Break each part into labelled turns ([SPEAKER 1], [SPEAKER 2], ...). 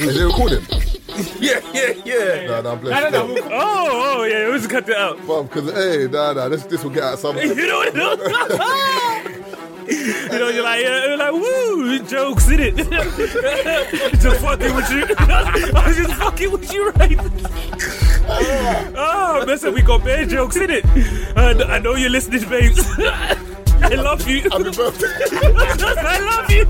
[SPEAKER 1] Is it recording?
[SPEAKER 2] Yeah, yeah, yeah.
[SPEAKER 1] Nah, nah, I'm
[SPEAKER 2] No, no,
[SPEAKER 1] blessed.
[SPEAKER 2] no. we'll- Oh, oh, yeah. We'll just cut that out.
[SPEAKER 1] Because, hey, nah, nah, this, this will get out some.
[SPEAKER 2] You know what? You know, you're like, yeah, you're like, woo, jokes in it. just fucking with you. I was just fucking with you, right? oh, listen, we got bad jokes in it. And I know you're listening, babes. I love you.
[SPEAKER 1] Happy birthday.
[SPEAKER 2] I love you.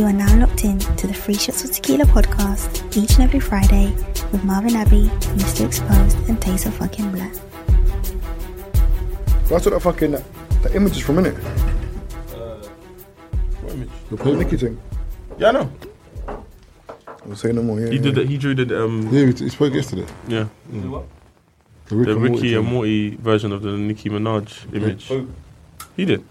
[SPEAKER 3] You are now locked in to the Free Shots of Tequila podcast each and every Friday with Marvin Abbey, Mr. Exposed, and Taser Fucking Black.
[SPEAKER 4] That's what that fucking that, that image is from, innit? The Paul Nicky thing.
[SPEAKER 5] Yeah, I know.
[SPEAKER 4] I'm saying no more. Yeah,
[SPEAKER 5] He
[SPEAKER 4] yeah.
[SPEAKER 5] did that. He drew the um.
[SPEAKER 1] Yeah, we, we spoke yesterday.
[SPEAKER 5] Yeah,
[SPEAKER 1] The Rick
[SPEAKER 5] the
[SPEAKER 1] and Morty
[SPEAKER 5] Ricky and
[SPEAKER 1] thing.
[SPEAKER 5] Morty version of the Nicki Minaj image.
[SPEAKER 6] Who?
[SPEAKER 5] He did.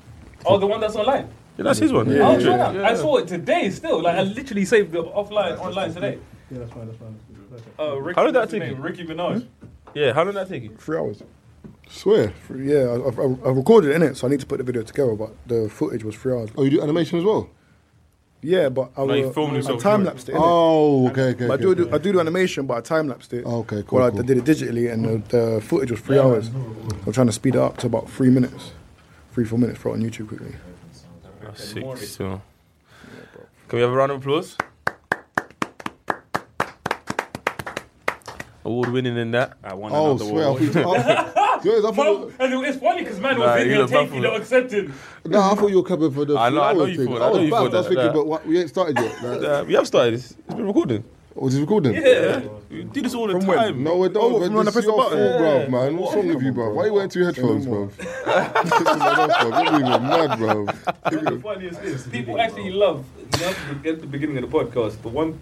[SPEAKER 6] Oh, the one that's online.
[SPEAKER 5] Yeah, that's his one. Yeah,
[SPEAKER 6] Oh,
[SPEAKER 5] he drew
[SPEAKER 6] shut
[SPEAKER 5] it.
[SPEAKER 6] up. I saw it today still. Like, I literally saved the offline, online today. Uh, Ricky,
[SPEAKER 5] How did that
[SPEAKER 6] what's his
[SPEAKER 5] take
[SPEAKER 6] name?
[SPEAKER 5] you?
[SPEAKER 6] Ricky Minaj.
[SPEAKER 5] Yeah, how did that take you?
[SPEAKER 4] Three hours.
[SPEAKER 1] Swear.
[SPEAKER 4] Three, yeah, I, I, I recorded it, innit? So I need to put the video together, but the footage was three hours.
[SPEAKER 1] Oh, you do animation as well?
[SPEAKER 4] Yeah, but I,
[SPEAKER 5] Like,
[SPEAKER 4] were-
[SPEAKER 5] filmed
[SPEAKER 4] I
[SPEAKER 5] yourself
[SPEAKER 4] time lapsed it. innit?
[SPEAKER 1] Oh, okay, okay.
[SPEAKER 4] But I
[SPEAKER 1] okay,
[SPEAKER 4] do, do
[SPEAKER 1] okay.
[SPEAKER 4] I do the animation, but I time lapsed it.
[SPEAKER 1] Okay, cool,
[SPEAKER 4] Well, I-
[SPEAKER 1] cool.
[SPEAKER 4] I did it digitally, and the, the footage was three hours. I'm trying to speed it up to about three minutes, three four minutes. Throw it on YouTube quickly.
[SPEAKER 5] That's sick. So, can we have a round of applause? Award winning in that. I won
[SPEAKER 1] Oh, swear. I thought you- I thought- Guys, I
[SPEAKER 6] Well,
[SPEAKER 1] thought-
[SPEAKER 6] and it's funny because man was
[SPEAKER 5] Nah, you
[SPEAKER 6] in there
[SPEAKER 5] look
[SPEAKER 6] taking
[SPEAKER 5] baffled.
[SPEAKER 6] it, accepting.
[SPEAKER 1] Nah, I thought you were coming for the
[SPEAKER 5] I know- I know
[SPEAKER 1] flower
[SPEAKER 5] you
[SPEAKER 1] thing. Oh,
[SPEAKER 5] thought- I
[SPEAKER 1] I
[SPEAKER 5] know
[SPEAKER 1] was
[SPEAKER 5] you thought
[SPEAKER 1] baffled. I was
[SPEAKER 5] that-
[SPEAKER 1] thinking,
[SPEAKER 5] that.
[SPEAKER 1] but what, we ain't started yet. Like,
[SPEAKER 5] Uh, we have started. It's, it's been recorded.
[SPEAKER 1] was it recording?
[SPEAKER 5] Yeah, we do this all the time.
[SPEAKER 1] No, it
[SPEAKER 4] Oh,
[SPEAKER 1] don't.
[SPEAKER 4] from when
[SPEAKER 1] man.
[SPEAKER 4] I
[SPEAKER 1] This
[SPEAKER 4] press
[SPEAKER 1] is
[SPEAKER 4] the
[SPEAKER 1] your fault,
[SPEAKER 4] button.
[SPEAKER 1] bruv, man. What's wrong with you, bruv? Why you wearing two headphones, bruv? This is my own fault. You're even mad, bruv.
[SPEAKER 6] Funniest is people actually love you know, at the beginning of the podcast. The one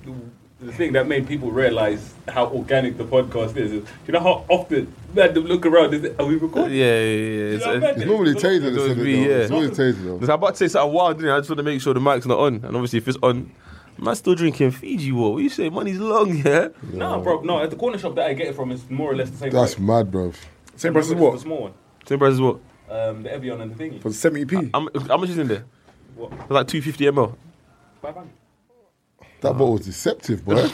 [SPEAKER 6] the thing that made people realize how organic the podcast is is you know how often man them look around is it, are we
[SPEAKER 5] Yeah, yeah,
[SPEAKER 6] recording?
[SPEAKER 5] yeah.
[SPEAKER 6] You
[SPEAKER 5] It's,
[SPEAKER 6] know,
[SPEAKER 5] it's,
[SPEAKER 6] man,
[SPEAKER 1] It's normally Taser that
[SPEAKER 5] It would
[SPEAKER 1] said it,
[SPEAKER 5] be,
[SPEAKER 1] though.
[SPEAKER 5] yeah.
[SPEAKER 1] It's always Taser,
[SPEAKER 5] I
[SPEAKER 1] though.
[SPEAKER 5] was about to say something wild, didn't I? I just want to make sure the mic's not on. And obviously, if it's on, man, still drinking Fiji water. What you say? Money's long, yeah?
[SPEAKER 6] No, bro, no. At the corner shop that I get it from is more or less the same.
[SPEAKER 1] That's
[SPEAKER 6] price.
[SPEAKER 1] mad, bruv.
[SPEAKER 4] Same price as
[SPEAKER 6] Remember,
[SPEAKER 4] what?
[SPEAKER 6] it's The small one,
[SPEAKER 5] Same price as what?
[SPEAKER 6] um, the Evian and the thingy.
[SPEAKER 4] For seventy p.
[SPEAKER 5] How, mu- how much is in there?
[SPEAKER 6] What?
[SPEAKER 5] It's like 250 ml.
[SPEAKER 6] Five hundred.
[SPEAKER 1] That bottle was deceptive, bruv.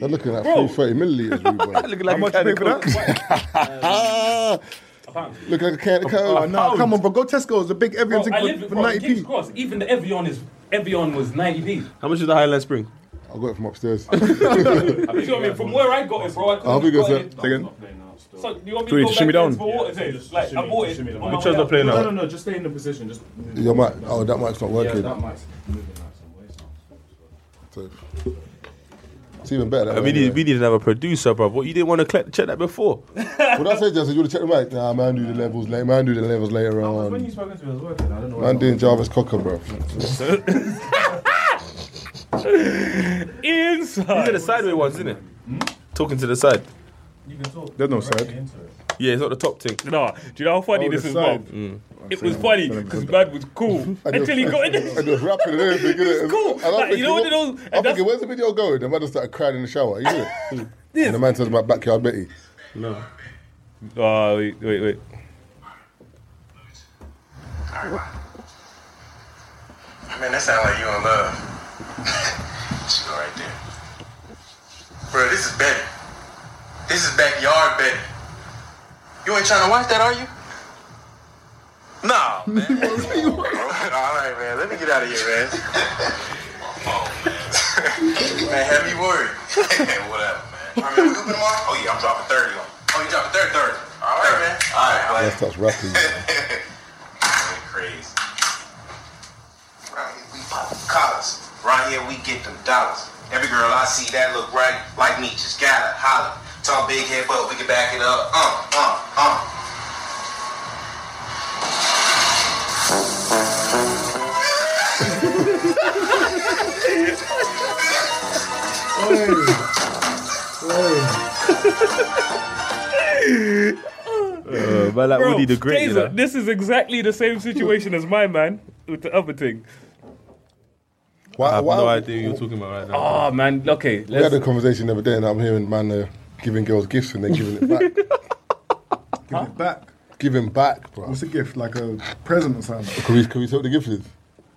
[SPEAKER 1] They're looking at
[SPEAKER 6] Bro.
[SPEAKER 1] 330 milliliters, bruv.
[SPEAKER 5] Looking like
[SPEAKER 4] much you pay for that?
[SPEAKER 6] A pound.
[SPEAKER 1] Looking like a can of
[SPEAKER 4] Oh,
[SPEAKER 1] coke.
[SPEAKER 4] no, come on, bro. Go Tesco's. The big
[SPEAKER 6] Bro,
[SPEAKER 4] everything
[SPEAKER 6] I lived
[SPEAKER 4] for, for
[SPEAKER 6] bro, in King's
[SPEAKER 4] ninety p.
[SPEAKER 6] Cross. Even the Evian is Evion was ninety p.
[SPEAKER 5] How much is the Highland Spring?
[SPEAKER 1] I got it from upstairs. Uh,
[SPEAKER 6] You know what I mean? From where I got it, bro, I
[SPEAKER 1] I'll be
[SPEAKER 6] couldn't
[SPEAKER 1] good,
[SPEAKER 6] have
[SPEAKER 1] sir.
[SPEAKER 6] got it.
[SPEAKER 4] Second.
[SPEAKER 6] So you want me
[SPEAKER 4] Do
[SPEAKER 6] to
[SPEAKER 4] we
[SPEAKER 6] go
[SPEAKER 4] just shimmy
[SPEAKER 6] back
[SPEAKER 4] down?
[SPEAKER 6] down? for water? taste? Like, I bought it.
[SPEAKER 5] We chose the play
[SPEAKER 7] No,
[SPEAKER 5] now.
[SPEAKER 7] no, no, just stay in the position. Just
[SPEAKER 1] Your mic. Oh, that mic's not
[SPEAKER 7] yeah,
[SPEAKER 1] working.
[SPEAKER 7] that mic's moving out some way.
[SPEAKER 1] It's even better. that way,
[SPEAKER 5] Uh, We need,
[SPEAKER 1] anyway.
[SPEAKER 5] we need another producer, bro. What you didn't want to cl- check that before?
[SPEAKER 1] What I said, Jason, you want to check the mic? Nah, man, do the levels later. Man, do the levels later
[SPEAKER 7] Because when you
[SPEAKER 1] on.
[SPEAKER 7] spoke into it, it was working. I don't know. why
[SPEAKER 1] Man,
[SPEAKER 7] that
[SPEAKER 1] doing Jarvis Cocker, bro.
[SPEAKER 5] He's in the sideway ones, isn't it? Talking to the side.
[SPEAKER 7] was- You can talk.
[SPEAKER 4] There's no
[SPEAKER 7] directly
[SPEAKER 4] side.
[SPEAKER 7] into it.
[SPEAKER 5] Yeah, it's not the top thing.
[SPEAKER 6] No, do you know how
[SPEAKER 1] Oh,
[SPEAKER 6] funny this is, bro? It was funny because man was cool until he got in
[SPEAKER 1] And just rapping and everything, innit?
[SPEAKER 6] cool.
[SPEAKER 1] And I'm
[SPEAKER 6] Like, you know what it all- and
[SPEAKER 1] I'm
[SPEAKER 6] that's-
[SPEAKER 1] thinking, where's the video going? The man just started crying in the shower. You know? and the man says, my backyard Betty.
[SPEAKER 6] Oh, wait, wait, wait.
[SPEAKER 8] Man, that sound like you in love. she go right there. Bro, this is Betty. This is backyard Betty. You ain't trying to watch that, are you? No, man. All right, man. Let me get out of here, man. man, heavy word. Whatever, man. All right, man. We hooping tomorrow? Oh, yeah. I'm dropping 30 on. Oh, you dropping 30? 30. All right, man. All right,
[SPEAKER 1] Man
[SPEAKER 8] buddy.
[SPEAKER 1] starts rapping.
[SPEAKER 8] Crazy. Right here we pop the collars. Right here we get them dollars. Every girl I see that look right like me just gotta holler. Talk big head, but we can back it up. Uh, uh, uh.
[SPEAKER 5] Uh, but like
[SPEAKER 6] Bro,
[SPEAKER 5] Woody the Great, you
[SPEAKER 6] Taser,
[SPEAKER 5] know?
[SPEAKER 6] this is exactly the same situation as my man with the other thing.
[SPEAKER 1] Why,
[SPEAKER 5] I have
[SPEAKER 1] why,
[SPEAKER 5] no idea what you're talking about right now.
[SPEAKER 6] Oh man, okay.
[SPEAKER 1] We had
[SPEAKER 6] Let's,
[SPEAKER 1] a conversation the other day, and I'm hearing man uh, giving girls gifts and they're giving it back.
[SPEAKER 4] Give it back.
[SPEAKER 1] giving back, bro.
[SPEAKER 4] What's a gift? Like a present or something.
[SPEAKER 1] Can we, can we see what the gift is?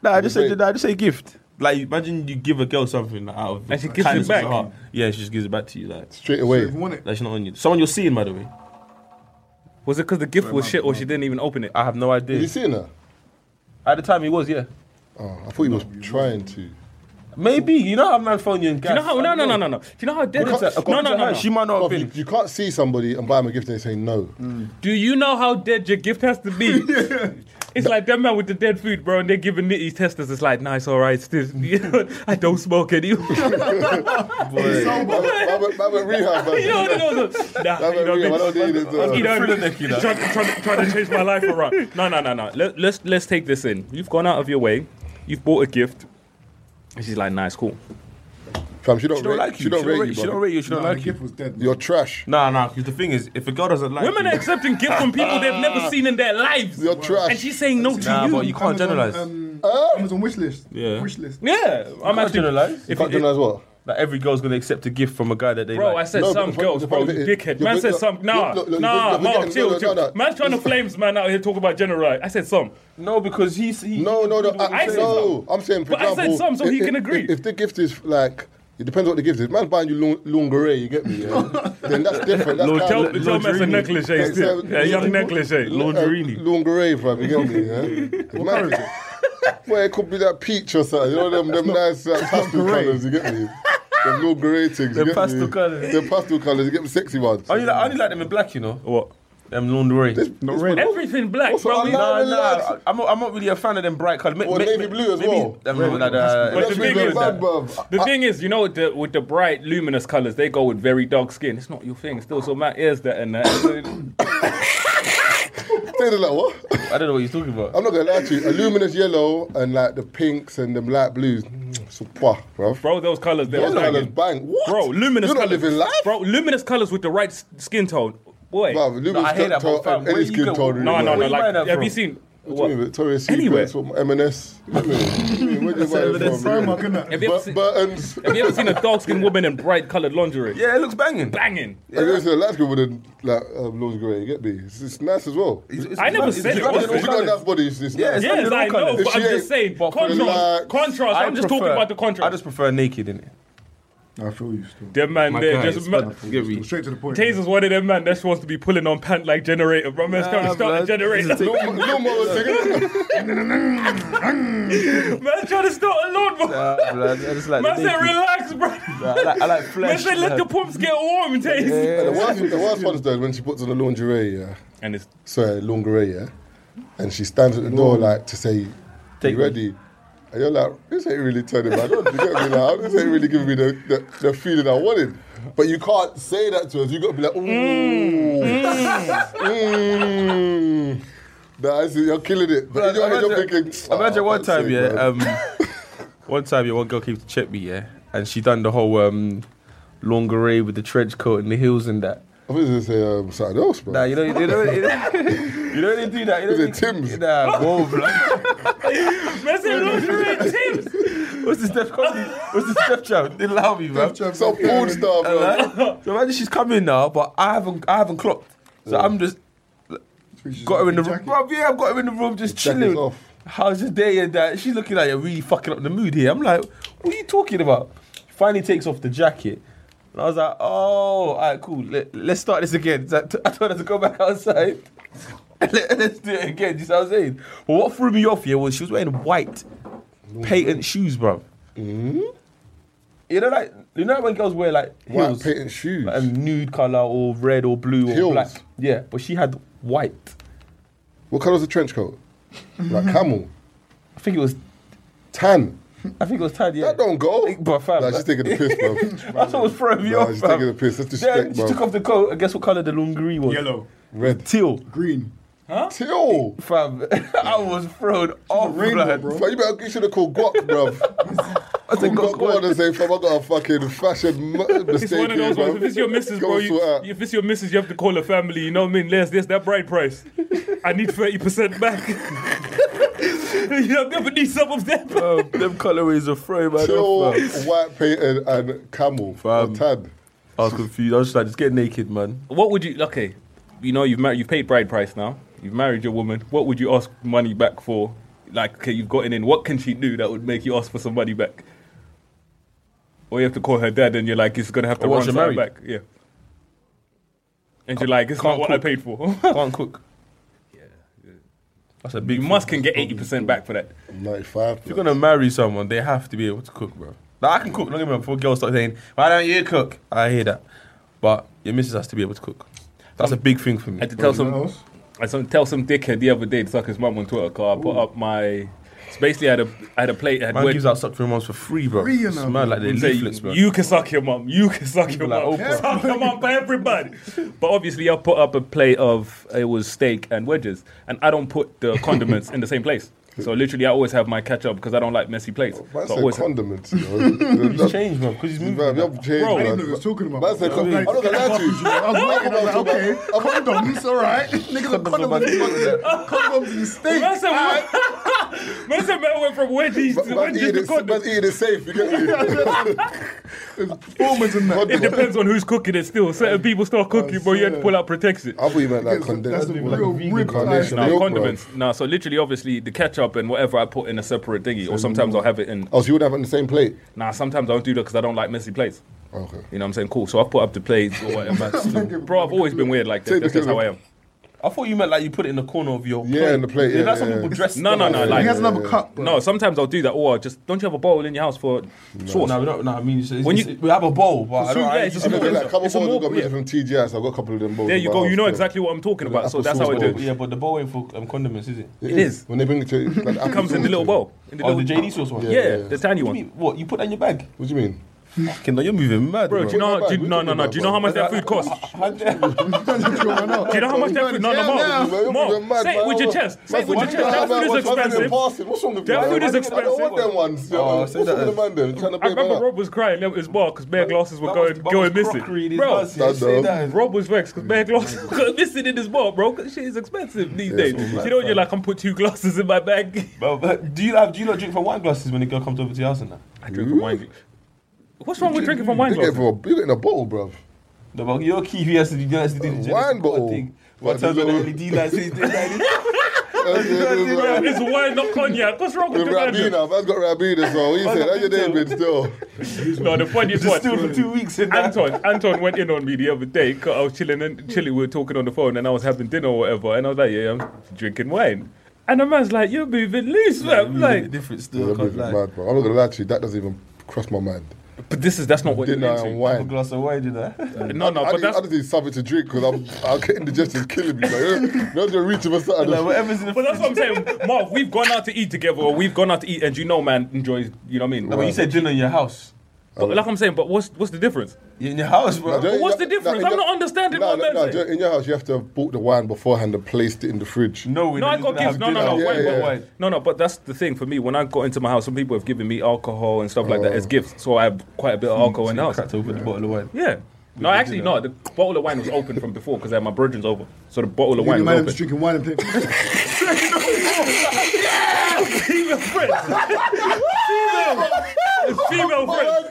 [SPEAKER 5] Nah, I just say,
[SPEAKER 1] Great.
[SPEAKER 5] nah, just say gift. Like imagine you give a girl something like, out of
[SPEAKER 6] And she
[SPEAKER 5] the
[SPEAKER 6] gives it
[SPEAKER 5] kindness of her
[SPEAKER 6] back.
[SPEAKER 5] heart. Yeah, she just gives it back to you. Like
[SPEAKER 1] Straight away.
[SPEAKER 4] If you want it,
[SPEAKER 5] that's not on you. Someone you're seeing, by the way.
[SPEAKER 6] Was it because the gift was shit or she didn't even open it?
[SPEAKER 5] I have no
[SPEAKER 1] Have
[SPEAKER 5] idea.
[SPEAKER 1] you seen her?
[SPEAKER 5] At the time, he was yeah.
[SPEAKER 1] Oh, I thought he was trying to.
[SPEAKER 5] Maybe you know how man phone you and
[SPEAKER 6] Do you
[SPEAKER 5] gas.
[SPEAKER 6] know how? No,
[SPEAKER 5] I
[SPEAKER 6] no,
[SPEAKER 5] don't
[SPEAKER 6] no, no, no. Do you know how dead?
[SPEAKER 1] Because-
[SPEAKER 6] it's-
[SPEAKER 1] because
[SPEAKER 6] No, no, no, no.
[SPEAKER 5] She might not have
[SPEAKER 1] Bruv, you,
[SPEAKER 5] been.
[SPEAKER 1] you can't see somebody and buy them a gift and they say no.
[SPEAKER 6] Do you know how dead your gift has to be? It's like that man with the dead food, bro, and they're giving it, these testers. It's like, nice, all right, it's this. I don't smoke anymore. you
[SPEAKER 1] Man went- man went- man went rehab, man.
[SPEAKER 6] know, you know, the- nah,
[SPEAKER 1] Man
[SPEAKER 6] you
[SPEAKER 1] went
[SPEAKER 6] know,
[SPEAKER 1] rehab, I
[SPEAKER 6] bitch.
[SPEAKER 1] don't need it, uh,
[SPEAKER 6] You know,
[SPEAKER 5] Through the neck, you know.
[SPEAKER 6] trying, trying, trying to change my life around. No, no, no, no. Let, let's let's take this in. You've gone out of your way. You've bought a gift. And she's like, nice, cool.
[SPEAKER 1] Fam, she don't,
[SPEAKER 5] She don't
[SPEAKER 1] rate,
[SPEAKER 5] like you.
[SPEAKER 1] She don't rate, you,
[SPEAKER 5] She
[SPEAKER 1] bruv.
[SPEAKER 5] don't rate you. She don't
[SPEAKER 4] nah, the
[SPEAKER 5] like you.
[SPEAKER 4] gift was dead. man.
[SPEAKER 1] You're trash.
[SPEAKER 5] Nah, nah. Because the thing is, if a girl doesn't like
[SPEAKER 6] Women
[SPEAKER 5] you,
[SPEAKER 6] are accepting gifts from people they've never seen in their lives,
[SPEAKER 1] You're trash.
[SPEAKER 6] and she's saying no to
[SPEAKER 5] nah,
[SPEAKER 6] you.
[SPEAKER 5] but you can't
[SPEAKER 4] Amazon,
[SPEAKER 5] generalize.
[SPEAKER 4] Um,
[SPEAKER 1] Uh?
[SPEAKER 4] Amazon wish list.
[SPEAKER 5] Yeah.
[SPEAKER 4] Wish list.
[SPEAKER 6] yeah, I'm
[SPEAKER 5] can't
[SPEAKER 6] actually.
[SPEAKER 5] generalize.
[SPEAKER 1] You
[SPEAKER 6] If
[SPEAKER 1] can't
[SPEAKER 6] it-
[SPEAKER 1] generalize what?
[SPEAKER 5] Like every girl's gonna accept a gift from a guy that they
[SPEAKER 6] Bro, I
[SPEAKER 5] like.
[SPEAKER 6] said
[SPEAKER 1] No, but
[SPEAKER 6] some
[SPEAKER 1] the funny-
[SPEAKER 6] girls,
[SPEAKER 1] the
[SPEAKER 6] bro.
[SPEAKER 1] funny
[SPEAKER 6] You
[SPEAKER 1] bit is-
[SPEAKER 6] dickhead.
[SPEAKER 1] you're
[SPEAKER 6] Man
[SPEAKER 1] big-
[SPEAKER 6] said
[SPEAKER 1] look,
[SPEAKER 6] some.
[SPEAKER 1] look,
[SPEAKER 6] Nah,
[SPEAKER 1] look, look,
[SPEAKER 6] nah,
[SPEAKER 1] you're big-
[SPEAKER 6] Mark,
[SPEAKER 1] no,
[SPEAKER 6] chill,
[SPEAKER 1] no,
[SPEAKER 6] chill.
[SPEAKER 1] no, no.
[SPEAKER 6] Man's trying to flames man out here talking about generalize. I said some.
[SPEAKER 5] no, because he's he,
[SPEAKER 1] No, no, no. I,
[SPEAKER 6] I said
[SPEAKER 1] no, I'm saying, for
[SPEAKER 6] But I said
[SPEAKER 1] example,
[SPEAKER 6] some, so
[SPEAKER 1] if,
[SPEAKER 6] he
[SPEAKER 1] if-
[SPEAKER 6] can agree.
[SPEAKER 1] If, if the gift is like, it depends what the gift is. Man's buying you lung- lingerie, you get me? Yeah? then that's different. That's
[SPEAKER 6] Tell
[SPEAKER 1] kind of-
[SPEAKER 6] tell man's a necklace, eh,
[SPEAKER 1] Yeah,
[SPEAKER 6] still.
[SPEAKER 1] so-
[SPEAKER 6] Yeah, young necklace, eh.
[SPEAKER 1] uh,
[SPEAKER 5] Laundrini.
[SPEAKER 1] lingerie, fam. You get me? Yeah. what color is it? Well, it could be that peach or something. You know them, them nice uh, pastel colours. You get me? Them lingerie things. you
[SPEAKER 5] Them
[SPEAKER 1] get
[SPEAKER 5] pastel
[SPEAKER 1] me?
[SPEAKER 5] colours.
[SPEAKER 1] Them pastel colours. You get me? Sexy ones.
[SPEAKER 5] I only, like, I only like them in black, you know. What? Them lingerie.
[SPEAKER 4] Not red.
[SPEAKER 6] Everything black,
[SPEAKER 1] What's
[SPEAKER 6] bro.
[SPEAKER 1] up,
[SPEAKER 6] We-
[SPEAKER 1] man?
[SPEAKER 5] Nah,
[SPEAKER 1] Nah, relax.
[SPEAKER 5] nah. I'm not, I'm not really a fan of them bright colours. Ma-
[SPEAKER 1] Well,
[SPEAKER 5] ma-
[SPEAKER 1] navy
[SPEAKER 5] ma-
[SPEAKER 1] blue as
[SPEAKER 5] maybe-
[SPEAKER 1] well.
[SPEAKER 5] them- like, uh,
[SPEAKER 6] But the
[SPEAKER 1] That's
[SPEAKER 6] thing
[SPEAKER 1] really
[SPEAKER 6] is
[SPEAKER 1] bad,
[SPEAKER 6] that-
[SPEAKER 1] bruv.
[SPEAKER 6] The thing is, you know, with the, with the bright, luminous colors, they go with very dark skin. It's not your thing still. So my ears that and that.
[SPEAKER 1] They look like what?
[SPEAKER 5] I don't know what you're talking about.
[SPEAKER 1] I'm not gonna lie to you. A luminous yellow and like the pinks and them light blues. mm, So poah, bruv.
[SPEAKER 6] bro, those colors, they're
[SPEAKER 1] Those colours
[SPEAKER 6] banging.
[SPEAKER 1] bang. What?
[SPEAKER 6] Bro, luminous
[SPEAKER 1] You're not
[SPEAKER 6] colors.
[SPEAKER 1] living life.
[SPEAKER 6] Bro, luminous colors with the right s- skin tone. Boy.
[SPEAKER 1] Bruv, luminous
[SPEAKER 5] No, I hear that,
[SPEAKER 1] tone,
[SPEAKER 5] but fam,
[SPEAKER 1] and
[SPEAKER 5] where
[SPEAKER 1] any
[SPEAKER 5] you
[SPEAKER 1] skin
[SPEAKER 5] get-
[SPEAKER 1] tone.
[SPEAKER 6] No,
[SPEAKER 1] really,
[SPEAKER 6] no,
[SPEAKER 1] bruv.
[SPEAKER 6] no.
[SPEAKER 5] you buying
[SPEAKER 6] Like, have
[SPEAKER 5] that
[SPEAKER 6] you
[SPEAKER 5] from?
[SPEAKER 6] seen?
[SPEAKER 1] What do you
[SPEAKER 6] What?
[SPEAKER 1] mean, Victoria's
[SPEAKER 6] Anywhere.
[SPEAKER 1] Secret, from M&S. What do you mean? Where do you buy it
[SPEAKER 4] Sorry,
[SPEAKER 1] from?
[SPEAKER 4] Mark, innit?
[SPEAKER 6] Have you ever
[SPEAKER 1] Bur-
[SPEAKER 6] seen-
[SPEAKER 1] Burton's.
[SPEAKER 6] Have you ever seen a dark skinned woman in bright coloured lingerie?
[SPEAKER 5] Yeah, it looks banging.
[SPEAKER 6] Banging.
[SPEAKER 1] Have you ever seen a light skin with a like, um, lingerie? You get me? It's, it's nice as well.
[SPEAKER 5] It's- it's-
[SPEAKER 6] I never
[SPEAKER 5] it's-
[SPEAKER 6] said
[SPEAKER 5] it's
[SPEAKER 6] it
[SPEAKER 5] rubbing
[SPEAKER 1] If
[SPEAKER 6] wasn't.
[SPEAKER 5] all
[SPEAKER 1] you got
[SPEAKER 5] colours.
[SPEAKER 1] enough body, it's, it's
[SPEAKER 5] Yeah,
[SPEAKER 1] nice.
[SPEAKER 5] it's
[SPEAKER 6] Yes,
[SPEAKER 5] all
[SPEAKER 6] I know,
[SPEAKER 5] colours.
[SPEAKER 6] but I'm
[SPEAKER 1] She
[SPEAKER 6] just
[SPEAKER 1] ain't-
[SPEAKER 6] saying.
[SPEAKER 5] But for the
[SPEAKER 6] Contrast.
[SPEAKER 1] likes-
[SPEAKER 6] Contrast. I'm just talking
[SPEAKER 5] prefer-
[SPEAKER 6] about the
[SPEAKER 5] I
[SPEAKER 6] contrast.
[SPEAKER 5] just prefer naked in it.
[SPEAKER 4] I feel you still.
[SPEAKER 6] Them man
[SPEAKER 5] My
[SPEAKER 6] there
[SPEAKER 5] guy
[SPEAKER 6] just.
[SPEAKER 5] is
[SPEAKER 6] ma-
[SPEAKER 5] bad. Get me.
[SPEAKER 4] Straight to the point.
[SPEAKER 6] Taser's one of them man that wants to be pulling on pant like generator. Bro, man's trying to start a
[SPEAKER 5] blood.
[SPEAKER 6] generator.
[SPEAKER 1] Lawn- Lawnmower thing.
[SPEAKER 6] Man's trying to start a lawnmower.
[SPEAKER 5] Nah, blood, I just like the
[SPEAKER 6] Man said,
[SPEAKER 5] naked.
[SPEAKER 6] relax, bro.
[SPEAKER 5] Nah, I like, I like
[SPEAKER 6] Man
[SPEAKER 5] flesh.
[SPEAKER 6] said, let
[SPEAKER 5] blood.
[SPEAKER 6] the pumps get warm, Taser.
[SPEAKER 1] The worst- the worst one's though is when she puts on the lingerie, yeah.
[SPEAKER 6] And it's
[SPEAKER 1] sorry, lingerie, yeah? And she stands at the door like to say, Take you
[SPEAKER 5] Take me.
[SPEAKER 1] ready? And you're like, this ain't really turning my on. You get me? Like, this ain't really giving me the, the, the feeling I wanted. But you can't say that to us. you got to be like, ooh.
[SPEAKER 5] Mm.
[SPEAKER 1] Mmm. Nah, I see, you're killing it. But in your head, you're
[SPEAKER 5] imagine,
[SPEAKER 1] thinking,
[SPEAKER 5] imagine
[SPEAKER 1] "Ah,
[SPEAKER 5] one
[SPEAKER 1] fuck's
[SPEAKER 5] time,
[SPEAKER 1] sake,
[SPEAKER 5] yeah,
[SPEAKER 1] man."
[SPEAKER 5] um, one time, yeah, one girl came to check me, yeah, and she done the whole um, lingerie with the trench coat and the heels and that.
[SPEAKER 1] I was going to say um, something else, bro.
[SPEAKER 5] Nah, you know, you know, you know, you know they do that. You know
[SPEAKER 1] Is it
[SPEAKER 5] they-
[SPEAKER 1] Tim's?
[SPEAKER 5] Nah, whoa, blood.
[SPEAKER 6] man said lingerie tips.
[SPEAKER 5] What's this Steph Cody? What's this Steph Trap? They love me, man. So
[SPEAKER 1] Some porn star, bro.
[SPEAKER 5] imagine she's coming now, but I haven't, I haven't clocked. So I'm just got her in the room. Bruv, yeah, I've got her in the room just
[SPEAKER 1] Jacket's
[SPEAKER 5] chilling.
[SPEAKER 1] off.
[SPEAKER 5] How's your day and that? She's looking like you're really fucking up the mood here. I'm like, what are you talking about? She finally takes off the jacket. And I was like, oh, all right, cool. Let, let's start this again. So I t- I told her to go back outside. And let, us do it again. You see what I'm saying? But what threw me off here was she was wearing white patent shoes, bro. You know, like you know when girls wear like
[SPEAKER 1] White
[SPEAKER 5] heels,
[SPEAKER 1] patent shoes.
[SPEAKER 5] like a nude color or red or blue or
[SPEAKER 1] Heels.
[SPEAKER 5] black. Yeah, but she had white.
[SPEAKER 1] What colour's the trench coat? Like camel.
[SPEAKER 5] I think it was.
[SPEAKER 1] Tan.
[SPEAKER 5] I think it was Tad. Yeah.
[SPEAKER 1] That don't go.
[SPEAKER 5] But fam,
[SPEAKER 1] Nah, she's
[SPEAKER 5] that-
[SPEAKER 1] taking the piss, bro.
[SPEAKER 5] that's what was throwing me
[SPEAKER 1] Nah,
[SPEAKER 5] off.
[SPEAKER 1] she's
[SPEAKER 5] fam.
[SPEAKER 1] taking the piss. That's
[SPEAKER 5] Then
[SPEAKER 1] disrespect,
[SPEAKER 5] she
[SPEAKER 1] bro.
[SPEAKER 5] took off the coat. And guess what color the lingerie was?
[SPEAKER 4] Yellow.
[SPEAKER 1] Red.
[SPEAKER 5] Teal,
[SPEAKER 4] Green.
[SPEAKER 1] Teal.
[SPEAKER 5] fam. I was thrown off.
[SPEAKER 4] rainbow,
[SPEAKER 5] blood.
[SPEAKER 4] bro.
[SPEAKER 1] Fam, you better you should have called Guac, bruv.
[SPEAKER 5] I said,
[SPEAKER 1] Guac
[SPEAKER 5] "Go- go
[SPEAKER 1] go
[SPEAKER 5] on."
[SPEAKER 1] on and say, fam, I got a fucking fashion m-
[SPEAKER 6] It's
[SPEAKER 1] mistake
[SPEAKER 6] one of
[SPEAKER 1] here,
[SPEAKER 6] those ones.
[SPEAKER 1] bruv.
[SPEAKER 6] If it's your missus,
[SPEAKER 1] Go
[SPEAKER 6] bro,
[SPEAKER 1] and
[SPEAKER 6] you,
[SPEAKER 1] sort out.
[SPEAKER 6] if it's your missus, you have to call a family. You know what I mean? There's this that bride price. I need thirty percent back. you know, never need some of that. bro.
[SPEAKER 5] Um, them colorways are throwing my
[SPEAKER 1] Teal,
[SPEAKER 5] off. fam.
[SPEAKER 1] white painted, and camel. Fam.
[SPEAKER 5] Fam.
[SPEAKER 1] Or tan.
[SPEAKER 5] I was confused. I was just like, just get naked, man.
[SPEAKER 6] What would you? Okay, you know you've mar- you've paid bride price now. You've married your woman. What would you ask money back for? like okay, you've gotten in. What can she do that would make you ask for some money back? Or you have to call her dad, and you're like, it's gonna have to
[SPEAKER 5] Or
[SPEAKER 6] run
[SPEAKER 5] once you're
[SPEAKER 6] something
[SPEAKER 5] married.
[SPEAKER 6] back. Yeah. And you're like, it's not
[SPEAKER 5] can't
[SPEAKER 6] what I
[SPEAKER 5] cook.
[SPEAKER 6] paid for.
[SPEAKER 5] Can't cook. That's a big.
[SPEAKER 6] you
[SPEAKER 5] thing.
[SPEAKER 6] must can get eighty percent back for that.
[SPEAKER 1] Ninety-five.
[SPEAKER 5] If you're gonna marry someone, they have to be able to cook, bro. Like I can cook. Don't get me wrong. Before girls start saying, "Why don't you cook?" I hear that, but your missus has to be able to cook. That's a big thing for me.
[SPEAKER 6] I had to tell
[SPEAKER 4] Anyone
[SPEAKER 6] some,
[SPEAKER 4] else?
[SPEAKER 6] I some tell some dickhead the other day to suck his mum on Twitter. Cause I put up my. It's basically I had a I had a plate. I had
[SPEAKER 5] Man
[SPEAKER 6] wed-
[SPEAKER 5] gives out suck for months for free, bro.
[SPEAKER 4] Free, you
[SPEAKER 5] it's
[SPEAKER 4] know,
[SPEAKER 5] mad like
[SPEAKER 4] bro.
[SPEAKER 5] they're
[SPEAKER 6] Say,
[SPEAKER 5] leaflets, bro.
[SPEAKER 6] You can suck your mum. You can suck your
[SPEAKER 5] like
[SPEAKER 6] mum.
[SPEAKER 5] Oprah.
[SPEAKER 6] suck your mum for everybody. But obviously, I put up a plate of it was steak and wedges, and I don't put the condiments in the same place. So literally, I always have my ketchup because I don't like messy plates.
[SPEAKER 1] Man
[SPEAKER 6] so I
[SPEAKER 1] said
[SPEAKER 6] always
[SPEAKER 1] condiments. You know.
[SPEAKER 5] He's changed, bro, because he's
[SPEAKER 1] You
[SPEAKER 5] moving.
[SPEAKER 1] man, you have changed,
[SPEAKER 6] Bro, I
[SPEAKER 4] I
[SPEAKER 1] man.
[SPEAKER 4] didn't know what he was talking about.
[SPEAKER 1] Man said
[SPEAKER 4] I was
[SPEAKER 1] condiments. I'm not gonna lie to you.
[SPEAKER 4] I was waiting, I was like,
[SPEAKER 1] I'm not-
[SPEAKER 4] okay, condoms, all right. Niggas are condoms, condoms and steak.
[SPEAKER 6] Man said, Man said man went from wedgies
[SPEAKER 1] But
[SPEAKER 6] to
[SPEAKER 1] man
[SPEAKER 6] wedges
[SPEAKER 1] eating
[SPEAKER 6] to
[SPEAKER 1] it- man
[SPEAKER 6] condoms.
[SPEAKER 1] eating it safe. You get me?
[SPEAKER 4] Performance in that.
[SPEAKER 6] It depends on who's cooking it. Still, certain people start cooking, bro. You had to
[SPEAKER 4] yeah.
[SPEAKER 6] pull out protection.
[SPEAKER 1] I thought you meant like
[SPEAKER 4] That's the- that's
[SPEAKER 1] condensed.
[SPEAKER 4] the
[SPEAKER 1] milk,
[SPEAKER 4] real
[SPEAKER 1] like
[SPEAKER 4] rib
[SPEAKER 1] condensed
[SPEAKER 4] eye.
[SPEAKER 6] No,
[SPEAKER 1] milk, bro.
[SPEAKER 6] condiments. No, so literally, obviously, the ketchup and whatever I put in a separate thingy, or sometimes I'll have it in.
[SPEAKER 1] Oh, so you would have it on the same plate? Oh,
[SPEAKER 6] Nah, sometimes I don't do that because I don't like messy plates.
[SPEAKER 1] Okay.
[SPEAKER 6] You know what I'm saying? Cool. So I put up the plates or whatever. Bro, I've always been weird like that.
[SPEAKER 1] Take the
[SPEAKER 6] That's just how I am.
[SPEAKER 5] I thought you meant like you put it in the corner of your
[SPEAKER 1] Yeah,
[SPEAKER 5] plate.
[SPEAKER 1] in the plate,
[SPEAKER 5] You know
[SPEAKER 1] yeah,
[SPEAKER 5] how some
[SPEAKER 1] yeah.
[SPEAKER 5] people dress.
[SPEAKER 6] No, no, no,
[SPEAKER 5] stuff?
[SPEAKER 6] like-
[SPEAKER 4] He has another cup, bro.
[SPEAKER 6] No, sometimes I'll do that. Or I'll just don't you have a bowl in your house for sauce?
[SPEAKER 5] No, we don't. No, I mean, it's, it's,
[SPEAKER 6] When
[SPEAKER 5] when
[SPEAKER 6] you-
[SPEAKER 5] we have a bowl, but I
[SPEAKER 6] Soup,
[SPEAKER 5] don't. I
[SPEAKER 6] yeah,
[SPEAKER 5] ain't
[SPEAKER 6] it's
[SPEAKER 5] just
[SPEAKER 6] just
[SPEAKER 1] I mean,
[SPEAKER 6] more-
[SPEAKER 1] like, a couple
[SPEAKER 6] it's a
[SPEAKER 1] of
[SPEAKER 6] more-
[SPEAKER 1] got
[SPEAKER 6] yeah.
[SPEAKER 1] yeah. from TGI, so I've got a couple of them bowls.
[SPEAKER 6] There
[SPEAKER 1] in
[SPEAKER 6] you
[SPEAKER 1] my
[SPEAKER 6] go. You
[SPEAKER 1] house,
[SPEAKER 6] know
[SPEAKER 1] yeah.
[SPEAKER 6] exactly what I'm talking about. So
[SPEAKER 1] apple
[SPEAKER 6] that's how I
[SPEAKER 1] sauce
[SPEAKER 6] do.
[SPEAKER 1] bowl.
[SPEAKER 6] it.
[SPEAKER 5] yeah, but the bowl ain't for um, condiments, is it?
[SPEAKER 6] It is.
[SPEAKER 1] When they bring it to you, like,
[SPEAKER 6] It comes in the little bowl. In the
[SPEAKER 5] Oh, the
[SPEAKER 6] little-
[SPEAKER 5] JD sauce one.
[SPEAKER 6] Yeah,
[SPEAKER 1] Yeah, yeah, yeah.
[SPEAKER 6] the tiny
[SPEAKER 5] You
[SPEAKER 6] one.
[SPEAKER 5] mean, what you put that in your bag?
[SPEAKER 1] What do you mean?
[SPEAKER 5] Fucking no, you're moving mad,
[SPEAKER 6] Bro, do you know?
[SPEAKER 1] What
[SPEAKER 6] Do you,
[SPEAKER 1] about-
[SPEAKER 6] no,
[SPEAKER 1] what
[SPEAKER 6] no, no.
[SPEAKER 1] about-
[SPEAKER 6] Do you know how much that food costs? Do you know how much that food? No, no,
[SPEAKER 1] You're
[SPEAKER 6] Mark.
[SPEAKER 1] moving mad,
[SPEAKER 6] Mark, say it
[SPEAKER 1] man.
[SPEAKER 6] with your chest. Say it with your
[SPEAKER 1] Why
[SPEAKER 6] chest.
[SPEAKER 1] you gotta
[SPEAKER 6] That
[SPEAKER 1] have
[SPEAKER 6] food is
[SPEAKER 1] what's happening in
[SPEAKER 6] expensive.
[SPEAKER 1] passing? What's wrong with
[SPEAKER 6] That
[SPEAKER 1] you?
[SPEAKER 6] food is
[SPEAKER 1] I don't want
[SPEAKER 6] expensive.
[SPEAKER 1] them ones. you know,
[SPEAKER 5] Oh,
[SPEAKER 1] What's
[SPEAKER 5] say
[SPEAKER 1] wrong with
[SPEAKER 5] that.
[SPEAKER 1] the man then? Trying to
[SPEAKER 6] I
[SPEAKER 1] pay man
[SPEAKER 6] remember
[SPEAKER 1] up.
[SPEAKER 6] Rob was crying at his bar because beer glasses were going going missing. Bro, Rob was vexed because beer glasses were missing in his bar, bro. 'cause shit is expensive these days.
[SPEAKER 1] it's all
[SPEAKER 6] You know, when you're like, I'm put two glasses in my bag.
[SPEAKER 5] Bro, but do you have do you not drink from wine glasses when a girl comes over to your house and that?
[SPEAKER 6] I drink from wine. gla- What's wrong with drinking from wine
[SPEAKER 1] You get
[SPEAKER 6] glasses?
[SPEAKER 1] from a- you get in a bottle, bruv.
[SPEAKER 5] No, but your key he has to do has to do the
[SPEAKER 1] Wine bottle.
[SPEAKER 5] What
[SPEAKER 1] What,
[SPEAKER 5] time
[SPEAKER 1] the
[SPEAKER 5] on the
[SPEAKER 1] little-
[SPEAKER 5] LED lights? he did that.
[SPEAKER 1] Rabina,
[SPEAKER 6] It's wine, not cognac. What's wrong with the random?
[SPEAKER 1] man's got Rabina, so he said, "How's your day been still?"
[SPEAKER 6] No, the funniest
[SPEAKER 5] Just still
[SPEAKER 6] one.
[SPEAKER 5] for two weeks in that.
[SPEAKER 6] Anton, Anton went in on me the other day 'cause I was chilling and chilling. We were talking on the phone, and I was having dinner or whatever, and I was like, "Yeah, I'm drinking wine." And the man's like, "You're moving loose, man."
[SPEAKER 5] You
[SPEAKER 6] like,
[SPEAKER 5] look different
[SPEAKER 1] Yeah,
[SPEAKER 5] still.
[SPEAKER 1] that
[SPEAKER 5] I can't
[SPEAKER 1] movie's
[SPEAKER 5] lie.
[SPEAKER 1] mad, bro. I'm not gonna lie to you, that doesn't even cross my mind.
[SPEAKER 6] but this is that's not what
[SPEAKER 1] Dinner
[SPEAKER 6] you're
[SPEAKER 1] and
[SPEAKER 6] into.
[SPEAKER 5] A
[SPEAKER 1] wine.
[SPEAKER 5] glass of wine, you know.
[SPEAKER 6] No, no,
[SPEAKER 1] I,
[SPEAKER 6] but
[SPEAKER 1] need, I
[SPEAKER 6] that's
[SPEAKER 1] just need something to drink because I'm, I'm getting digestion killing me. Like, you know, you know, you're reaching for something.
[SPEAKER 5] Like whatever's in the.
[SPEAKER 6] But that's what I'm saying, Marv. We've gone out to eat together, or we've gone out to eat, and you know, man, enjoys. You know what I mean?
[SPEAKER 5] No, but you said dinner in your house.
[SPEAKER 6] But like I'm saying, but what's what's the difference?
[SPEAKER 5] In your house, bro.
[SPEAKER 1] Don't-
[SPEAKER 6] what's the
[SPEAKER 1] no,
[SPEAKER 6] difference?
[SPEAKER 1] in
[SPEAKER 6] I'm
[SPEAKER 1] your-
[SPEAKER 6] not understanding
[SPEAKER 1] no,
[SPEAKER 6] what
[SPEAKER 1] no,
[SPEAKER 6] man's
[SPEAKER 1] no,
[SPEAKER 6] saying.
[SPEAKER 1] In your house, you have to have bought the wine beforehand and placed it in the fridge.
[SPEAKER 5] No, we
[SPEAKER 6] No, I
[SPEAKER 5] don't
[SPEAKER 6] got
[SPEAKER 5] have
[SPEAKER 6] gifts. No, no,
[SPEAKER 5] dinner.
[SPEAKER 6] no,
[SPEAKER 1] Yeah,
[SPEAKER 6] wait, wait,
[SPEAKER 1] yeah.
[SPEAKER 6] wait. No, no, but that's the thing for me. When I got into my house, some people have given me alcohol and stuff like that
[SPEAKER 1] Oh.
[SPEAKER 6] as gifts, so I have quite a bit of alcohol in the house.
[SPEAKER 5] Cracked open the bottle of wine.
[SPEAKER 6] Yeah. No, actually, no. The bottle of wine was open from before because I had my brethren's over, so the bottle of
[SPEAKER 4] You
[SPEAKER 6] wine
[SPEAKER 4] might have
[SPEAKER 6] was
[SPEAKER 4] just
[SPEAKER 6] open.
[SPEAKER 4] drinking wine and playing.
[SPEAKER 6] Female friends. Female. Female friends.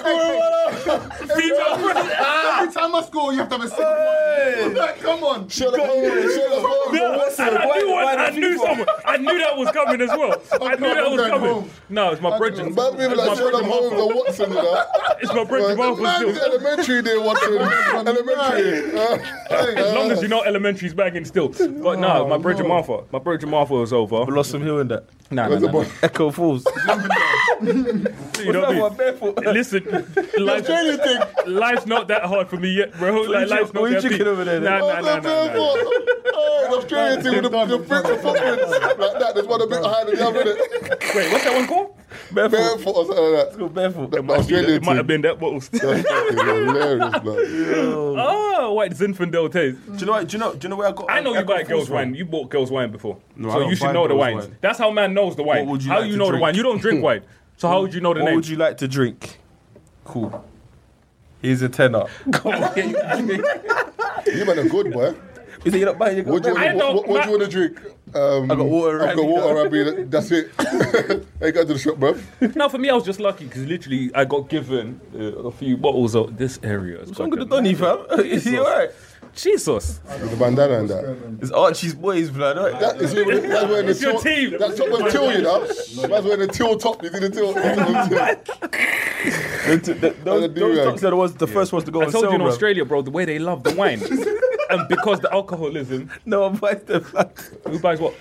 [SPEAKER 6] Female friends.
[SPEAKER 4] Every time I score, you have to have a sip. Like, Come on.
[SPEAKER 1] Shut up, shut up.
[SPEAKER 6] And I knew, one, I knew someone. I knew that was coming as well. I knew that
[SPEAKER 4] I'm
[SPEAKER 6] was
[SPEAKER 4] going
[SPEAKER 6] coming.
[SPEAKER 4] home.
[SPEAKER 6] No, it's my
[SPEAKER 1] Man,
[SPEAKER 6] brethren's.
[SPEAKER 1] people like
[SPEAKER 6] It's my
[SPEAKER 1] Sherlock Holmes and Watson, you know.
[SPEAKER 6] It's my brethren's.
[SPEAKER 1] Like, man's
[SPEAKER 6] still.
[SPEAKER 1] elementary there, Watson. elementary. Uh,
[SPEAKER 6] As long as you know elementary's bagging still. But no, my brother Martha. My brother Martha was over. Nah,
[SPEAKER 5] Blossom Hill in that.
[SPEAKER 6] nah, nah, nah.
[SPEAKER 5] Echo Falls.
[SPEAKER 6] You know what I mean?
[SPEAKER 5] barefoot.
[SPEAKER 6] Listen, life, life's not that hard for me yet, bro. Like,
[SPEAKER 5] you-
[SPEAKER 6] life's
[SPEAKER 5] what
[SPEAKER 6] not
[SPEAKER 5] you
[SPEAKER 6] that
[SPEAKER 5] chicken
[SPEAKER 6] deep.
[SPEAKER 5] over there,
[SPEAKER 6] Nah,
[SPEAKER 5] then?
[SPEAKER 6] nah, nah, nah, nah.
[SPEAKER 1] Oh, the Australian team with the, the bricks and footprints. Like that, there's one a bit higher than the other, innit?
[SPEAKER 6] Wait, what's that one called?
[SPEAKER 5] Barefoot.
[SPEAKER 1] Barefoot or something like that.
[SPEAKER 5] Go barefoot.
[SPEAKER 1] The
[SPEAKER 6] It
[SPEAKER 1] Australian
[SPEAKER 6] might have
[SPEAKER 1] team.
[SPEAKER 6] been that bottle still.
[SPEAKER 1] It's hilarious, man.
[SPEAKER 6] oh, white Zinfandel taste.
[SPEAKER 5] Do you know? what- Do you know? Do you know where I got?
[SPEAKER 6] I know
[SPEAKER 5] um,
[SPEAKER 6] you
[SPEAKER 5] Echo
[SPEAKER 6] buy girls'
[SPEAKER 5] Falls from?
[SPEAKER 6] wine. You bought girls' wine before.
[SPEAKER 5] No, I
[SPEAKER 6] so
[SPEAKER 5] don't
[SPEAKER 6] you should
[SPEAKER 5] buy
[SPEAKER 6] know the
[SPEAKER 5] girls'
[SPEAKER 6] wines.
[SPEAKER 5] wine.
[SPEAKER 6] That's how man knows the wine.
[SPEAKER 5] would you
[SPEAKER 6] how
[SPEAKER 5] like
[SPEAKER 6] you
[SPEAKER 5] to
[SPEAKER 6] know the
[SPEAKER 5] drink?
[SPEAKER 6] wine? You don't drink wine. So how would you know the
[SPEAKER 5] What
[SPEAKER 6] name?
[SPEAKER 5] would you like to drink? Cool. Here's a tenner. Go
[SPEAKER 1] You man are good, boy.
[SPEAKER 5] You say you're not buying your
[SPEAKER 1] What do you
[SPEAKER 6] I
[SPEAKER 1] want?
[SPEAKER 6] know-
[SPEAKER 1] What, what do you want to drink? Um,
[SPEAKER 5] I've got water,
[SPEAKER 1] I've got
[SPEAKER 5] Rabina.
[SPEAKER 1] water, Rabina. That's it. hey, go to the shop, bro.
[SPEAKER 6] No, for me, I was just lucky because literally I got given uh, a few bottles of this area. What's
[SPEAKER 5] What's wrong with the Donny, fam? Is he alright?
[SPEAKER 6] Jesus.
[SPEAKER 1] With the bandana and that.
[SPEAKER 5] It's Archie's boys, blood. Right?
[SPEAKER 1] That is you. That's wearing the
[SPEAKER 6] It's your
[SPEAKER 1] teal.
[SPEAKER 6] team.
[SPEAKER 1] That's top of teal, you know. That's wearing the teal top. You see the teal. That's
[SPEAKER 5] The- the- the-
[SPEAKER 1] a
[SPEAKER 5] those those
[SPEAKER 1] do-rag.
[SPEAKER 5] tops are the ones, the first ones to go
[SPEAKER 6] I
[SPEAKER 5] on
[SPEAKER 6] told
[SPEAKER 5] sale,
[SPEAKER 6] you in
[SPEAKER 5] bro.
[SPEAKER 6] Australia, bro, the way they love the wine. and because the alcoholism,
[SPEAKER 5] No one buys them.
[SPEAKER 6] who buys what?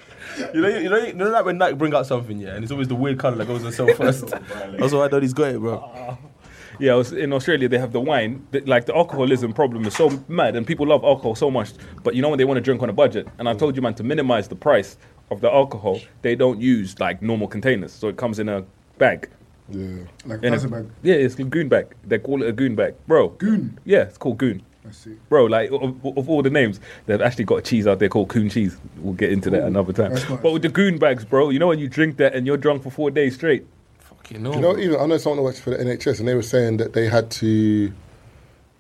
[SPEAKER 5] you know, you know, you know, like when Nike bring out something, yeah, and it's always the weird color that goes on sale first. That's why I know he's got it, bro.
[SPEAKER 6] Yeah, I was- in Australia they have the wine. that- Like the alcoholism problem is so mad, and people love alcohol so much. But you know when they want to drink on a budget, and I told you man to minimize the price of the alcohol, they don't use like normal containers, so it comes in a bag.
[SPEAKER 1] Yeah.
[SPEAKER 9] Like
[SPEAKER 6] In a-
[SPEAKER 9] plastic bag.
[SPEAKER 6] Yeah, it's a goon bag. They call it a goon bag, bro.
[SPEAKER 9] Goon.
[SPEAKER 6] Yeah, it's called goon.
[SPEAKER 9] I see.
[SPEAKER 6] Bro, like of, of all the names, they've actually got a cheese out there called Coon cheese. We'll get into that another time.
[SPEAKER 9] that's nice.
[SPEAKER 6] But with the goon bags, bro, you know when you drink that and you're drunk for four days straight.
[SPEAKER 5] Fucking no.
[SPEAKER 1] You know, even I know someone who works for the NHS, and they were saying that they had to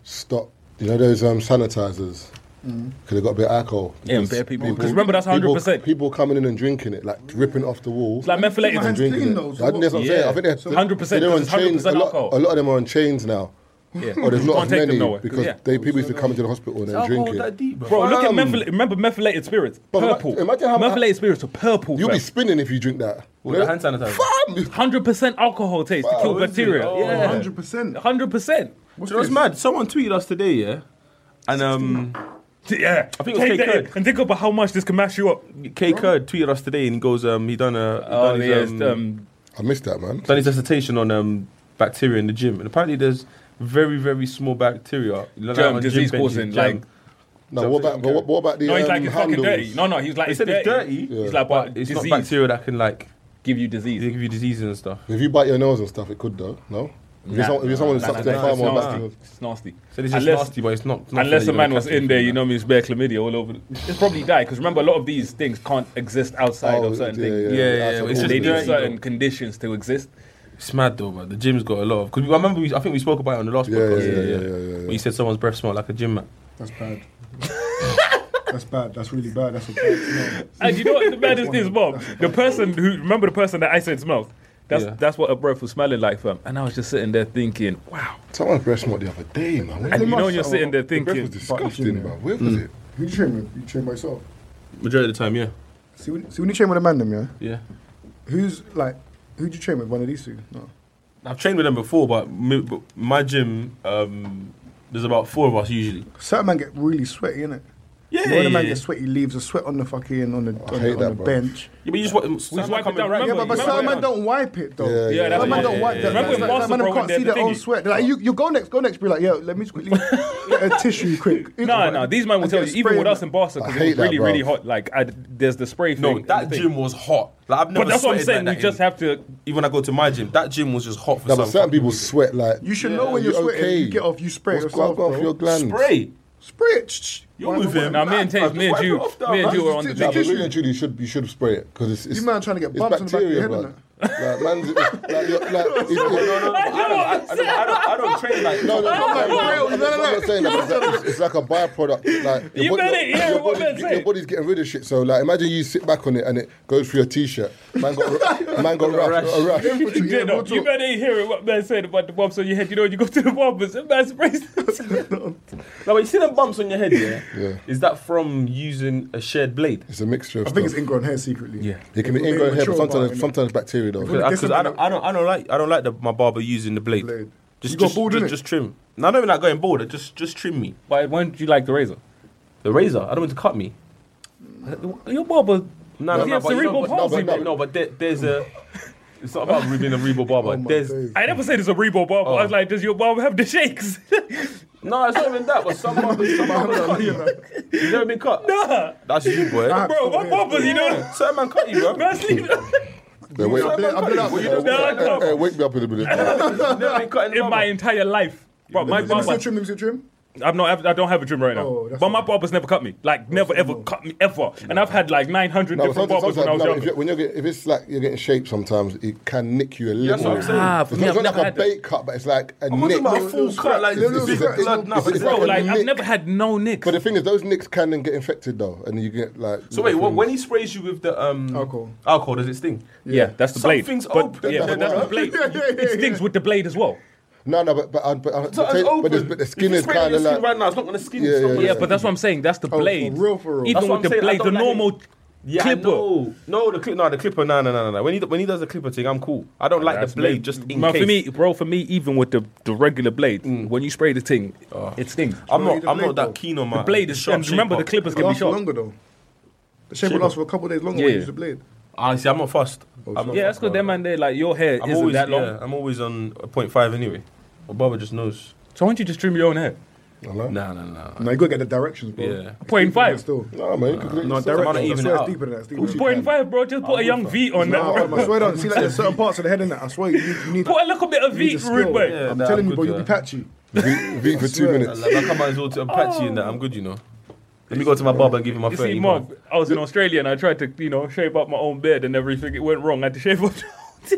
[SPEAKER 1] stop. You know those um, sanitizers because they got a bit of alcohol.
[SPEAKER 6] Yeah, and bare people. Because remember that's hundred percent.
[SPEAKER 1] People coming in and drinking it, like ripping off the walls.
[SPEAKER 6] It's like methylated.
[SPEAKER 1] and drinking
[SPEAKER 9] Clean
[SPEAKER 1] it.
[SPEAKER 9] those,
[SPEAKER 1] I think that's what I'm
[SPEAKER 6] what?
[SPEAKER 1] saying.
[SPEAKER 6] Yeah.
[SPEAKER 1] I think they're
[SPEAKER 6] So 100%
[SPEAKER 1] they're on
[SPEAKER 6] because it's
[SPEAKER 1] chains. A
[SPEAKER 6] 100%
[SPEAKER 1] lot,
[SPEAKER 6] alcohol.
[SPEAKER 1] a lot of them are on chains now.
[SPEAKER 6] Yeah.
[SPEAKER 1] Or there's
[SPEAKER 6] You
[SPEAKER 1] not
[SPEAKER 6] can't
[SPEAKER 1] as
[SPEAKER 6] take them
[SPEAKER 1] many
[SPEAKER 6] nowhere,
[SPEAKER 1] because
[SPEAKER 6] yeah.
[SPEAKER 1] they people used to come into the hospital and then drink
[SPEAKER 5] Alcohol that
[SPEAKER 1] it.
[SPEAKER 5] deep, bro.
[SPEAKER 6] Bro, look at
[SPEAKER 1] Fam.
[SPEAKER 6] methyl- remember methylated spirits.
[SPEAKER 1] Um, But ima-
[SPEAKER 6] purple.
[SPEAKER 1] imagine how mu-
[SPEAKER 6] methylated spirits are purple.
[SPEAKER 1] You'll be spinning if you drink that.
[SPEAKER 5] With the hand sanitizer.
[SPEAKER 6] hundred percent alcohol taste to kill
[SPEAKER 5] is it?
[SPEAKER 6] bacteria.
[SPEAKER 5] Oh.
[SPEAKER 6] yeah,
[SPEAKER 9] 100%.
[SPEAKER 6] hundred percent.
[SPEAKER 5] Do you know what's mad? Someone tweeted us today, yeah, and um.
[SPEAKER 6] Yeah, I
[SPEAKER 5] think it was K. Curd.
[SPEAKER 6] and think about how much this can mash you up.
[SPEAKER 5] K Curd tweeted us today and he goes, um, he done a he
[SPEAKER 6] Oh
[SPEAKER 5] done, his,
[SPEAKER 6] yes,
[SPEAKER 5] um,
[SPEAKER 6] um,
[SPEAKER 1] I missed that, man.
[SPEAKER 5] done his dissertation on um, bacteria in the gym, and apparently there's very very small bacteria. You know,
[SPEAKER 6] Germ,
[SPEAKER 5] on gym
[SPEAKER 6] disease
[SPEAKER 5] benches,
[SPEAKER 6] causing,
[SPEAKER 5] germ.
[SPEAKER 6] like-
[SPEAKER 1] No, what about but what, what about the
[SPEAKER 6] no, he's
[SPEAKER 1] um,
[SPEAKER 6] like it's fucking
[SPEAKER 1] handles?
[SPEAKER 6] dirty. No, no, he's like
[SPEAKER 5] They
[SPEAKER 6] it's
[SPEAKER 5] said it's
[SPEAKER 6] dirty.
[SPEAKER 5] dirty,
[SPEAKER 6] He's like, but
[SPEAKER 5] but it's not bacteria that can like
[SPEAKER 6] give you
[SPEAKER 5] they
[SPEAKER 6] disease.
[SPEAKER 5] give you diseases and stuff.
[SPEAKER 1] If you bite your nose and stuff, it could though. No, if you're,
[SPEAKER 6] Nah,
[SPEAKER 1] some, if you're someone who
[SPEAKER 6] nah,
[SPEAKER 1] sucks
[SPEAKER 6] nah,
[SPEAKER 1] their
[SPEAKER 6] nah,
[SPEAKER 1] thumb
[SPEAKER 6] it's
[SPEAKER 1] or
[SPEAKER 6] nasty.
[SPEAKER 1] back,
[SPEAKER 6] It's nasty.
[SPEAKER 5] So this is
[SPEAKER 6] Unless-
[SPEAKER 5] nasty, but it's not. not
[SPEAKER 6] Unless
[SPEAKER 5] that
[SPEAKER 6] a
[SPEAKER 5] you're
[SPEAKER 6] man
[SPEAKER 5] gonna
[SPEAKER 6] was
[SPEAKER 5] catch it
[SPEAKER 6] in there,
[SPEAKER 5] from
[SPEAKER 6] you
[SPEAKER 5] that.
[SPEAKER 6] know, he's bare chlamydia all over. It's probably die because remember, a lot of these things can't exist outside
[SPEAKER 1] Oh,
[SPEAKER 6] of certain
[SPEAKER 1] yeah,
[SPEAKER 6] things.
[SPEAKER 1] yeah,
[SPEAKER 5] Yeah, yeah,
[SPEAKER 1] yeah.
[SPEAKER 5] it's
[SPEAKER 6] they
[SPEAKER 5] just
[SPEAKER 6] need
[SPEAKER 5] dirty,
[SPEAKER 6] certain
[SPEAKER 5] though.
[SPEAKER 6] conditions to exist.
[SPEAKER 5] It's mad though, bro. The gym's got a lot of. Because I remember, we, I think we spoke about it on the last
[SPEAKER 1] Yeah,
[SPEAKER 5] podcast.
[SPEAKER 1] yeah, yeah, yeah, yeah, yeah.
[SPEAKER 5] When you said someone's breath smelled like a gym mat.
[SPEAKER 9] That's bad. That's bad. That's really bad. That's a bad. smell.
[SPEAKER 6] And you know what the maddest is, Bob? The person who remember the person that I said smelled. That's
[SPEAKER 5] Yeah.
[SPEAKER 6] that's what her breath was smelling like, fam. And I was just sitting there thinking, wow.
[SPEAKER 1] someone breast smoked the other day, man. Where
[SPEAKER 6] And
[SPEAKER 1] the
[SPEAKER 6] you know,
[SPEAKER 1] breath-
[SPEAKER 6] when you're sitting there
[SPEAKER 1] the breath was
[SPEAKER 6] thinking,
[SPEAKER 1] disgusting, man. Where was it?
[SPEAKER 9] Who you train with? You train by yourself.
[SPEAKER 5] Majority of the time, yeah,
[SPEAKER 9] See when, see when you train with a man, them yeah.
[SPEAKER 5] yeah.
[SPEAKER 9] Who's like, who do you train with? One of these two? No.
[SPEAKER 5] I've trained with them before, but, mi- but my gym, um, there's about four of us usually.
[SPEAKER 9] Certain man get really sweaty, innit?
[SPEAKER 5] Yeah,
[SPEAKER 9] You know when a man gets sweaty, he leaves a sweat on the fucking on the, on
[SPEAKER 1] hate
[SPEAKER 9] the, on
[SPEAKER 1] that,
[SPEAKER 9] the
[SPEAKER 1] bro.
[SPEAKER 9] bench.
[SPEAKER 5] Yeah, but you just want.
[SPEAKER 6] wipe it down,
[SPEAKER 9] Yeah, but,
[SPEAKER 6] right? Remember,
[SPEAKER 9] but
[SPEAKER 6] remember
[SPEAKER 9] some
[SPEAKER 6] when-
[SPEAKER 9] man don't wipe it though.
[SPEAKER 1] Yeah, yeah,
[SPEAKER 6] Yeah, that's
[SPEAKER 9] some man
[SPEAKER 6] what-
[SPEAKER 9] don't
[SPEAKER 6] yeah,
[SPEAKER 9] wipe
[SPEAKER 5] yeah,
[SPEAKER 9] that.
[SPEAKER 5] yeah.
[SPEAKER 9] That's
[SPEAKER 5] Remember
[SPEAKER 6] when
[SPEAKER 9] like, some man
[SPEAKER 6] Barca
[SPEAKER 9] can't
[SPEAKER 6] broke in
[SPEAKER 9] see
[SPEAKER 6] there,
[SPEAKER 9] their
[SPEAKER 6] the
[SPEAKER 9] own
[SPEAKER 6] thingy?
[SPEAKER 9] sweat. They're Like you, you go next, go next. Be like, yo, let me just quickly get a tissue quick.
[SPEAKER 6] no, no, these men will
[SPEAKER 9] And
[SPEAKER 6] tell
[SPEAKER 9] get
[SPEAKER 6] you, even
[SPEAKER 9] sprayed
[SPEAKER 6] with
[SPEAKER 9] on
[SPEAKER 6] us in Barca,
[SPEAKER 1] I
[SPEAKER 6] because
[SPEAKER 1] hate
[SPEAKER 6] it was
[SPEAKER 1] that,
[SPEAKER 6] really,
[SPEAKER 1] bro.
[SPEAKER 6] really hot. Like, I, there's the spray
[SPEAKER 5] No,
[SPEAKER 6] thing.
[SPEAKER 5] that
[SPEAKER 6] thing.
[SPEAKER 5] gym was hot. Like I've never.
[SPEAKER 6] But that's what I'm saying.
[SPEAKER 5] sweated like that
[SPEAKER 6] you just
[SPEAKER 5] in-
[SPEAKER 6] have to.
[SPEAKER 5] Even when I go to my gym, that gym was just hot for
[SPEAKER 1] No,
[SPEAKER 5] some
[SPEAKER 1] but certain
[SPEAKER 5] fucking
[SPEAKER 1] people
[SPEAKER 5] reason.
[SPEAKER 1] sweat like.
[SPEAKER 9] You should know when
[SPEAKER 1] you
[SPEAKER 9] you're sweating.
[SPEAKER 1] okay?
[SPEAKER 9] You get off. You spray
[SPEAKER 1] What's
[SPEAKER 9] yourself.
[SPEAKER 1] going on for
[SPEAKER 9] bro.
[SPEAKER 1] your glands?
[SPEAKER 5] Spray.
[SPEAKER 9] Spray it. shh, shh.
[SPEAKER 5] You're
[SPEAKER 9] Why
[SPEAKER 5] with
[SPEAKER 9] not?
[SPEAKER 5] him.
[SPEAKER 6] Now, me and Taze, me and
[SPEAKER 5] Wipe it
[SPEAKER 6] you,
[SPEAKER 5] off now,
[SPEAKER 6] me and
[SPEAKER 5] man.
[SPEAKER 6] you were
[SPEAKER 5] Just
[SPEAKER 6] on the
[SPEAKER 9] take
[SPEAKER 1] Nah,
[SPEAKER 6] gym.
[SPEAKER 1] but really and truly, you should you should spray it because it's, it's
[SPEAKER 9] You man trying to get
[SPEAKER 1] it's
[SPEAKER 9] bumps on the back of your
[SPEAKER 1] bacteria,
[SPEAKER 9] head,
[SPEAKER 1] bro.
[SPEAKER 9] innit?
[SPEAKER 1] Like man's like you're- like. it's-
[SPEAKER 5] I don't, I don't, I don't, I don't train like.
[SPEAKER 1] No, no, no, no, no,
[SPEAKER 9] no,
[SPEAKER 1] no,
[SPEAKER 9] no,
[SPEAKER 1] I'm not saying that. but It's, it's like a byproduct. Like your
[SPEAKER 6] You got it, yeah,
[SPEAKER 1] your,
[SPEAKER 6] what
[SPEAKER 1] body's,
[SPEAKER 6] man
[SPEAKER 1] your
[SPEAKER 6] said.
[SPEAKER 1] body's getting rid of shit. So like, imagine you sit back on it and it goes through your t-shirt. Man got, man got rash, a rash.
[SPEAKER 9] Infantry, yeah,
[SPEAKER 6] You know,
[SPEAKER 9] we'll
[SPEAKER 6] you
[SPEAKER 9] talk.
[SPEAKER 6] better hear what man said about the bumps on your head. You know, when you go to the barbers, and man sprays.
[SPEAKER 5] Now, you see them bumps on your head, yeah?
[SPEAKER 1] Yeah.
[SPEAKER 5] Is that from using a shared blade?
[SPEAKER 1] It's a mixture of
[SPEAKER 9] I think it's
[SPEAKER 1] stuff.
[SPEAKER 9] ingrown hair secretly. Yeah.
[SPEAKER 1] It can be ingrown hair, but sometimes
[SPEAKER 9] sometimes.
[SPEAKER 1] sometimes bacteria though.
[SPEAKER 9] Really?
[SPEAKER 5] Because uh, I don't, I don't, I don't like, I don't like the, my barber using the blade.
[SPEAKER 9] Blade.
[SPEAKER 5] Just,
[SPEAKER 9] You got
[SPEAKER 5] just,
[SPEAKER 9] bald,
[SPEAKER 5] just,
[SPEAKER 9] innit?
[SPEAKER 5] just trim. No, I don't even like going bald. Just, just trim me.
[SPEAKER 6] Why? Why don't you like the razor?
[SPEAKER 5] The razor. I don't want to cut me.
[SPEAKER 6] Your barber.
[SPEAKER 5] No, no,
[SPEAKER 6] Does he
[SPEAKER 5] no,
[SPEAKER 6] have
[SPEAKER 5] but you
[SPEAKER 6] cerebral
[SPEAKER 5] know- but- no,
[SPEAKER 6] palsy,
[SPEAKER 5] but-
[SPEAKER 1] bro?
[SPEAKER 5] no, but there, there's a. It's not about being a Rebo
[SPEAKER 9] Oh
[SPEAKER 5] barber. there's
[SPEAKER 6] I never said it's a Rebo barber. I was like, does your barber have the shakes?
[SPEAKER 5] no, it's not even that. But some barbers, some barbers cut you. You never been cut.
[SPEAKER 6] Nah.
[SPEAKER 5] That's you, boy.
[SPEAKER 6] Bro, what barbers, you know?
[SPEAKER 5] Certain man cut you, bro.
[SPEAKER 6] Man, sleep.
[SPEAKER 1] Yeah, wait,
[SPEAKER 5] Certain man
[SPEAKER 9] I've
[SPEAKER 5] cut
[SPEAKER 9] been
[SPEAKER 5] you,
[SPEAKER 9] out
[SPEAKER 5] bro.
[SPEAKER 9] with
[SPEAKER 5] You
[SPEAKER 9] them.
[SPEAKER 5] never been
[SPEAKER 6] Nah,
[SPEAKER 5] cut in
[SPEAKER 6] nah.
[SPEAKER 5] the barber.
[SPEAKER 1] hey, wake me up in a minute.
[SPEAKER 5] You never been cut in the
[SPEAKER 6] in my
[SPEAKER 5] barber.
[SPEAKER 6] entire life. Bro, my
[SPEAKER 9] Let me see your
[SPEAKER 6] barber,
[SPEAKER 9] trim. Let me see your trim.
[SPEAKER 6] I'm not, I don't have a trim right now.
[SPEAKER 9] Oh, that's
[SPEAKER 6] but my
[SPEAKER 9] fine.
[SPEAKER 6] barber's never cut me. Like, never ever cut me, ever. And I've had like 900
[SPEAKER 1] No, but
[SPEAKER 6] different
[SPEAKER 1] sometimes,
[SPEAKER 6] barbers when I
[SPEAKER 1] sometimes
[SPEAKER 6] was
[SPEAKER 1] no, if,
[SPEAKER 6] younger.
[SPEAKER 1] you're, when you're getting, if it's like you're getting shaped, sometimes it can nick you a little.
[SPEAKER 5] That's what I'm saying.
[SPEAKER 6] Ah,
[SPEAKER 1] it's
[SPEAKER 6] for
[SPEAKER 1] not,
[SPEAKER 6] me,
[SPEAKER 1] it's
[SPEAKER 6] I've
[SPEAKER 1] not like
[SPEAKER 6] never
[SPEAKER 1] a
[SPEAKER 6] had that.
[SPEAKER 1] bait cut, but it's like a
[SPEAKER 5] I'm
[SPEAKER 1] nick.
[SPEAKER 5] talking about a full cut, like
[SPEAKER 1] It's-
[SPEAKER 5] this
[SPEAKER 1] it's-
[SPEAKER 5] big
[SPEAKER 1] it's-
[SPEAKER 5] blood. Nah,
[SPEAKER 1] it's-
[SPEAKER 5] but
[SPEAKER 1] it's
[SPEAKER 6] Bro,
[SPEAKER 1] a
[SPEAKER 6] like, I've
[SPEAKER 1] nick.
[SPEAKER 6] never had no nicks.
[SPEAKER 1] But the thing is, those nicks can then get infected though, and you get like.
[SPEAKER 5] So wait, what,
[SPEAKER 1] little
[SPEAKER 5] when
[SPEAKER 1] things.
[SPEAKER 5] he sprays you with the um,
[SPEAKER 9] Alcohol.
[SPEAKER 5] alcohol does it sting?
[SPEAKER 6] yeah, that's the blade.
[SPEAKER 5] Something's
[SPEAKER 6] But-
[SPEAKER 5] open.
[SPEAKER 6] Yeah,
[SPEAKER 1] That's
[SPEAKER 6] but that's
[SPEAKER 1] why.
[SPEAKER 6] the blade.
[SPEAKER 9] Yeah, yeah, yeah,
[SPEAKER 6] It stings
[SPEAKER 9] yeah.
[SPEAKER 6] with the blade as well.
[SPEAKER 1] No, no, but but I- but, I-
[SPEAKER 5] So
[SPEAKER 1] but,
[SPEAKER 5] it's
[SPEAKER 1] but,
[SPEAKER 5] open.
[SPEAKER 1] the, but the skin
[SPEAKER 5] if you
[SPEAKER 1] is
[SPEAKER 5] spray it on
[SPEAKER 1] kind
[SPEAKER 5] your
[SPEAKER 1] of
[SPEAKER 5] skin
[SPEAKER 1] like
[SPEAKER 5] right now. It's not gonna skin.
[SPEAKER 1] Yeah,
[SPEAKER 5] it's
[SPEAKER 1] yeah,
[SPEAKER 5] not gonna
[SPEAKER 1] yeah.
[SPEAKER 6] Yeah,
[SPEAKER 5] skin.
[SPEAKER 6] but that's what I'm saying. That's the
[SPEAKER 1] for
[SPEAKER 6] blade.
[SPEAKER 1] real, for real.
[SPEAKER 5] That's
[SPEAKER 6] Even with
[SPEAKER 5] what I'm
[SPEAKER 6] the
[SPEAKER 5] saying, I
[SPEAKER 6] blade, the
[SPEAKER 5] don't like it.
[SPEAKER 6] normal
[SPEAKER 5] Yeah, I
[SPEAKER 6] clipper.
[SPEAKER 5] know. No, the clip, no, the clipper. No, no, no, no, no. When he when he does the clipper thing, I'm cool. I don't like the
[SPEAKER 6] That's
[SPEAKER 5] blade
[SPEAKER 6] made-
[SPEAKER 5] just in
[SPEAKER 6] Man,
[SPEAKER 5] case.
[SPEAKER 6] For me, bro, for me, even with the, the regular blade, when you spray the thing, it stings.
[SPEAKER 5] I'm
[SPEAKER 9] need
[SPEAKER 5] not.
[SPEAKER 9] the
[SPEAKER 5] I'm
[SPEAKER 9] blade,
[SPEAKER 5] not
[SPEAKER 9] though.
[SPEAKER 5] that keen on my
[SPEAKER 6] the blade is
[SPEAKER 5] sharp
[SPEAKER 6] and remember the
[SPEAKER 5] shape
[SPEAKER 6] clippers
[SPEAKER 5] up.
[SPEAKER 9] It
[SPEAKER 6] can be
[SPEAKER 9] lasts
[SPEAKER 6] sharp.
[SPEAKER 9] longer though. The shape will
[SPEAKER 5] Shape
[SPEAKER 9] last
[SPEAKER 5] up.
[SPEAKER 9] for a couple of days longer when
[SPEAKER 6] Yeah.
[SPEAKER 9] you use the blade.
[SPEAKER 5] Ah, see, I'm not fast.
[SPEAKER 1] Oh,
[SPEAKER 5] I'm not
[SPEAKER 6] Yeah, that's
[SPEAKER 5] fast,
[SPEAKER 6] because
[SPEAKER 5] bro.
[SPEAKER 6] them and they like your hair
[SPEAKER 5] I'm
[SPEAKER 6] isn't
[SPEAKER 5] always
[SPEAKER 6] that long.
[SPEAKER 5] yeah, I'm always on a point five anyway. But Baba just knows.
[SPEAKER 6] So why don't you just trim your own hair?
[SPEAKER 1] Hello?
[SPEAKER 5] Nah, nah, nah.
[SPEAKER 6] Uh,
[SPEAKER 9] No, you gotta get the directions, bro.
[SPEAKER 5] Yeah.
[SPEAKER 9] It's deeper
[SPEAKER 6] Point
[SPEAKER 9] than that
[SPEAKER 6] five.
[SPEAKER 9] Still.
[SPEAKER 1] No, man, you could
[SPEAKER 5] no,
[SPEAKER 1] it's
[SPEAKER 5] direct-
[SPEAKER 1] all
[SPEAKER 5] Might
[SPEAKER 1] right.
[SPEAKER 5] not
[SPEAKER 9] I
[SPEAKER 5] even
[SPEAKER 9] swear
[SPEAKER 5] out.
[SPEAKER 9] it's deeper than that. It's deeper than that.
[SPEAKER 6] Point five, bro. Just put a young V on
[SPEAKER 9] No,
[SPEAKER 6] that.
[SPEAKER 9] I
[SPEAKER 6] bro.
[SPEAKER 9] swear don't. See, like there's certain parts of the head in that. I swear you, you need.
[SPEAKER 6] Put a little bit of
[SPEAKER 9] you need
[SPEAKER 6] V,
[SPEAKER 9] the skill.
[SPEAKER 6] rude boy.
[SPEAKER 5] Yeah.
[SPEAKER 9] I'm
[SPEAKER 5] nah,
[SPEAKER 9] telling you,
[SPEAKER 5] good
[SPEAKER 9] bro,
[SPEAKER 5] to
[SPEAKER 9] you'll be
[SPEAKER 5] that.
[SPEAKER 9] patchy.
[SPEAKER 1] V, V for two
[SPEAKER 9] swear.
[SPEAKER 1] minutes.
[SPEAKER 5] Like, I come out all to patchy and that. I'm good, you know. Let me go to my barber and give him my
[SPEAKER 6] Oh. You
[SPEAKER 5] phone.
[SPEAKER 6] see, Mark, I was in Australia and I tried to, you know, shape up my own beard and everything. It went wrong. I had to shave up.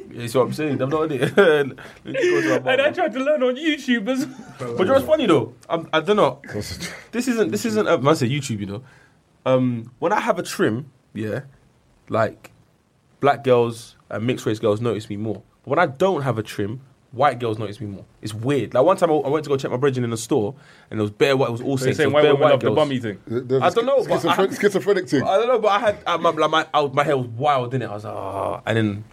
[SPEAKER 5] That's what I'm saying. I'm not in it. Let me go to my
[SPEAKER 6] and I
[SPEAKER 5] barber.
[SPEAKER 6] tried to learn on YouTube as well.
[SPEAKER 5] But you know what's funny though? I'm, I don't know.
[SPEAKER 1] That's-
[SPEAKER 5] This isn't. This isn't. A, I say YouTube. You know, um, when I have a trim, yeah, like black girls and mixed race girls notice me more. But when I don't have a trim, white girls notice me more. It's weird. Like one time I, I went to go check my bridging in the store, and it was bare white. It was all
[SPEAKER 6] So you're saying
[SPEAKER 5] saints. it was
[SPEAKER 6] why
[SPEAKER 5] bare
[SPEAKER 6] women
[SPEAKER 5] white
[SPEAKER 6] love the
[SPEAKER 5] girls.
[SPEAKER 6] bummy thing?
[SPEAKER 1] There's
[SPEAKER 5] I
[SPEAKER 1] a
[SPEAKER 5] don't know, but
[SPEAKER 1] schizophren-
[SPEAKER 5] I-
[SPEAKER 1] schizophrenic thing.
[SPEAKER 5] I don't know, but I had I, my, like, my, I, my hair was wild in it. I was like, oh. and then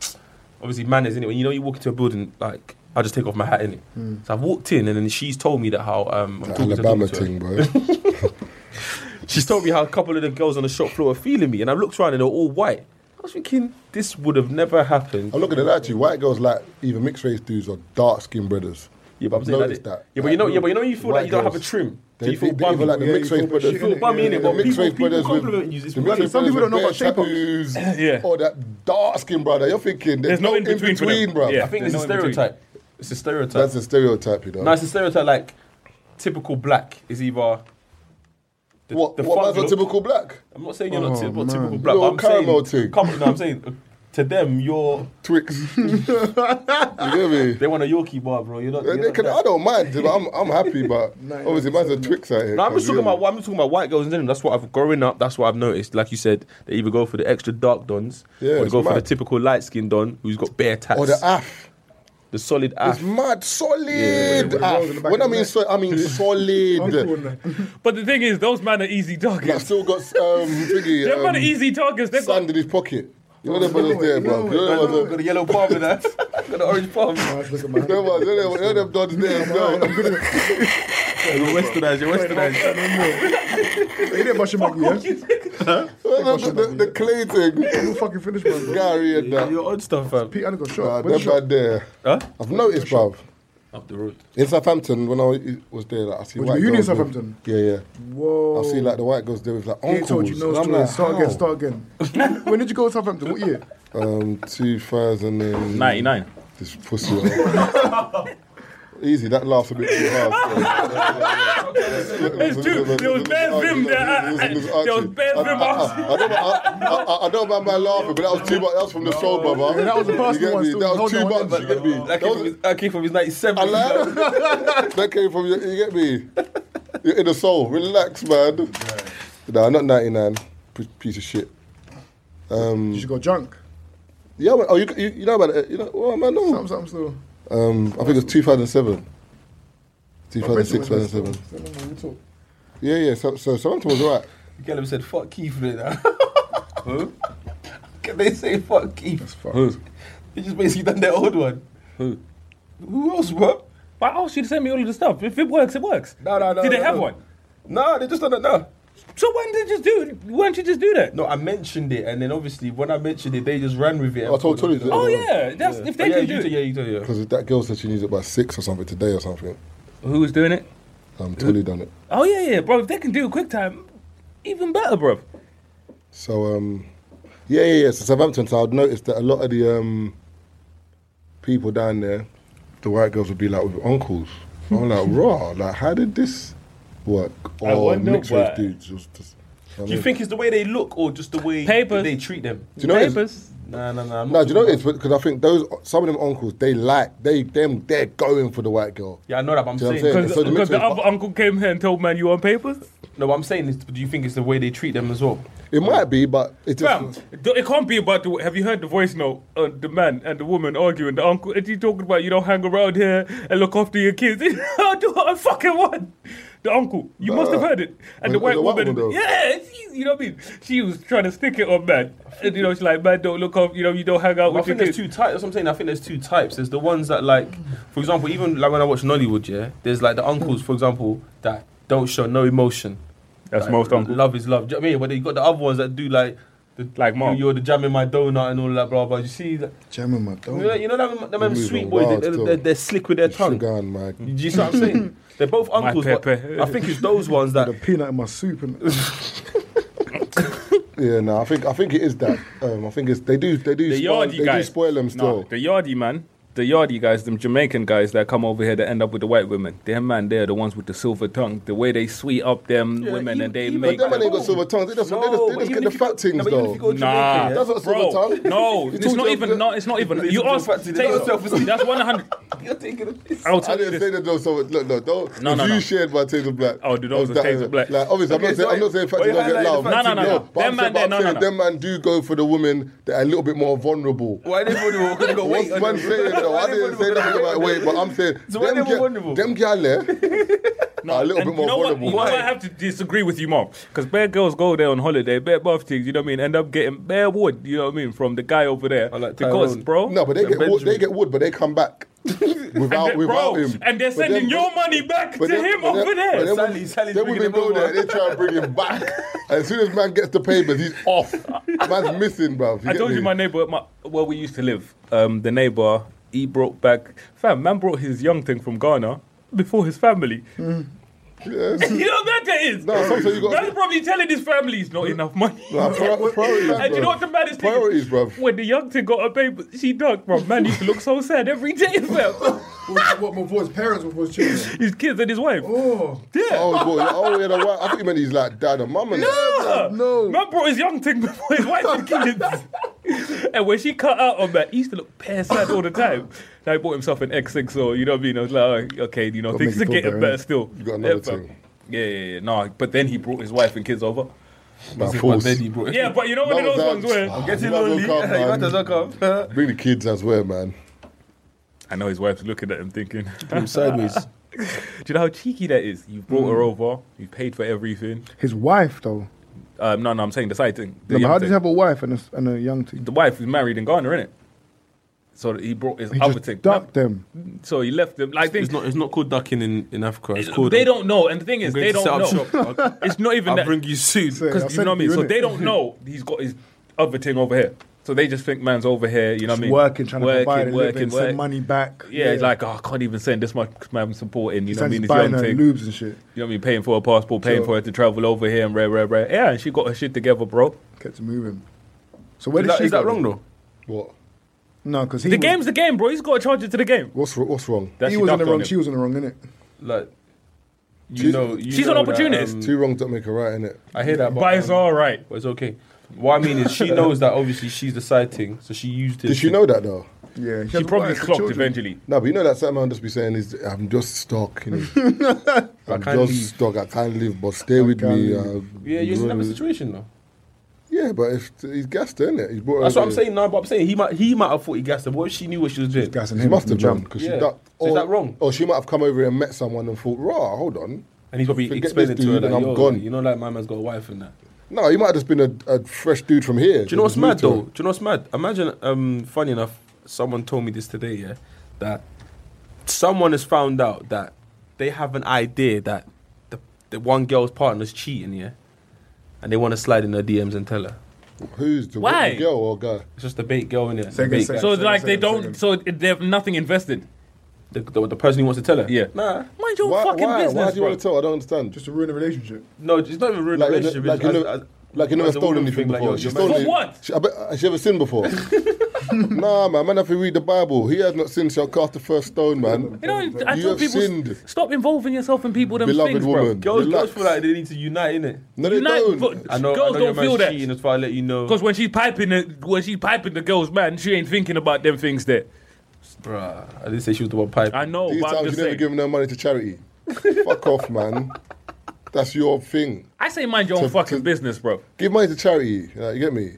[SPEAKER 5] obviously manners in it. When you know you walk into a building, like I just take off my hat in it. So I've walked in, and then she's told me that how um, I'm talking to-
[SPEAKER 1] Hmm. Alabama
[SPEAKER 5] talking to her.
[SPEAKER 1] thing, bro.
[SPEAKER 5] She's told me how a couple of the girls on the shop floor are feeling me, and I looked around and they're all white. I was thinking this would have never happened.
[SPEAKER 1] I'm not gonna lie to you. White girls like either mixed race dudes or dark skinned brothers.
[SPEAKER 5] Yeah, but I'm
[SPEAKER 1] I've
[SPEAKER 5] saying
[SPEAKER 1] noticed
[SPEAKER 5] that. Yeah, but you know, yeah, but you know, when you feel like you don't have a trim.
[SPEAKER 1] They,
[SPEAKER 5] so you
[SPEAKER 1] they,
[SPEAKER 5] feel
[SPEAKER 1] they even
[SPEAKER 5] bummy.
[SPEAKER 1] like the
[SPEAKER 9] Yeah,
[SPEAKER 1] mixed
[SPEAKER 9] you
[SPEAKER 1] race
[SPEAKER 9] feel
[SPEAKER 1] brothers.
[SPEAKER 9] shit,
[SPEAKER 5] You feel bummy in it,
[SPEAKER 1] the
[SPEAKER 5] but
[SPEAKER 1] mixed
[SPEAKER 5] people,
[SPEAKER 1] race
[SPEAKER 5] people
[SPEAKER 1] brothers
[SPEAKER 5] compliment
[SPEAKER 1] with
[SPEAKER 5] you. It's
[SPEAKER 1] the mixed
[SPEAKER 5] funny.
[SPEAKER 1] race
[SPEAKER 9] Some people don't
[SPEAKER 1] brothers
[SPEAKER 9] know
[SPEAKER 1] with bare
[SPEAKER 9] about shape up.
[SPEAKER 1] tattoos,
[SPEAKER 6] Yeah.
[SPEAKER 1] or that dark skinned brother. You're thinking there's, no, in between,
[SPEAKER 6] for them.
[SPEAKER 1] bro.
[SPEAKER 6] Yeah.
[SPEAKER 5] I think it's a
[SPEAKER 6] There's no in between.
[SPEAKER 5] stereotype. It's a stereotype.
[SPEAKER 1] That's a stereotype, you know.
[SPEAKER 5] no, it's a stereotype. Like typical black is either. The,
[SPEAKER 1] what?
[SPEAKER 5] the
[SPEAKER 1] what
[SPEAKER 5] fun
[SPEAKER 1] man's a
[SPEAKER 5] look-
[SPEAKER 1] typical black?
[SPEAKER 5] I'm not saying you're not
[SPEAKER 9] Oh,
[SPEAKER 5] typical,
[SPEAKER 9] man.
[SPEAKER 5] typical black.
[SPEAKER 1] Little
[SPEAKER 5] But I'm
[SPEAKER 1] caramel
[SPEAKER 5] saying,
[SPEAKER 1] thing.
[SPEAKER 5] come on, no, I'm saying, uh, to them, you're
[SPEAKER 1] Twix. you get me?
[SPEAKER 5] they want a Yorkie bar, bro. You're not.
[SPEAKER 1] They-
[SPEAKER 5] you're
[SPEAKER 1] they
[SPEAKER 5] not
[SPEAKER 1] can-
[SPEAKER 5] that.
[SPEAKER 1] I don't mind. but I'm, I'm happy, but obviously, man's a Twix out here.
[SPEAKER 5] No, I'm just
[SPEAKER 1] cause,
[SPEAKER 5] talking
[SPEAKER 1] yeah.
[SPEAKER 5] about. I'm just talking about white girls in general. That's what I've growing up. That's what I've noticed. Like you said, they either go for the extra dark dons,
[SPEAKER 1] Yeah,
[SPEAKER 5] or they
[SPEAKER 1] it's
[SPEAKER 5] go for
[SPEAKER 1] mad.
[SPEAKER 5] the typical light skinned don who's got bare tats,
[SPEAKER 1] Or Oh, the af.
[SPEAKER 5] the solid
[SPEAKER 1] It's
[SPEAKER 5] ass.
[SPEAKER 1] mad solid.
[SPEAKER 9] with the rolls in the
[SPEAKER 1] af.
[SPEAKER 9] back
[SPEAKER 1] When I
[SPEAKER 9] of the
[SPEAKER 1] mean
[SPEAKER 9] neck.
[SPEAKER 1] so, I mean
[SPEAKER 9] Uncle
[SPEAKER 1] solid.
[SPEAKER 9] and that.
[SPEAKER 6] But the thing is, those men are easy
[SPEAKER 1] I
[SPEAKER 6] targets.
[SPEAKER 1] still got um, thingy,
[SPEAKER 6] They're
[SPEAKER 1] um,
[SPEAKER 6] men are easy targets. They've got
[SPEAKER 1] sand in his pocket. You know them brothers there, bro.
[SPEAKER 9] No,
[SPEAKER 1] You know them brothers-
[SPEAKER 5] got a yellow palm in that. got an orange palm.
[SPEAKER 9] Nice, look at
[SPEAKER 1] you know them
[SPEAKER 9] my-
[SPEAKER 1] brothers- you know them- you know them brothers there, bro.
[SPEAKER 5] You're westernized. You're westernized.
[SPEAKER 9] He didn't brush him back, yeah?
[SPEAKER 1] You know The the- the clay thing.
[SPEAKER 9] Who fucking finished, man? bro?
[SPEAKER 1] Gary and that.
[SPEAKER 5] You're on stuff, fam.
[SPEAKER 9] Pete Anna got
[SPEAKER 1] Nah,
[SPEAKER 9] shot. Where's
[SPEAKER 1] Them
[SPEAKER 9] the shot?
[SPEAKER 1] bad there.
[SPEAKER 5] Huh?
[SPEAKER 1] I've noticed, bruv.
[SPEAKER 5] Up the road.
[SPEAKER 1] In Southampton, when I was there, like, I see
[SPEAKER 9] What,
[SPEAKER 1] white
[SPEAKER 9] you
[SPEAKER 1] girls.
[SPEAKER 9] knew
[SPEAKER 1] with-
[SPEAKER 9] Southampton?
[SPEAKER 1] Yeah, yeah.
[SPEAKER 9] Whoa.
[SPEAKER 1] I see like the white girls there with like
[SPEAKER 9] He
[SPEAKER 1] uncles.
[SPEAKER 9] told you no
[SPEAKER 1] and I'm
[SPEAKER 9] story.
[SPEAKER 1] like,
[SPEAKER 9] start
[SPEAKER 1] how?
[SPEAKER 9] again, start again. when did you go to Southampton? What year?
[SPEAKER 1] Um, 2009.
[SPEAKER 6] 99.
[SPEAKER 1] This pussy. oh. Easy, that laughs a bit too hard.
[SPEAKER 6] There's two. There was bare vim there. uh, uh, There was bare vim.
[SPEAKER 1] I, I, I, don't, I, I, I don't mind my laughing, but that was too much. That was from the soul, brother.
[SPEAKER 9] Yeah, that was the
[SPEAKER 1] You
[SPEAKER 9] personal
[SPEAKER 1] get
[SPEAKER 9] one
[SPEAKER 1] me?
[SPEAKER 9] still.
[SPEAKER 1] That was
[SPEAKER 9] Hold
[SPEAKER 1] too
[SPEAKER 9] on,
[SPEAKER 1] much.
[SPEAKER 9] but-
[SPEAKER 1] You get me?
[SPEAKER 5] That
[SPEAKER 1] That
[SPEAKER 5] came from
[SPEAKER 1] was-
[SPEAKER 5] his- that came from his 97.
[SPEAKER 1] I lied. That came from your. You get me? You're in the soul. Relax, man. Nah, not 99. P- Piece of shit. Um,
[SPEAKER 9] You should go junk.
[SPEAKER 1] Yeah, man. Oh, you, you, you know about it? You know, well, man, no.
[SPEAKER 9] Something, something still.
[SPEAKER 1] Um, I think it's 2007. 2006, 2007. Yeah, yeah. So, so Southampton was alright.
[SPEAKER 5] Kellum said, "Fuck Keith later." Who? Can they say fuck Keith?
[SPEAKER 6] Who?
[SPEAKER 5] They just basically done their old one.
[SPEAKER 6] Who?
[SPEAKER 5] Who else, bro?
[SPEAKER 6] But I asked you to send me all of the stuff. If it works, it works.
[SPEAKER 5] No, no, no,
[SPEAKER 6] Did they
[SPEAKER 5] no,
[SPEAKER 6] have
[SPEAKER 5] no.
[SPEAKER 6] one?
[SPEAKER 5] No, they just don't know.
[SPEAKER 6] So why didn't they just do? Why don't you just do that?
[SPEAKER 5] No, I mentioned it, and then obviously when I mentioned it, they just ran with it.
[SPEAKER 1] I told Tony to-
[SPEAKER 6] Oh yeah, that's if they can
[SPEAKER 5] yeah, you
[SPEAKER 6] do
[SPEAKER 5] too,
[SPEAKER 6] it.
[SPEAKER 5] yeah, you too, yeah.
[SPEAKER 1] Because that girl said she needs it by six or something today or something.
[SPEAKER 6] Who was doing it?
[SPEAKER 1] Um, Tully done it.
[SPEAKER 6] Oh yeah, yeah, bro. If they can do quick time, even better, bro.
[SPEAKER 1] So um, yeah, yeah, yeah. So Southampton. So I'd noticed that a lot of the um people down there, the white girls would be like with uncles. I'm like, raw. Like, how did this work?
[SPEAKER 6] I
[SPEAKER 1] Or
[SPEAKER 6] wonder
[SPEAKER 1] mixed race
[SPEAKER 6] why.
[SPEAKER 1] dudes. It was just, I
[SPEAKER 5] Do you
[SPEAKER 1] mean-
[SPEAKER 5] think it's the way they look or just the way
[SPEAKER 6] Papers.
[SPEAKER 5] they treat them?
[SPEAKER 1] Do you know it's-
[SPEAKER 6] Papers.
[SPEAKER 5] Nah, nah, nah. I'm
[SPEAKER 1] No,
[SPEAKER 5] not
[SPEAKER 1] do you know
[SPEAKER 5] talking
[SPEAKER 1] it's because I think those some of them uncles they like they them they're going for the white girl.
[SPEAKER 5] about- Yeah, I know that, but I'm
[SPEAKER 1] Do you know what I'm
[SPEAKER 5] saying.
[SPEAKER 1] saying?
[SPEAKER 6] Because
[SPEAKER 1] So the
[SPEAKER 6] the
[SPEAKER 1] mixed race-
[SPEAKER 6] other uncle came here and told man you on papers.
[SPEAKER 5] No, what I'm saying is, do you think it's the way they treat them as well?
[SPEAKER 1] It might be, but it's
[SPEAKER 6] Fam,
[SPEAKER 1] just.
[SPEAKER 6] th- it can't be about the. Have you heard the voice note? Uh, the man and the woman arguing. The uncle. Is he talking about you don't hang around here and look after your kids? I do what I fucking want. The uncle. You must have heard it. And the
[SPEAKER 1] Well,
[SPEAKER 6] white
[SPEAKER 1] the white
[SPEAKER 6] woman.
[SPEAKER 1] one, though.
[SPEAKER 6] yeah, she, you know what I mean. She was trying to stick it on man. And, you know, she's like, man, don't look up. You know, you don't hang out
[SPEAKER 5] I
[SPEAKER 6] with your
[SPEAKER 5] think
[SPEAKER 6] kids.
[SPEAKER 5] there's two types. That's what I'm saying. I think there's two types. There's the ones that like, for example, even like when I watch Nollywood, yeah, there's like the uncles, for example, that don't show no emotion.
[SPEAKER 6] That's
[SPEAKER 5] Like,
[SPEAKER 6] most uncles.
[SPEAKER 5] Love is love. Do you know what I mean? But then you got the other ones that do like, the,
[SPEAKER 6] Like mom.
[SPEAKER 5] you- you're the jam in my donut and all that, blah blah. You see, that-
[SPEAKER 9] Jamming my
[SPEAKER 5] you know,
[SPEAKER 9] dog.
[SPEAKER 5] you know them, them,
[SPEAKER 1] Moving
[SPEAKER 5] sweet boys.
[SPEAKER 1] wild
[SPEAKER 5] They,
[SPEAKER 1] still.
[SPEAKER 5] are they're, they're slick with their tongue.
[SPEAKER 1] Sugar and my
[SPEAKER 5] Do you see what I'm saying? They're both uncles. but
[SPEAKER 6] pepe.
[SPEAKER 5] I think it's those ones that
[SPEAKER 9] The peanut in my soup and
[SPEAKER 1] yeah, no, I think I think it is that. Um, I think it's they do they do
[SPEAKER 6] the
[SPEAKER 1] spoil,
[SPEAKER 6] Yardie
[SPEAKER 1] they
[SPEAKER 6] guys.
[SPEAKER 1] do spoil them still.
[SPEAKER 6] Nah, the Yardie man. The Yardie guys, them Jamaican guys that come over here that end up with the white women. Them man, they're the ones with the silver tongue. The way they sweet up them
[SPEAKER 5] Yeah,
[SPEAKER 6] women
[SPEAKER 5] even-
[SPEAKER 6] and they
[SPEAKER 5] even-
[SPEAKER 6] make
[SPEAKER 1] but them
[SPEAKER 5] them
[SPEAKER 1] man ain't got
[SPEAKER 5] old.
[SPEAKER 1] silver tongues. They just they just, they
[SPEAKER 5] but
[SPEAKER 1] just get
[SPEAKER 5] even
[SPEAKER 1] the
[SPEAKER 5] if you go-
[SPEAKER 1] fat things
[SPEAKER 5] no, but even if
[SPEAKER 1] though.
[SPEAKER 5] you go to
[SPEAKER 6] Nah,
[SPEAKER 5] Jamaica,
[SPEAKER 1] That's not
[SPEAKER 6] bro.
[SPEAKER 1] silver tongue.
[SPEAKER 6] No,
[SPEAKER 1] You
[SPEAKER 6] it's
[SPEAKER 1] talk
[SPEAKER 6] not
[SPEAKER 1] to
[SPEAKER 6] even.
[SPEAKER 1] the-
[SPEAKER 6] No, it's not even. You
[SPEAKER 5] talk
[SPEAKER 6] ask.
[SPEAKER 5] back to the
[SPEAKER 6] take-
[SPEAKER 5] yourself.
[SPEAKER 6] That's one hundred.
[SPEAKER 5] yeah, you're taking a piss.
[SPEAKER 6] I'll
[SPEAKER 1] I
[SPEAKER 6] tell you
[SPEAKER 1] didn't
[SPEAKER 6] this.
[SPEAKER 1] say that those so look no don't
[SPEAKER 6] No,
[SPEAKER 1] no,
[SPEAKER 6] no,
[SPEAKER 1] you
[SPEAKER 6] no.
[SPEAKER 1] shared by Taser Black.
[SPEAKER 6] Oh, dude, those
[SPEAKER 1] Of
[SPEAKER 6] are
[SPEAKER 1] that
[SPEAKER 6] Taser
[SPEAKER 1] era.
[SPEAKER 6] Black.
[SPEAKER 1] Like obviously
[SPEAKER 5] Okay,
[SPEAKER 1] I'm not
[SPEAKER 5] so
[SPEAKER 1] saying I'm not saying
[SPEAKER 5] why-
[SPEAKER 1] facts don't
[SPEAKER 5] why you
[SPEAKER 1] get
[SPEAKER 5] highlighting
[SPEAKER 1] love.
[SPEAKER 5] the facts? No, no,
[SPEAKER 6] no, no.
[SPEAKER 1] But I'm
[SPEAKER 6] Them man
[SPEAKER 1] saying- but
[SPEAKER 6] there,
[SPEAKER 1] I'm
[SPEAKER 6] no, no,
[SPEAKER 1] saying
[SPEAKER 6] no.
[SPEAKER 1] them man do go for the women that are a little bit more vulnerable.
[SPEAKER 5] Why they vulnerable? Because they got weight
[SPEAKER 1] What's
[SPEAKER 5] on
[SPEAKER 1] man
[SPEAKER 5] them.
[SPEAKER 1] saying though?
[SPEAKER 5] Why
[SPEAKER 1] I
[SPEAKER 5] they
[SPEAKER 1] didn't say
[SPEAKER 5] vulnerable?
[SPEAKER 1] nothing about weight, but I'm saying
[SPEAKER 5] So why they
[SPEAKER 1] them,
[SPEAKER 5] were
[SPEAKER 1] gal-
[SPEAKER 5] vulnerable?
[SPEAKER 1] them gal there are a little
[SPEAKER 6] And
[SPEAKER 1] bit more
[SPEAKER 6] you know
[SPEAKER 1] vulnerable.
[SPEAKER 6] What, you know
[SPEAKER 5] Why?
[SPEAKER 6] what I have to disagree with you, Mark. Because bare girls go there on holiday, bare buff things, you know what I mean? End up getting bare wood, you know what I mean, from the guy over there.
[SPEAKER 5] I like
[SPEAKER 6] because,
[SPEAKER 5] Tyrone.
[SPEAKER 6] bro.
[SPEAKER 1] No, but they
[SPEAKER 5] Then
[SPEAKER 1] get wood, they
[SPEAKER 5] Benjamin.
[SPEAKER 1] get wood, but they come back without without
[SPEAKER 6] they- bro,
[SPEAKER 1] him.
[SPEAKER 6] and they're
[SPEAKER 1] But
[SPEAKER 6] sending
[SPEAKER 1] then-
[SPEAKER 6] your money back to
[SPEAKER 1] but then-
[SPEAKER 6] him
[SPEAKER 1] but then-
[SPEAKER 6] over there.
[SPEAKER 1] but then
[SPEAKER 5] Sally-
[SPEAKER 1] when-
[SPEAKER 5] Sally's
[SPEAKER 1] then when
[SPEAKER 5] bringing
[SPEAKER 1] we
[SPEAKER 5] him
[SPEAKER 1] go there,
[SPEAKER 5] over.
[SPEAKER 1] they try and bring him back. as soon as man gets the papers, he's off. Man's missing, bruv.
[SPEAKER 6] I
[SPEAKER 1] get
[SPEAKER 6] told you
[SPEAKER 1] me?
[SPEAKER 6] my neighbor, my, where we used to live, um, the neighbor, he brought back, fam, man brought his young thing from Ghana before his family.
[SPEAKER 1] Mm. Yes.
[SPEAKER 6] You know how bad that is?
[SPEAKER 1] No, sometimes you got-
[SPEAKER 6] Man's probably telling his family it's not enough money.
[SPEAKER 1] Nah, pri- priorities,
[SPEAKER 6] And you
[SPEAKER 1] bruv.
[SPEAKER 6] know what the maddest thing is?
[SPEAKER 1] Priorities, bruv.
[SPEAKER 6] When the young thing got a baby, she ducked, bro. Man used to look so sad every day, fam.
[SPEAKER 4] What, what before his parents, before his children?
[SPEAKER 6] His kids and his wife.
[SPEAKER 4] Oh,
[SPEAKER 1] Oh, boy. Oh, yeah, the wife. I thought you meant he's like dad and mum. and that.
[SPEAKER 6] no. Man brought his young thing before his wife and kids. and when she cut out on that, he used to look pear sad all the time. Now he bought himself an X6 or, you know what I mean? I was like, oh, okay, you know,
[SPEAKER 9] Gotta make
[SPEAKER 6] things are
[SPEAKER 9] you feel better,
[SPEAKER 6] getting better
[SPEAKER 9] innit?
[SPEAKER 6] still.
[SPEAKER 1] You got another
[SPEAKER 6] yeah, fam.
[SPEAKER 1] thing.
[SPEAKER 6] Yeah, yeah, yeah. No, but then he brought his wife and kids over.
[SPEAKER 1] Nah,
[SPEAKER 5] This is
[SPEAKER 1] false.
[SPEAKER 5] my daddy, bro.
[SPEAKER 6] Yeah, but you know one
[SPEAKER 1] That was
[SPEAKER 6] of those ones
[SPEAKER 1] that-
[SPEAKER 6] where.
[SPEAKER 5] Getting
[SPEAKER 1] You might as well
[SPEAKER 5] lonely. You
[SPEAKER 1] come,
[SPEAKER 5] might as well
[SPEAKER 1] man.
[SPEAKER 5] come.
[SPEAKER 1] Bring the kids as well, man.
[SPEAKER 6] I know his wife's looking at him thinking, do
[SPEAKER 5] sideways.
[SPEAKER 6] you know how cheeky that is? You brought
[SPEAKER 9] Mm.
[SPEAKER 6] her over, you paid for everything.
[SPEAKER 9] his wife though.
[SPEAKER 6] Um, no, no, I'm saying the side thing.
[SPEAKER 9] No,
[SPEAKER 6] The
[SPEAKER 9] but
[SPEAKER 6] young
[SPEAKER 9] how does
[SPEAKER 6] thing.
[SPEAKER 9] he have a wife and a, s- and a young thing?
[SPEAKER 6] the wife is married in Ghana, innit? So he brought his
[SPEAKER 9] He
[SPEAKER 6] other
[SPEAKER 9] just
[SPEAKER 6] thing.
[SPEAKER 9] ducked them.
[SPEAKER 6] So he left them. Like things.
[SPEAKER 5] It's not. It's not called ducking in, in Africa. It's called.
[SPEAKER 6] They don't know, and the thing is,
[SPEAKER 5] I'm going
[SPEAKER 6] they
[SPEAKER 5] to
[SPEAKER 6] don't know.
[SPEAKER 5] set up shop.
[SPEAKER 6] It's not even
[SPEAKER 5] I'll, I'll
[SPEAKER 6] that.
[SPEAKER 5] bring you soon.
[SPEAKER 9] So- I'll
[SPEAKER 6] Because you
[SPEAKER 9] send
[SPEAKER 6] know what I mean.
[SPEAKER 9] you,
[SPEAKER 6] So
[SPEAKER 9] innit?
[SPEAKER 6] they don't know he's got his other thing over here. So they just think man's over here. You know what I mean?
[SPEAKER 9] working, trying to provide a
[SPEAKER 6] working,
[SPEAKER 9] living,
[SPEAKER 6] working,
[SPEAKER 9] send
[SPEAKER 6] working.
[SPEAKER 9] money back.
[SPEAKER 6] Yeah, it's like oh, I can't even send this much. 'cause Man, supporting. You know what I
[SPEAKER 9] Sends
[SPEAKER 6] mean?
[SPEAKER 9] his
[SPEAKER 6] His
[SPEAKER 9] buying
[SPEAKER 6] young
[SPEAKER 9] her
[SPEAKER 6] thing.
[SPEAKER 9] lubes and shit.
[SPEAKER 6] You know what I mean? Paying for a passport, paying
[SPEAKER 9] Sure.
[SPEAKER 6] for her to travel over here and rare, rare, rare. Yeah, and she got her shit together, bro.
[SPEAKER 9] Kept moving. So where
[SPEAKER 5] Is
[SPEAKER 9] did
[SPEAKER 5] that,
[SPEAKER 9] she
[SPEAKER 5] is
[SPEAKER 9] go?
[SPEAKER 5] that wrong though?
[SPEAKER 1] What?
[SPEAKER 9] No, because he
[SPEAKER 6] The
[SPEAKER 9] was,
[SPEAKER 6] game's the game, bro. He's got to charge it to the game.
[SPEAKER 1] What's, wr- what's wrong?
[SPEAKER 6] That
[SPEAKER 9] he
[SPEAKER 6] she
[SPEAKER 9] was in
[SPEAKER 6] ducked
[SPEAKER 9] the
[SPEAKER 6] on
[SPEAKER 9] wrong.
[SPEAKER 6] him.
[SPEAKER 9] She was in the wrong, innit?
[SPEAKER 5] Like, you
[SPEAKER 1] She's-
[SPEAKER 5] know, you
[SPEAKER 6] she's
[SPEAKER 5] know
[SPEAKER 6] an
[SPEAKER 5] that,
[SPEAKER 6] opportunist.
[SPEAKER 5] um,
[SPEAKER 1] Two wrongs don't make a right, innit?
[SPEAKER 5] I hear that,
[SPEAKER 6] But it's
[SPEAKER 5] um,
[SPEAKER 6] all right.
[SPEAKER 5] but it's okay. What I mean is, she knows that obviously she's the side thing, so she used it.
[SPEAKER 1] Did she
[SPEAKER 5] to-
[SPEAKER 1] know that, though?
[SPEAKER 9] Yeah,
[SPEAKER 6] She probably clocked
[SPEAKER 9] eventually.
[SPEAKER 6] eventually.
[SPEAKER 1] No, but you know that certain man just be saying is I'm just stuck. You know? I'm
[SPEAKER 5] can't
[SPEAKER 1] just
[SPEAKER 5] leave.
[SPEAKER 1] stuck. I can't live, but stay with
[SPEAKER 9] can't
[SPEAKER 1] me.
[SPEAKER 9] leave.
[SPEAKER 1] Uh,
[SPEAKER 5] Yeah, you're in that
[SPEAKER 1] run-
[SPEAKER 5] situation though.
[SPEAKER 1] Yeah, but if he's gassed, isn't it? He's brought
[SPEAKER 5] That's
[SPEAKER 1] her
[SPEAKER 5] what I'm
[SPEAKER 1] here.
[SPEAKER 5] saying. No, but I'm saying he might he might have thought he gassed her. What if she knew what she was doing?
[SPEAKER 9] Gassing
[SPEAKER 1] She
[SPEAKER 9] him
[SPEAKER 1] must
[SPEAKER 9] from
[SPEAKER 1] have
[SPEAKER 9] the
[SPEAKER 1] done
[SPEAKER 9] jump.
[SPEAKER 1] because
[SPEAKER 5] Yeah.
[SPEAKER 1] she ducked.
[SPEAKER 5] So is that wrong?
[SPEAKER 1] Or she might have come over here and met someone and thought, "Raw, hold on."
[SPEAKER 5] And he's probably
[SPEAKER 1] Forget
[SPEAKER 5] explaining
[SPEAKER 1] this
[SPEAKER 5] to her
[SPEAKER 1] dude
[SPEAKER 5] that
[SPEAKER 1] and I'm
[SPEAKER 5] Yo,
[SPEAKER 1] gone."
[SPEAKER 5] You know, like my man's got a wife and that.
[SPEAKER 1] No, he might have just been a, a fresh dude from here.
[SPEAKER 5] Do you know what's
[SPEAKER 1] He was
[SPEAKER 5] mad
[SPEAKER 1] new to
[SPEAKER 5] though? Do you know what's mad? Imagine, um, funny enough, someone told me this today, yeah, that someone has found out that they have an idea that the, the one girl's partner's cheating, yeah, and they want to slide in her DMs and tell her.
[SPEAKER 1] her. Who's the,
[SPEAKER 6] Why?
[SPEAKER 1] the girl or guy?
[SPEAKER 5] It's just a bait girl in there.
[SPEAKER 9] Second sex.
[SPEAKER 6] So
[SPEAKER 9] So
[SPEAKER 6] like
[SPEAKER 9] so-
[SPEAKER 6] they
[SPEAKER 9] so-
[SPEAKER 6] don't. So it- they have nothing invested.
[SPEAKER 5] The, the, the person who wants to tell her.
[SPEAKER 6] Yeah.
[SPEAKER 5] Nah.
[SPEAKER 6] Mind your
[SPEAKER 1] Why?
[SPEAKER 6] fucking
[SPEAKER 1] Why?
[SPEAKER 6] business,
[SPEAKER 1] Why do you
[SPEAKER 6] bro.
[SPEAKER 1] want to tell? I don't understand.
[SPEAKER 9] Just
[SPEAKER 1] Just
[SPEAKER 9] to ruin a relationship.
[SPEAKER 5] No, it's not even ruin
[SPEAKER 1] like,
[SPEAKER 5] the
[SPEAKER 1] you
[SPEAKER 5] relationship.
[SPEAKER 1] ne- like you
[SPEAKER 5] it's-
[SPEAKER 1] never,
[SPEAKER 5] as- as-
[SPEAKER 1] like you never
[SPEAKER 5] as a
[SPEAKER 1] stole
[SPEAKER 5] woman
[SPEAKER 1] anything
[SPEAKER 5] thing, like,
[SPEAKER 1] before.
[SPEAKER 5] yo,
[SPEAKER 1] She
[SPEAKER 5] you're
[SPEAKER 1] stole
[SPEAKER 5] mad.
[SPEAKER 6] For
[SPEAKER 1] it.
[SPEAKER 6] what?
[SPEAKER 1] She, I bet, has she ever sinned before? nah, man. Man, if you read the Bible, he has not sinned. Shall cast the first stone, man.
[SPEAKER 6] You know, I
[SPEAKER 1] You
[SPEAKER 6] tell
[SPEAKER 1] have
[SPEAKER 6] people
[SPEAKER 1] sinned.
[SPEAKER 6] stop involving yourself in people. Them
[SPEAKER 1] Beloved
[SPEAKER 6] things,
[SPEAKER 1] woman.
[SPEAKER 6] bro.
[SPEAKER 5] Girls, girls
[SPEAKER 1] Relax.
[SPEAKER 5] feel like they need to unite, innit?
[SPEAKER 1] No, they
[SPEAKER 6] Unite-
[SPEAKER 1] don't.
[SPEAKER 6] but-
[SPEAKER 5] I know,
[SPEAKER 6] Girls
[SPEAKER 5] I know your
[SPEAKER 6] don't feel
[SPEAKER 5] man's
[SPEAKER 6] that.
[SPEAKER 5] cheating, that's why I let you know.
[SPEAKER 6] Because when she's piping the when she's piping the girls, man, she ain't thinking about them things there.
[SPEAKER 5] Bruh, I didn't say she was the one pipe.
[SPEAKER 6] I know,
[SPEAKER 1] These
[SPEAKER 6] Oh, but I'm
[SPEAKER 1] times you
[SPEAKER 6] just
[SPEAKER 1] never
[SPEAKER 6] saying.
[SPEAKER 1] giving no money to charity. Fuck off, man. That's your thing.
[SPEAKER 6] I say mind your own
[SPEAKER 1] To-
[SPEAKER 6] fucking
[SPEAKER 1] to-
[SPEAKER 6] business, bro.
[SPEAKER 1] Give money to charity. Like, you get me?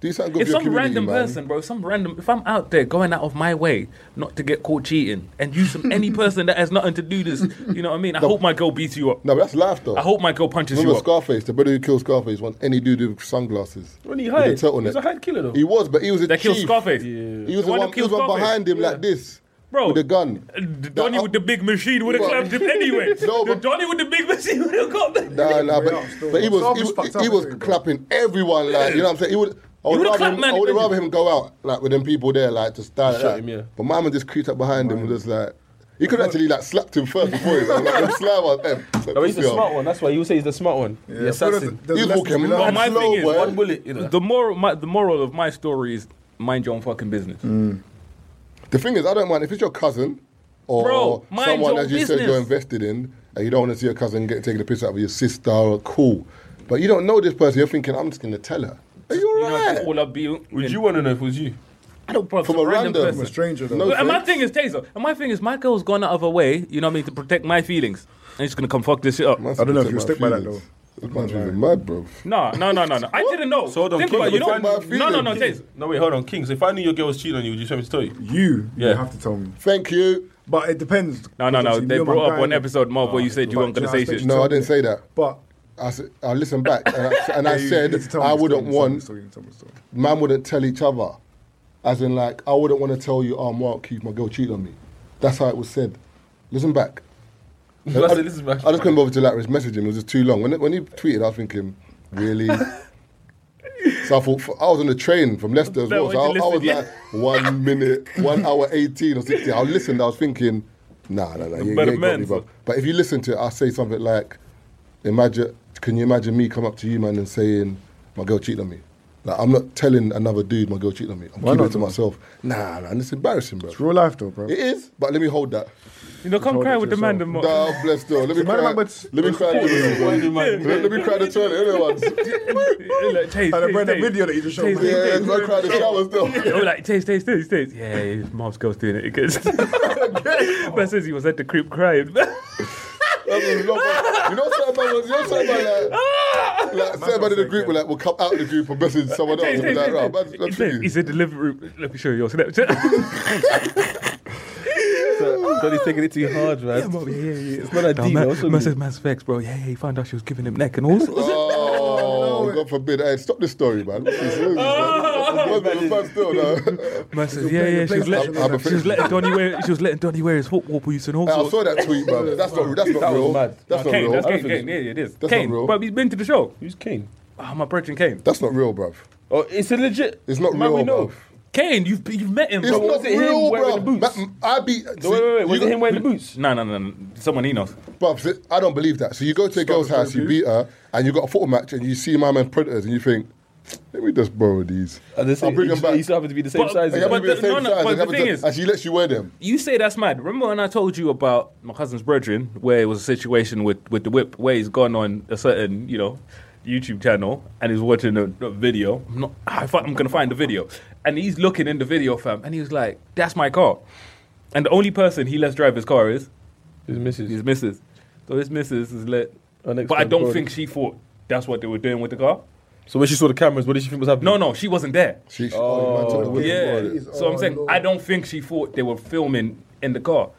[SPEAKER 1] Do something good
[SPEAKER 6] If
[SPEAKER 1] for your
[SPEAKER 6] some
[SPEAKER 1] community,
[SPEAKER 6] random
[SPEAKER 1] man.
[SPEAKER 6] person, bro, some random, if I'm out there going out of my way not to get caught cheating and you some any person that has nothing to do this, you know what I mean? I hope my girl beats you up.
[SPEAKER 1] No, but that's life though.
[SPEAKER 6] I hope my girl punches you
[SPEAKER 1] Remember
[SPEAKER 6] up.
[SPEAKER 1] Scarface, the brother who killed Scarface, was any dude with sunglasses.
[SPEAKER 5] When he
[SPEAKER 1] with a
[SPEAKER 5] hired, he
[SPEAKER 1] turtleneck.
[SPEAKER 5] was a hired killer though.
[SPEAKER 1] He was, but he was a
[SPEAKER 6] That killed
[SPEAKER 1] chief.
[SPEAKER 6] Scarface.
[SPEAKER 1] He was
[SPEAKER 6] The
[SPEAKER 1] the one,
[SPEAKER 6] one that
[SPEAKER 1] he was
[SPEAKER 6] killed
[SPEAKER 1] one
[SPEAKER 6] Scarface.
[SPEAKER 1] behind him
[SPEAKER 6] Yeah.
[SPEAKER 1] like this,
[SPEAKER 6] Bro.
[SPEAKER 1] with a gun.
[SPEAKER 6] The Donnie with the big machine would have
[SPEAKER 1] Well-
[SPEAKER 6] clapped him anyway.
[SPEAKER 1] No,
[SPEAKER 6] the
[SPEAKER 1] but-
[SPEAKER 6] Donnie with the big machine would have got him.
[SPEAKER 1] Nah, nah, but,
[SPEAKER 4] still.
[SPEAKER 1] but he was
[SPEAKER 4] Scarface
[SPEAKER 1] he,
[SPEAKER 4] fucked
[SPEAKER 1] was-
[SPEAKER 4] up
[SPEAKER 1] he was
[SPEAKER 4] everything, bro.
[SPEAKER 1] clapping everyone like you know what I'm saying. He would. I would
[SPEAKER 6] would've
[SPEAKER 1] rather
[SPEAKER 6] clapped
[SPEAKER 1] him,
[SPEAKER 6] Manny
[SPEAKER 1] I would
[SPEAKER 6] Pacquiao.
[SPEAKER 1] rather him go out like with them people there like to style
[SPEAKER 5] Shot
[SPEAKER 1] like,
[SPEAKER 5] him, yeah.
[SPEAKER 1] But my man just creeped up behind him and was like. He could actually like slapped him first before he like, like, slam on him.
[SPEAKER 5] No, he's the smart one. That's why you say he's the smart one. the assassin.
[SPEAKER 1] He's walking mad
[SPEAKER 6] my
[SPEAKER 1] slow,
[SPEAKER 6] thing is,
[SPEAKER 1] boy.
[SPEAKER 5] One bullet. You know.
[SPEAKER 6] The moral, my, the moral of my story is mind your own fucking business.
[SPEAKER 1] The thing is, I don't mind if it's your cousin or
[SPEAKER 6] Bro, mind
[SPEAKER 1] someone
[SPEAKER 6] your
[SPEAKER 1] as you said you're
[SPEAKER 6] business.
[SPEAKER 1] invested in, and you don't want to see your cousin get taking the piss out of your sister. Or cool, but you don't know this person. You're thinking, I'm just gonna tell her. Are you
[SPEAKER 6] You know,
[SPEAKER 1] alright?
[SPEAKER 6] it's all up being.
[SPEAKER 5] Would you want to know if it was you?
[SPEAKER 6] I don't bro,
[SPEAKER 1] From
[SPEAKER 6] some
[SPEAKER 1] a random-
[SPEAKER 9] I'm a
[SPEAKER 6] person.
[SPEAKER 9] stranger though.
[SPEAKER 1] No.
[SPEAKER 6] But- and my
[SPEAKER 1] offense.
[SPEAKER 6] thing is taser. And my thing is my girl's gone out of her way, you know what I mean, to protect my feelings. And she's gonna come fuck this shit up.
[SPEAKER 1] Man,
[SPEAKER 9] I don't know if
[SPEAKER 1] take
[SPEAKER 9] you'll
[SPEAKER 1] my
[SPEAKER 9] stick by that,
[SPEAKER 1] feelings.
[SPEAKER 9] though.
[SPEAKER 1] This man's even mad, bro.
[SPEAKER 6] No, no, no, no, no. I didn't know.
[SPEAKER 5] So hold on,
[SPEAKER 6] Think
[SPEAKER 5] King,
[SPEAKER 6] about it, you
[SPEAKER 5] you
[SPEAKER 6] know.
[SPEAKER 1] talking about
[SPEAKER 6] No, no, no,
[SPEAKER 1] feelings.
[SPEAKER 6] taser.
[SPEAKER 5] No, wait, hold on, Kings. If I knew your girl was cheating on you, would you tell me to tell you?
[SPEAKER 9] You,
[SPEAKER 5] Yeah.
[SPEAKER 9] you have to tell me.
[SPEAKER 1] Thank you.
[SPEAKER 9] But it depends.
[SPEAKER 6] No, no, no.
[SPEAKER 9] Obviously,
[SPEAKER 6] They
[SPEAKER 9] you're my
[SPEAKER 6] brought up
[SPEAKER 9] guy,
[SPEAKER 6] one
[SPEAKER 9] innit?
[SPEAKER 6] episode, Marv, where you said you
[SPEAKER 9] But
[SPEAKER 6] weren't gonna
[SPEAKER 9] I
[SPEAKER 6] say
[SPEAKER 9] expect
[SPEAKER 6] shit.
[SPEAKER 9] you
[SPEAKER 1] No,
[SPEAKER 9] told
[SPEAKER 1] I didn't
[SPEAKER 9] me.
[SPEAKER 1] say that.
[SPEAKER 9] But
[SPEAKER 1] I said, I listened back and I, and I
[SPEAKER 9] Yeah, you- you need to
[SPEAKER 1] said
[SPEAKER 9] tell me
[SPEAKER 1] I
[SPEAKER 9] the story,
[SPEAKER 1] wouldn't
[SPEAKER 9] you need
[SPEAKER 1] want
[SPEAKER 9] to tell me the story, you need to tell me the story.
[SPEAKER 1] man wouldn't tell each other. As in, like, I wouldn't want to tell you, oh, Mark, Keith, my girl cheated on me. That's how it was said. Listen back. I,
[SPEAKER 5] That's
[SPEAKER 1] I-
[SPEAKER 5] it, this is my-
[SPEAKER 1] I just couldn't bother to like his message him. It was just too long. When, when he tweeted, I was thinking, really? so I thought, f- I was on the train from Leicester as
[SPEAKER 6] That
[SPEAKER 1] well. So I,
[SPEAKER 6] way to
[SPEAKER 1] I was
[SPEAKER 6] listen,
[SPEAKER 1] like, one minute, one hour, 18 or 16. I listened, I was thinking, nah, nah, nah. You, you
[SPEAKER 6] better
[SPEAKER 1] ain't got me,
[SPEAKER 6] man.
[SPEAKER 1] bro. But if you listen to it, I'll say something like, imagine, can you imagine me come up to you, man, and saying, my girl cheated on me? Like, I'm not telling another dude my girl cheated on me. I'm keeping
[SPEAKER 9] not,
[SPEAKER 1] it
[SPEAKER 9] though?
[SPEAKER 1] to myself. Nah, nah, it's embarrassing, bro.
[SPEAKER 9] It's real life though, bro.
[SPEAKER 1] It is, but let me hold that.
[SPEAKER 6] You know, come
[SPEAKER 9] Hold
[SPEAKER 6] cry
[SPEAKER 9] it
[SPEAKER 6] with
[SPEAKER 9] to
[SPEAKER 6] the man
[SPEAKER 9] yourself.
[SPEAKER 6] the more.
[SPEAKER 1] Nah, bless though. Let me
[SPEAKER 9] Man,
[SPEAKER 1] cry.
[SPEAKER 9] man, but-
[SPEAKER 1] Let me cry. to you, bro. Let, let me cry the toilet, everyone.
[SPEAKER 6] Like, Taze,
[SPEAKER 9] And I
[SPEAKER 6] Taze,
[SPEAKER 9] brought that
[SPEAKER 6] Taze.
[SPEAKER 9] video that you just showed
[SPEAKER 6] Taze,
[SPEAKER 9] me.
[SPEAKER 6] Taze,
[SPEAKER 1] Yeah,
[SPEAKER 6] Taze.
[SPEAKER 1] I cry the shower still.
[SPEAKER 6] They were like, taste, taste, taste, taste. Yeah, his mom's girl's doing it again. But says he was at the crib crying.
[SPEAKER 1] That's a lot, You know, certain man was, you know, certain man
[SPEAKER 5] Ah!
[SPEAKER 1] like, like certain man in the group will like, will come out of the group and message someone else.
[SPEAKER 6] Taze,
[SPEAKER 1] and be
[SPEAKER 6] Taze,
[SPEAKER 1] like, oh, right, man,
[SPEAKER 6] Taze. He
[SPEAKER 1] that's
[SPEAKER 6] said- He
[SPEAKER 1] you.
[SPEAKER 6] said, delivery. Let me show you your Snapchat.
[SPEAKER 5] Donnie's taking it too hard, man. It's not a
[SPEAKER 6] No,
[SPEAKER 5] deal.
[SPEAKER 6] man,
[SPEAKER 5] what's wrong
[SPEAKER 6] man
[SPEAKER 5] with
[SPEAKER 6] says
[SPEAKER 5] you?
[SPEAKER 6] man's facts, bro. Yeah, yeah, he found out she was giving him neck and all sorts.
[SPEAKER 1] Oh, God forbid. Hey, stop this story, man. What's this?
[SPEAKER 5] Ah!
[SPEAKER 1] What's this? Man still, no.
[SPEAKER 6] Man says, yeah, yeah, she was, letting,
[SPEAKER 1] I'm a
[SPEAKER 6] she was letting Donnie wear, she was letting Donnie wear his football boots and all
[SPEAKER 1] Hey, I
[SPEAKER 6] sorts.
[SPEAKER 1] saw that tweet, man. That's not, that's
[SPEAKER 5] That
[SPEAKER 1] not
[SPEAKER 5] was
[SPEAKER 1] real.
[SPEAKER 5] mad.
[SPEAKER 1] That's not
[SPEAKER 6] Kane, that's
[SPEAKER 1] real.
[SPEAKER 6] Kane, Kane. Yeah, it is.
[SPEAKER 1] That's
[SPEAKER 6] Kane,
[SPEAKER 1] not real.
[SPEAKER 6] but he's been to the show.
[SPEAKER 5] Who's Kane?
[SPEAKER 6] Oh, my brethren, Kane.
[SPEAKER 1] That's not real, bruv.
[SPEAKER 5] Oh, it's a legit.
[SPEAKER 1] It's not
[SPEAKER 5] man,
[SPEAKER 1] real,
[SPEAKER 5] we know.
[SPEAKER 1] bruv.
[SPEAKER 6] Kane, you've you've met him.
[SPEAKER 1] It's
[SPEAKER 6] bro.
[SPEAKER 1] not
[SPEAKER 5] was it him
[SPEAKER 1] real,
[SPEAKER 5] wearing the
[SPEAKER 1] bruv.
[SPEAKER 5] boots?
[SPEAKER 1] Ma- mm, I be.
[SPEAKER 5] No, wait, wait, wait. Was
[SPEAKER 1] you
[SPEAKER 5] it
[SPEAKER 1] got-
[SPEAKER 5] him wearing the boots?
[SPEAKER 6] No, no, no, no. Someone he knows.
[SPEAKER 1] Bruv, so- I don't believe that. So you go to a girl's house, you beat her, and you got a football match, and you see my man Predators, and you think, let me just borrow these.
[SPEAKER 5] And they say
[SPEAKER 1] I'll bring
[SPEAKER 5] he-
[SPEAKER 1] them back.
[SPEAKER 5] He still happened to be the same
[SPEAKER 6] But-
[SPEAKER 5] size.
[SPEAKER 1] They
[SPEAKER 5] as
[SPEAKER 1] happen to
[SPEAKER 6] but
[SPEAKER 1] be the
[SPEAKER 6] the-
[SPEAKER 1] same
[SPEAKER 6] no, no,
[SPEAKER 1] size,
[SPEAKER 6] but
[SPEAKER 1] they
[SPEAKER 6] the
[SPEAKER 1] happen
[SPEAKER 6] thing
[SPEAKER 1] to-
[SPEAKER 6] is-
[SPEAKER 1] and she lets you wear them.
[SPEAKER 6] You say that's mad. Remember when I told you about my cousin's brethren, where it was a situation with, with the whip, where he's gone on a certain, you know, YouTube channel and he's watching a, a video. I'm not. I fi- I'm gonna find the video, and he's looking in the video, fam, and he was like, "That's my car," and the only person he lets drive his car is
[SPEAKER 5] His missus.
[SPEAKER 6] his missus. So his missus is let,
[SPEAKER 5] Our next
[SPEAKER 6] but I
[SPEAKER 5] guy,
[SPEAKER 6] don't
[SPEAKER 5] Brody.
[SPEAKER 6] think she thought that's what they were doing with the car.
[SPEAKER 5] So when she saw the cameras, what did she think was happening?
[SPEAKER 6] No, no, she wasn't there.
[SPEAKER 1] She, she- oh, man, took the whip
[SPEAKER 6] Yeah.
[SPEAKER 1] and brought it.
[SPEAKER 6] So I'm saying I don't think she thought they were filming in the car.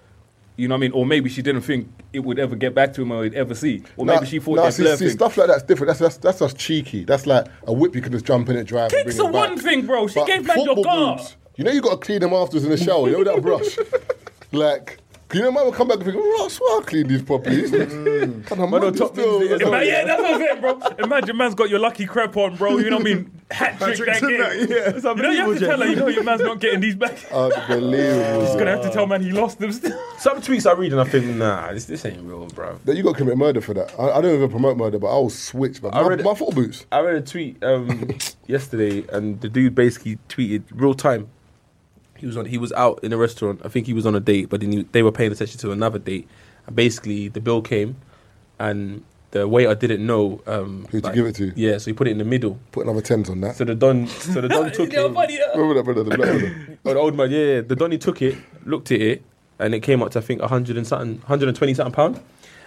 [SPEAKER 6] You know what I mean? Or maybe she didn't think it would ever get back to him or he'd ever see. Or
[SPEAKER 1] Nah,
[SPEAKER 6] maybe she thought
[SPEAKER 1] nah,
[SPEAKER 6] they
[SPEAKER 1] see,
[SPEAKER 6] blur
[SPEAKER 1] see,
[SPEAKER 6] thing.
[SPEAKER 1] stuff like that's different. That's that's that's just cheeky. That's like a whip you can just jump in and drive. and
[SPEAKER 6] Kicks
[SPEAKER 1] bring it
[SPEAKER 6] are
[SPEAKER 1] back.
[SPEAKER 6] one thing, bro. She
[SPEAKER 1] But
[SPEAKER 6] gave man your
[SPEAKER 1] football
[SPEAKER 6] car.
[SPEAKER 1] boots, You know you got to clean them afterwards in the shower. You know that brush. like. You know, man will come back and think, "Oh, Ross, why I clean these properly? Mm. Kind of
[SPEAKER 5] Man,
[SPEAKER 1] mad
[SPEAKER 5] top
[SPEAKER 1] still.
[SPEAKER 5] things they-
[SPEAKER 6] Ima- yeah, that's what I'm saying, bro. Imagine man's got your lucky crep on, bro. You know what I mean? Hat trick that game.
[SPEAKER 5] It's
[SPEAKER 6] You know you have
[SPEAKER 5] unbelievable,
[SPEAKER 6] to tell her,
[SPEAKER 5] Jack.
[SPEAKER 6] you know your man's not getting these back.
[SPEAKER 1] Uh, Unbelievable.
[SPEAKER 6] He's gonna have to tell man he lost them still.
[SPEAKER 5] Some tweets I read and I think, nah, this, this ain't real, bro.
[SPEAKER 1] That you got to commit murder for that. I, I don't even promote murder, but I will switch. But
[SPEAKER 5] I
[SPEAKER 1] my,
[SPEAKER 5] read it.
[SPEAKER 1] my football boots.
[SPEAKER 5] I read a tweet um, yesterday, and the dude basically tweeted real time. He was on. He was out in a restaurant. I think he was on a date, but then he, they were paying attention to another date. And basically, the bill came, and the waiter didn't know um,
[SPEAKER 1] Who'd you give it to?
[SPEAKER 5] Yeah, so he put it in the middle.
[SPEAKER 1] Put another tens on that.
[SPEAKER 5] So the don, so the don took
[SPEAKER 6] Yeah,
[SPEAKER 5] it.
[SPEAKER 6] buddy, yeah.
[SPEAKER 1] Remember that, brother? The black brother.
[SPEAKER 5] Oh, the old man, yeah, yeah. The Donny took it, looked at it, and it came up to I think 100 and something, 120 something pound.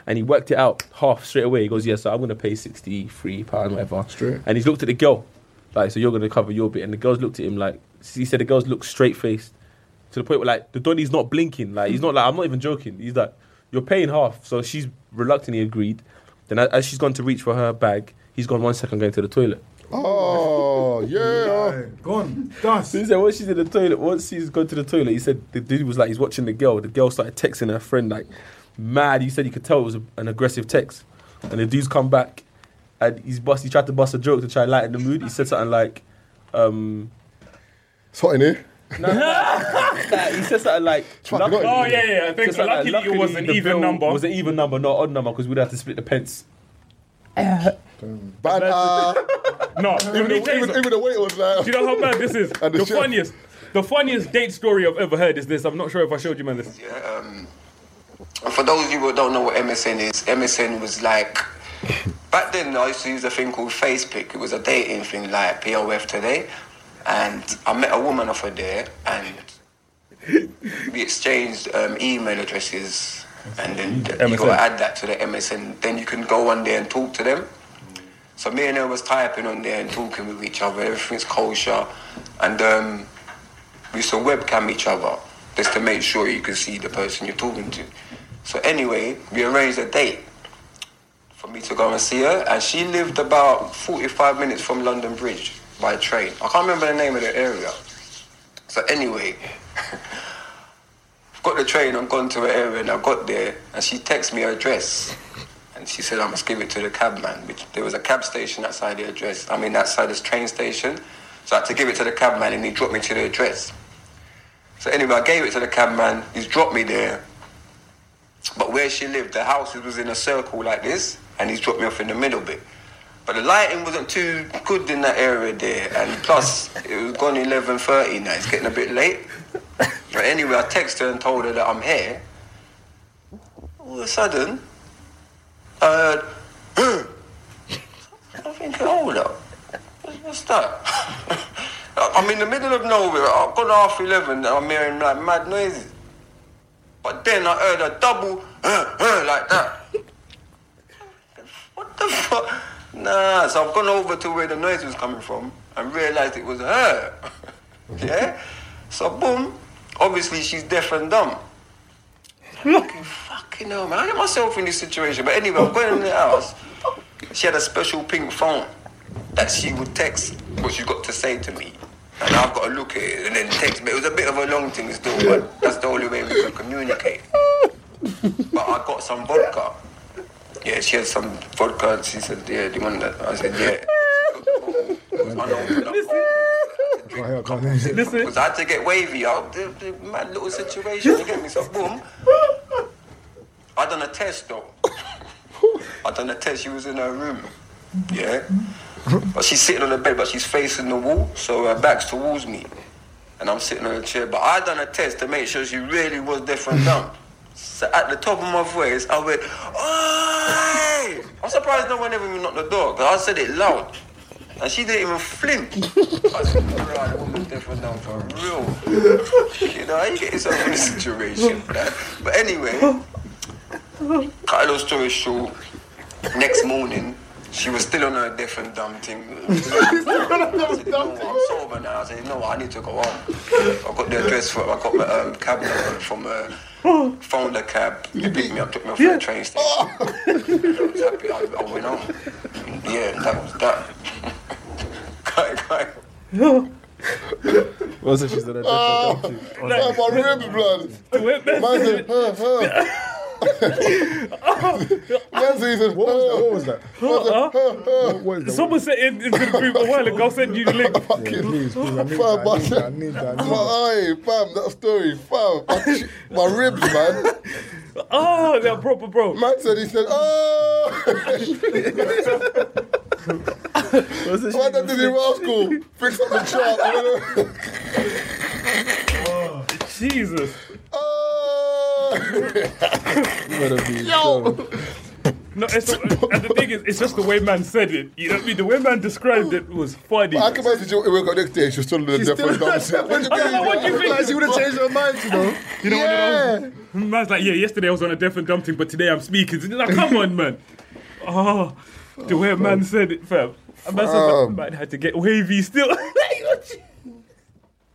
[SPEAKER 5] and he worked it out half straight away. He goes, yeah, so I'm gonna pay sixty three pound whatever.
[SPEAKER 9] Straight.
[SPEAKER 5] And he's looked at the girl, like, so you're gonna cover your bit, and the girls looked at him like he said the girls looked straight faced to the point where like the Donny's not blinking, like he's not like I'm not even joking. He's like you're paying half, so she's reluctantly agreed. Then a- as she's gone to reach for her bag, he's gone one second going to the toilet.
[SPEAKER 1] Oh, yeah.
[SPEAKER 4] Aye, Gone. Dust.
[SPEAKER 5] So he said once she's in the toilet, once she's gone to the toilet, he said the dude was like he's watching the girl. The girl started texting her friend like mad. He said he could tell it was a, an aggressive text, and the dude's come back and he's bust. He tried to bust a joke to try and lighten the mood. He said something like, um,
[SPEAKER 1] It's hot in here.
[SPEAKER 5] like, he said something like,
[SPEAKER 1] forgot
[SPEAKER 5] "Luckily-
[SPEAKER 1] Oh,
[SPEAKER 6] Oh yeah, yeah. I think
[SPEAKER 5] Just like that.
[SPEAKER 6] luckily, it was an
[SPEAKER 5] the bill
[SPEAKER 6] even number.
[SPEAKER 5] Was an even number, not odd number, because we'd have to split the pence.
[SPEAKER 1] Bad. Uh,
[SPEAKER 6] no,
[SPEAKER 1] even,
[SPEAKER 6] let
[SPEAKER 1] the-
[SPEAKER 6] me tell you
[SPEAKER 1] even,
[SPEAKER 6] something.
[SPEAKER 1] even the weight was like.
[SPEAKER 6] Do you know how bad this is?
[SPEAKER 1] And the
[SPEAKER 6] the
[SPEAKER 1] chef.
[SPEAKER 6] funniest, the funniest date story I've ever heard is this. I'm not sure if I showed you man this.
[SPEAKER 8] um, for those of you who don't know what MSN is, MSN was like back then I used to use a thing called FacePick. It was a dating thing like POF today, and I met a woman off of there, and we exchanged um, email addresses, and then you got to add that to the MSN. Then you can go on there and talk to them. So me and her was typing on there and talking with each other. Everything's kosher, and um, we used to webcam each other just to make sure you could see the person you're talking to. So anyway, we arranged a date for me to go and see her, and she lived about 45 minutes from London Bridge by train. I can't remember the name of the area. So anyway, I've got the train, I've gone to her area, and I got there, and she texted me her address. And she said I must give it to the cabman. Which there was a cab station outside the address. I mean, outside this train station. So I had to give it to the cabman, and he dropped me to the address. So anyway, I gave it to the cabman. He's dropped me there. But where she lived, the house was in a circle like this, and he's dropped me off in the middle bit. But the lighting wasn't too good in that area there, and plus it was gone eleven thirty now. It's getting a bit late. But anyway, I texted her and told her that I'm here. All of a sudden, uh, I'm thinking, hold up, What- what's that? I'm in the middle of nowhere. I've gone half eleven, and I'm hearing like mad noises. But then I heard a double uh, like that. What the fuck? Nah, so I've gone over to where the noise was coming from and realized it was her. yeah? So boom, obviously she's deaf and dumb. fucking, fucking hell, man. I get myself in this situation. But anyway, I'm going in the house. She had a special pink phone that she would text what she got to say to me. And I've got to look at it and then text. But it was a bit of a long thing still, but that's the only way we could communicate. But I got some vodka. Yeah, she had some vodka. And she said, "Yeah, do you want that?" I said, "Yeah."
[SPEAKER 6] Listen.
[SPEAKER 8] Because I had to get wavy out. The, the mad little situation. You get me? So boom. I done a test though. I done a test. She was in her room. Yeah. But she's sitting on the bed, but she's facing the wall, so her back's towards me. And I'm sitting on a chair. But I done a test to make sure she really was deaf and dumb. So at the top of my voice, I went, Oi! I'm surprised no one ever even knocked the door, because I said it loud. And she didn't even flinch. I said, right, the woman's deaf and dumb for real. You know, how you get yourself in this situation, man? But anyway, cut a long story short, next morning, she was still on her deaf and dumb thing. I said, no, I'm sober now. I said, no, I need to go home. I got the address for I got my um, cab number from her. Phoned the cab, they picked me up, took me off to the train station. I was happy, I, I went home. Yeah, that was that. Cut it, cut it.
[SPEAKER 5] What's if she's in a
[SPEAKER 1] Like, my ribs, blood. Man said, huh, huh. Man said, he said,
[SPEAKER 9] What was that? What
[SPEAKER 1] huh.
[SPEAKER 9] was that? What is that?
[SPEAKER 6] Someone said in, into the group a while ago. I'll send you the link.
[SPEAKER 9] Yeah, please, please, I need
[SPEAKER 1] Fam,
[SPEAKER 9] that, I need that,
[SPEAKER 1] I
[SPEAKER 9] I
[SPEAKER 1] said-
[SPEAKER 9] need that, I need
[SPEAKER 1] My
[SPEAKER 9] that.
[SPEAKER 1] eye, fam, that story, fam. My- My ribs, man.
[SPEAKER 6] Oh, they're proper, bro.
[SPEAKER 1] Man said, he said, oh. Why that Disney rascal? Fix up the chart. I don't know.
[SPEAKER 6] Jesus.
[SPEAKER 1] Oh. Ah.
[SPEAKER 9] Better be-
[SPEAKER 6] No, it's the, and the thing is, it's just the way man said it. You know what I mean? The way man described it was funny.
[SPEAKER 1] I can imagine you woke up next day, she's still in the different
[SPEAKER 6] what do you think?
[SPEAKER 1] would have changed her mind, you know?
[SPEAKER 6] You know what it was? Man's like, yeah, yesterday I was on a deaf and dumb thing, but today I'm speaking. It's Like, come on, man. Oh, the way a man said it, fam. A man, said,
[SPEAKER 1] Fam.
[SPEAKER 6] man had to get wavy still.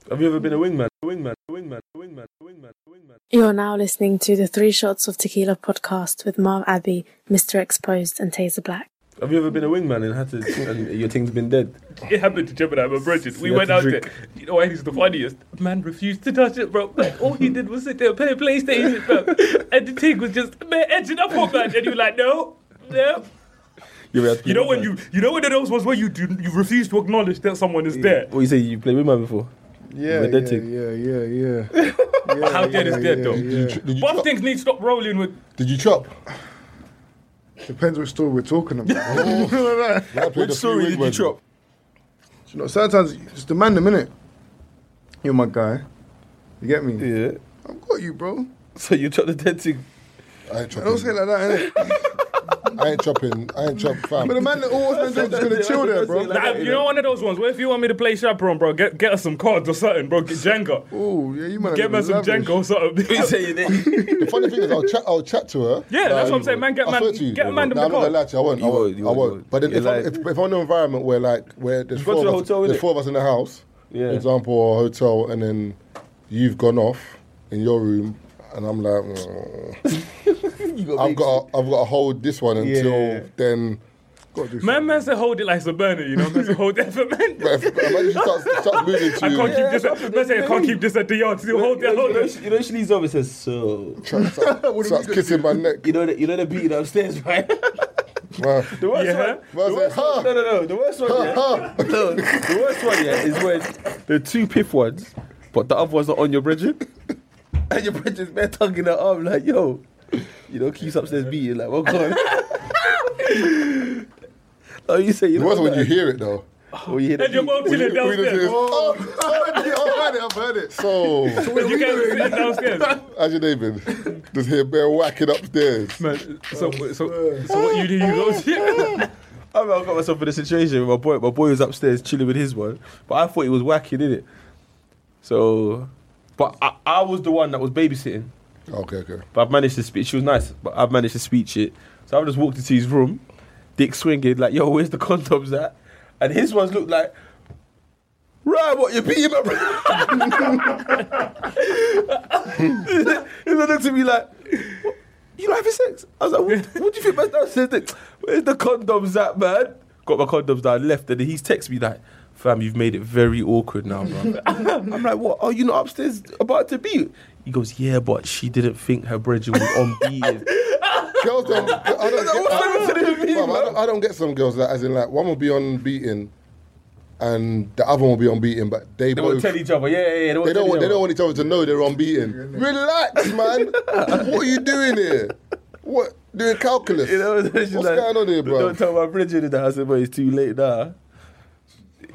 [SPEAKER 5] Have you ever been a wingman? Wingman, wingman, wingman, wingman, wingman.
[SPEAKER 10] You're now listening to the Three Shots of Tequila podcast with Marv Abbey, Mr. Exposed, and Taser Black.
[SPEAKER 5] Have you ever been a wingman and had to and your thing's been dead?
[SPEAKER 6] it happened to Gemini, my Bridget. We
[SPEAKER 5] You had
[SPEAKER 6] went
[SPEAKER 5] to
[SPEAKER 6] out
[SPEAKER 5] drink.
[SPEAKER 6] there. You know why he's the funniest? Man refused to touch it, bro. Like, all he did was sit there and play PlayStation, bro. And the thing was just, man, edging up on man. And you're like, no, no.
[SPEAKER 5] You, ever had to
[SPEAKER 6] You know
[SPEAKER 5] play
[SPEAKER 6] when
[SPEAKER 5] wingman?
[SPEAKER 6] you you know when those was where you do, you refuse to acknowledge that someone is there.
[SPEAKER 5] What you say? You played wingman before?
[SPEAKER 9] Yeah, yeah,
[SPEAKER 5] Vedetic.
[SPEAKER 9] yeah, yeah, yeah. yeah.
[SPEAKER 6] How dead is dead though?
[SPEAKER 1] Did you,
[SPEAKER 6] Both
[SPEAKER 1] chop?
[SPEAKER 6] things need to stop rolling with.
[SPEAKER 1] Did you chop?
[SPEAKER 9] Depends which story we're talking about.
[SPEAKER 1] I played a few wingmen.
[SPEAKER 9] you know, sometimes it's the man the minute. You're my guy. You get me?
[SPEAKER 5] Yeah.
[SPEAKER 9] I've got you, bro.
[SPEAKER 5] So you chopped the dead thing.
[SPEAKER 1] I ain't
[SPEAKER 9] I don't say
[SPEAKER 1] chopping.
[SPEAKER 9] it like that, innit?
[SPEAKER 1] I ain't chopping. I ain't chopping, fam.
[SPEAKER 9] But the man that always been doing is just gonna chill there, bro.
[SPEAKER 6] Nah, you know, one of those ones where if you want me to play chaperone, bro, get get us some cards or something, bro. Get Jenga.
[SPEAKER 9] Oh, yeah, you might
[SPEAKER 6] Get man some Jenga or something.
[SPEAKER 1] The funny thing is, I'll chat. I'll chat to her.
[SPEAKER 6] Yeah, that's what I'm saying, man. Get
[SPEAKER 1] I
[SPEAKER 6] man-
[SPEAKER 1] swear to you,
[SPEAKER 6] get a man to
[SPEAKER 1] Nah, I'm
[SPEAKER 6] the
[SPEAKER 1] not
[SPEAKER 6] car.
[SPEAKER 1] gonna lie to you. I won't. I
[SPEAKER 5] You would,
[SPEAKER 1] won't. I
[SPEAKER 5] you would, you
[SPEAKER 1] won't.
[SPEAKER 5] would.
[SPEAKER 1] But then
[SPEAKER 5] You're
[SPEAKER 1] if, I'm,
[SPEAKER 5] lying.
[SPEAKER 1] if, if I'm in an environment where like where there's,
[SPEAKER 5] go
[SPEAKER 1] four of,
[SPEAKER 5] to the
[SPEAKER 1] us,
[SPEAKER 5] hotel with
[SPEAKER 1] there's
[SPEAKER 5] it.
[SPEAKER 1] four of us in the house,
[SPEAKER 5] Yeah.
[SPEAKER 1] for example, or a hotel, and then you've gone off in your room, and I'm like, mm, I've got I've got to hold this one until
[SPEAKER 9] Yeah.
[SPEAKER 1] then.
[SPEAKER 6] Man, man said hold it like it's a burner, you know. Man said hold that for man.
[SPEAKER 1] But if, imagine she starts, starts moving to
[SPEAKER 6] I
[SPEAKER 1] you.
[SPEAKER 6] can't keep this. At, man said I can't keep this at the yard. Still hold that, hold that.
[SPEAKER 5] You know she leaves over and says, so.
[SPEAKER 1] starts, starts, starts kissing my neck.
[SPEAKER 5] You know that you know they're beating upstairs, right?
[SPEAKER 1] Wow.
[SPEAKER 5] The worst
[SPEAKER 6] Yeah.
[SPEAKER 5] one.
[SPEAKER 1] Well, I
[SPEAKER 5] the
[SPEAKER 1] said,
[SPEAKER 5] worst one-
[SPEAKER 1] "Huh."
[SPEAKER 5] No, no, no. The worst one. Yeah,
[SPEAKER 1] Huh.
[SPEAKER 5] no, the worst one yeah is when the two piff ones, but the other ones are on your Bridget, and your Bridget's bare tugging her arm like, yo, you know, keeps upstairs beating like, what going? Oh, you say you
[SPEAKER 1] It
[SPEAKER 5] know
[SPEAKER 1] was
[SPEAKER 5] what
[SPEAKER 1] when you hear it though.
[SPEAKER 5] that- when you hear the
[SPEAKER 6] And your
[SPEAKER 5] beat.
[SPEAKER 6] mom
[SPEAKER 1] When you-
[SPEAKER 6] chilling
[SPEAKER 1] when you
[SPEAKER 6] downstairs.
[SPEAKER 1] just- oh,
[SPEAKER 9] I've heard it, I've heard it.
[SPEAKER 1] so
[SPEAKER 6] But you can't sit downstairs.
[SPEAKER 1] How's your name been? Just hear bear whacking upstairs.
[SPEAKER 6] Man, so so so what you do? You go. Yeah.
[SPEAKER 5] I remember I got myself in a situation with my boy. My boy was upstairs chilling with his one, but I thought he was whacking in it. So, but I, I was the one that was babysitting.
[SPEAKER 1] Okay, okay.
[SPEAKER 5] But I've managed to speak. She was nice, but I've managed to speech it. So I've just walked into his room, dick swinging, like, yo, where's the condoms at? And his ones looked like, right, what, you beat him up? he looked at me like, "What? you not having sex? I was like, what, what do you think my dad said? that? Where's the condoms at, man? Got my condoms down, left, and then he's text me like, fam, you've made it very awkward now, bro. I'm like, what? Are you not upstairs about to be? He goes, yeah, but she didn't think her brethren was on beating.
[SPEAKER 1] Girls don't. I don't get,
[SPEAKER 5] What's
[SPEAKER 1] I,
[SPEAKER 5] that even mean,
[SPEAKER 1] Fam, I
[SPEAKER 5] man?
[SPEAKER 1] don't, I don't get some girls that, as in, like, one will be on beating, and the other one will be on beating, but they,
[SPEAKER 5] They won't
[SPEAKER 1] both.
[SPEAKER 5] tell each other. Yeah, yeah, yeah.
[SPEAKER 1] they don't
[SPEAKER 5] tell
[SPEAKER 1] want. They
[SPEAKER 5] each other.
[SPEAKER 1] don't want each other to know they're on beating. Relax, man. what are you doing here? What doing calculus?
[SPEAKER 5] You know, she's
[SPEAKER 1] What's
[SPEAKER 5] like,
[SPEAKER 1] going on here, bro?
[SPEAKER 5] Don't tell my Bridget that. I said, but it's too late now.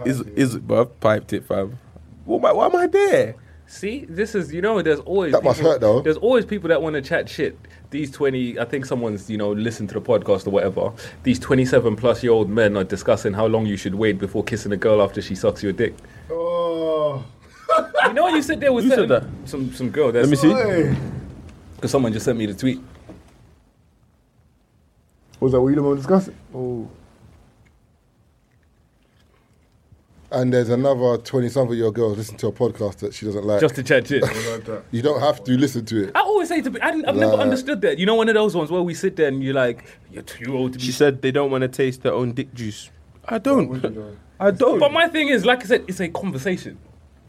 [SPEAKER 5] Is is bro? I've piped it, fam. What am I, why am I there?
[SPEAKER 6] See, this is you know. There's always
[SPEAKER 1] That must
[SPEAKER 6] people-
[SPEAKER 1] hurt, though.
[SPEAKER 6] There's always people that want to chat shit. These twenty, I think someone's you know listened to the podcast or whatever. These twenty-seven plus year old men are discussing how long you should wait before kissing a girl after she sucks your dick.
[SPEAKER 9] Oh,
[SPEAKER 6] You know, you sit there with
[SPEAKER 5] Who said
[SPEAKER 6] certain- some some girl. That's,
[SPEAKER 5] Let me see.
[SPEAKER 9] hey.
[SPEAKER 6] Because someone just sent me the tweet.
[SPEAKER 9] Was that what you were discussing? Oh,
[SPEAKER 1] And there's another twenty-something-year-old girl listening to a podcast that she doesn't like.
[SPEAKER 6] Just to chat shit.
[SPEAKER 9] like that.
[SPEAKER 1] you don't have to listen to it.
[SPEAKER 6] I always say to be. I didn't, I've never
[SPEAKER 1] Nah.
[SPEAKER 6] understood that. You know, one of those ones where we sit there and you're like, you're too old to be.
[SPEAKER 5] She said they don't want to taste their own dick juice. I don't. I don't.
[SPEAKER 6] But my thing is, like I said, it's a conversation.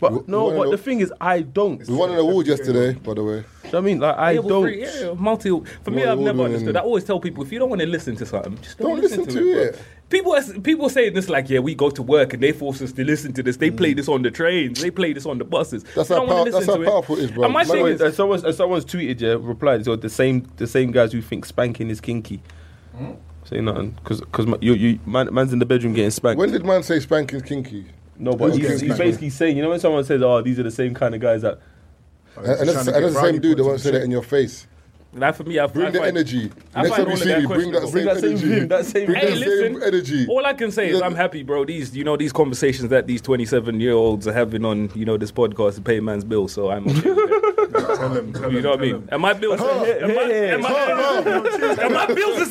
[SPEAKER 5] But no.
[SPEAKER 1] wanna
[SPEAKER 5] But
[SPEAKER 1] know-
[SPEAKER 5] the thing is, I don't.
[SPEAKER 1] We won an award yesterday, by the way.
[SPEAKER 5] Do you know what I mean, like, I
[SPEAKER 6] Yeah, well,
[SPEAKER 5] don't.
[SPEAKER 6] free- yeah, multi. For me,
[SPEAKER 1] Well,
[SPEAKER 6] I've
[SPEAKER 1] you
[SPEAKER 6] never
[SPEAKER 1] wouldn't-
[SPEAKER 6] understood. I always tell people if you don't want to listen to something, just don't,
[SPEAKER 1] Don't
[SPEAKER 6] listen,
[SPEAKER 1] listen
[SPEAKER 6] to,
[SPEAKER 1] to
[SPEAKER 6] it.
[SPEAKER 1] it.
[SPEAKER 6] bro. People, are, people saying this like, yeah, we go to work and they force us to listen to this. They play this on the trains. They play this on the buses.
[SPEAKER 1] Mm. That's
[SPEAKER 6] You
[SPEAKER 1] how
[SPEAKER 6] don't wanna
[SPEAKER 1] pow-
[SPEAKER 6] listen
[SPEAKER 1] that's how
[SPEAKER 6] to
[SPEAKER 1] powerful it is, bro.
[SPEAKER 6] And my
[SPEAKER 1] Man,
[SPEAKER 6] thing
[SPEAKER 1] wait,
[SPEAKER 6] is,
[SPEAKER 5] Wait, uh, someone's, uh, someone's tweeted, yeah, replied, so the same the same guys who think spanking is kinky.
[SPEAKER 1] Hmm?
[SPEAKER 5] Say nothing, because cause my- you, you, man, man's in the bedroom getting spanked.
[SPEAKER 1] When did man say spanking's kinky?
[SPEAKER 5] no, but
[SPEAKER 1] Who's
[SPEAKER 5] he's,
[SPEAKER 1] getting
[SPEAKER 5] he's
[SPEAKER 1] spanked?
[SPEAKER 5] basically saying, you know, when someone says, oh, these are the same kind of guys that
[SPEAKER 1] And, and that's, and that's the same dude that won't say that in your face.
[SPEAKER 6] That for me, I
[SPEAKER 1] Bring
[SPEAKER 6] I
[SPEAKER 1] the
[SPEAKER 6] find-
[SPEAKER 1] energy.
[SPEAKER 6] I
[SPEAKER 1] Next time
[SPEAKER 6] find
[SPEAKER 1] we
[SPEAKER 6] all of
[SPEAKER 1] see
[SPEAKER 6] that
[SPEAKER 1] you, bring that
[SPEAKER 6] questionable.
[SPEAKER 1] same energy. Bring
[SPEAKER 6] Hey,
[SPEAKER 1] that same
[SPEAKER 6] listen.
[SPEAKER 1] energy.
[SPEAKER 6] All I can say is I'm happy, bro. These, you know, these conversations that these 27 year olds are having on, you know, this podcast to pay man's bill. So I'm. Okay with that. you know what I mean? And my bills, and my, and my, and my bills is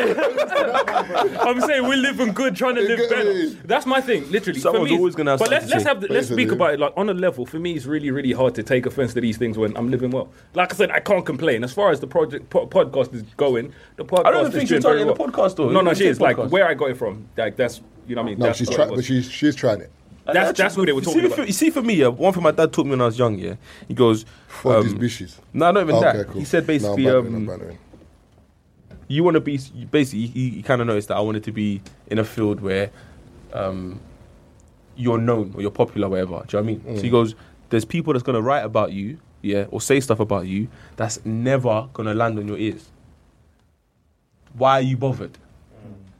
[SPEAKER 6] amazing. I'm saying we're living good, trying to live better. That's my thing, literally. For
[SPEAKER 5] Someone's
[SPEAKER 6] me,
[SPEAKER 5] always gonna have
[SPEAKER 6] but let's
[SPEAKER 5] something to
[SPEAKER 6] let's
[SPEAKER 5] say.
[SPEAKER 6] have the, let's speak
[SPEAKER 5] Basically.
[SPEAKER 6] about it like on a level. For me, it's really really hard to take offense to these things when I'm living well. Like I said, I can't complain. As far as the project po- podcast is going, the podcast
[SPEAKER 5] I don't even
[SPEAKER 6] is
[SPEAKER 5] think
[SPEAKER 6] doing
[SPEAKER 5] she's talking
[SPEAKER 6] very
[SPEAKER 5] in the podcast, though.
[SPEAKER 6] No, no,
[SPEAKER 5] It's
[SPEAKER 6] she
[SPEAKER 5] a
[SPEAKER 6] is. Like
[SPEAKER 5] podcast.
[SPEAKER 6] where I got it from. Like that's you know what I mean.
[SPEAKER 1] No,
[SPEAKER 6] That's
[SPEAKER 1] she's
[SPEAKER 6] what it
[SPEAKER 1] trying, but
[SPEAKER 6] was.
[SPEAKER 1] she's she's trying it.
[SPEAKER 6] That's that's what they were
[SPEAKER 5] see,
[SPEAKER 6] talking
[SPEAKER 5] For,
[SPEAKER 6] about.
[SPEAKER 5] you see, for me, yeah, one thing my dad taught me when I was young, yeah, he goes,
[SPEAKER 1] Fuck these bitches.
[SPEAKER 5] No, not Um, even
[SPEAKER 1] Oh, Okay,
[SPEAKER 5] that.
[SPEAKER 1] cool.
[SPEAKER 5] He said
[SPEAKER 1] No, I'm
[SPEAKER 5] basically,
[SPEAKER 1] bantering, I'm
[SPEAKER 5] um,
[SPEAKER 1] bantering.
[SPEAKER 5] you want to be you basically. He, he kind of noticed that I wanted to be in a field where um, you're known or you're popular, whatever. Do you know what I mean? So he goes, there's people that's gonna write about you, yeah, or say stuff about you that's never gonna land on your ears. Why are you bothered? Do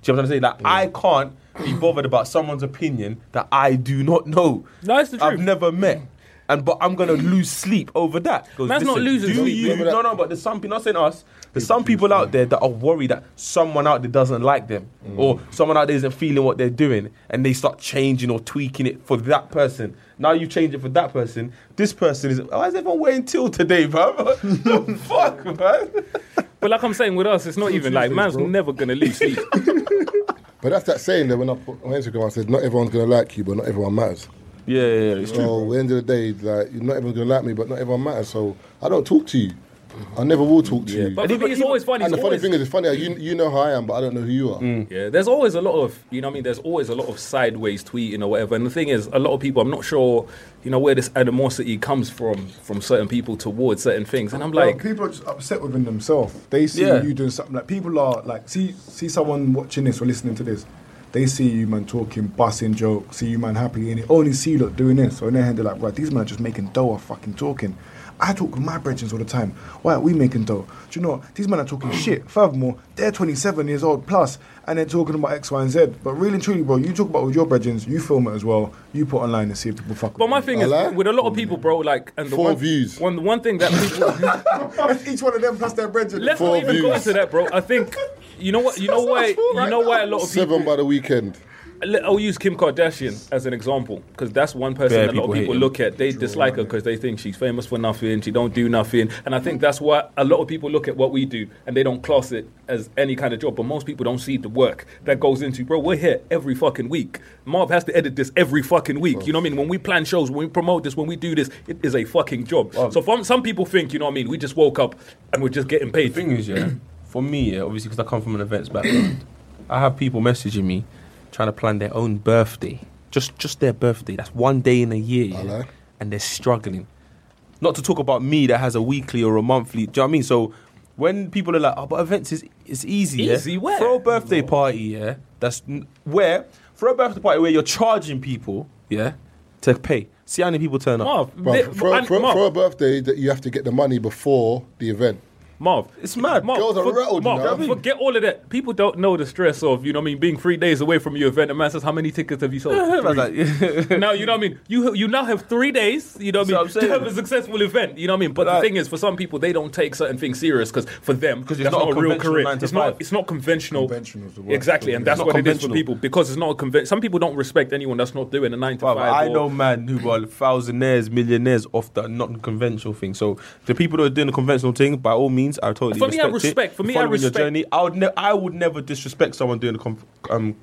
[SPEAKER 5] you know what I'm saying? Like I can't be bothered about someone's opinion that I do not know.
[SPEAKER 6] No, it's the
[SPEAKER 5] I've
[SPEAKER 6] truth.
[SPEAKER 5] never met. And but I'm gonna lose sleep over that. Goes,
[SPEAKER 6] Man's not
[SPEAKER 5] "Listen,
[SPEAKER 6] losing
[SPEAKER 5] do
[SPEAKER 6] sleep.
[SPEAKER 5] you- no, no, but there's some people not saying us. There's some people out there that are worried that someone out there doesn't like them, or someone out there isn't feeling what they're doing, and they start changing or tweaking it for that person. Now you change it for that person. This person is. Why is everyone wearing teal today, bro? fuck, man.
[SPEAKER 6] But like I'm saying with us, it's not even like man's never gonna leave sleep.
[SPEAKER 1] But that's that saying that when I put on Instagram, I said, not everyone's going to like you, but not everyone matters.
[SPEAKER 5] Yeah, yeah, yeah it's true.
[SPEAKER 1] So at the end of the day, like, you're not everyone's going to like me, but not everyone matters. So I don't talk to you. I never will talk to you.
[SPEAKER 6] But for me, it's always funny.
[SPEAKER 1] and the
[SPEAKER 6] It's
[SPEAKER 1] funny
[SPEAKER 6] always- Mm.
[SPEAKER 1] thing is, it's funny, how you, you know how I am, but I don't know who you are.
[SPEAKER 6] Yeah, there's always a lot of, you know what I mean? There's always a lot of sideways tweeting or whatever. And the thing is, a lot of people, I'm not sure, you know, where this animosity comes from, from certain people towards certain things. And I'm
[SPEAKER 4] Bro,
[SPEAKER 6] like,
[SPEAKER 4] people are just upset within themselves. They see
[SPEAKER 5] Yeah.
[SPEAKER 4] you doing something like people are like see see someone watching this or listening to this. They see you man talking, busting jokes, see you man happy, and they only see you lot doing this. So in their head they're like, right, these men are just making dough off fucking talking. I talk with my brethren all the time. Why are we making dough? Do you know what? These men are talking shit. Furthermore, they're 27 years old plus, and they're talking about X, Y, and Z. But really and truly, bro, you talk about it with your brethren, you film it as well, you put online and see if people fuck
[SPEAKER 6] but
[SPEAKER 4] with
[SPEAKER 6] my
[SPEAKER 4] you.
[SPEAKER 6] thing is,
[SPEAKER 1] Hello?
[SPEAKER 6] with a lot of people, bro, like, and the
[SPEAKER 1] Four
[SPEAKER 6] one,
[SPEAKER 1] views.
[SPEAKER 6] One, one thing that people,
[SPEAKER 4] Each one of them plus their brethren.
[SPEAKER 6] let's
[SPEAKER 1] Four
[SPEAKER 6] not even go
[SPEAKER 1] views.
[SPEAKER 6] into that, bro. I think, you know what, you know why, you know why a lot of people,
[SPEAKER 1] Seven by the weekend.
[SPEAKER 6] Let- I'll use Kim Kardashian as an example because that's one person
[SPEAKER 5] Yeah,
[SPEAKER 6] that a lot
[SPEAKER 5] people
[SPEAKER 6] of
[SPEAKER 5] hate
[SPEAKER 6] people
[SPEAKER 5] him.
[SPEAKER 6] look at. They dislike her because they think she's famous for nothing. She don't do nothing, and I think that's why a lot of people look at what we do and they don't class it as any kind of job. But most people don't see the work that goes into. Bro, we're here every fucking week. Marv has to edit this every fucking week. You know what I mean? When we plan shows, when we promote this, when we do this, it is a fucking job. So from, some people think, you know what I mean? We just woke up and we're just getting paid.
[SPEAKER 5] The thing is, yeah, for me, yeah, obviously, because I come from an events background, I have people messaging me trying to plan their own birthday, just just their birthday. That's one day in a year, yeah,
[SPEAKER 1] Hello?
[SPEAKER 5] and they're struggling. Not to talk about me that has a weekly or a monthly. Do you know what I mean? So when people are like, "Oh, but events is is easy, yeah."
[SPEAKER 6] Easy, where?
[SPEAKER 5] Throw a birthday party, yeah. That's n- where for a birthday party where you're charging people, yeah, to pay. See how many people turn up.
[SPEAKER 6] Marv,
[SPEAKER 1] Bro,
[SPEAKER 6] they-
[SPEAKER 1] for,
[SPEAKER 6] and-
[SPEAKER 1] for,
[SPEAKER 6] Marv,
[SPEAKER 1] for a birthday, that you have to get the money before the event.
[SPEAKER 6] Marv.
[SPEAKER 5] It's mad.
[SPEAKER 6] Marv,
[SPEAKER 1] Girls are
[SPEAKER 6] for-
[SPEAKER 1] rattled, you
[SPEAKER 6] Marv,
[SPEAKER 1] know what I mean?
[SPEAKER 6] forget all of that. People don't know the stress of, you know what I mean, being three days away from your event. And man says, how many tickets have you sold?
[SPEAKER 5] I was like,
[SPEAKER 6] now, you know what I mean? You, you now have three days, you know what
[SPEAKER 5] So
[SPEAKER 6] I
[SPEAKER 5] I'm
[SPEAKER 6] mean, to
[SPEAKER 5] saying-
[SPEAKER 6] have a successful event. You know what I mean? But
[SPEAKER 5] Like-
[SPEAKER 6] the thing is, for some people, they don't take certain things serious because for them,
[SPEAKER 5] 'Cause it's
[SPEAKER 6] that's
[SPEAKER 5] not a
[SPEAKER 6] not, a real
[SPEAKER 5] conventional
[SPEAKER 6] career.
[SPEAKER 5] nine to
[SPEAKER 6] It's not,
[SPEAKER 5] five.
[SPEAKER 6] it's not conventional.
[SPEAKER 4] Conventional's the word.
[SPEAKER 6] exactly. And
[SPEAKER 4] It's
[SPEAKER 6] that's
[SPEAKER 5] not
[SPEAKER 6] what it is for
[SPEAKER 5] conventional.
[SPEAKER 6] people because it's not a convention. Some people don't respect anyone that's not doing a nine to
[SPEAKER 5] Bruv,
[SPEAKER 6] five.
[SPEAKER 5] I
[SPEAKER 6] or-
[SPEAKER 5] know man who are thousandaires, millionaires off the non-conventional thing. So the people that are doing the conventional thing, by all means, I totally
[SPEAKER 6] For me, I
[SPEAKER 5] respect
[SPEAKER 6] respect.
[SPEAKER 5] It.
[SPEAKER 6] For me, I
[SPEAKER 5] Following
[SPEAKER 6] respect.
[SPEAKER 5] Your journey, I would, ne- I would never disrespect someone doing the com- um.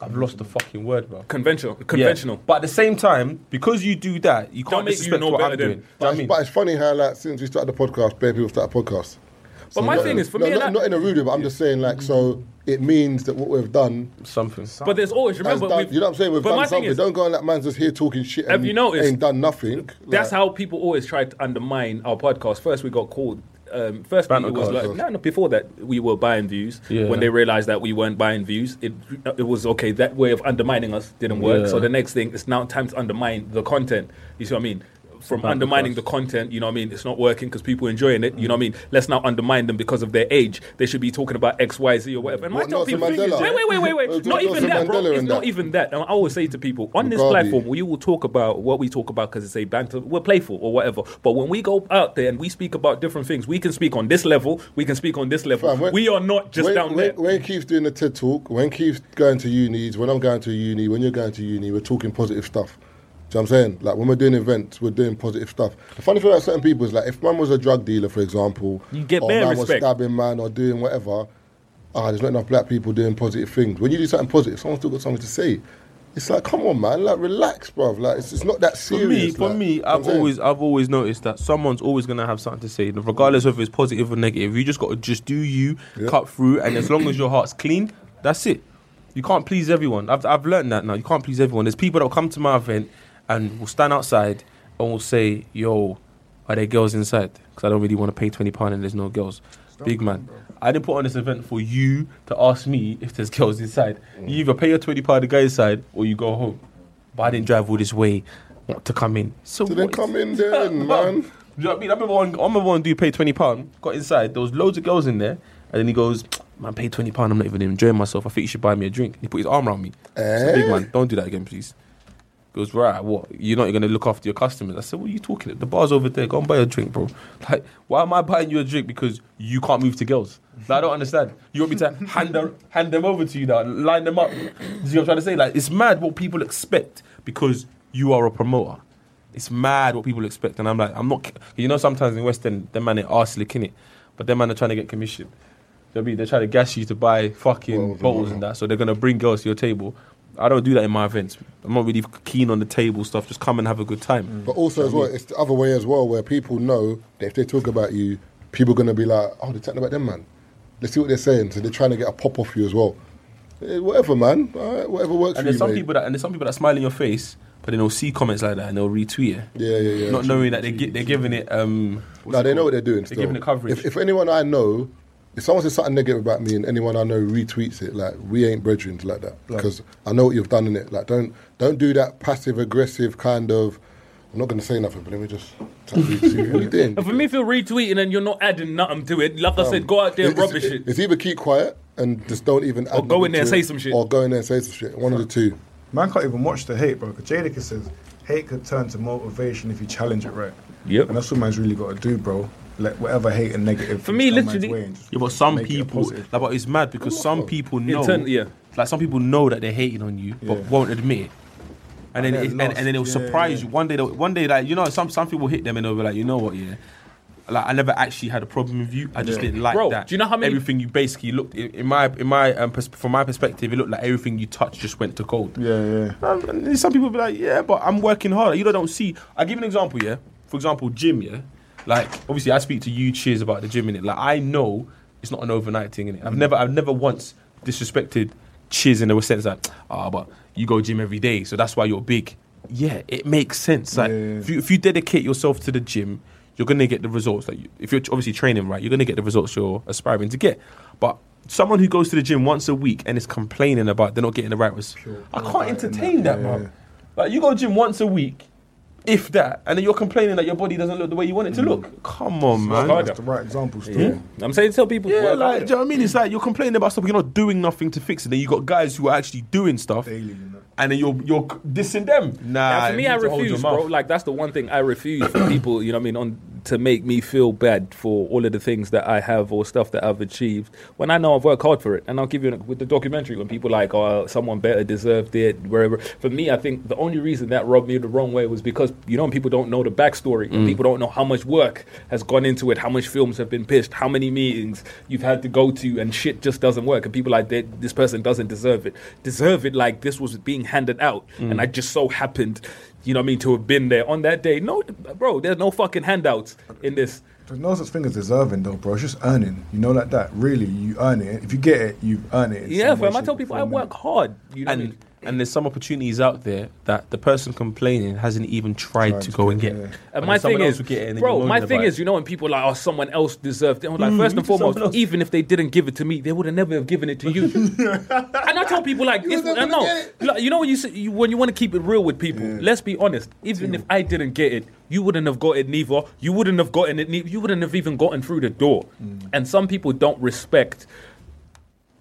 [SPEAKER 5] I've lost the fucking word, bro.
[SPEAKER 6] Conventional. Conventional.
[SPEAKER 5] Yeah. But at the same time, because you do that, you can't
[SPEAKER 6] make you
[SPEAKER 5] disrespect
[SPEAKER 6] no
[SPEAKER 5] what
[SPEAKER 6] better
[SPEAKER 5] I'm
[SPEAKER 6] than-
[SPEAKER 5] doing. Do you know
[SPEAKER 1] But,
[SPEAKER 5] what I
[SPEAKER 1] it's,
[SPEAKER 5] mean?
[SPEAKER 1] but it's funny how, like, since we started the podcast, bare people start a podcast.
[SPEAKER 6] But my
[SPEAKER 1] not
[SPEAKER 6] thing
[SPEAKER 1] in a-
[SPEAKER 6] is, for
[SPEAKER 1] no,
[SPEAKER 6] me, and
[SPEAKER 1] not,
[SPEAKER 6] I-
[SPEAKER 1] not in a rude way, but I'm just saying, like, so it means that what we've done
[SPEAKER 5] Something.
[SPEAKER 6] but there's always,
[SPEAKER 1] has
[SPEAKER 6] remember,
[SPEAKER 1] done,
[SPEAKER 6] we've-
[SPEAKER 1] you know what I'm saying? We've
[SPEAKER 6] but my
[SPEAKER 1] done
[SPEAKER 6] thing
[SPEAKER 1] something.
[SPEAKER 6] is-
[SPEAKER 1] Don't go on that man's just here talking shit and
[SPEAKER 6] Have you noticed-
[SPEAKER 1] ain't done nothing.
[SPEAKER 6] That's
[SPEAKER 1] Like,
[SPEAKER 6] how people always try to undermine our podcast. First, we got called. Um, first,
[SPEAKER 5] Banter
[SPEAKER 6] it was
[SPEAKER 5] cast.
[SPEAKER 6] like no, no. Before that, we were buying views.
[SPEAKER 5] Yeah.
[SPEAKER 6] When they realized that we weren't buying views, it it was okay. That way of undermining us didn't work.
[SPEAKER 5] Yeah.
[SPEAKER 6] So the next thing, it's now time to undermine the content. You see what I mean? from undermining the content. You know what I mean? It's not working because people enjoying it. You know what I mean? Let's not undermine them because of their age. They should be talking about X, Y, Z or whatever. And I
[SPEAKER 1] What,
[SPEAKER 6] tell
[SPEAKER 1] Nelson
[SPEAKER 6] people,
[SPEAKER 1] Mandela?
[SPEAKER 6] wait, wait, wait, wait,
[SPEAKER 1] Well,
[SPEAKER 6] wait.
[SPEAKER 1] do
[SPEAKER 6] not
[SPEAKER 1] Nelson
[SPEAKER 6] even that, bro.
[SPEAKER 1] Mandela
[SPEAKER 6] It's
[SPEAKER 1] and
[SPEAKER 6] not
[SPEAKER 1] that.
[SPEAKER 6] even that. And I always say to people on this
[SPEAKER 1] Mugabe.
[SPEAKER 6] platform, we will talk about what we talk about because it's a banter. We're playful or whatever. But when we go out there and we speak about different things, we can speak on this level. We can speak on this level.
[SPEAKER 1] Fam, when-
[SPEAKER 6] we are not just
[SPEAKER 1] when,
[SPEAKER 6] down
[SPEAKER 1] when,
[SPEAKER 6] there.
[SPEAKER 1] When Keith's doing the TED talk, when Keith's going to unis, when I'm going to uni, when you're going to uni, we're talking positive stuff. Do you know what I'm saying? Like when we're doing events, we're doing positive stuff. The funny thing about certain people is like if man was a drug dealer, for example,
[SPEAKER 6] You get
[SPEAKER 1] or
[SPEAKER 6] bare
[SPEAKER 1] man was
[SPEAKER 6] respect.
[SPEAKER 1] stabbing man or doing whatever, ah, there's not enough black people doing positive things. When you do something positive, someone's still got something to say. It's like, come on, man, like relax, bruv. Like it's, it's not that
[SPEAKER 5] For me,
[SPEAKER 1] serious.
[SPEAKER 5] for
[SPEAKER 1] like,
[SPEAKER 5] me,
[SPEAKER 1] you know what I'm
[SPEAKER 5] I've
[SPEAKER 1] saying?
[SPEAKER 5] always, I've always noticed that someone's always gonna have something to say, regardless of if it's positive or negative. You just gotta just do you, cut through, and as long as your heart's clean, that's it. You can't please everyone. I've, I've learned that now. You can't please everyone. There's people that will come to my event and will stand outside and will say, "Yo, are there girls inside?" Because I don't really want to pay twenty pound and there's no girls. Big man, I didn't put on this event for you to ask me if there's girls inside. You either pay your twenty pound the guy inside or you go home. But I didn't drive all this way not to come in. So,
[SPEAKER 1] So then
[SPEAKER 5] what-
[SPEAKER 1] come in then,
[SPEAKER 5] Mum,
[SPEAKER 1] man.
[SPEAKER 5] Do you know what I mean? I remember one, I remember one dude paid twenty pound, got inside. There was loads of girls in there, and then he goes, "Man, paid twenty pound. I'm not even enjoying myself. I think you should buy me a drink." And he put his arm around me. I said,
[SPEAKER 1] Eh?
[SPEAKER 5] Big man, don't do that again, please. He goes, right, what? You're not going to look after your customers. I said, what are you talking about? The bar's over there. Go and buy a drink, bro. Like, why am I buying you a drink? Because you can't move to girls. Like, I don't understand. You want me to hand, her, hand them over to you now, line them up. Do you know what I'm trying to say? Like, it's mad what people expect because you are a promoter. It's mad what people expect. And I'm like, I'm not, you know, sometimes in West End, them man are arse licking it, but them man are trying to get commission. They'll be, they're trying to gas you to buy fucking
[SPEAKER 1] Bottles and
[SPEAKER 5] bottles and that. So they're going to bring girls to your table. I don't do that in my events. I'm not really keen on the table stuff. Just come and have a good time.
[SPEAKER 1] But also as well, it's the other way as well, where people know that if they talk about you, people are gonna be like, "Oh, they're talking about them, man." They see what they're saying, so they're trying to get a pop off you as well. Eh, whatever, man. All right, whatever works
[SPEAKER 5] And
[SPEAKER 1] for
[SPEAKER 5] there's
[SPEAKER 1] you,
[SPEAKER 5] some
[SPEAKER 1] mate.
[SPEAKER 5] people that and there's some people that smile in your face, but then they'll see comments like that and they'll retweet it,
[SPEAKER 1] yeah, yeah, yeah.
[SPEAKER 5] not knowing that they get, they're giving it. Um, what's
[SPEAKER 1] no,
[SPEAKER 5] it
[SPEAKER 1] they know
[SPEAKER 5] called?
[SPEAKER 1] what they're doing.
[SPEAKER 5] They're
[SPEAKER 1] Still.
[SPEAKER 5] giving it coverage.
[SPEAKER 1] If, if anyone I know, if someone says something negative about me and anyone I know retweets it, like we ain't brethren like that, because I know what you've done in it. Like don't don't do that passive aggressive kind of. I'm not gonna say nothing, but let me just. tap you, see what you doing.
[SPEAKER 6] And for me, if you're retweeting and you're not adding nothing to it, like I said, go out there and
[SPEAKER 1] Um, It's-
[SPEAKER 6] rubbish
[SPEAKER 1] it's,
[SPEAKER 6] it.
[SPEAKER 1] It's either keep quiet and just don't even. Or
[SPEAKER 6] go in there and say some shit.
[SPEAKER 1] Or go in there and say some shit. One of the two.
[SPEAKER 4] Man can't even watch the hate, bro. Because Jadakiss says hate could turn to motivation if you challenge it right.
[SPEAKER 6] Yep.
[SPEAKER 4] And that's what man's really got to do, bro. Let whatever hate and negative.
[SPEAKER 6] For me,
[SPEAKER 4] come man's
[SPEAKER 6] literally-
[SPEAKER 4] way and just
[SPEAKER 5] yeah, but some
[SPEAKER 4] make it a
[SPEAKER 5] people,
[SPEAKER 4] positive.
[SPEAKER 5] like, but it's mad because some people know,
[SPEAKER 6] turn- yeah.
[SPEAKER 5] like some people know that they're hating on you, but
[SPEAKER 4] Yeah.
[SPEAKER 5] won't admit it. And then,
[SPEAKER 4] they're
[SPEAKER 5] it, and, and then it'll
[SPEAKER 4] lost. Yeah,
[SPEAKER 5] surprise
[SPEAKER 4] yeah.
[SPEAKER 5] you. One day, they'll- one day, like you know, some some people hit them and they'll be like, you know what, yeah. Like I never actually had a problem with you. I just didn't like
[SPEAKER 6] Bro,
[SPEAKER 5] that.
[SPEAKER 6] do you know how many-
[SPEAKER 5] everything you basically looked in, in my in my um, pers- from my perspective, it looked like everything you touched just went to gold.
[SPEAKER 4] Yeah, yeah.
[SPEAKER 5] Um, and then some people be like, yeah, but I'm working hard. You lot don't see. I give you an example, yeah. For example, gym, yeah. Like obviously, I speak to you, cheers about the gym in it. Like I know it's not an overnight thing in it. I've never, I've never once disrespected cheers in the sense that ah, but you go gym every day, so that's why you're big. Yeah, it makes sense. Like
[SPEAKER 4] Yeah, yeah, yeah.
[SPEAKER 5] If, you, if you dedicate yourself to the gym, you're gonna get the results. Like you, if you're obviously training right, you're gonna get the results you're aspiring to get. But someone who goes to the gym once a week and is complaining about they're not getting the right results, I can't entertain that,
[SPEAKER 4] Yeah,
[SPEAKER 5] man.
[SPEAKER 4] yeah.
[SPEAKER 5] Like you go gym once a week, if that, and then you're complaining that your body doesn't look the way you
[SPEAKER 4] Mm.
[SPEAKER 5] want it to look. Come on, man.
[SPEAKER 6] harder.
[SPEAKER 4] That's the right example still.
[SPEAKER 6] I'm saying tell people.
[SPEAKER 5] Yeah,
[SPEAKER 6] well,
[SPEAKER 5] like, do you know what I mean? It's like you're complaining about stuff, but you're not doing nothing to fix it. Then you got guys who are actually doing stuff,
[SPEAKER 4] Daily, you know.
[SPEAKER 5] and then you're you're dissing them. Nah,
[SPEAKER 6] Now, for me, I refuse, bro. Like that's the one thing I refuse for people. You know, what I mean, on to make me feel bad for all of the things that I have or stuff that I've achieved when I know I've worked hard for it. And I'll give you an, with the documentary when people like, oh, someone better deserved it. Wherever. For me, I think the only reason that rubbed me the wrong way was because you know people don't know the backstory and people don't know how much work has gone into it, how much films have been pitched, how many meetings you've had to go to, and shit just doesn't work. And people are like, "They- this person doesn't deserve it. Deserve it like this was being handed out, and I just so happened, you know what I mean, to have been there on that day. No, bro, there's no fucking handouts in this.
[SPEAKER 4] There's no such thing as deserving, though, bro. It's just earning. You know, like that. Really, you earn it. If you get it, you earn it. in
[SPEAKER 6] Yeah,
[SPEAKER 4] some way,
[SPEAKER 6] fam. I
[SPEAKER 4] shape,
[SPEAKER 6] tell
[SPEAKER 4] or
[SPEAKER 6] people
[SPEAKER 4] form,
[SPEAKER 6] I work hard. You know what I
[SPEAKER 5] and
[SPEAKER 6] mean?
[SPEAKER 5] and there's some opportunities out there that the person complaining hasn't even tried, to go and get.
[SPEAKER 4] yeah.
[SPEAKER 6] And
[SPEAKER 5] then
[SPEAKER 6] my
[SPEAKER 5] someone
[SPEAKER 6] thing
[SPEAKER 5] else
[SPEAKER 6] is,
[SPEAKER 5] will get it and then
[SPEAKER 6] bro,
[SPEAKER 5] you're
[SPEAKER 6] my
[SPEAKER 5] moaning
[SPEAKER 6] thing
[SPEAKER 5] about
[SPEAKER 6] is,
[SPEAKER 5] it.
[SPEAKER 6] you know, when people are like, oh, someone else deserved it. I'm like, first and
[SPEAKER 5] someone
[SPEAKER 6] foremost,
[SPEAKER 5] else.
[SPEAKER 6] even if they didn't give it to me, they would have never have given it to you. and I tell people like,
[SPEAKER 1] You
[SPEAKER 6] if,
[SPEAKER 1] was never
[SPEAKER 6] uh,
[SPEAKER 1] gonna
[SPEAKER 6] no,
[SPEAKER 1] get
[SPEAKER 6] Like, you know when you, say, you when you want to keep it real with people. Let's be honest. Even if I didn't get it, you wouldn't have got it neither. You wouldn't have gotten it. Ne- you wouldn't have even gotten through the door. And some people don't respect.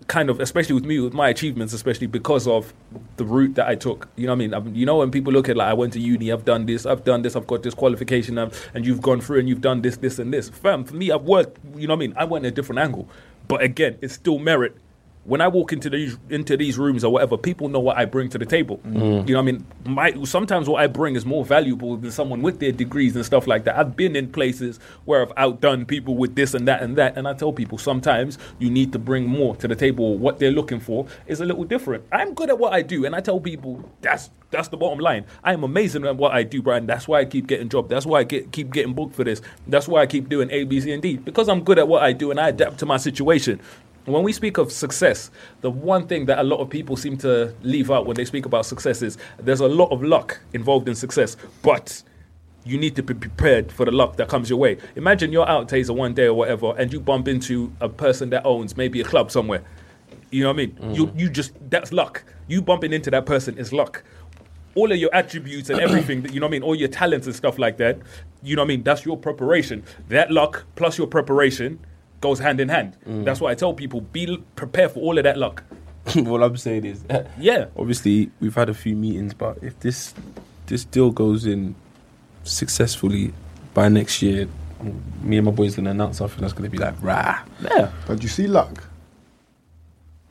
[SPEAKER 6] Kind of, especially with me, with my achievements, especially because of the route that I took. You know what I mean? I mean, you know when people look at like I went to uni, I've done this, I've done this, I've got this qualification, i and you've gone through and you've done this, this, and this. Fam, for me, I've worked. You know what I mean? I went a different angle, but again, it's still merit when I walk into these into these rooms or whatever, people know what I bring to the table. You know, what I mean, my sometimes what I bring is more valuable than someone with their degrees and stuff like that. I've been in places where I've outdone people with this and that and that, and I tell people sometimes you need to bring more to the table. What they're looking for is a little different. I'm good at what I do, and I tell people that's that's the bottom line. I am amazing at what I do, Brian. That's why I keep getting job. That's why I get, keep getting booked for this. That's why I keep doing A, B, C, and D because I'm good at what I do and I adapt to my situation. When we speak of success, the one thing that a lot of people seem to leave out when they speak about success is there's a lot of luck involved in success, but you need to be prepared for the luck that comes your way. Imagine you're out Taser one day or whatever, and you bump into a person that owns maybe a club somewhere. You know what I mean? You you just that's luck. You bumping into that person is luck. All of your attributes and everything that you know what I mean, all your talents and stuff like that, you know what I mean, that's your preparation. That luck plus your preparation goes hand in hand. That's why I tell people be l- prepared for all of that luck.
[SPEAKER 5] All I'm saying is,
[SPEAKER 6] Yeah.
[SPEAKER 5] obviously we've had a few meetings, but if this this deal goes in successfully by next year, me and my boys gonna announce something that's gonna be like rah.
[SPEAKER 6] Yeah.
[SPEAKER 4] But you see, luck.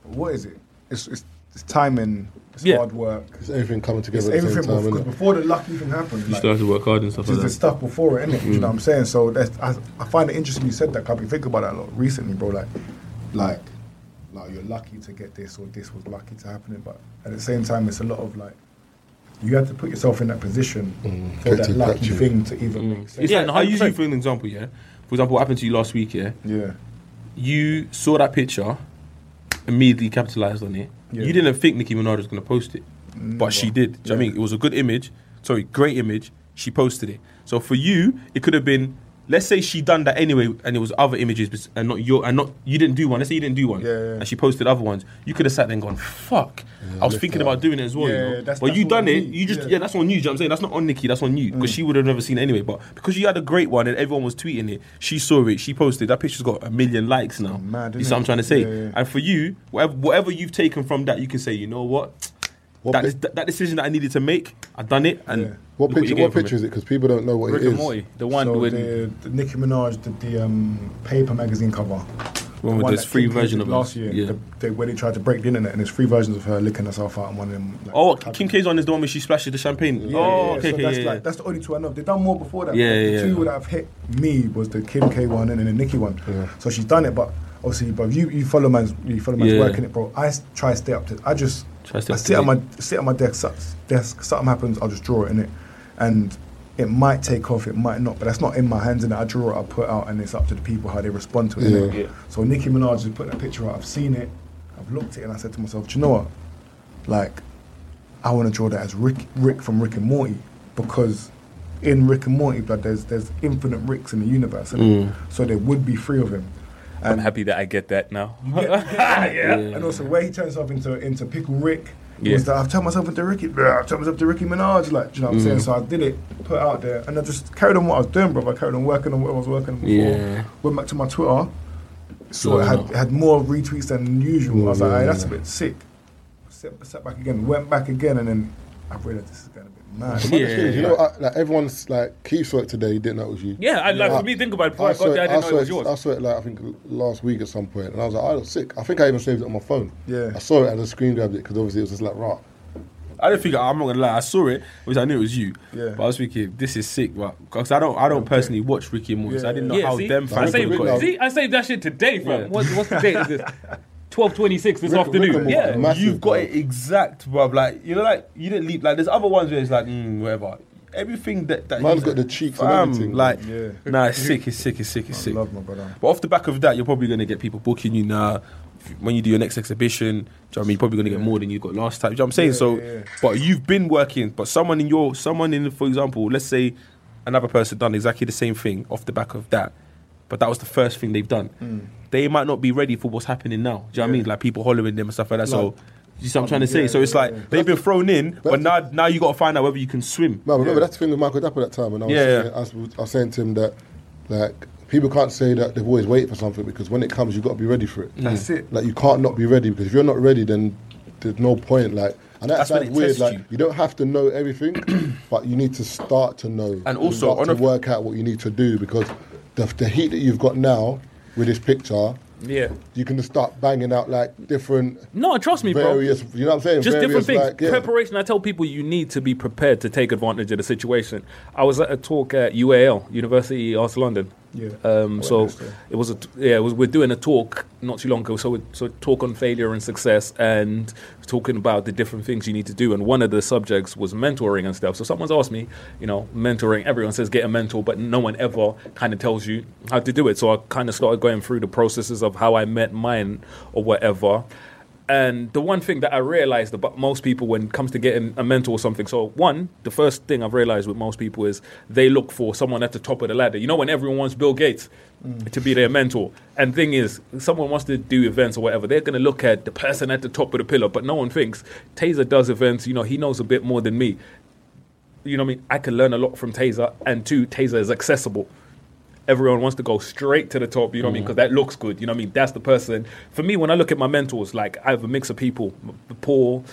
[SPEAKER 4] What is it? It's it's, it's timing. It's
[SPEAKER 6] Yeah.
[SPEAKER 4] hard work.
[SPEAKER 1] It's everything coming
[SPEAKER 4] It's
[SPEAKER 1] together at the
[SPEAKER 4] everything
[SPEAKER 1] same time,
[SPEAKER 4] before,
[SPEAKER 1] innit?
[SPEAKER 4] before the luck even happened.
[SPEAKER 5] You
[SPEAKER 4] Like,
[SPEAKER 5] still have to work hard and stuff
[SPEAKER 4] just
[SPEAKER 5] like
[SPEAKER 4] the
[SPEAKER 5] that.
[SPEAKER 4] stuff before it, innit? You know what I'm saying? So that's I, I find it interesting you said that. 'cause I've been thinking about that a lot recently, bro. Like, like, like you're lucky to get this, or this was lucky to happen. But at the same time, it's a lot of like, you have to put yourself in that position for
[SPEAKER 1] get
[SPEAKER 4] that
[SPEAKER 1] to
[SPEAKER 4] lucky
[SPEAKER 1] catch it.
[SPEAKER 4] thing to even make sense.
[SPEAKER 5] It's
[SPEAKER 6] Yeah,
[SPEAKER 5] like,
[SPEAKER 6] no,
[SPEAKER 5] I use you
[SPEAKER 6] 100%.
[SPEAKER 5] for an example, yeah. For example, what happened to you last week, yeah.
[SPEAKER 4] Yeah,
[SPEAKER 5] You saw that picture, immediately capitalized on it.
[SPEAKER 4] Yeah.
[SPEAKER 5] You didn't think Nicki Minaj was gonna post it, but she did. Do you know what I mean? It was a good image. Sorry, great image. She posted it. So for you, it could have been. Let's say she done that anyway, and it was other images, bes- and not your, and not you didn't do one. Let's say you didn't do one,
[SPEAKER 4] Yeah, yeah.
[SPEAKER 5] and she posted other ones. You could have sat there and gone, "Fuck, I was thinking about doing it as well."
[SPEAKER 4] Yeah,
[SPEAKER 5] you know?
[SPEAKER 4] yeah, that's-
[SPEAKER 5] but
[SPEAKER 4] that's
[SPEAKER 5] you
[SPEAKER 4] what
[SPEAKER 5] done
[SPEAKER 4] I
[SPEAKER 5] it.
[SPEAKER 4] mean.
[SPEAKER 5] You just yeah.
[SPEAKER 4] Yeah.
[SPEAKER 5] that's on you. Do you know what I'm saying that's not on Nikki. That's on you
[SPEAKER 4] Mm.
[SPEAKER 5] because she would have never seen it anyway. But because you had a great one and everyone was tweeting it, she saw it. She posted that picture's got a million likes now.
[SPEAKER 4] mad,
[SPEAKER 5] you
[SPEAKER 4] innit?
[SPEAKER 5] see what I'm trying to say?
[SPEAKER 4] Yeah, yeah.
[SPEAKER 5] And for you, whatever whatever you've taken from that, you can say, you know what,
[SPEAKER 1] What
[SPEAKER 5] that,
[SPEAKER 1] pi-
[SPEAKER 5] is- that that decision that I needed to make, I've done it. And
[SPEAKER 4] Yeah.
[SPEAKER 1] What
[SPEAKER 5] look
[SPEAKER 1] picture?
[SPEAKER 5] you
[SPEAKER 1] What
[SPEAKER 5] get
[SPEAKER 1] picture
[SPEAKER 5] from
[SPEAKER 1] is it? Because people don't know what
[SPEAKER 6] Rick
[SPEAKER 1] it
[SPEAKER 6] and
[SPEAKER 1] is.
[SPEAKER 6] Morty, the one
[SPEAKER 4] so
[SPEAKER 6] with
[SPEAKER 4] the, the Nicki Minaj did the um, paper magazine cover.
[SPEAKER 5] it? One with
[SPEAKER 4] One
[SPEAKER 5] this
[SPEAKER 4] that
[SPEAKER 5] free
[SPEAKER 4] Kim K
[SPEAKER 5] version
[SPEAKER 4] did
[SPEAKER 5] of it.
[SPEAKER 4] last year,
[SPEAKER 5] Yeah.
[SPEAKER 4] the, the, where they tried to break the internet, and there's three versions of her licking herself out and one of them. Like,
[SPEAKER 5] Oh,
[SPEAKER 4] having-
[SPEAKER 5] Kim K's one is the one where she splashes the champagne.
[SPEAKER 4] Yeah,
[SPEAKER 5] oh,
[SPEAKER 4] yeah,
[SPEAKER 5] okay,
[SPEAKER 4] so
[SPEAKER 5] okay,
[SPEAKER 4] that's
[SPEAKER 5] yeah, yeah.
[SPEAKER 4] like that's the only two I know. They've done more before that.
[SPEAKER 5] Yeah,
[SPEAKER 4] but
[SPEAKER 5] yeah,
[SPEAKER 4] The two
[SPEAKER 5] yeah.
[SPEAKER 4] that have hit me was the Kim K one and then the Nicki one. So she's done it, but obviously, bro, you, you follow man's you follow man's
[SPEAKER 5] Yeah.
[SPEAKER 4] work in it, bro. I s- try to stay up to. I just
[SPEAKER 5] Try to
[SPEAKER 4] I
[SPEAKER 5] stay up to
[SPEAKER 4] sit at
[SPEAKER 5] date.
[SPEAKER 4] my sit at my desk. so- Desk. Something happens, I'll just draw it in it, and it might take off, it might not, but that's not in my hands. And I draw it, I put it out, and it's up to the people how they respond to it. innit?
[SPEAKER 1] Yeah.
[SPEAKER 4] So Nicki Minaj has put that picture out. I've seen it, I've looked at it, and I said to myself, do you know what? Like, I want to draw that as Rick, Rick from Rick and Morty because in Rick and Morty, blood, there's there's infinite Ricks in the universe, innit? so there would be three of him.
[SPEAKER 6] I'm happy that I get that now.
[SPEAKER 4] And also where he turns himself into into pickle Rick. it Was
[SPEAKER 6] Yeah.
[SPEAKER 4] that I've turned myself into Ricky? bro, I've turned myself to Ricky Minaj. Like, do you know what I'm saying? So I did it, put it out there, and I just carried on what I was doing, bro. I carried on working on what I was working on before.
[SPEAKER 5] Yeah.
[SPEAKER 4] Went back to my Twitter, so it
[SPEAKER 5] Blowing
[SPEAKER 4] had
[SPEAKER 5] up.
[SPEAKER 4] it had more retweets than usual. I was like,
[SPEAKER 1] yeah,
[SPEAKER 4] "Aye, that's a bit sick. Set, set back again, went back again, and then I realized this is getting a bit mad.
[SPEAKER 5] Yeah.
[SPEAKER 1] You know, I, like everyone's like Keith saw it today. He didn't know it was you.
[SPEAKER 6] Yeah, I, like for me, think about it. Before I, got there, I didn't know it
[SPEAKER 1] saw
[SPEAKER 6] was yours.
[SPEAKER 1] I saw it like I think last week at some point, and I was like, I look sick. I think I even saved it on my phone.
[SPEAKER 4] Yeah.
[SPEAKER 1] I saw it and I screen grabbed it because obviously it was just like, right,
[SPEAKER 5] I didn't figure. I'm not gonna lie. I saw it because I knew it was you.
[SPEAKER 4] Yeah.
[SPEAKER 5] But I was thinking, this is sick, right? Because I don't, I don't personally watch Ricky and Morty. so I didn't know
[SPEAKER 6] Yeah,
[SPEAKER 5] how
[SPEAKER 6] see?
[SPEAKER 5] them
[SPEAKER 6] I
[SPEAKER 5] fans
[SPEAKER 1] Rick
[SPEAKER 6] saved,
[SPEAKER 1] and
[SPEAKER 5] would
[SPEAKER 1] Morty.
[SPEAKER 5] got it.
[SPEAKER 6] see, I saved that shit today, fam.
[SPEAKER 5] Yeah.
[SPEAKER 6] What, what's the date? Is this twelve twenty six this
[SPEAKER 1] Rick- Rick
[SPEAKER 6] afternoon?
[SPEAKER 1] and Morty.
[SPEAKER 6] yeah,
[SPEAKER 1] Massive,
[SPEAKER 5] You've got
[SPEAKER 1] bro.
[SPEAKER 5] it exact, bruv. Like you know, like you didn't leap. Like there's other ones where it's like mm, whatever. Everything that that
[SPEAKER 1] Man's
[SPEAKER 5] he's-
[SPEAKER 1] got the cheeks and
[SPEAKER 5] fam,
[SPEAKER 1] everything.
[SPEAKER 5] Like
[SPEAKER 4] Yeah.
[SPEAKER 5] nah, it's sick. It's sick. It's sick. It's
[SPEAKER 4] I
[SPEAKER 5] sick.
[SPEAKER 4] love my brother.
[SPEAKER 5] But off the back of that, you're probably gonna get people booking you now. If- When you do your next exhibition, do you know what I mean? You're probably gonna get more than you got last time. Do you know what I'm saying?
[SPEAKER 4] Yeah,
[SPEAKER 5] so,
[SPEAKER 4] yeah, yeah.
[SPEAKER 5] but you've been working. But someone in your, someone in, for example, let's say another person done exactly the same thing off the back of that, but that was the first
[SPEAKER 4] Hmm.
[SPEAKER 5] thing they've done. They might not be ready for what's happening now. Do you know what I mean? Like people hollering them and stuff like that. so You see what I'm trying to say? so it's like they've been thrown in, but now now you got to find out whether you can swim.
[SPEAKER 1] No, but remember that's the thing with Michael Dapper that time, and I was,
[SPEAKER 5] Yeah, yeah.
[SPEAKER 1] saying, I, was, I was saying to him that like people can't say that they've always waited for something because when it comes, you've got to be ready for
[SPEAKER 5] Mm.
[SPEAKER 1] it.
[SPEAKER 4] That's it.
[SPEAKER 1] Like you can't not be ready because if you're not ready, then there's no point. Like, and that
[SPEAKER 5] That's when
[SPEAKER 1] sounds
[SPEAKER 5] it
[SPEAKER 1] weird.
[SPEAKER 5] tests
[SPEAKER 1] Like you.
[SPEAKER 5] you.
[SPEAKER 1] don't have to know everything, but you need to start to know
[SPEAKER 5] And also,
[SPEAKER 1] start
[SPEAKER 5] on
[SPEAKER 1] to
[SPEAKER 5] a-
[SPEAKER 1] work out what you need to do because the, the heat that you've got now with this picture.
[SPEAKER 6] Yeah.
[SPEAKER 1] You can just start banging out like different
[SPEAKER 6] No, trust me, bro.
[SPEAKER 1] various. You know what I'm saying?
[SPEAKER 6] Just
[SPEAKER 1] various,
[SPEAKER 6] different things.
[SPEAKER 1] like, yeah.
[SPEAKER 6] Preparation. I tell people you need to be prepared to take advantage of the situation. I was at a talk at UAL, University Arts London.
[SPEAKER 4] Yeah.
[SPEAKER 1] Oh,
[SPEAKER 6] Um, so it was a t- yeah. It was, we're doing a talk not too long ago. So we, so talk on failure and success, and talking about the different things you need to do. And one of the subjects was mentoring and stuff. So someone's asked me, you know, mentoring. Everyone says get a mentor, but no one ever kind of tells you how to do it. So I kind of started going through the processes of how I met mine or whatever. And the one thing that I realized about most people when it comes to getting a mentor or something, so one, the first thing I've realized with most people is they look for someone at the top of the ladder. You know, when everyone wants Bill Gates to be their mentor. And thing is, someone wants to do events or whatever, they're going to look at the person at the top of the pillar, but no one thinks Taser does events, you know, he knows a bit more than me. You know what I mean? I can learn a lot from Taser, and two, Taser is accessible everyone wants to go straight to the top, you know what I mean? Because that looks good, you know what I mean? That's the person. For me, when I look at my mentors, like I have a mix of people. M- Paul,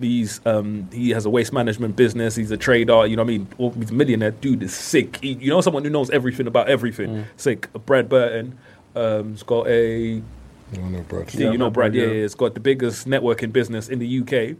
[SPEAKER 6] he's, um, he has a waste management business, he's a trader, you know what I mean? Or he's a millionaire, dude is sick. He- you know, someone who knows everything about everything. Sick. Brad Burton, um, he's got a
[SPEAKER 1] I don't know, bro.
[SPEAKER 6] yeah, you know, Brad, yeah, yeah, it's got the biggest networking business in the UK.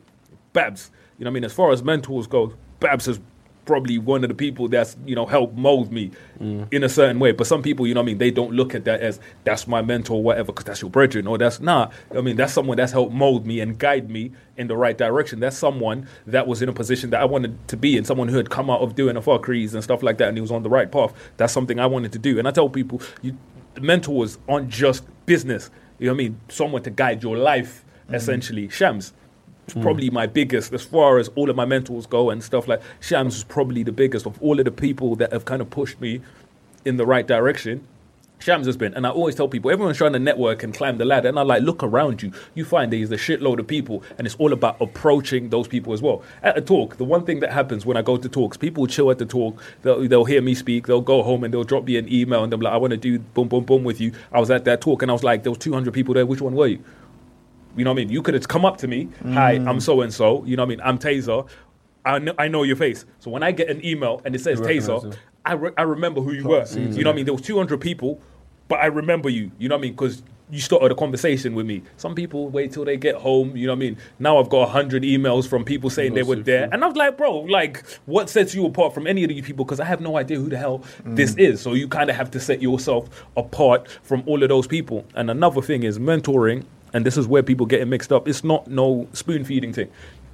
[SPEAKER 6] Babs, you know, what I mean, as far as mentors go, Babs is probably one of the people that's you know helped mold me in a certain way. But some people, you know, what I mean, they don't look at that as that's my mentor, or whatever, because that's your brethren, or that's not. I mean, that's someone that's helped mold me and guide me in the right direction. That's someone that was in a position that I wanted to be in, someone who had come out of doing a fuckeries and stuff like that, and he was on the right path. That's something I wanted to do, and I tell people, you mentors aren't just business. You know what I mean? Someone to guide your life, essentially. Shams was probably my biggest, as far as all of my mentors go and stuff like. Shams was probably the biggest of all of the people that have kind of pushed me in the right direction. Shams has been, and I always tell people, everyone's trying to network and climb the ladder, and I like look around you. You find there's a shitload of people, and it's all about approaching those people as well. At a talk, the one thing that happens when I go to talks, people chill at the talk. They'll, they'll hear me speak. They'll go home and they'll drop me an email, and they'll be like, "I want to do boom, boom, boom with you." I was at that talk, and I was like, "There was 200 people there. Which one were you?" You know what I mean? You could have come up to me, hi, I'm so and so. You know what I mean? I'm Taser. I know, I know your face. So when I get an email and it says Taser, I, re- I remember who you were. You know what I mean? There was 200 people, but I remember you. You know what I mean? Because you started a conversation with me. Some people wait till they get home. You know what I mean? Now I've got 100 emails from people saying they were there. And I was like, bro, like, what sets you apart from any of these people? Because I have no idea who the hell this is. So you kind of have to set yourself apart from all of those people. And another thing is mentoring and this is where people getting mixed up. It's not no spoon feeding thing.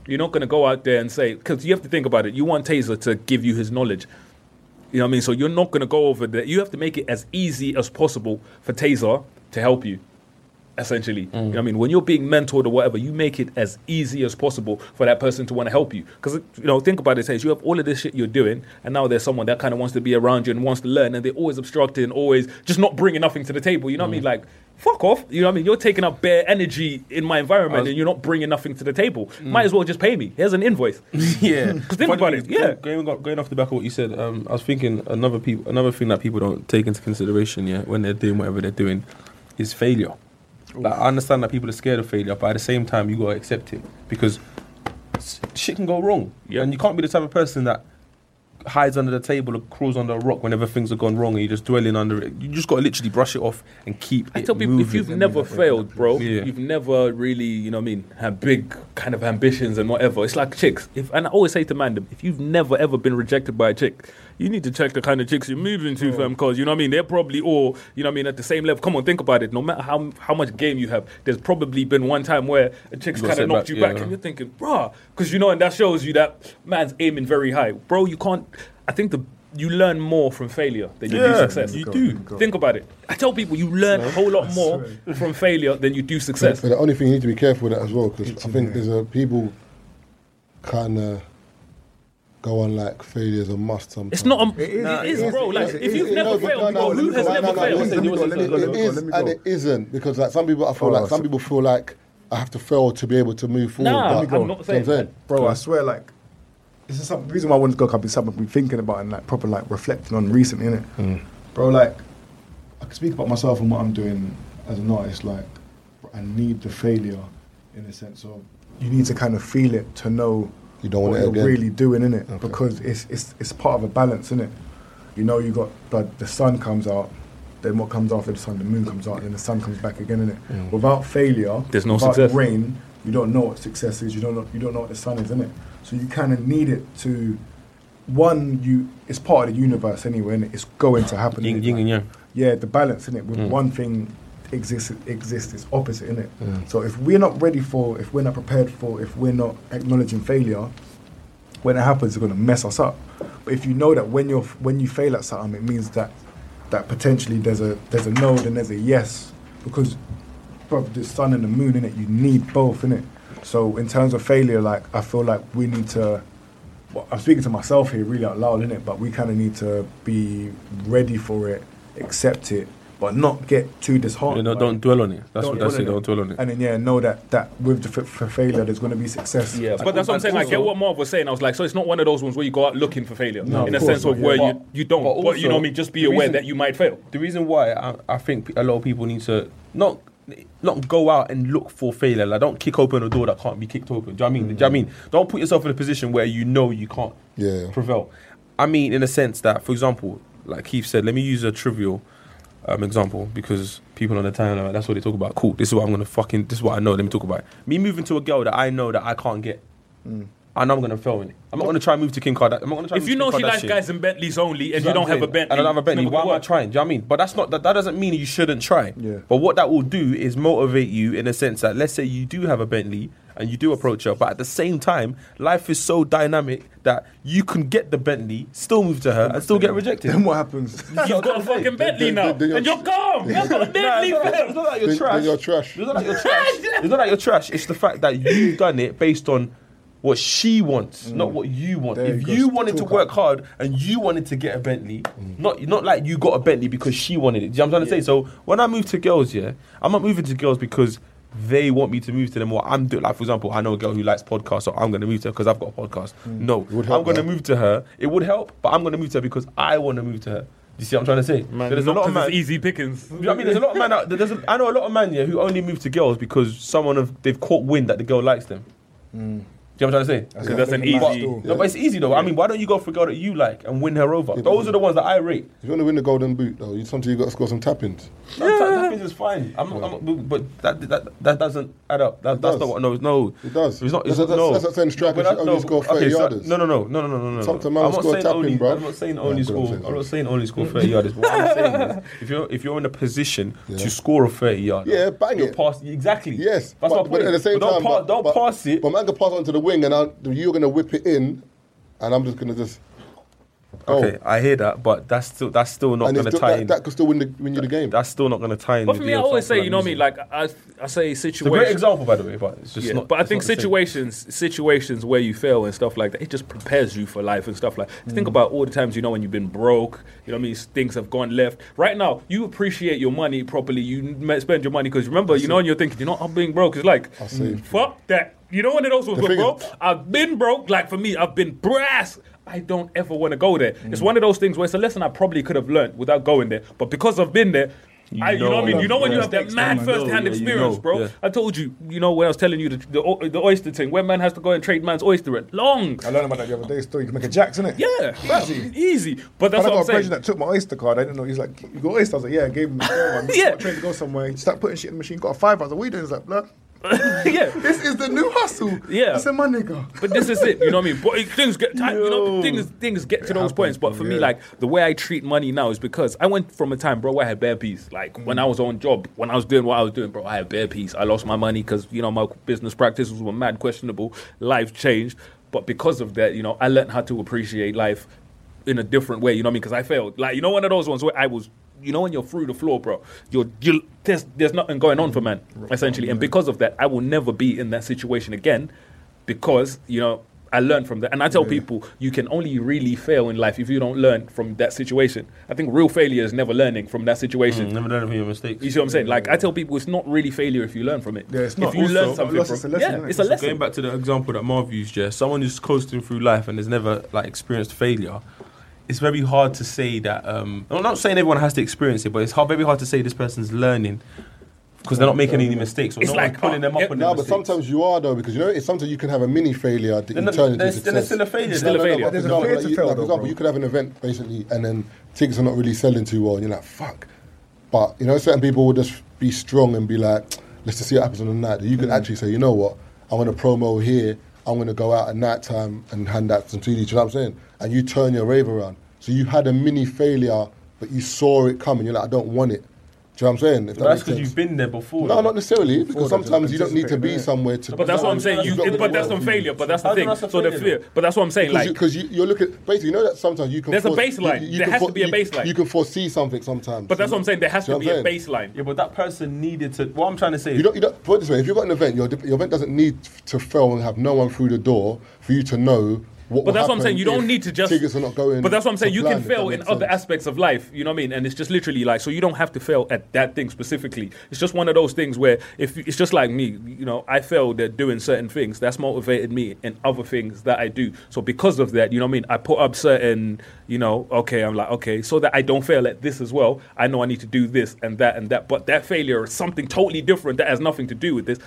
[SPEAKER 6] You're not going to go out there and say because you have to think about it. You want Taser to give you his knowledge. You know what I mean? So you're not going to go over there. You have to make it as easy as possible for Taser to help you. Essentially, you know what I mean. When you're being mentored or whatever, you make it as easy as possible for that person to want to help you. Because you know, think about it. Taser, you have all of this shit you're doing, and now there's someone that kind of wants to be around you and wants to learn, and they're always obstructing, always just not bringing nothing to the table. You know what I mean? Like, fuck off. You know what I mean? You're taking up bare energy in my environment, and you're not bringing nothing to the table. Might as well just pay me. Here's an invoice.
[SPEAKER 5] yeah.
[SPEAKER 6] think
[SPEAKER 5] Funny
[SPEAKER 6] about
[SPEAKER 5] thing
[SPEAKER 6] it,
[SPEAKER 5] is,
[SPEAKER 6] yeah.
[SPEAKER 5] Going, going- going off the back of what you said, um, I was thinking another peop another thing that people don't take into consideration, yeah, when they're doing whatever they're doing, is failure. Like I understand that people are scared of failure, but at the same time, you gotta accept it because s- shit can go wrong,
[SPEAKER 6] Yeah.
[SPEAKER 5] and you can't be the type of person that hides under the table or crawls under a rock whenever things have gone wrong and you're just dwelling under it. You just gotta literally brush it off and keep.
[SPEAKER 6] I
[SPEAKER 5] it
[SPEAKER 6] tell people if
[SPEAKER 5] moving.
[SPEAKER 6] you've never failed, bro,
[SPEAKER 5] Yeah.
[SPEAKER 6] you've never really, you know what I mean, had big kind of ambitions and whatever. It's like chicks. If and I always say to Mandem, if you've never ever been rejected by a chick, you need to check the kind of chicks you're moving to, fam, because you know what I mean, they're probably all, you know what I mean, at the same level. Come on, think about it. No matter how how much game you have, there's probably been one time where a chick's
[SPEAKER 5] You got
[SPEAKER 6] kind of
[SPEAKER 5] set
[SPEAKER 6] knocked
[SPEAKER 5] back,
[SPEAKER 6] you
[SPEAKER 5] yeah.
[SPEAKER 6] back and you're thinking, bruh, because you know, and that shows you that man's aiming very high. Bro, you can't I think the you learn more from failure than you do
[SPEAKER 5] Yeah,
[SPEAKER 6] success.
[SPEAKER 5] you do.
[SPEAKER 6] Think about it. I tell people you learn a whole lot more from failure than you do success.
[SPEAKER 1] But the only thing you need to be careful with that as well, because I think there's a people kind of go on like failure is a must sometimes.
[SPEAKER 6] It's not. A,
[SPEAKER 4] It is,
[SPEAKER 6] it
[SPEAKER 4] it
[SPEAKER 6] is,
[SPEAKER 4] is,
[SPEAKER 6] bro.
[SPEAKER 4] it
[SPEAKER 6] Like
[SPEAKER 4] is, it
[SPEAKER 6] if
[SPEAKER 4] is.
[SPEAKER 6] you've
[SPEAKER 4] No,
[SPEAKER 6] never
[SPEAKER 1] but
[SPEAKER 6] failed, bro, who
[SPEAKER 1] let me
[SPEAKER 6] has
[SPEAKER 1] go,
[SPEAKER 6] never
[SPEAKER 1] no, no, let
[SPEAKER 6] failed?
[SPEAKER 1] me
[SPEAKER 6] Say,
[SPEAKER 1] go, let me
[SPEAKER 6] what's it-
[SPEAKER 1] go,
[SPEAKER 6] what's
[SPEAKER 1] let
[SPEAKER 6] it-
[SPEAKER 1] me
[SPEAKER 4] go,
[SPEAKER 1] go,
[SPEAKER 4] let
[SPEAKER 1] let me go.
[SPEAKER 4] me
[SPEAKER 1] It is
[SPEAKER 4] go.
[SPEAKER 1] and it isn't because like some people I feel
[SPEAKER 4] Oh,
[SPEAKER 1] like some
[SPEAKER 4] so-
[SPEAKER 1] people feel like I have to fail to be able to move forward.
[SPEAKER 6] Nah,
[SPEAKER 1] but-
[SPEAKER 6] I'm
[SPEAKER 1] Do you know
[SPEAKER 6] not
[SPEAKER 1] what
[SPEAKER 6] saying that.
[SPEAKER 4] Bro, I swear, like, this is some, the reason why I wanted to go cup is something I've been thinking about and like proper like reflecting on recently, innit? Bro, like, I can speak about myself and what I'm doing as an artist. Like, I need the failure in the sense of you need to kind of feel it to know
[SPEAKER 1] You don't want
[SPEAKER 4] what
[SPEAKER 1] it
[SPEAKER 4] you're
[SPEAKER 1] again.
[SPEAKER 4] really doing, innit?
[SPEAKER 1] Okay.
[SPEAKER 4] Because it's it's it's part of a balance, innit? You know, you got like the sun comes out. Then what comes after the sun? The moon comes out, then the sun comes back again, innit? Without failure,
[SPEAKER 6] There's no
[SPEAKER 4] without
[SPEAKER 6] success.
[SPEAKER 4] rain, you don't know what success is. You don't know, you don't know what the sun is, innit? So you kind of need it to one. You it's part of the universe anyway, and it's going to happen.
[SPEAKER 5] Yin,
[SPEAKER 4] innit?
[SPEAKER 5] yin and yang. Mm.
[SPEAKER 4] Yeah, the balance in it. When one thing exists, exists it's opposite in it. So if we're not ready for, if we're not prepared for, if we're not acknowledging failure, when it happens, it's going to mess us up. But if you know that when you're when you fail at something, it means that that potentially there's a there's a no, then there's a yes because bro, the sun and the moon in it. You need both in it. So in terms of failure, like I feel like we need to. Well, I'm speaking to myself here really out loud in it, but we kind of need to be ready for it, accept it, but not get too disheartened.
[SPEAKER 5] You know,
[SPEAKER 4] by
[SPEAKER 5] don't
[SPEAKER 4] it.
[SPEAKER 5] dwell on it. That's
[SPEAKER 4] Don't
[SPEAKER 5] what that's
[SPEAKER 4] dwell
[SPEAKER 5] it.
[SPEAKER 4] on
[SPEAKER 5] Don't dwell on it.
[SPEAKER 4] And then yeah, know that that with the f- for failure, there's going to be success.
[SPEAKER 5] Yeah,
[SPEAKER 6] But that's what I'm saying. I
[SPEAKER 5] also-
[SPEAKER 6] get what Marv was saying. I was like, so it's not one of those ones where you go out looking for failure
[SPEAKER 4] No,
[SPEAKER 6] in a
[SPEAKER 4] of
[SPEAKER 6] sense
[SPEAKER 4] course
[SPEAKER 6] of
[SPEAKER 4] not,
[SPEAKER 6] where
[SPEAKER 4] yeah.
[SPEAKER 6] you, you don't.
[SPEAKER 5] But
[SPEAKER 6] But, you know
[SPEAKER 5] also,
[SPEAKER 6] what I mean? Just be
[SPEAKER 5] the
[SPEAKER 6] aware
[SPEAKER 5] reason-
[SPEAKER 6] that you might fail.
[SPEAKER 5] the reason why I, I think a lot of people need to not not go out and look for failure. Like, don't kick open a door that can't be kicked open. Do you know what I mean? Do you know what I mean?
[SPEAKER 6] Mm.
[SPEAKER 5] Don't put yourself in a position where you know you can't
[SPEAKER 1] Yeah.
[SPEAKER 5] prevail. I mean, in a sense that, for example, like Keith said, let me use a trivial um, example because people on the timeline that's what they talk about. Cool, this is what I'm gonna fucking. This is what I know. Let me talk about it. me moving to a girl that I know that I can't get. I know I'm gonna fail in it. I'm not gonna try and move to Kim Kardashian. I'm not gonna
[SPEAKER 6] Mm.
[SPEAKER 5] try. and
[SPEAKER 6] If
[SPEAKER 5] move
[SPEAKER 6] you
[SPEAKER 5] to
[SPEAKER 6] know
[SPEAKER 5] Kim
[SPEAKER 6] she likes
[SPEAKER 5] Kardashian.
[SPEAKER 6] guys in Bentleys only, and
[SPEAKER 5] Do
[SPEAKER 6] you don't
[SPEAKER 5] know what I'm
[SPEAKER 6] have a
[SPEAKER 5] saying?
[SPEAKER 6] Bentley,
[SPEAKER 5] I don't have a Bentley.
[SPEAKER 6] it's
[SPEAKER 5] Why
[SPEAKER 6] not
[SPEAKER 5] am
[SPEAKER 6] gonna
[SPEAKER 5] I trying? Do you know what I mean? But that's not that, that doesn't mean you shouldn't try.
[SPEAKER 4] Yeah.
[SPEAKER 5] But what that will do is motivate you in a sense that let's say you do have a Bentley and you do approach her, but at the same time, life is so dynamic that you can get the Bentley, still move to her, and still get rejected.
[SPEAKER 4] Then what happens?
[SPEAKER 6] work. You've got a fucking Bentley
[SPEAKER 1] then-
[SPEAKER 6] now,
[SPEAKER 1] then you're-
[SPEAKER 6] and you're calm. You've got a
[SPEAKER 5] Nah,
[SPEAKER 6] Bentley. fam.
[SPEAKER 5] it's, not, like- it's not like you're
[SPEAKER 1] Then-
[SPEAKER 5] trash.
[SPEAKER 1] then you're trash.
[SPEAKER 5] It's not like you're trash. it's not like you're trash. It's the fact that you've done it based on what she wants, not what you want.
[SPEAKER 4] There
[SPEAKER 5] if
[SPEAKER 4] you go.
[SPEAKER 5] you wanted to
[SPEAKER 4] Talk
[SPEAKER 5] work hard and you wanted to get a Bentley, not not like you got a Bentley because she wanted it. Do you know what I'm trying to say? So when I move to girls, yeah, I'm not moving to girls because they want me to move to them or I'm doing like for example, I know a girl who likes podcasts, so I'm gonna move to her because I've got a podcast. No.
[SPEAKER 1] would
[SPEAKER 5] I'm
[SPEAKER 1] help
[SPEAKER 5] gonna
[SPEAKER 1] that.
[SPEAKER 5] move to her. It would help, but I'm gonna move to her because I wanna move to her. You see what I'm trying to say?
[SPEAKER 6] Man,
[SPEAKER 5] So
[SPEAKER 6] not 'cause
[SPEAKER 5] man-
[SPEAKER 6] it's easy pickings.
[SPEAKER 5] you know what I mean? There's a lot of men out there. There's a, I know a lot of men here who only move to girls because someone have, they've caught wind that the girl likes them. Do you know what I'm trying to say?
[SPEAKER 6] Because that's an easy.
[SPEAKER 4] But-
[SPEAKER 5] No, but it's easy though. I mean, why don't you go for a girl that you like and win her over? Those are the ones that I rate.
[SPEAKER 1] If you want to win the golden boot, though, you sometimes you got to score some tappings.
[SPEAKER 5] Yeah. That, that business is fine. I'm, not- I'm, not- but that, that that doesn't add up. That, that's
[SPEAKER 1] does.
[SPEAKER 5] not what. No, no.
[SPEAKER 1] It does.
[SPEAKER 5] It's not. It's,
[SPEAKER 1] That's- that's-
[SPEAKER 5] no.
[SPEAKER 1] that's like saying strikers
[SPEAKER 5] But I-
[SPEAKER 1] should only score 30
[SPEAKER 5] so-
[SPEAKER 1] yarders.
[SPEAKER 5] No, no, no, no, no, no, no. no.
[SPEAKER 1] Sometimes man
[SPEAKER 5] I'm not
[SPEAKER 1] score
[SPEAKER 5] saying
[SPEAKER 1] tapping,
[SPEAKER 5] only.
[SPEAKER 1] bruv.
[SPEAKER 5] I'm not saying
[SPEAKER 1] Yeah,
[SPEAKER 5] only
[SPEAKER 1] I'm
[SPEAKER 5] score.
[SPEAKER 1] saying
[SPEAKER 5] I'm
[SPEAKER 1] that.
[SPEAKER 5] not saying only score 30 yarders. What I'm saying is, if you're if you're in a position to score a 30 yard,
[SPEAKER 1] Yeah, bang
[SPEAKER 5] you're
[SPEAKER 1] it.
[SPEAKER 5] Pass, exactly.
[SPEAKER 1] Yes,
[SPEAKER 5] That's
[SPEAKER 1] but,
[SPEAKER 5] my
[SPEAKER 1] but
[SPEAKER 5] point.
[SPEAKER 1] at the same
[SPEAKER 5] But don't
[SPEAKER 1] time,
[SPEAKER 5] pa-
[SPEAKER 1] but-
[SPEAKER 5] don't
[SPEAKER 1] but-
[SPEAKER 5] pass it.
[SPEAKER 1] But man can pass onto the wing, and i you're gonna whip it in, and I'm just gonna just. Go.
[SPEAKER 5] Okay, I hear that, but that's still that's still not
[SPEAKER 1] oh. and it's
[SPEAKER 5] going to
[SPEAKER 1] still,
[SPEAKER 5] tie in.
[SPEAKER 1] that, that could still win, the, win you the game.
[SPEAKER 5] That's still not going to tie in.
[SPEAKER 6] But
[SPEAKER 5] with
[SPEAKER 6] for
[SPEAKER 5] the
[SPEAKER 6] me, I always
[SPEAKER 5] example
[SPEAKER 6] say,
[SPEAKER 5] I'm
[SPEAKER 6] you know what I mean?
[SPEAKER 5] using.
[SPEAKER 6] Like I, I say
[SPEAKER 5] It's a great
[SPEAKER 6] situations.
[SPEAKER 5] example, by the way, but it's just
[SPEAKER 6] Yeah,
[SPEAKER 5] not.
[SPEAKER 6] but I
[SPEAKER 5] it's
[SPEAKER 6] think
[SPEAKER 5] not the same.
[SPEAKER 6] situations, situations where you fail and stuff like that, it just prepares you for life and stuff like.
[SPEAKER 5] Mm.
[SPEAKER 6] Think about all the times you know when you've been broke. You know what I mean? Things have gone left. Right now, you appreciate your money properly. You n- spend your money because remember, you know, and you're thinking, you know, I'm being broke. It's like, "Mm,
[SPEAKER 1] see.
[SPEAKER 6] fuck that. You know, one of those ones where,
[SPEAKER 1] thing
[SPEAKER 6] bro,
[SPEAKER 1] is-
[SPEAKER 6] I've been broke. Like for me, I've been brass. I don't ever want to go there. It's
[SPEAKER 5] Mm.
[SPEAKER 6] one of those things where it's a lesson I probably could have learned without going there, but because I've been there.
[SPEAKER 5] You
[SPEAKER 6] I, you know,
[SPEAKER 5] know.
[SPEAKER 6] what I mean? You know when
[SPEAKER 5] Yeah.
[SPEAKER 6] you have that mad
[SPEAKER 5] Yeah,
[SPEAKER 6] first hand
[SPEAKER 5] you know.
[SPEAKER 6] experience, bro?
[SPEAKER 5] Yeah.
[SPEAKER 6] I told you, you know, when I was telling you the, the, o- the oyster thing, where man has to go and trade man's oyster at long.
[SPEAKER 4] I learned about that the other day. Still, you can make a jacks, innit?
[SPEAKER 6] Yeah, fam,
[SPEAKER 4] Easy.
[SPEAKER 6] easy. But that's
[SPEAKER 4] and I got
[SPEAKER 6] what I'm
[SPEAKER 4] a
[SPEAKER 6] saying.
[SPEAKER 4] president that took my Oyster card. I didn't know. He's like, you got Oyster? I was like, yeah, I gave him the third one.
[SPEAKER 6] Yeah.
[SPEAKER 4] Got trained to go somewhere. He started putting shit in the machine. Got a five. I was like, what are you doing? He's like, blah.
[SPEAKER 6] yeah,
[SPEAKER 4] This is the new hustle.
[SPEAKER 6] Yeah.
[SPEAKER 4] I said, my nigga.
[SPEAKER 6] but this is it. You know what I mean? But it- things get tight. You know,
[SPEAKER 5] Yo.
[SPEAKER 6] things things get to those
[SPEAKER 4] happens,
[SPEAKER 6] points. But for me,
[SPEAKER 4] yeah.
[SPEAKER 6] like the way I treat money now is because I went from a time, bro, where I had bare peas. Like
[SPEAKER 4] Mm.
[SPEAKER 6] when I was on job, when I was doing what I was doing, bro, I had bare peas. I lost my money because you know my business practices were mad questionable. Life changed, but because of that, you know, I learned how to appreciate life in a different way. You know what I mean? Because I failed. Like you know, one of those ones where I was. You know when you're through the floor, bro, you're, you're there's there's nothing going on for man essentially, and because of that, I will never be in that situation again, because you know I learned from that. And I tell people, you can only really fail in life if you don't learn from that situation. I think real failure is never learning from that situation.
[SPEAKER 5] Never done it from your mistakes.
[SPEAKER 6] You see what I'm saying? Like I tell people, it's not really failure if you learn from it.
[SPEAKER 4] Yeah, it's
[SPEAKER 6] If
[SPEAKER 4] not.
[SPEAKER 6] you
[SPEAKER 4] Also,
[SPEAKER 6] learn something
[SPEAKER 4] unless
[SPEAKER 6] from
[SPEAKER 4] it's a lesson,
[SPEAKER 6] yeah,
[SPEAKER 4] innit?
[SPEAKER 6] it's a
[SPEAKER 4] So
[SPEAKER 6] lesson.
[SPEAKER 5] Going back to the example that Marv used, yeah, someone who's coasting through life and has never like experienced failure, it's very hard to say that. Um, I'm not saying everyone has to experience it, but it's hard, very hard to say this person's learning because they're not making any mistakes or
[SPEAKER 6] It's
[SPEAKER 5] no one's
[SPEAKER 6] like,
[SPEAKER 5] pulling them up
[SPEAKER 6] it-
[SPEAKER 5] on
[SPEAKER 6] no,
[SPEAKER 1] No,
[SPEAKER 5] their
[SPEAKER 1] but
[SPEAKER 5] mistakes.
[SPEAKER 1] sometimes you are though, because you know it's sometimes you can have a mini failure that you
[SPEAKER 5] then,
[SPEAKER 1] turn into
[SPEAKER 5] then,
[SPEAKER 1] success.
[SPEAKER 5] then it's still a failure.
[SPEAKER 6] Still a
[SPEAKER 5] No, no, no,
[SPEAKER 6] failure.
[SPEAKER 5] but
[SPEAKER 1] For
[SPEAKER 4] There's a
[SPEAKER 1] example,
[SPEAKER 4] fear
[SPEAKER 1] like
[SPEAKER 4] to
[SPEAKER 1] you,
[SPEAKER 4] fail
[SPEAKER 1] like, for
[SPEAKER 4] though,
[SPEAKER 1] example,
[SPEAKER 4] bro.
[SPEAKER 1] you could have an event basically, and then tickets are not really selling too well, and you're like, "Fuck," but you know, certain people will just be strong and be like, "Let's just see what happens on the night." You
[SPEAKER 5] Mm.
[SPEAKER 1] could actually say, "You know what? I'm going to promo here. I'm going to go out at night time and hand out some TDs." You know what I'm saying? And you turn your rave around. So you had a mini failure, but you saw it coming. You're like, "I don't want it." Do you know what I'm saying? If that
[SPEAKER 5] That's
[SPEAKER 1] makes
[SPEAKER 5] because
[SPEAKER 1] sense.
[SPEAKER 5] you've been there before.
[SPEAKER 1] No,
[SPEAKER 5] though.
[SPEAKER 1] not necessarily, because
[SPEAKER 4] Before that,
[SPEAKER 1] sometimes you don't need to be
[SPEAKER 4] anticipated,
[SPEAKER 1] somewhere to.
[SPEAKER 6] But that's what I'm saying.
[SPEAKER 1] You've
[SPEAKER 6] You,
[SPEAKER 1] got to
[SPEAKER 6] but
[SPEAKER 1] do
[SPEAKER 6] that's
[SPEAKER 1] what
[SPEAKER 6] not
[SPEAKER 1] you-
[SPEAKER 6] failure. But that's the
[SPEAKER 5] How do
[SPEAKER 6] thing.
[SPEAKER 5] you know
[SPEAKER 6] So the
[SPEAKER 5] that's a
[SPEAKER 6] fear. But that's what I'm saying. Like
[SPEAKER 1] because you, are looking basically you know that sometimes you can
[SPEAKER 6] There's a
[SPEAKER 1] force-
[SPEAKER 6] baseline. There
[SPEAKER 1] can
[SPEAKER 6] has to
[SPEAKER 1] for-
[SPEAKER 6] be a
[SPEAKER 1] you-
[SPEAKER 6] baseline.
[SPEAKER 1] you, can foresee something sometimes
[SPEAKER 6] But that's what I'm saying. There has
[SPEAKER 1] See
[SPEAKER 6] to
[SPEAKER 1] what
[SPEAKER 6] be a
[SPEAKER 1] I'm saying?
[SPEAKER 6] baseline.
[SPEAKER 5] Yeah, but that person needed to. What I'm trying to say
[SPEAKER 1] you
[SPEAKER 5] is,
[SPEAKER 1] don't, you don't put it this way if you've got an event your, your event doesn't need to fail and have no one through the door for you to know what
[SPEAKER 6] But that's what I'm
[SPEAKER 1] happen
[SPEAKER 6] saying. You don't
[SPEAKER 1] if
[SPEAKER 6] need to just.
[SPEAKER 1] tickets are not going
[SPEAKER 6] But that's what I'm saying.
[SPEAKER 1] to
[SPEAKER 6] You can
[SPEAKER 1] plan, if that
[SPEAKER 6] fail in
[SPEAKER 1] makes
[SPEAKER 6] other
[SPEAKER 1] sense.
[SPEAKER 6] aspects of life. You know what I mean? And it's just literally like so. You don't have to fail at that thing specifically. It's just one of those things where if you- it's just like me, you know, I failed at doing certain things. That's motivated me in other things that I do. So because of that, you know what I mean? I put up certain, you know, okay, I'm like okay, so that I don't fail at this as well. I know I need to do this and that and that. But that failure is something totally different that has nothing to do with this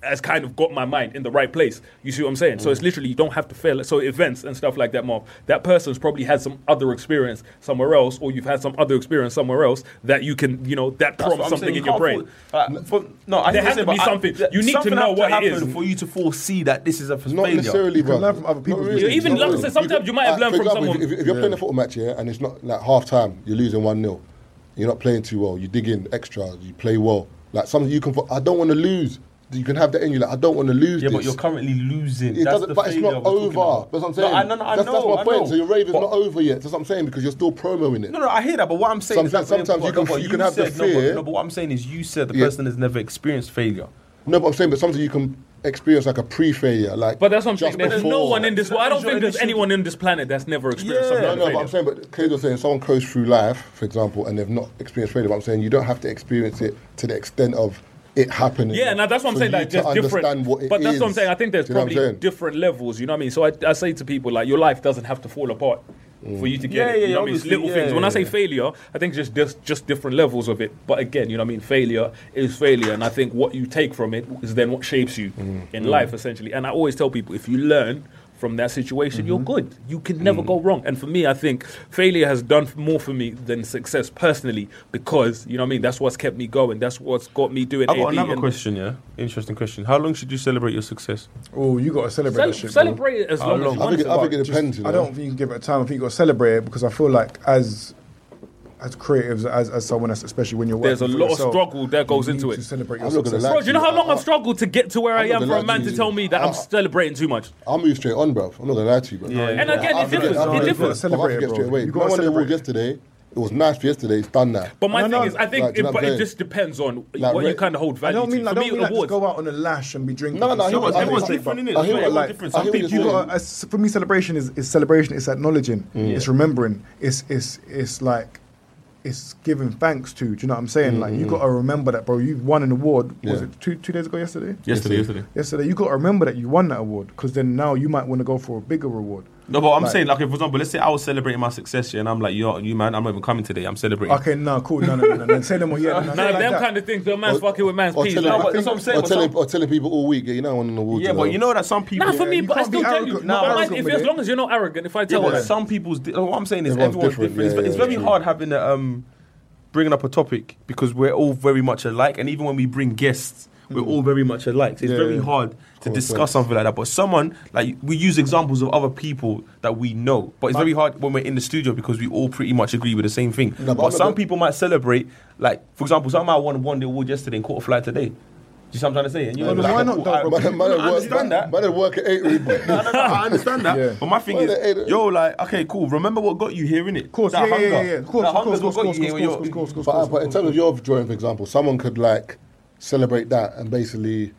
[SPEAKER 6] has kind of got my mind in the right place. You see what I'm saying? So it's literally you don't have to fail. So events and stuff like that, Mark. That person's probably had some other experience somewhere else, or you've had some other experience somewhere else that you can, you know, that
[SPEAKER 5] That's what
[SPEAKER 6] prompts
[SPEAKER 5] I'm
[SPEAKER 6] something
[SPEAKER 5] saying,
[SPEAKER 6] in
[SPEAKER 5] you
[SPEAKER 6] your brain.
[SPEAKER 5] can't fall- like, for- no, I
[SPEAKER 6] There has
[SPEAKER 5] think I said,
[SPEAKER 6] to be
[SPEAKER 5] but I-
[SPEAKER 6] something.
[SPEAKER 5] th-
[SPEAKER 6] You need to
[SPEAKER 5] something
[SPEAKER 6] know
[SPEAKER 5] have
[SPEAKER 6] what it
[SPEAKER 5] happen
[SPEAKER 6] is.
[SPEAKER 5] for you to foresee that this is a
[SPEAKER 1] not
[SPEAKER 5] failure.
[SPEAKER 1] necessarily, bro.
[SPEAKER 4] learn from other people's
[SPEAKER 1] Not
[SPEAKER 4] mistakes.
[SPEAKER 6] Even
[SPEAKER 1] Not
[SPEAKER 6] like-
[SPEAKER 1] really.
[SPEAKER 6] sometimes you might have
[SPEAKER 1] Uh,
[SPEAKER 6] learned
[SPEAKER 1] for
[SPEAKER 6] from
[SPEAKER 1] example,
[SPEAKER 6] someone-
[SPEAKER 1] If, if you're playing a football match, yeah, and it's not like half time, you're losing 1 0, you're not playing too well, you dig in extra, you play well. Like something you can, I don't want to lose. You can have that in you, like, I don't want to lose.
[SPEAKER 5] Yeah,
[SPEAKER 1] this.
[SPEAKER 5] but you're currently losing.
[SPEAKER 1] It
[SPEAKER 5] That's
[SPEAKER 1] doesn't,
[SPEAKER 5] the
[SPEAKER 1] but it's
[SPEAKER 5] failure
[SPEAKER 1] not
[SPEAKER 5] we're talking
[SPEAKER 1] over.
[SPEAKER 5] about.
[SPEAKER 1] That's what I'm saying.
[SPEAKER 5] No, I, no, no, I
[SPEAKER 1] that's,
[SPEAKER 5] know,
[SPEAKER 1] that's my
[SPEAKER 5] I
[SPEAKER 1] point.
[SPEAKER 5] know.
[SPEAKER 1] So your rave is
[SPEAKER 5] But-
[SPEAKER 1] not over yet. That's what I'm saying because you're still promoting it.
[SPEAKER 5] No, no, I hear that, but what I'm saying is
[SPEAKER 1] Sometimes-
[SPEAKER 5] that-
[SPEAKER 1] sometimes you
[SPEAKER 5] but-
[SPEAKER 1] can-
[SPEAKER 5] but
[SPEAKER 1] you can have the
[SPEAKER 5] said- no, but-
[SPEAKER 1] fear.
[SPEAKER 5] No, but what I'm saying is, you said the
[SPEAKER 1] Yeah.
[SPEAKER 5] person has never experienced failure.
[SPEAKER 1] No, but I'm saying, but sometimes you can experience like a pre-failure, like.
[SPEAKER 6] But that's what I'm
[SPEAKER 1] just
[SPEAKER 6] saying. There's no
[SPEAKER 1] before.
[SPEAKER 6] one in this.
[SPEAKER 5] That
[SPEAKER 6] Well, I don't
[SPEAKER 5] was your
[SPEAKER 6] think there's
[SPEAKER 5] initial-
[SPEAKER 6] anyone in this planet that's never experienced
[SPEAKER 5] Yeah.
[SPEAKER 1] No,
[SPEAKER 6] something
[SPEAKER 1] no,
[SPEAKER 6] like
[SPEAKER 1] but I'm
[SPEAKER 6] failure.
[SPEAKER 1] saying, but Kays was saying someone goes through life, for example, and they've not experienced failure. But I'm saying you don't have to experience it to the extent of it happening.
[SPEAKER 6] Yeah, now that's what I'm
[SPEAKER 1] for
[SPEAKER 6] saying.
[SPEAKER 1] you
[SPEAKER 6] Like,
[SPEAKER 1] to
[SPEAKER 6] just different.
[SPEAKER 1] understand what it
[SPEAKER 6] but that's what I'm
[SPEAKER 1] is.
[SPEAKER 6] saying. I think there's
[SPEAKER 1] Do you know what I'm
[SPEAKER 6] probably
[SPEAKER 1] saying?
[SPEAKER 6] different levels. You know what I mean? So I, I say to people like, your life doesn't have to fall apart for you to get
[SPEAKER 5] Mm. Yeah,
[SPEAKER 6] it. You
[SPEAKER 5] yeah,
[SPEAKER 6] know what I mean? It's
[SPEAKER 5] obviously,
[SPEAKER 6] little
[SPEAKER 5] yeah,
[SPEAKER 6] things. When I
[SPEAKER 5] yeah,
[SPEAKER 6] say
[SPEAKER 5] yeah.
[SPEAKER 6] failure, I think just, just just different levels of it. But again, you know what I mean? Failure is failure, and I think what you take from it is then what shapes you
[SPEAKER 1] Mm.
[SPEAKER 6] in life essentially. And I always tell people if you learn. From that situation, you're
[SPEAKER 1] Mm-hmm.
[SPEAKER 6] good. You can
[SPEAKER 1] Mm.
[SPEAKER 6] never go wrong. And for me, I think failure has done more for me than success personally because, you know what I mean? That's what's kept me going. That's what's got me doing
[SPEAKER 5] I got
[SPEAKER 6] AB
[SPEAKER 5] another
[SPEAKER 6] and-
[SPEAKER 5] question. Yeah, interesting question. How long should you celebrate your success?
[SPEAKER 4] Oh, you got to celebrate
[SPEAKER 6] Cele-
[SPEAKER 4] that shit. bro.
[SPEAKER 6] celebrate it as long as you
[SPEAKER 5] long?
[SPEAKER 1] I
[SPEAKER 6] want
[SPEAKER 1] think,
[SPEAKER 6] to.
[SPEAKER 1] it, I think it depends. you
[SPEAKER 4] I
[SPEAKER 1] know?
[SPEAKER 4] don't think you can give it a time. I think you got to celebrate it because I feel like as as creatives, as, as someone else, especially when you're working,
[SPEAKER 6] There's a
[SPEAKER 4] for
[SPEAKER 6] lot of
[SPEAKER 4] yourself,
[SPEAKER 6] struggle that
[SPEAKER 4] you
[SPEAKER 6] goes
[SPEAKER 4] need
[SPEAKER 6] into
[SPEAKER 4] to
[SPEAKER 6] it.
[SPEAKER 4] Celebrate
[SPEAKER 1] I'm
[SPEAKER 4] your
[SPEAKER 1] not gonna
[SPEAKER 4] success.
[SPEAKER 1] lie.
[SPEAKER 6] Bro, do you know how long
[SPEAKER 1] I-
[SPEAKER 6] I've struggled to get to where I
[SPEAKER 1] I'm not
[SPEAKER 6] am for
[SPEAKER 1] gonna
[SPEAKER 6] a
[SPEAKER 1] lie
[SPEAKER 6] man
[SPEAKER 1] to
[SPEAKER 6] to
[SPEAKER 1] you.
[SPEAKER 6] tell me that
[SPEAKER 1] I-
[SPEAKER 6] I'm celebrating too much?
[SPEAKER 1] I'll move straight on, bro. I'm not gonna lie to you, bro.
[SPEAKER 5] Yeah,
[SPEAKER 6] And
[SPEAKER 5] yeah.
[SPEAKER 6] again,
[SPEAKER 1] I
[SPEAKER 6] it
[SPEAKER 1] forget-
[SPEAKER 6] differs.
[SPEAKER 1] I
[SPEAKER 6] It
[SPEAKER 1] forget-
[SPEAKER 6] differs.
[SPEAKER 1] I
[SPEAKER 4] Celebrate it,
[SPEAKER 1] forget
[SPEAKER 4] bro.
[SPEAKER 1] straight away.
[SPEAKER 4] You
[SPEAKER 1] No
[SPEAKER 4] gotta
[SPEAKER 1] one they
[SPEAKER 4] celebrate
[SPEAKER 1] walked
[SPEAKER 4] it.
[SPEAKER 1] yesterday. It was nice yesterday. It's done now.
[SPEAKER 6] But my
[SPEAKER 4] No,
[SPEAKER 6] thing
[SPEAKER 4] no,
[SPEAKER 6] is, I think
[SPEAKER 1] like,
[SPEAKER 6] it,
[SPEAKER 1] you know
[SPEAKER 6] but
[SPEAKER 1] what I'm
[SPEAKER 6] it
[SPEAKER 1] saying?
[SPEAKER 6] just depends on
[SPEAKER 1] Like,
[SPEAKER 6] what you
[SPEAKER 1] re-
[SPEAKER 6] kind of hold
[SPEAKER 4] I
[SPEAKER 6] value
[SPEAKER 4] don't mean
[SPEAKER 6] to.
[SPEAKER 4] I
[SPEAKER 6] For
[SPEAKER 4] don't
[SPEAKER 6] me,
[SPEAKER 4] mean like just
[SPEAKER 6] awards.
[SPEAKER 4] go out on a lash and be drinking.
[SPEAKER 1] No, no, I hear what- I
[SPEAKER 5] Everyone's
[SPEAKER 1] hear-
[SPEAKER 5] different, innit?
[SPEAKER 1] I hear
[SPEAKER 5] It's
[SPEAKER 1] what,
[SPEAKER 5] all
[SPEAKER 1] like,
[SPEAKER 5] different.
[SPEAKER 1] I
[SPEAKER 5] Some
[SPEAKER 1] hear what
[SPEAKER 5] people
[SPEAKER 1] you're
[SPEAKER 4] You
[SPEAKER 1] saying.
[SPEAKER 4] got as for me. Celebration is, is celebration. It's acknowledging. It's remembering. It's it's it's like it's giving thanks to. Do you know what I'm saying? Like you got to remember that, bro. You won an award. Was
[SPEAKER 1] Yeah.
[SPEAKER 4] it two two days ago? Yesterday.
[SPEAKER 5] Yesterday, yesterday.
[SPEAKER 4] Yesterday. You got to remember that you won that award because then now you might want to go for a bigger reward.
[SPEAKER 5] No, but I'm
[SPEAKER 4] Like-
[SPEAKER 5] saying, like, if, for example, let's say I was celebrating my success, yeah, and I'm like, yo, you man, I'm not even coming today. I'm celebrating.
[SPEAKER 4] Okay, no, cool. No, no, no, no. no. Say no more. Yeah, no, no,
[SPEAKER 6] Nah,
[SPEAKER 4] like
[SPEAKER 6] them
[SPEAKER 4] that.
[SPEAKER 6] kind of things. The man's
[SPEAKER 1] Or-
[SPEAKER 6] fucking with man's
[SPEAKER 1] or
[SPEAKER 6] peas.
[SPEAKER 1] telling-
[SPEAKER 5] No, but that's what I'm saying,
[SPEAKER 1] Or
[SPEAKER 5] but
[SPEAKER 1] telling,
[SPEAKER 5] some-
[SPEAKER 1] or telling people all week, yeah, you know, I won an award.
[SPEAKER 5] Yeah, but you know that some people.
[SPEAKER 6] Nah, for me,
[SPEAKER 4] you
[SPEAKER 6] but I
[SPEAKER 4] can't be
[SPEAKER 6] still tell you.
[SPEAKER 4] arrogant-
[SPEAKER 5] nah,
[SPEAKER 6] but mine-
[SPEAKER 4] arrogant
[SPEAKER 6] if
[SPEAKER 4] with
[SPEAKER 6] as
[SPEAKER 4] it.
[SPEAKER 6] long as you're not arrogant, if I
[SPEAKER 5] Yeah,
[SPEAKER 6] tell
[SPEAKER 5] but
[SPEAKER 6] you,
[SPEAKER 5] some people's. Di- what I'm saying is
[SPEAKER 1] Everyone's
[SPEAKER 5] everyone's different.
[SPEAKER 1] different,
[SPEAKER 5] It's,
[SPEAKER 1] yeah,
[SPEAKER 5] it's
[SPEAKER 1] yeah,
[SPEAKER 5] very
[SPEAKER 1] true.
[SPEAKER 5] hard having a, um, bringing up a topic because we're all very much alike, and even when we bring guests, we're
[SPEAKER 1] Hmm.
[SPEAKER 5] all very much alike. So it's
[SPEAKER 4] Yeah,
[SPEAKER 5] very
[SPEAKER 4] yeah.
[SPEAKER 5] hard to discuss something like that. But someone like we use examples of other people that we know, but it's very hard when we're in the studio because we all pretty much agree with the same thing.
[SPEAKER 1] No, but
[SPEAKER 5] but
[SPEAKER 1] I'm not
[SPEAKER 5] some
[SPEAKER 1] gonna-
[SPEAKER 5] people might celebrate, like for example, some might won won the award yesterday and caught a flight today. Do you see what I'm trying to say? And you
[SPEAKER 4] Yeah,
[SPEAKER 5] know,
[SPEAKER 4] but
[SPEAKER 5] like,
[SPEAKER 4] why not,
[SPEAKER 5] oh,
[SPEAKER 4] though,
[SPEAKER 5] I-
[SPEAKER 4] bro?
[SPEAKER 1] man, man,
[SPEAKER 5] I
[SPEAKER 1] man,
[SPEAKER 5] understand that.
[SPEAKER 1] man, man, work at eight.
[SPEAKER 5] No, no, no, I understand that.
[SPEAKER 4] Yeah.
[SPEAKER 5] But my thing
[SPEAKER 1] Well, they ate
[SPEAKER 5] is,
[SPEAKER 1] it.
[SPEAKER 5] yo, like, okay, cool. Remember what got you here, innit? Of
[SPEAKER 4] course,
[SPEAKER 5] that
[SPEAKER 4] yeah, yeah,
[SPEAKER 5] hunger.
[SPEAKER 4] yeah, yeah. Of course,
[SPEAKER 5] that
[SPEAKER 4] of course,
[SPEAKER 5] hunger's
[SPEAKER 4] of
[SPEAKER 5] what got
[SPEAKER 4] course,
[SPEAKER 5] you here.
[SPEAKER 4] of
[SPEAKER 5] when you're-
[SPEAKER 4] course, of course, of course.
[SPEAKER 1] uh, But, but in terms of your drawing, for example, someone could like celebrate that and basically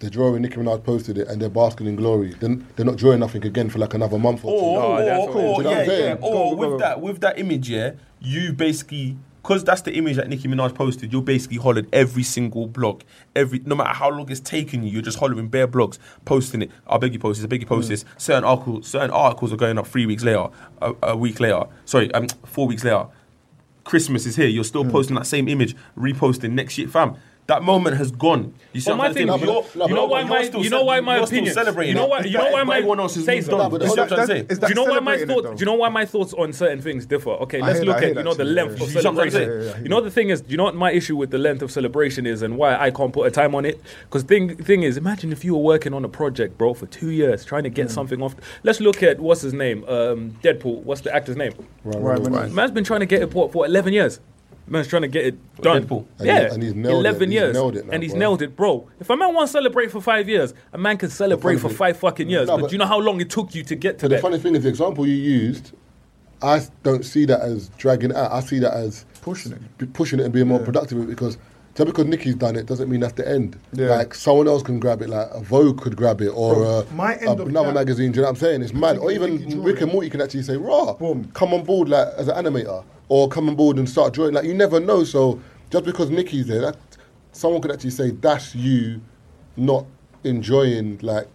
[SPEAKER 1] They're drawing Nicki Minaj posted it and they're basking in glory. Then they're not drawing nothing again for like another month or,
[SPEAKER 5] Or,
[SPEAKER 1] two.
[SPEAKER 6] No, that's
[SPEAKER 5] or,
[SPEAKER 6] what it is.
[SPEAKER 5] or,
[SPEAKER 1] You know what
[SPEAKER 5] yeah,
[SPEAKER 1] I'm
[SPEAKER 5] yeah.
[SPEAKER 1] saying?
[SPEAKER 5] Or with that, with that image, yeah, you basically, because that's the image that Nicki Minaj posted. You're basically hollered every single blog, every no matter how long it's taken you. You're just hollering bare blogs, posting it. I beg you post this. I beg you post this. Certain articles, certain articles are going up three weeks later, a, a week later. Sorry, um, four weeks later. Christmas is here. You're still posting that same image, reposting next year, fam. That moment has gone. You see
[SPEAKER 6] But
[SPEAKER 5] what
[SPEAKER 6] my
[SPEAKER 5] I'm
[SPEAKER 6] thing,
[SPEAKER 5] saying?
[SPEAKER 6] you know,
[SPEAKER 5] You're-
[SPEAKER 6] you know why
[SPEAKER 5] you're
[SPEAKER 6] my,
[SPEAKER 5] still
[SPEAKER 6] you know why
[SPEAKER 5] cele-
[SPEAKER 6] my
[SPEAKER 5] you're still
[SPEAKER 6] opinion, you
[SPEAKER 5] celebrating
[SPEAKER 6] know
[SPEAKER 5] it.
[SPEAKER 6] why, you know
[SPEAKER 5] But
[SPEAKER 6] why my
[SPEAKER 5] everyone else is
[SPEAKER 6] say
[SPEAKER 5] moved on.
[SPEAKER 6] something.
[SPEAKER 5] You see what I'm trying to
[SPEAKER 4] that's-
[SPEAKER 5] say?
[SPEAKER 4] is
[SPEAKER 6] do you know why my
[SPEAKER 4] celebrating it,
[SPEAKER 6] thoughts?
[SPEAKER 4] though?
[SPEAKER 6] Do you know why my thoughts on certain things differ? Okay, let's
[SPEAKER 4] hear that, I
[SPEAKER 6] look at
[SPEAKER 4] hear
[SPEAKER 6] you know
[SPEAKER 4] that
[SPEAKER 6] the
[SPEAKER 4] too,
[SPEAKER 6] length
[SPEAKER 4] yeah.
[SPEAKER 6] of
[SPEAKER 5] You see what I'm
[SPEAKER 6] celebration.
[SPEAKER 5] saying?
[SPEAKER 4] Yeah, yeah, yeah,
[SPEAKER 6] you know the thing is, you know what my issue with the length of celebration is, and why I can't put a time on it. Because thing thing is, imagine if you were working on a project, bro, for two years trying to get something off. Let's look at what's his name, um, Deadpool. What's the actor's name?
[SPEAKER 4] Right, man.
[SPEAKER 6] Man's been trying to get it for, for 11 years. Man's trying to get it done.
[SPEAKER 5] Deadpool.
[SPEAKER 1] And
[SPEAKER 6] yeah,
[SPEAKER 1] he's- and he's nailed it.
[SPEAKER 6] 11
[SPEAKER 1] He's
[SPEAKER 6] years.
[SPEAKER 1] nailed it now,
[SPEAKER 6] and he's
[SPEAKER 1] bro.
[SPEAKER 6] nailed it, bro. If a man wants to celebrate for five years, a man can celebrate for
[SPEAKER 1] thing-
[SPEAKER 6] five fucking years.
[SPEAKER 1] No,
[SPEAKER 6] but,
[SPEAKER 1] but-
[SPEAKER 6] do you know how long it took you to get to
[SPEAKER 1] So the
[SPEAKER 6] that?
[SPEAKER 1] funny thing is, the example you used, I s- don't see that as dragging it out. I see that as
[SPEAKER 4] Pushing it.
[SPEAKER 1] be pushing it and being more productive with it because just because Nicki's done it doesn't mean that's the end.
[SPEAKER 4] Yeah.
[SPEAKER 1] Like someone else can grab it, like a Vogue could grab it, or
[SPEAKER 4] Bro,
[SPEAKER 1] uh,
[SPEAKER 4] my end of
[SPEAKER 1] another
[SPEAKER 4] that-
[SPEAKER 1] magazine. Do you know what I'm saying? It's mad. Or
[SPEAKER 4] Particular Nicki
[SPEAKER 1] even
[SPEAKER 4] drawing.
[SPEAKER 1] Rick and Morty can actually say, "Raw,
[SPEAKER 4] Boom.
[SPEAKER 1] come on board like as an animator, or come on board and start drawing." Like you never know. So just because Nicki's there, that someone could actually say, "That's you, not enjoying like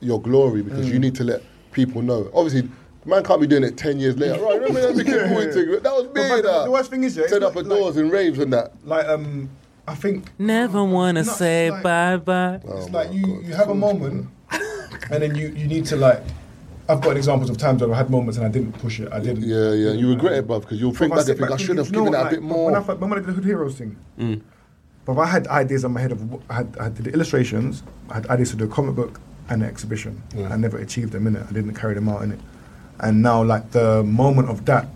[SPEAKER 1] your glory because
[SPEAKER 4] Mm.
[SPEAKER 1] you need to let people know." Obviously. Man can't be doing it ten years later. Right, remember that Rick and Morty thing? That was me.
[SPEAKER 4] But, but
[SPEAKER 1] that.
[SPEAKER 4] the worst thing is, yeah, it's
[SPEAKER 1] turn up
[SPEAKER 4] not
[SPEAKER 1] at
[SPEAKER 4] like-
[SPEAKER 1] doors and raves and that.
[SPEAKER 4] Like um, I think
[SPEAKER 6] Never want to
[SPEAKER 4] No,
[SPEAKER 6] say
[SPEAKER 4] like-
[SPEAKER 6] bye bye.
[SPEAKER 1] Oh
[SPEAKER 4] it's like you, you have a moment, and then you, you need to like. I've got examples of times where I had moments and I didn't push it. I didn't.
[SPEAKER 1] Yeah, yeah, you regret it, bruv, because you'll think
[SPEAKER 4] But
[SPEAKER 1] back
[SPEAKER 4] sit
[SPEAKER 1] and think, I
[SPEAKER 4] thinking,
[SPEAKER 1] should have
[SPEAKER 4] you know
[SPEAKER 1] given it
[SPEAKER 4] what,
[SPEAKER 1] a
[SPEAKER 4] like,
[SPEAKER 1] bit
[SPEAKER 4] When I,
[SPEAKER 1] more. Mm.
[SPEAKER 4] fir- remember when I did the Hood Heroes thing? But I had ideas in my head of what I had, I did the illustrations, I had ideas to do a comic book and an exhibition. I never achieved them in it. I didn't carry them out in it. And now, like the moment of that,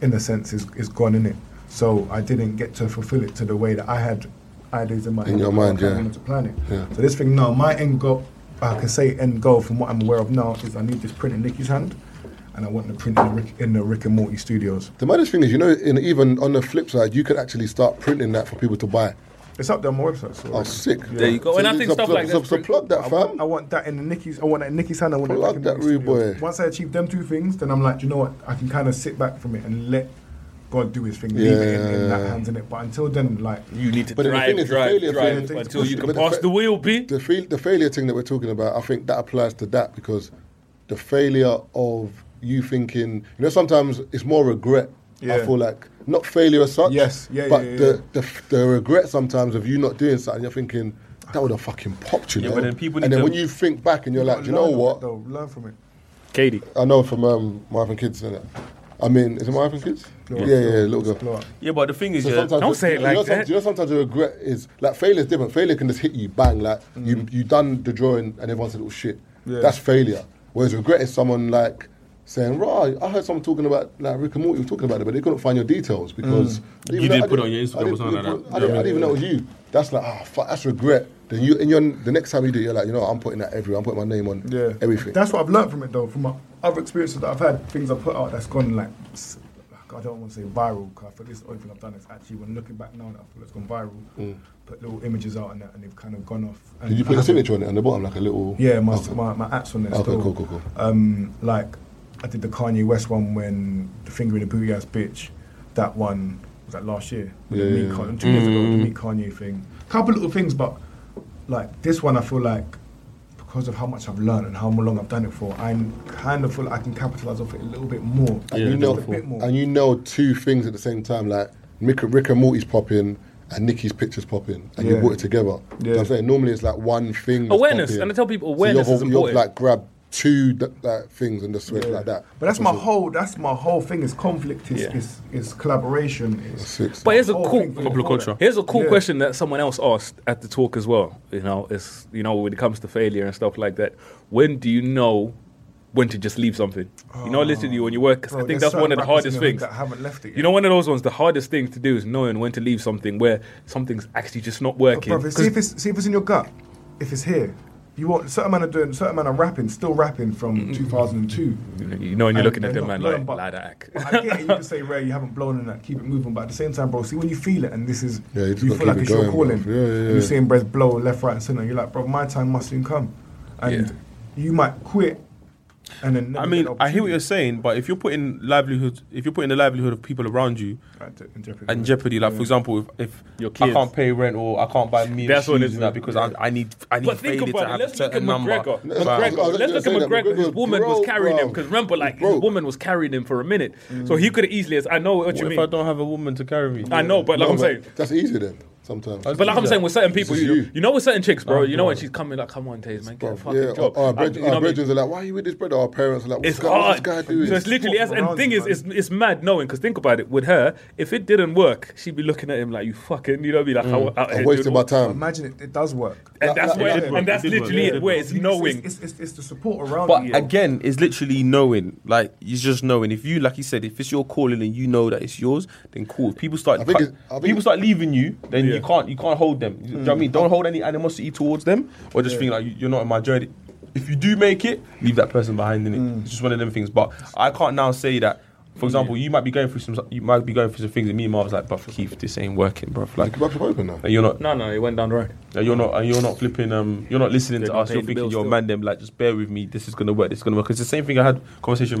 [SPEAKER 4] in a sense, is is gone in it. So I didn't get to fulfill it to the way that I had ideas in my head
[SPEAKER 1] your
[SPEAKER 4] of how
[SPEAKER 1] mind,
[SPEAKER 4] I
[SPEAKER 1] yeah.
[SPEAKER 4] wanted to plan it.
[SPEAKER 1] Yeah.
[SPEAKER 4] So this thing now, my end goal, I can say end goal from what I'm aware of now is I need this print in Nicky's hand, and I want the print in the Rick, in the Rick and Morty studios.
[SPEAKER 1] The maddest thing is, you know, in, even on the flip side, you could actually start printing that for people to buy.
[SPEAKER 4] It's up there on my website. So
[SPEAKER 1] Oh, sick.
[SPEAKER 6] There you go. And I think
[SPEAKER 1] so,
[SPEAKER 6] stuff
[SPEAKER 1] so,
[SPEAKER 6] like
[SPEAKER 1] so,
[SPEAKER 6] that's
[SPEAKER 1] so
[SPEAKER 6] pretty-
[SPEAKER 1] plug that, fam.
[SPEAKER 4] I want that in the Nicky's. I want that in Nicky's hand. I want
[SPEAKER 1] I
[SPEAKER 4] it
[SPEAKER 1] like
[SPEAKER 4] in
[SPEAKER 1] that
[SPEAKER 4] Nicky's
[SPEAKER 1] rude boy.
[SPEAKER 4] studio. Once I achieve them two things, then I'm like, "Do you know what? I can kind of sit back from it and let God do His thing. Leave it in, in that
[SPEAKER 1] Yeah.
[SPEAKER 4] hands in it. But until then, like,
[SPEAKER 6] You need to
[SPEAKER 1] But the
[SPEAKER 6] drive,
[SPEAKER 1] thing is, the
[SPEAKER 6] drive,
[SPEAKER 1] failure
[SPEAKER 6] drive
[SPEAKER 1] thing-
[SPEAKER 6] until you
[SPEAKER 1] but
[SPEAKER 6] can
[SPEAKER 1] the
[SPEAKER 6] pass
[SPEAKER 1] fa-
[SPEAKER 6] the wheel, B.
[SPEAKER 1] The, fail, the failure thing that we're talking about, I think that applies to that because the failure of you thinking, you know, sometimes it's more regret. I
[SPEAKER 4] Yeah.
[SPEAKER 1] feel like not failure as such.
[SPEAKER 4] Yes. Yeah,
[SPEAKER 1] But
[SPEAKER 4] yeah, yeah,
[SPEAKER 1] the, the the regret sometimes of you not doing something, you're thinking that would have fucking popped you.
[SPEAKER 5] Yeah,
[SPEAKER 1] know?
[SPEAKER 5] but then people
[SPEAKER 1] and
[SPEAKER 5] need
[SPEAKER 1] then
[SPEAKER 5] to-
[SPEAKER 1] when you think back and you're like, "Do you know
[SPEAKER 4] learn
[SPEAKER 1] what?
[SPEAKER 4] From it, though. Learn from it.
[SPEAKER 6] Katie.
[SPEAKER 1] I know from um, my wife and kids, innit? I mean, is it my wife and kids? Yeah, yeah, little
[SPEAKER 4] Blow
[SPEAKER 1] girl.
[SPEAKER 4] up.
[SPEAKER 5] Yeah, but the thing is,
[SPEAKER 1] So
[SPEAKER 5] yeah,
[SPEAKER 1] sometimes
[SPEAKER 6] Don't
[SPEAKER 1] you-
[SPEAKER 6] say it
[SPEAKER 1] you
[SPEAKER 6] like
[SPEAKER 1] know, some-
[SPEAKER 6] that.
[SPEAKER 1] You know, sometimes the regret is like failure is different. Failure can just hit you bang. Like
[SPEAKER 5] Mm.
[SPEAKER 1] you, you done the drawing and everyone said, "Oh shit,"
[SPEAKER 4] Yeah.
[SPEAKER 1] that's failure. Whereas regret is someone like saying, "Right, I heard someone talking about like Rick and Morty was talking about it, but they couldn't find your details because
[SPEAKER 5] Mm. You
[SPEAKER 1] even though
[SPEAKER 5] didn't
[SPEAKER 1] I
[SPEAKER 5] put it on your Instagram
[SPEAKER 1] I
[SPEAKER 5] or
[SPEAKER 1] didn't-
[SPEAKER 5] something
[SPEAKER 1] I
[SPEAKER 5] like
[SPEAKER 1] didn't-
[SPEAKER 5] that.
[SPEAKER 1] I didn't, I didn't even know it was you. That's like ah, fuck, that's regret. Then you and your the next time you do, it, you're like, you know, what, I'm putting that everywhere. I'm putting my name on
[SPEAKER 4] Yeah,
[SPEAKER 1] everything.
[SPEAKER 4] That's what I've learned from it though. From my other experiences that I've had, things I've put out that's gone like, s- like, I don't want to say viral because I feel this is the only thing I've done is actually when looking back now, that I feel it's gone viral. Put little images out and that, and they've kind of gone off. And
[SPEAKER 1] Mm. Did you put
[SPEAKER 4] I
[SPEAKER 1] a
[SPEAKER 4] haven't-
[SPEAKER 1] signature on it on the bottom, like a little?
[SPEAKER 4] Yeah, my,
[SPEAKER 1] Okay.
[SPEAKER 4] my, my apps on there.
[SPEAKER 1] Okay,
[SPEAKER 4] still.
[SPEAKER 1] cool, cool, cool.
[SPEAKER 4] Um, like I did the Kanye West one when the finger in the booty ass bitch. That one was that last year. With
[SPEAKER 1] Yeah,
[SPEAKER 4] the meet
[SPEAKER 1] yeah, Mm.
[SPEAKER 4] Kanye, two years ago, with the meet Kanye thing. Couple little things, but like this one, I feel like because of how much I've learned and how long I've done it for, I kind of feel like I can capitalize off it a little bit more.
[SPEAKER 1] and you know,
[SPEAKER 4] just a bit more.
[SPEAKER 1] and you know two things at the same time, like Rick, Rick and Morty's popping and Nicky's pictures popping, and you
[SPEAKER 4] Yeah.
[SPEAKER 1] brought it together. You know what I'm
[SPEAKER 4] Yeah.
[SPEAKER 1] saying normally it's like one thing. that's
[SPEAKER 6] Awareness,
[SPEAKER 1] popping.
[SPEAKER 6] and I tell people
[SPEAKER 1] So
[SPEAKER 6] awareness
[SPEAKER 1] you've,
[SPEAKER 6] is
[SPEAKER 1] you've,
[SPEAKER 6] important.
[SPEAKER 1] like grab two th- like things and just switch like that.
[SPEAKER 4] But that's my
[SPEAKER 1] So-
[SPEAKER 4] whole. That's my whole thing. Is conflict. Is is, is collaboration. Is
[SPEAKER 1] Six.
[SPEAKER 6] But here's a
[SPEAKER 4] whole
[SPEAKER 6] cool
[SPEAKER 4] thing for the
[SPEAKER 5] Popular culture.
[SPEAKER 6] Here's a cool
[SPEAKER 4] Oh, Yeah.
[SPEAKER 6] question that someone else asked at the talk as well. You know, it's you know when it comes to failure and stuff like that. When do you know when to just leave something? you know, literally when you work. 'cause I
[SPEAKER 4] Bro,
[SPEAKER 6] think
[SPEAKER 4] there's
[SPEAKER 6] that's one
[SPEAKER 4] certain
[SPEAKER 6] of the
[SPEAKER 4] rappers
[SPEAKER 6] hardest
[SPEAKER 4] in hood
[SPEAKER 6] things.
[SPEAKER 4] that haven't left it yet.
[SPEAKER 6] You know, one of those ones. The hardest thing to do is knowing when to leave something where something's actually just not working.
[SPEAKER 4] Brother, see if it's see if it's in your gut. If it's here, You want certain man are doing certain man are rapping, still rapping from 2002.
[SPEAKER 6] You know, when
[SPEAKER 4] And
[SPEAKER 6] you're looking at
[SPEAKER 4] they're
[SPEAKER 6] them,
[SPEAKER 4] not
[SPEAKER 6] man,
[SPEAKER 4] blown,
[SPEAKER 6] like,
[SPEAKER 4] but-
[SPEAKER 6] lie that act.
[SPEAKER 4] I get it. You can say, Ray, you haven't blown in that, keep it moving. But at the same time, bro, see when you feel it, and this is
[SPEAKER 1] Yeah, you
[SPEAKER 4] you,
[SPEAKER 1] just gotta
[SPEAKER 4] feel like
[SPEAKER 1] keep
[SPEAKER 4] it's
[SPEAKER 1] it
[SPEAKER 4] your
[SPEAKER 1] going,
[SPEAKER 4] calling.
[SPEAKER 1] bruv. Yeah, yeah, yeah.
[SPEAKER 4] You're seeing breath blow left, right, and center. You're like, bro, my time must soon come, and you might quit. And then
[SPEAKER 5] I mean, I hear what you're saying, but if you're putting livelihood, if you're putting the livelihood of people around you
[SPEAKER 4] saying.
[SPEAKER 5] in jeopardy, like for example, if, if
[SPEAKER 6] Mm. Your
[SPEAKER 5] I
[SPEAKER 6] kids.
[SPEAKER 5] can't pay rent or I can't buy me
[SPEAKER 6] That's
[SPEAKER 5] That's
[SPEAKER 6] what it
[SPEAKER 5] shoes
[SPEAKER 6] is,
[SPEAKER 5] and
[SPEAKER 6] man.
[SPEAKER 5] that because I, I need I need
[SPEAKER 6] But think
[SPEAKER 5] Faded to
[SPEAKER 6] about it.
[SPEAKER 5] have
[SPEAKER 6] Let's
[SPEAKER 5] a
[SPEAKER 6] look at
[SPEAKER 5] certain number.
[SPEAKER 6] McGregor.
[SPEAKER 5] Fam.
[SPEAKER 1] I
[SPEAKER 6] McGregor.
[SPEAKER 1] was just
[SPEAKER 6] Let's look at
[SPEAKER 1] gonna say that.
[SPEAKER 6] McGregor. His
[SPEAKER 1] McGregor's
[SPEAKER 6] woman was
[SPEAKER 1] broke,
[SPEAKER 6] carrying him
[SPEAKER 1] bruv.
[SPEAKER 6] because remember, like his
[SPEAKER 1] Broke.
[SPEAKER 6] woman was carrying him for a minute, so he could have easily. I know what, you
[SPEAKER 5] What if
[SPEAKER 6] mean.
[SPEAKER 5] I don't have a woman to carry me?
[SPEAKER 6] I know, but like
[SPEAKER 1] No,
[SPEAKER 6] I'm
[SPEAKER 1] but
[SPEAKER 6] saying,
[SPEAKER 1] that's easy then. Sometimes.
[SPEAKER 6] But like I'm saying, with certain people,
[SPEAKER 1] just
[SPEAKER 6] you,
[SPEAKER 1] you.
[SPEAKER 6] you know, with certain chicks, bro,
[SPEAKER 5] Oh,
[SPEAKER 6] you know when
[SPEAKER 5] God.
[SPEAKER 6] she's coming, like, come on, Taze, man, get a
[SPEAKER 1] Bruv,
[SPEAKER 6] fucking
[SPEAKER 1] yeah, oh,
[SPEAKER 6] job.
[SPEAKER 1] our, our,
[SPEAKER 6] I-
[SPEAKER 1] bred-
[SPEAKER 6] you know
[SPEAKER 1] our
[SPEAKER 6] what I mean?
[SPEAKER 1] brethren are like, why are you with this brother? Our parents are like, what's,
[SPEAKER 6] It's
[SPEAKER 1] guy, what's
[SPEAKER 6] hard.
[SPEAKER 1] this guy doing?
[SPEAKER 6] So it's literally,
[SPEAKER 4] Fuck
[SPEAKER 6] as, and
[SPEAKER 4] around,
[SPEAKER 6] thing is,
[SPEAKER 4] man.
[SPEAKER 6] it's, it's mad knowing because think about it. With her, if it didn't work, she'd be looking at him like you fucking, you know, be like, how out
[SPEAKER 1] I'm
[SPEAKER 6] here
[SPEAKER 1] wasting
[SPEAKER 6] doing
[SPEAKER 1] Mm. my
[SPEAKER 6] all-"
[SPEAKER 1] time.
[SPEAKER 4] Imagine it, it does work.
[SPEAKER 6] And that's
[SPEAKER 1] Like-
[SPEAKER 6] where,
[SPEAKER 1] like-
[SPEAKER 6] and that's
[SPEAKER 11] It did work.
[SPEAKER 6] literally
[SPEAKER 11] Yeah,
[SPEAKER 6] it.
[SPEAKER 11] it
[SPEAKER 6] Where
[SPEAKER 11] did
[SPEAKER 6] it's
[SPEAKER 4] It's-
[SPEAKER 6] knowing.
[SPEAKER 4] it's, it's, it's, the support around
[SPEAKER 5] But
[SPEAKER 4] you.
[SPEAKER 5] again, it's literally knowing. Like it's just knowing. If you, like you said, if it's your calling and you know that it's yours, then cool. If people start,
[SPEAKER 1] I think
[SPEAKER 5] cut-
[SPEAKER 1] it's- I think- Mm.
[SPEAKER 5] people start leaving you, then
[SPEAKER 6] Yeah.
[SPEAKER 5] you can't, you can't hold them. You know what I mean? Don't hold any animosity towards them, or just think like you- you're not in my journey. If you do make it, leave that person behind. In it,
[SPEAKER 1] Mm.
[SPEAKER 5] it's just one of them things. But I can't now say that. For example, you might be going through some, you might be going through some things, and me and Marv's like, "Bruv, Keith, this ain't working, bruv." Like,
[SPEAKER 1] Keep up your open now.
[SPEAKER 5] and you're not,
[SPEAKER 6] No, no, it went down the road.
[SPEAKER 5] and you're not, and you're not flipping. Um, you're not listening
[SPEAKER 6] They're
[SPEAKER 5] to
[SPEAKER 6] not
[SPEAKER 5] us. You're
[SPEAKER 6] paying the
[SPEAKER 5] thinking,
[SPEAKER 6] bills
[SPEAKER 5] "Yo,
[SPEAKER 6] still."
[SPEAKER 5] man, them like, just bear with me. This is gonna work. This is gonna work." It's the same thing I had conversation.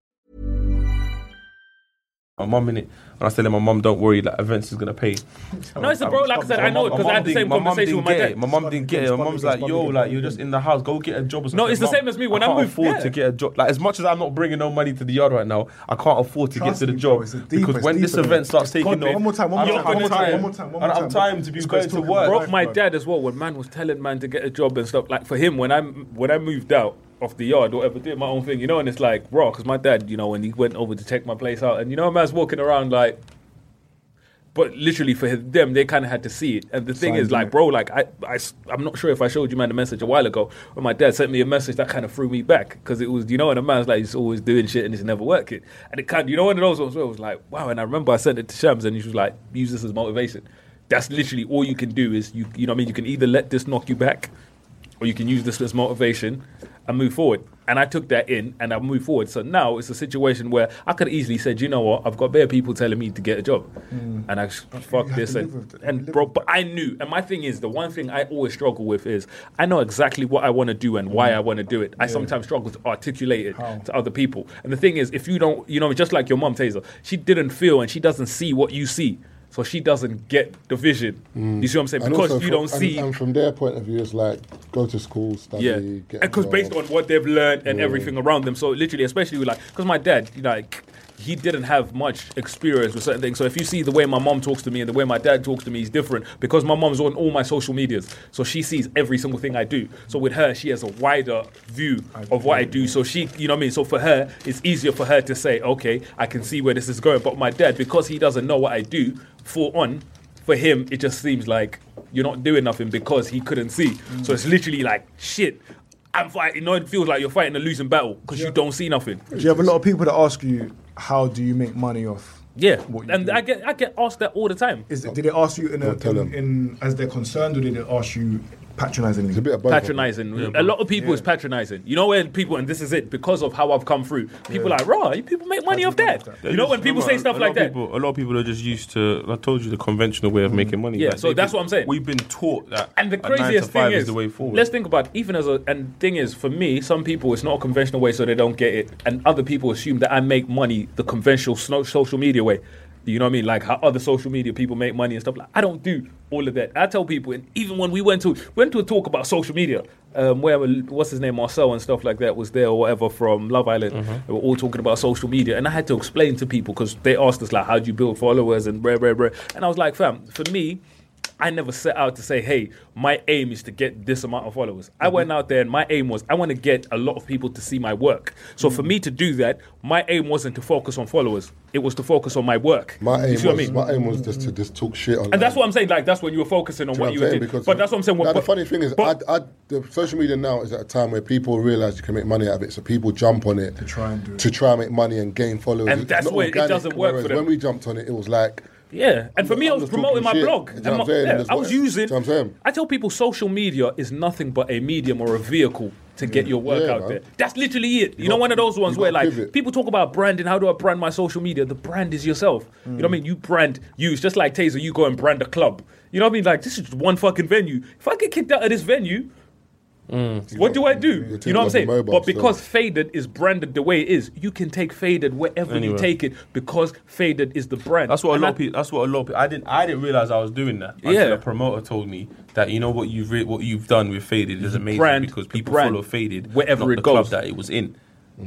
[SPEAKER 5] my mum in it, and I was telling my mum, "Don't worry, like events is gonna pay."
[SPEAKER 6] No, it's a bro. Like I said,
[SPEAKER 5] My
[SPEAKER 6] I know it
[SPEAKER 5] mum-
[SPEAKER 6] because
[SPEAKER 5] my
[SPEAKER 6] I
[SPEAKER 5] mum
[SPEAKER 6] had the
[SPEAKER 5] didn't-
[SPEAKER 6] same conversation with
[SPEAKER 5] mum
[SPEAKER 6] my
[SPEAKER 5] didn't get it.
[SPEAKER 6] dad.
[SPEAKER 5] My mum didn't get it. My
[SPEAKER 4] Spud
[SPEAKER 5] mum's
[SPEAKER 4] again,
[SPEAKER 5] like,
[SPEAKER 4] spud
[SPEAKER 5] "Yo,
[SPEAKER 4] again,
[SPEAKER 5] like
[SPEAKER 4] spud
[SPEAKER 5] you're just in the house. Go get a job." Or something.
[SPEAKER 6] No, it's the
[SPEAKER 5] Mum,
[SPEAKER 6] same as me. When I
[SPEAKER 5] can't
[SPEAKER 6] moved,
[SPEAKER 5] afford
[SPEAKER 6] yeah.
[SPEAKER 5] to get a job. Like as much as I'm not bringing no money to the yard right now, I can't afford to
[SPEAKER 4] Trust
[SPEAKER 5] get to the
[SPEAKER 4] me,
[SPEAKER 5] job
[SPEAKER 4] bro, it's a deeper-
[SPEAKER 5] because
[SPEAKER 4] it's
[SPEAKER 5] when this
[SPEAKER 4] deeper,
[SPEAKER 5] event
[SPEAKER 4] innit?
[SPEAKER 5] starts taking
[SPEAKER 4] God,
[SPEAKER 5] off,
[SPEAKER 4] one more time, one
[SPEAKER 5] I
[SPEAKER 4] more
[SPEAKER 5] don't
[SPEAKER 6] time,
[SPEAKER 5] have
[SPEAKER 6] one more
[SPEAKER 5] time.
[SPEAKER 6] time, one
[SPEAKER 4] more time, one
[SPEAKER 5] I don't
[SPEAKER 4] more
[SPEAKER 5] have
[SPEAKER 4] time.
[SPEAKER 5] time to be
[SPEAKER 4] It's
[SPEAKER 5] going
[SPEAKER 4] guys
[SPEAKER 5] to
[SPEAKER 4] talking
[SPEAKER 5] work.
[SPEAKER 4] about
[SPEAKER 6] Bro,
[SPEAKER 4] life,
[SPEAKER 6] my
[SPEAKER 4] bro.
[SPEAKER 6] dad as well. When man was telling man to get a job and stuff, like for him, when I when I moved out of the yard or whatever, did my own thing, you know, and it's like, bro, because my dad, you know, when he went over to check my place out, and you know, a man's walking around like. But literally for his- them, they kind of had to see it. And the thing
[SPEAKER 4] Signs,
[SPEAKER 6] is, like,
[SPEAKER 4] innit?
[SPEAKER 6] bro, like, I, I, am not sure if I showed you, man, the message a while ago, but my dad sent me a message that kind of threw me back because it was, you know, and a man's like, he's always doing shit and it's never working. And it kind of, you know, one of those ones where it was like, wow. And I remember I sent it to Shams and he was like, use this as motivation. That's literally all you can do is, you, you know what I mean? You can either let this knock you back or you can use this as motivation and move forward. And I took that in and I moved forward. So now it's a situation where I could easily said, you know what, I've got bare people telling me to get a job. And I s- fuck
[SPEAKER 4] Mm. have
[SPEAKER 6] this
[SPEAKER 4] to
[SPEAKER 6] and,
[SPEAKER 4] live with it.
[SPEAKER 6] and
[SPEAKER 4] You live
[SPEAKER 6] bro,
[SPEAKER 4] with
[SPEAKER 6] but I knew. And my thing is, the one thing I always struggle with is I know exactly what I want to do and why I want to do it. I sometimes struggle to articulate it to other people. And the thing is, if you don't, you know, just like your mum, Taser, she didn't feel and she doesn't see what you see. So she doesn't get the vision. You see what I'm saying?
[SPEAKER 1] Mm. And
[SPEAKER 6] because
[SPEAKER 1] also
[SPEAKER 6] you
[SPEAKER 1] from-
[SPEAKER 6] don't see.
[SPEAKER 1] And, and from their point of view, it's like go to school, study,
[SPEAKER 6] Yeah,
[SPEAKER 1] get.
[SPEAKER 6] because
[SPEAKER 1] a
[SPEAKER 6] based
[SPEAKER 1] job.
[SPEAKER 6] on what they've learned and everything around them, so literally, especially with like, because my dad, you know, like, he didn't have much experience with certain things. So if you see the way my mom talks to me and the way my dad talks to me is different because my mom's on all my social medias, so she sees every single thing I do. So with her, she has a wider view of what I do. So she, you know, what I mean, so for her, it's easier for her to say, okay, I can see where this is going. But my dad, because he doesn't know what I do full on, for him, it just seems like you're not doing nothing because he couldn't see. So it's literally like shit. I'm fighting. No, it feels like you're fighting a losing battle because you don't see nothing.
[SPEAKER 4] Do you have a lot of people that ask you, how do you make money off?
[SPEAKER 6] Yeah,
[SPEAKER 4] What you
[SPEAKER 6] and
[SPEAKER 4] do?
[SPEAKER 6] I get I get asked that all the time.
[SPEAKER 4] Is it, did they ask you in, a,
[SPEAKER 1] Well, tell
[SPEAKER 4] in,
[SPEAKER 1] them.
[SPEAKER 4] in as they're concerned, or did they ask you
[SPEAKER 1] It's a
[SPEAKER 4] patronisingly?
[SPEAKER 1] bit of both.
[SPEAKER 6] Patronizing. a lot of people is patronizing. You know when people, and this is it because of how I've come through. People are like raw. You people make money off that. You know when people say stuff like that. Mm.
[SPEAKER 5] a lot of people are just used to. I told you the conventional way of making money.
[SPEAKER 6] Yeah, Like, so they've that's been- what I'm saying. we've
[SPEAKER 5] We've been taught that,
[SPEAKER 6] And the craziest thing is,
[SPEAKER 5] the way forward.
[SPEAKER 6] let's think about even as a and thing is for me, some people it's not a conventional way, so they don't get it, and other people assume that I make money the conventional sno- social media way. You know what I mean? Like how other social media people make money and stuff. Like I don't do all of that. I tell people, and even when we went to went to a talk about social media, um, where what's his name Marcel and stuff like that was there or whatever from Love Island.
[SPEAKER 5] Mm-hmm.
[SPEAKER 6] They were all talking about social media, and I had to explain to people because they asked us like, how do you build followers and rare, rare, rare. And I was like, fam, for me, I never set out to say, hey, my aim is to get this amount of followers. I
[SPEAKER 1] Mm-hmm.
[SPEAKER 6] went out there and my aim was I want to get a lot of people to see my work. So
[SPEAKER 1] Mm-hmm.
[SPEAKER 6] for me to do that, my aim wasn't to focus on followers. It was to focus on my work.
[SPEAKER 1] My
[SPEAKER 6] you
[SPEAKER 1] aim,
[SPEAKER 6] see
[SPEAKER 1] was,
[SPEAKER 6] what I mean?
[SPEAKER 1] my aim was just to just talk shit on
[SPEAKER 6] and that's what I'm saying. Like that's when you were focusing on
[SPEAKER 1] Do you know
[SPEAKER 6] what you
[SPEAKER 1] what
[SPEAKER 6] were
[SPEAKER 1] I'm saying?
[SPEAKER 6] doing.
[SPEAKER 1] Because-
[SPEAKER 6] But that's what I'm saying.
[SPEAKER 1] Now,
[SPEAKER 6] What-
[SPEAKER 1] the funny thing is,
[SPEAKER 6] but-
[SPEAKER 1] I, I, the social media now is at a time where people realize you can make money out of it, so people jump on it to
[SPEAKER 4] try and do
[SPEAKER 1] to try and make money and gain followers.
[SPEAKER 6] And
[SPEAKER 1] It's
[SPEAKER 6] that's
[SPEAKER 1] not
[SPEAKER 6] where it
[SPEAKER 1] organic,
[SPEAKER 6] doesn't work for
[SPEAKER 1] whereas
[SPEAKER 6] them.
[SPEAKER 1] When we jumped on it, it was like
[SPEAKER 6] Yeah, and for me, i was
[SPEAKER 1] just talking
[SPEAKER 6] promoting my
[SPEAKER 1] shit.
[SPEAKER 6] blog.
[SPEAKER 1] Do you
[SPEAKER 6] And
[SPEAKER 1] know what I'm
[SPEAKER 6] my-
[SPEAKER 1] saying?
[SPEAKER 6] yeah,
[SPEAKER 1] That's
[SPEAKER 6] I
[SPEAKER 1] what-
[SPEAKER 6] was
[SPEAKER 1] do you know
[SPEAKER 6] using.
[SPEAKER 1] what I'm saying?
[SPEAKER 6] I tell people social media is nothing but a medium or a vehicle to get your work
[SPEAKER 1] Yeah,
[SPEAKER 6] out
[SPEAKER 1] man.
[SPEAKER 6] there. That's literally it. You, know, one of those ones where like people talk about branding. How do I brand my social media? The brand is yourself. You know what I mean? You brand you. It's just like Taser. You go and brand a club. You know what I mean? Like this is one fucking venue. If I get kicked out of this venue,
[SPEAKER 1] Mm.
[SPEAKER 6] what do I do? You
[SPEAKER 1] team
[SPEAKER 6] know what I'm
[SPEAKER 1] wasn't
[SPEAKER 6] saying?
[SPEAKER 1] mobile
[SPEAKER 6] but
[SPEAKER 1] still.
[SPEAKER 6] because Faded is branded the way it is, you can take Faded wherever you
[SPEAKER 5] Anywhere.
[SPEAKER 6] take it because Faded is the brand.
[SPEAKER 5] That's what a
[SPEAKER 6] And
[SPEAKER 5] lot
[SPEAKER 6] I-
[SPEAKER 5] of people. That's what a lot of people. I didn't. I didn't realize I was doing that. Until
[SPEAKER 6] Yeah.
[SPEAKER 5] a promoter told me that you know what you've re- what you've done with Faded is amazing
[SPEAKER 6] brand-
[SPEAKER 5] because
[SPEAKER 6] the
[SPEAKER 5] people
[SPEAKER 6] brand,
[SPEAKER 5] follow Faded
[SPEAKER 6] wherever
[SPEAKER 5] not
[SPEAKER 6] it
[SPEAKER 5] the
[SPEAKER 6] goes.
[SPEAKER 5] club that it was in.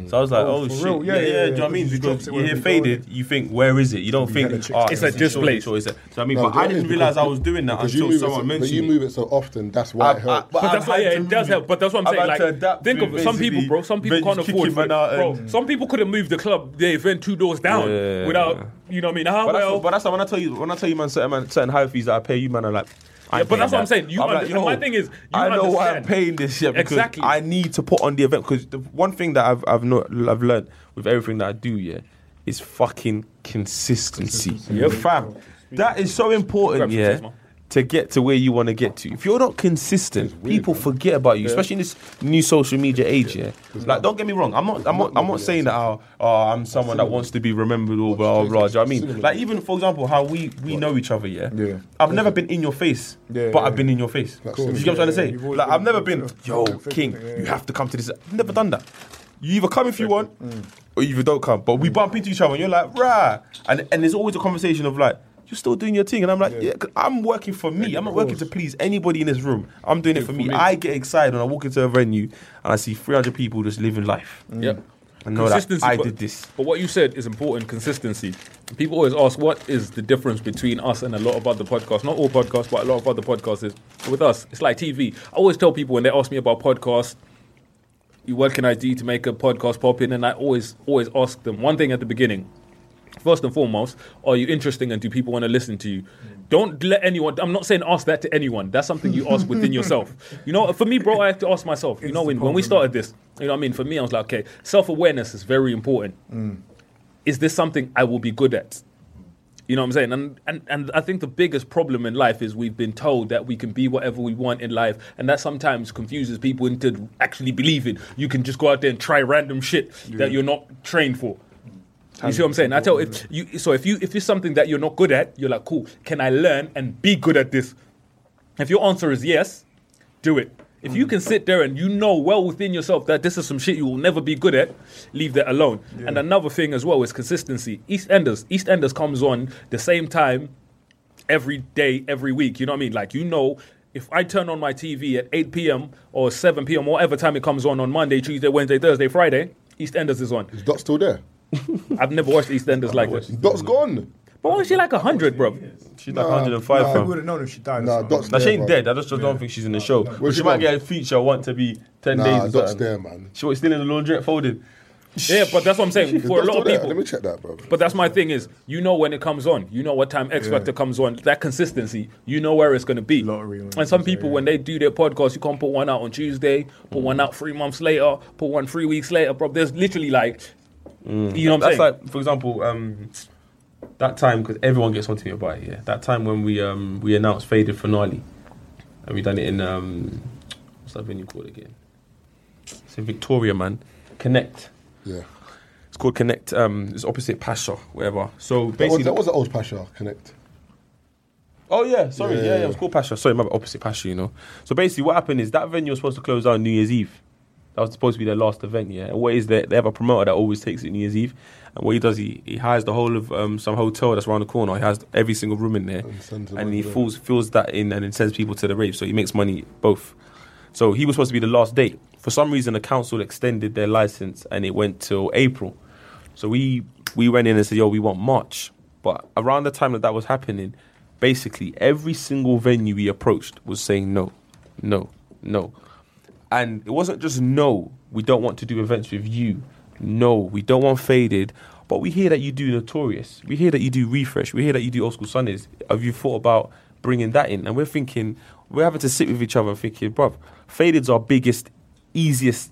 [SPEAKER 5] So I was like,
[SPEAKER 6] Oh,
[SPEAKER 5] oh,
[SPEAKER 6] for
[SPEAKER 5] shit,
[SPEAKER 6] real?
[SPEAKER 5] yeah,
[SPEAKER 6] Yeah,
[SPEAKER 5] yeah,
[SPEAKER 6] yeah, yeah,
[SPEAKER 5] Do you know what I mean?
[SPEAKER 6] because it
[SPEAKER 5] Because
[SPEAKER 6] drops it
[SPEAKER 5] you
[SPEAKER 6] wherever
[SPEAKER 5] hear
[SPEAKER 6] it goes.
[SPEAKER 5] Faded, you think where is it? You don't think oh,
[SPEAKER 6] It's a
[SPEAKER 5] this
[SPEAKER 6] display.
[SPEAKER 5] choice, Choice. Do you know what I mean?
[SPEAKER 1] No,
[SPEAKER 5] but I
[SPEAKER 1] don't
[SPEAKER 5] didn't
[SPEAKER 1] it
[SPEAKER 5] realize I
[SPEAKER 1] because-
[SPEAKER 5] was doing that
[SPEAKER 1] because you
[SPEAKER 5] until
[SPEAKER 1] move it
[SPEAKER 5] someone
[SPEAKER 1] so-
[SPEAKER 5] mentioned
[SPEAKER 1] But you
[SPEAKER 5] it.
[SPEAKER 1] move it so often, that's why
[SPEAKER 5] I-
[SPEAKER 1] it helps.
[SPEAKER 5] I-
[SPEAKER 6] But that's
[SPEAKER 5] I've
[SPEAKER 6] why
[SPEAKER 5] had
[SPEAKER 6] yeah,
[SPEAKER 5] to
[SPEAKER 6] it does
[SPEAKER 5] move
[SPEAKER 6] help. But that's what I'm
[SPEAKER 5] I've
[SPEAKER 6] saying.
[SPEAKER 5] had to
[SPEAKER 6] Like,
[SPEAKER 5] adapt
[SPEAKER 6] think
[SPEAKER 5] to
[SPEAKER 6] of
[SPEAKER 5] it,
[SPEAKER 6] some people,
[SPEAKER 5] basically.
[SPEAKER 6] bro. Some people
[SPEAKER 5] Ben's
[SPEAKER 6] can't
[SPEAKER 5] kicking
[SPEAKER 6] afford.
[SPEAKER 5] man out
[SPEAKER 6] Bro,
[SPEAKER 5] and-
[SPEAKER 6] some people couldn't move the club, their event two doors down
[SPEAKER 5] Yeah.
[SPEAKER 6] without, you know what I mean? How
[SPEAKER 5] But that's,
[SPEAKER 6] well?
[SPEAKER 5] what- but that's what- when I tell you when I tell you man certain man certain high fees that I pay you man I'm like I
[SPEAKER 6] Yeah,
[SPEAKER 5] ain't
[SPEAKER 6] but that's what
[SPEAKER 5] paying
[SPEAKER 6] I'm
[SPEAKER 5] that.
[SPEAKER 6] saying. You
[SPEAKER 5] I'm
[SPEAKER 6] under- my thing is, you
[SPEAKER 5] I know why I'm
[SPEAKER 6] understand.
[SPEAKER 5] paying this shit because
[SPEAKER 6] Exactly.
[SPEAKER 5] I need to put on the event because the one thing that I've I've not I've learned with everything that I do yeah is fucking consistency.
[SPEAKER 6] Yep.
[SPEAKER 5] fam, that is so important
[SPEAKER 6] Grab some
[SPEAKER 5] yeah.
[SPEAKER 6] tisma.
[SPEAKER 5] To get to where you want to get to, if you're not consistent, people forget about you, especially in this new social media age. Yeah, like don't get me wrong, I'm not, I'm not, I'm not saying that oh, oh, I'm someone that wants to be remembered or blah blah. blah. Do you know what I mean? Like even for example, how we we know each other. Yeah,
[SPEAKER 4] Yeah.
[SPEAKER 5] I've never been in your face,
[SPEAKER 4] Yeah,
[SPEAKER 5] but
[SPEAKER 4] yeah.
[SPEAKER 5] I've been in your face. Do you
[SPEAKER 4] course.
[SPEAKER 5] get what I'm
[SPEAKER 4] Yeah,
[SPEAKER 5] trying
[SPEAKER 4] yeah,
[SPEAKER 5] to
[SPEAKER 4] you've
[SPEAKER 5] say?
[SPEAKER 4] always
[SPEAKER 5] Like
[SPEAKER 4] been
[SPEAKER 5] I've never
[SPEAKER 4] in
[SPEAKER 5] been,
[SPEAKER 4] your face.
[SPEAKER 5] yo,
[SPEAKER 4] Yeah, yeah.
[SPEAKER 5] King,
[SPEAKER 4] Yeah,
[SPEAKER 5] you
[SPEAKER 4] yeah.
[SPEAKER 5] have to come to this. I've never done that. You either come if you want,
[SPEAKER 4] Mm.
[SPEAKER 5] or you don't come. But we bump into each other, and you're like, rah, and and there's always a conversation of like. You're still doing your thing, and I'm like, yeah. 'cause I'm working for me. I'm not working to please anybody in this room. I'm doing it for me. I get excited when I walk into a venue and I see 300 people just living life.
[SPEAKER 4] Mm.
[SPEAKER 6] Yep.
[SPEAKER 5] I know that I
[SPEAKER 6] but-
[SPEAKER 5] did this.
[SPEAKER 6] But what you said is important consistency. People always ask, what is the difference between us and a lot of other podcasts? Not all podcasts, but a lot of other podcasts is with us. It's like TV. I always tell people when they ask me about podcasts, you what can I do to make a podcast pop in? And I always, always ask them one thing at the beginning. First and foremost, are you interesting and do people want to listen to you? Don't let anyone, I'm not saying ask that to anyone. That's something you ask within yourself. You know, for me, bro, I have to ask myself. You know, when, when we started this, you know what I mean? For me, I was like, okay, self awareness is very important. Is this something I will be good at? You know what I'm saying? And, and and I think the biggest problem in life is we've been told that we can be whatever we want in life, and that sometimes confuses people into actually believing you can just go out there and try random shit that you're not trained for. You see what I'm saying? I tell if you so if you if it's something that you're not good at, you're like, cool, can I learn and be good at this? If your answer is yes, do it. If you can sit there and you know well within yourself that this is some shit you will never be good at, leave that alone. And another thing as well is consistency. EastEnders, EastEnders comes on the same time every day, every week. You know what I mean? Like you know, if I turn on my TV at 8 p.m. or 7 p.m. or whatever time it comes on on Monday, Tuesday, Wednesday, Thursday, Friday, EastEnders is on.
[SPEAKER 1] Is Dot still there?
[SPEAKER 6] I've never watched EastEnders like this.
[SPEAKER 1] Dot's
[SPEAKER 5] Mm.
[SPEAKER 1] gone.
[SPEAKER 6] But wasn't she like 100, bro?
[SPEAKER 5] She's like 105,
[SPEAKER 4] Nah,
[SPEAKER 5] fam.
[SPEAKER 4] we would have known if she died.
[SPEAKER 1] Nah,
[SPEAKER 4] or something.
[SPEAKER 1] Dot's
[SPEAKER 5] Now,
[SPEAKER 1] there.
[SPEAKER 5] she ain't
[SPEAKER 1] bro.
[SPEAKER 5] dead. I just don't think she's in the show. But
[SPEAKER 1] Where's
[SPEAKER 5] she
[SPEAKER 1] she
[SPEAKER 5] might
[SPEAKER 1] gone?
[SPEAKER 5] get a feature want to be 10
[SPEAKER 1] Nah,
[SPEAKER 5] days. or
[SPEAKER 1] Doc's
[SPEAKER 5] something.
[SPEAKER 1] there, man.
[SPEAKER 5] She was still in the laundrette folding.
[SPEAKER 6] Yeah, but that's what I'm saying.
[SPEAKER 1] Is
[SPEAKER 6] For a
[SPEAKER 1] Dot still
[SPEAKER 6] lot of
[SPEAKER 1] there?
[SPEAKER 6] people.
[SPEAKER 1] Let me check that, bro.
[SPEAKER 6] But that's my thing is, you know when it comes on, you know what time X Factor comes on. That consistency, you know where it's going to be.
[SPEAKER 4] Lottery when
[SPEAKER 6] and
[SPEAKER 4] it
[SPEAKER 6] some
[SPEAKER 4] comes out,
[SPEAKER 6] people,
[SPEAKER 4] yeah.
[SPEAKER 6] when they do their podcast, you can't put one out on Tuesday, put one out three months later, put one three weeks later, bro. There's literally like, you know what I'm
[SPEAKER 5] That's
[SPEAKER 6] saying?
[SPEAKER 5] like, for example, um, that time, because everyone gets onto me about it, yeah. That time when we um, we announced Faded Finale and we done it in, um, what's that venue called again? It's in Victoria, man. Connect.
[SPEAKER 1] Yeah.
[SPEAKER 5] It's called Connect. Um, it's opposite Pasha, whatever. So
[SPEAKER 1] That was,
[SPEAKER 5] basically,
[SPEAKER 1] that was the old Pasha Connect.
[SPEAKER 5] Oh yeah, sorry, yeah, yeah,
[SPEAKER 1] Yeah.
[SPEAKER 5] it was called Pasha. Sorry, my bad, opposite Pasha, you know. So basically, what happened is that venue was supposed to close down New Year's Eve. That was supposed to be their last event, yeah. And what is that? They have a promoter that always takes it New Year's Eve, and what he does, he, he hires the whole of um, some hotel that's around the corner. He has every single room in there,
[SPEAKER 1] sends
[SPEAKER 5] and,
[SPEAKER 1] them
[SPEAKER 5] he
[SPEAKER 1] over there.
[SPEAKER 5] fills fills that in, and then sends people to the rave. So he makes money both. So he was supposed to be the last date. For some reason, the council extended their license, and it went till April. So we we went in and said, "Yo, we want March." But around the time that that was happening, basically every single venue we approached was saying no, no, no. And it wasn't just no, we don't want to do events with you. No, we don't want faded. But we hear that you do notorious. We hear that you do refresh. We hear that you do old school Sundays. Have you thought about bringing that in? And we're thinking, we're having to sit with each other and thinking, bruv, faded's our biggest, easiest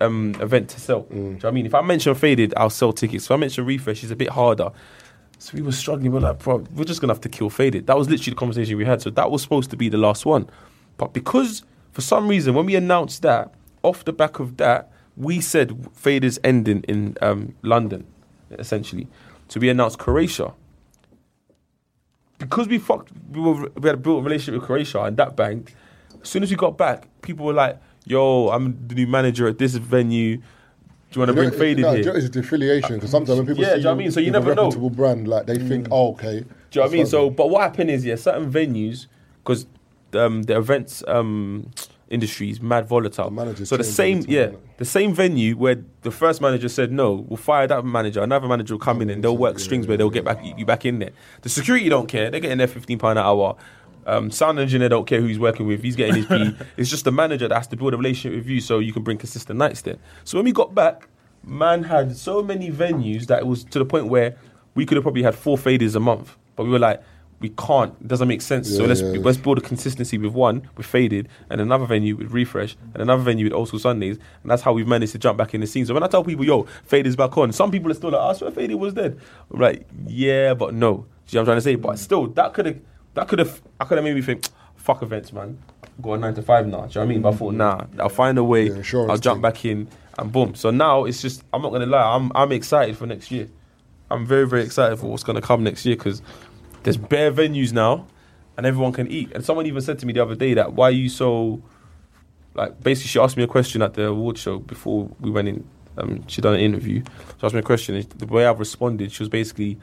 [SPEAKER 5] um, event to sell. Do you know what I mean? If I mention faded, I'll sell tickets. If I mention refresh, it's a bit harder. So we were struggling. We're like, bro, we're just gonna have to kill faded. That was literally the conversation we had. So that was supposed to be the last one, but because for some reason when we announced that, off the back of that, we said faded's ending in um, London, essentially. So we announced Croatia because we fucked, we, were, we had built a relationship with Croatia and that banked. As soon as we got back, people were like, "Yo, I'm the new manager at this venue. Do you want to bring
[SPEAKER 1] know,
[SPEAKER 5] Faded
[SPEAKER 1] no, do you
[SPEAKER 5] here?"
[SPEAKER 1] know, It's a affiliation because sometimes when people
[SPEAKER 5] Yeah, do
[SPEAKER 1] see
[SPEAKER 5] you know what I mean? So you
[SPEAKER 1] with a
[SPEAKER 5] never know. Mm.
[SPEAKER 1] reputable brand, like they think, oh, okay.
[SPEAKER 5] Do you know what I mean?
[SPEAKER 1] that's
[SPEAKER 5] So, but what happened is, yeah, certain venues, because um, the events um, industry is mad volatile. so the
[SPEAKER 1] change
[SPEAKER 5] same,
[SPEAKER 1] all the
[SPEAKER 5] yeah, the same venue where the first manager said no, we'll fire that manager. Another manager will come in and they'll work strings where they'll get back you back in there. The security don't care; they're getting their fifteen pound an hour. Um, sound engineer don't care who he's working with; he's getting his P. It's just the manager that has to build a relationship with you so you can bring consistent nights there. So when we got back, man had so many venues that it was to the point where we could have probably had four faders a month, but we were like, we can't. It doesn't make sense. so
[SPEAKER 1] Yeah,
[SPEAKER 5] let's
[SPEAKER 1] yeah.
[SPEAKER 5] let's build a consistency with one with faded, and another venue with refresh, and another venue with old school Sundays, and that's how we've managed to jump back in the scene. So when I tell people, yo, faded's back on, some people are still like, "Ah, I swear faded was dead. I'm like, yeah, but no. Do you know what I'm trying to say? But still, that could have that could have I could have made me think, fuck events, man. I've got a nine to five now. Do you know what I mean? But I thought, nah, I'll find a way. I'll jump back in and boom. So now it's just I'm not gonna lie, I'm I'm excited for next year. I'm very very excited for what's gonna come next year because there's bare venues now, and everyone can eat. And someone even said to me the other day that why are you so like basically she asked me a question at the award show before we went in. Um, she done an interview. She asked me a question. And the way I've responded, she was basically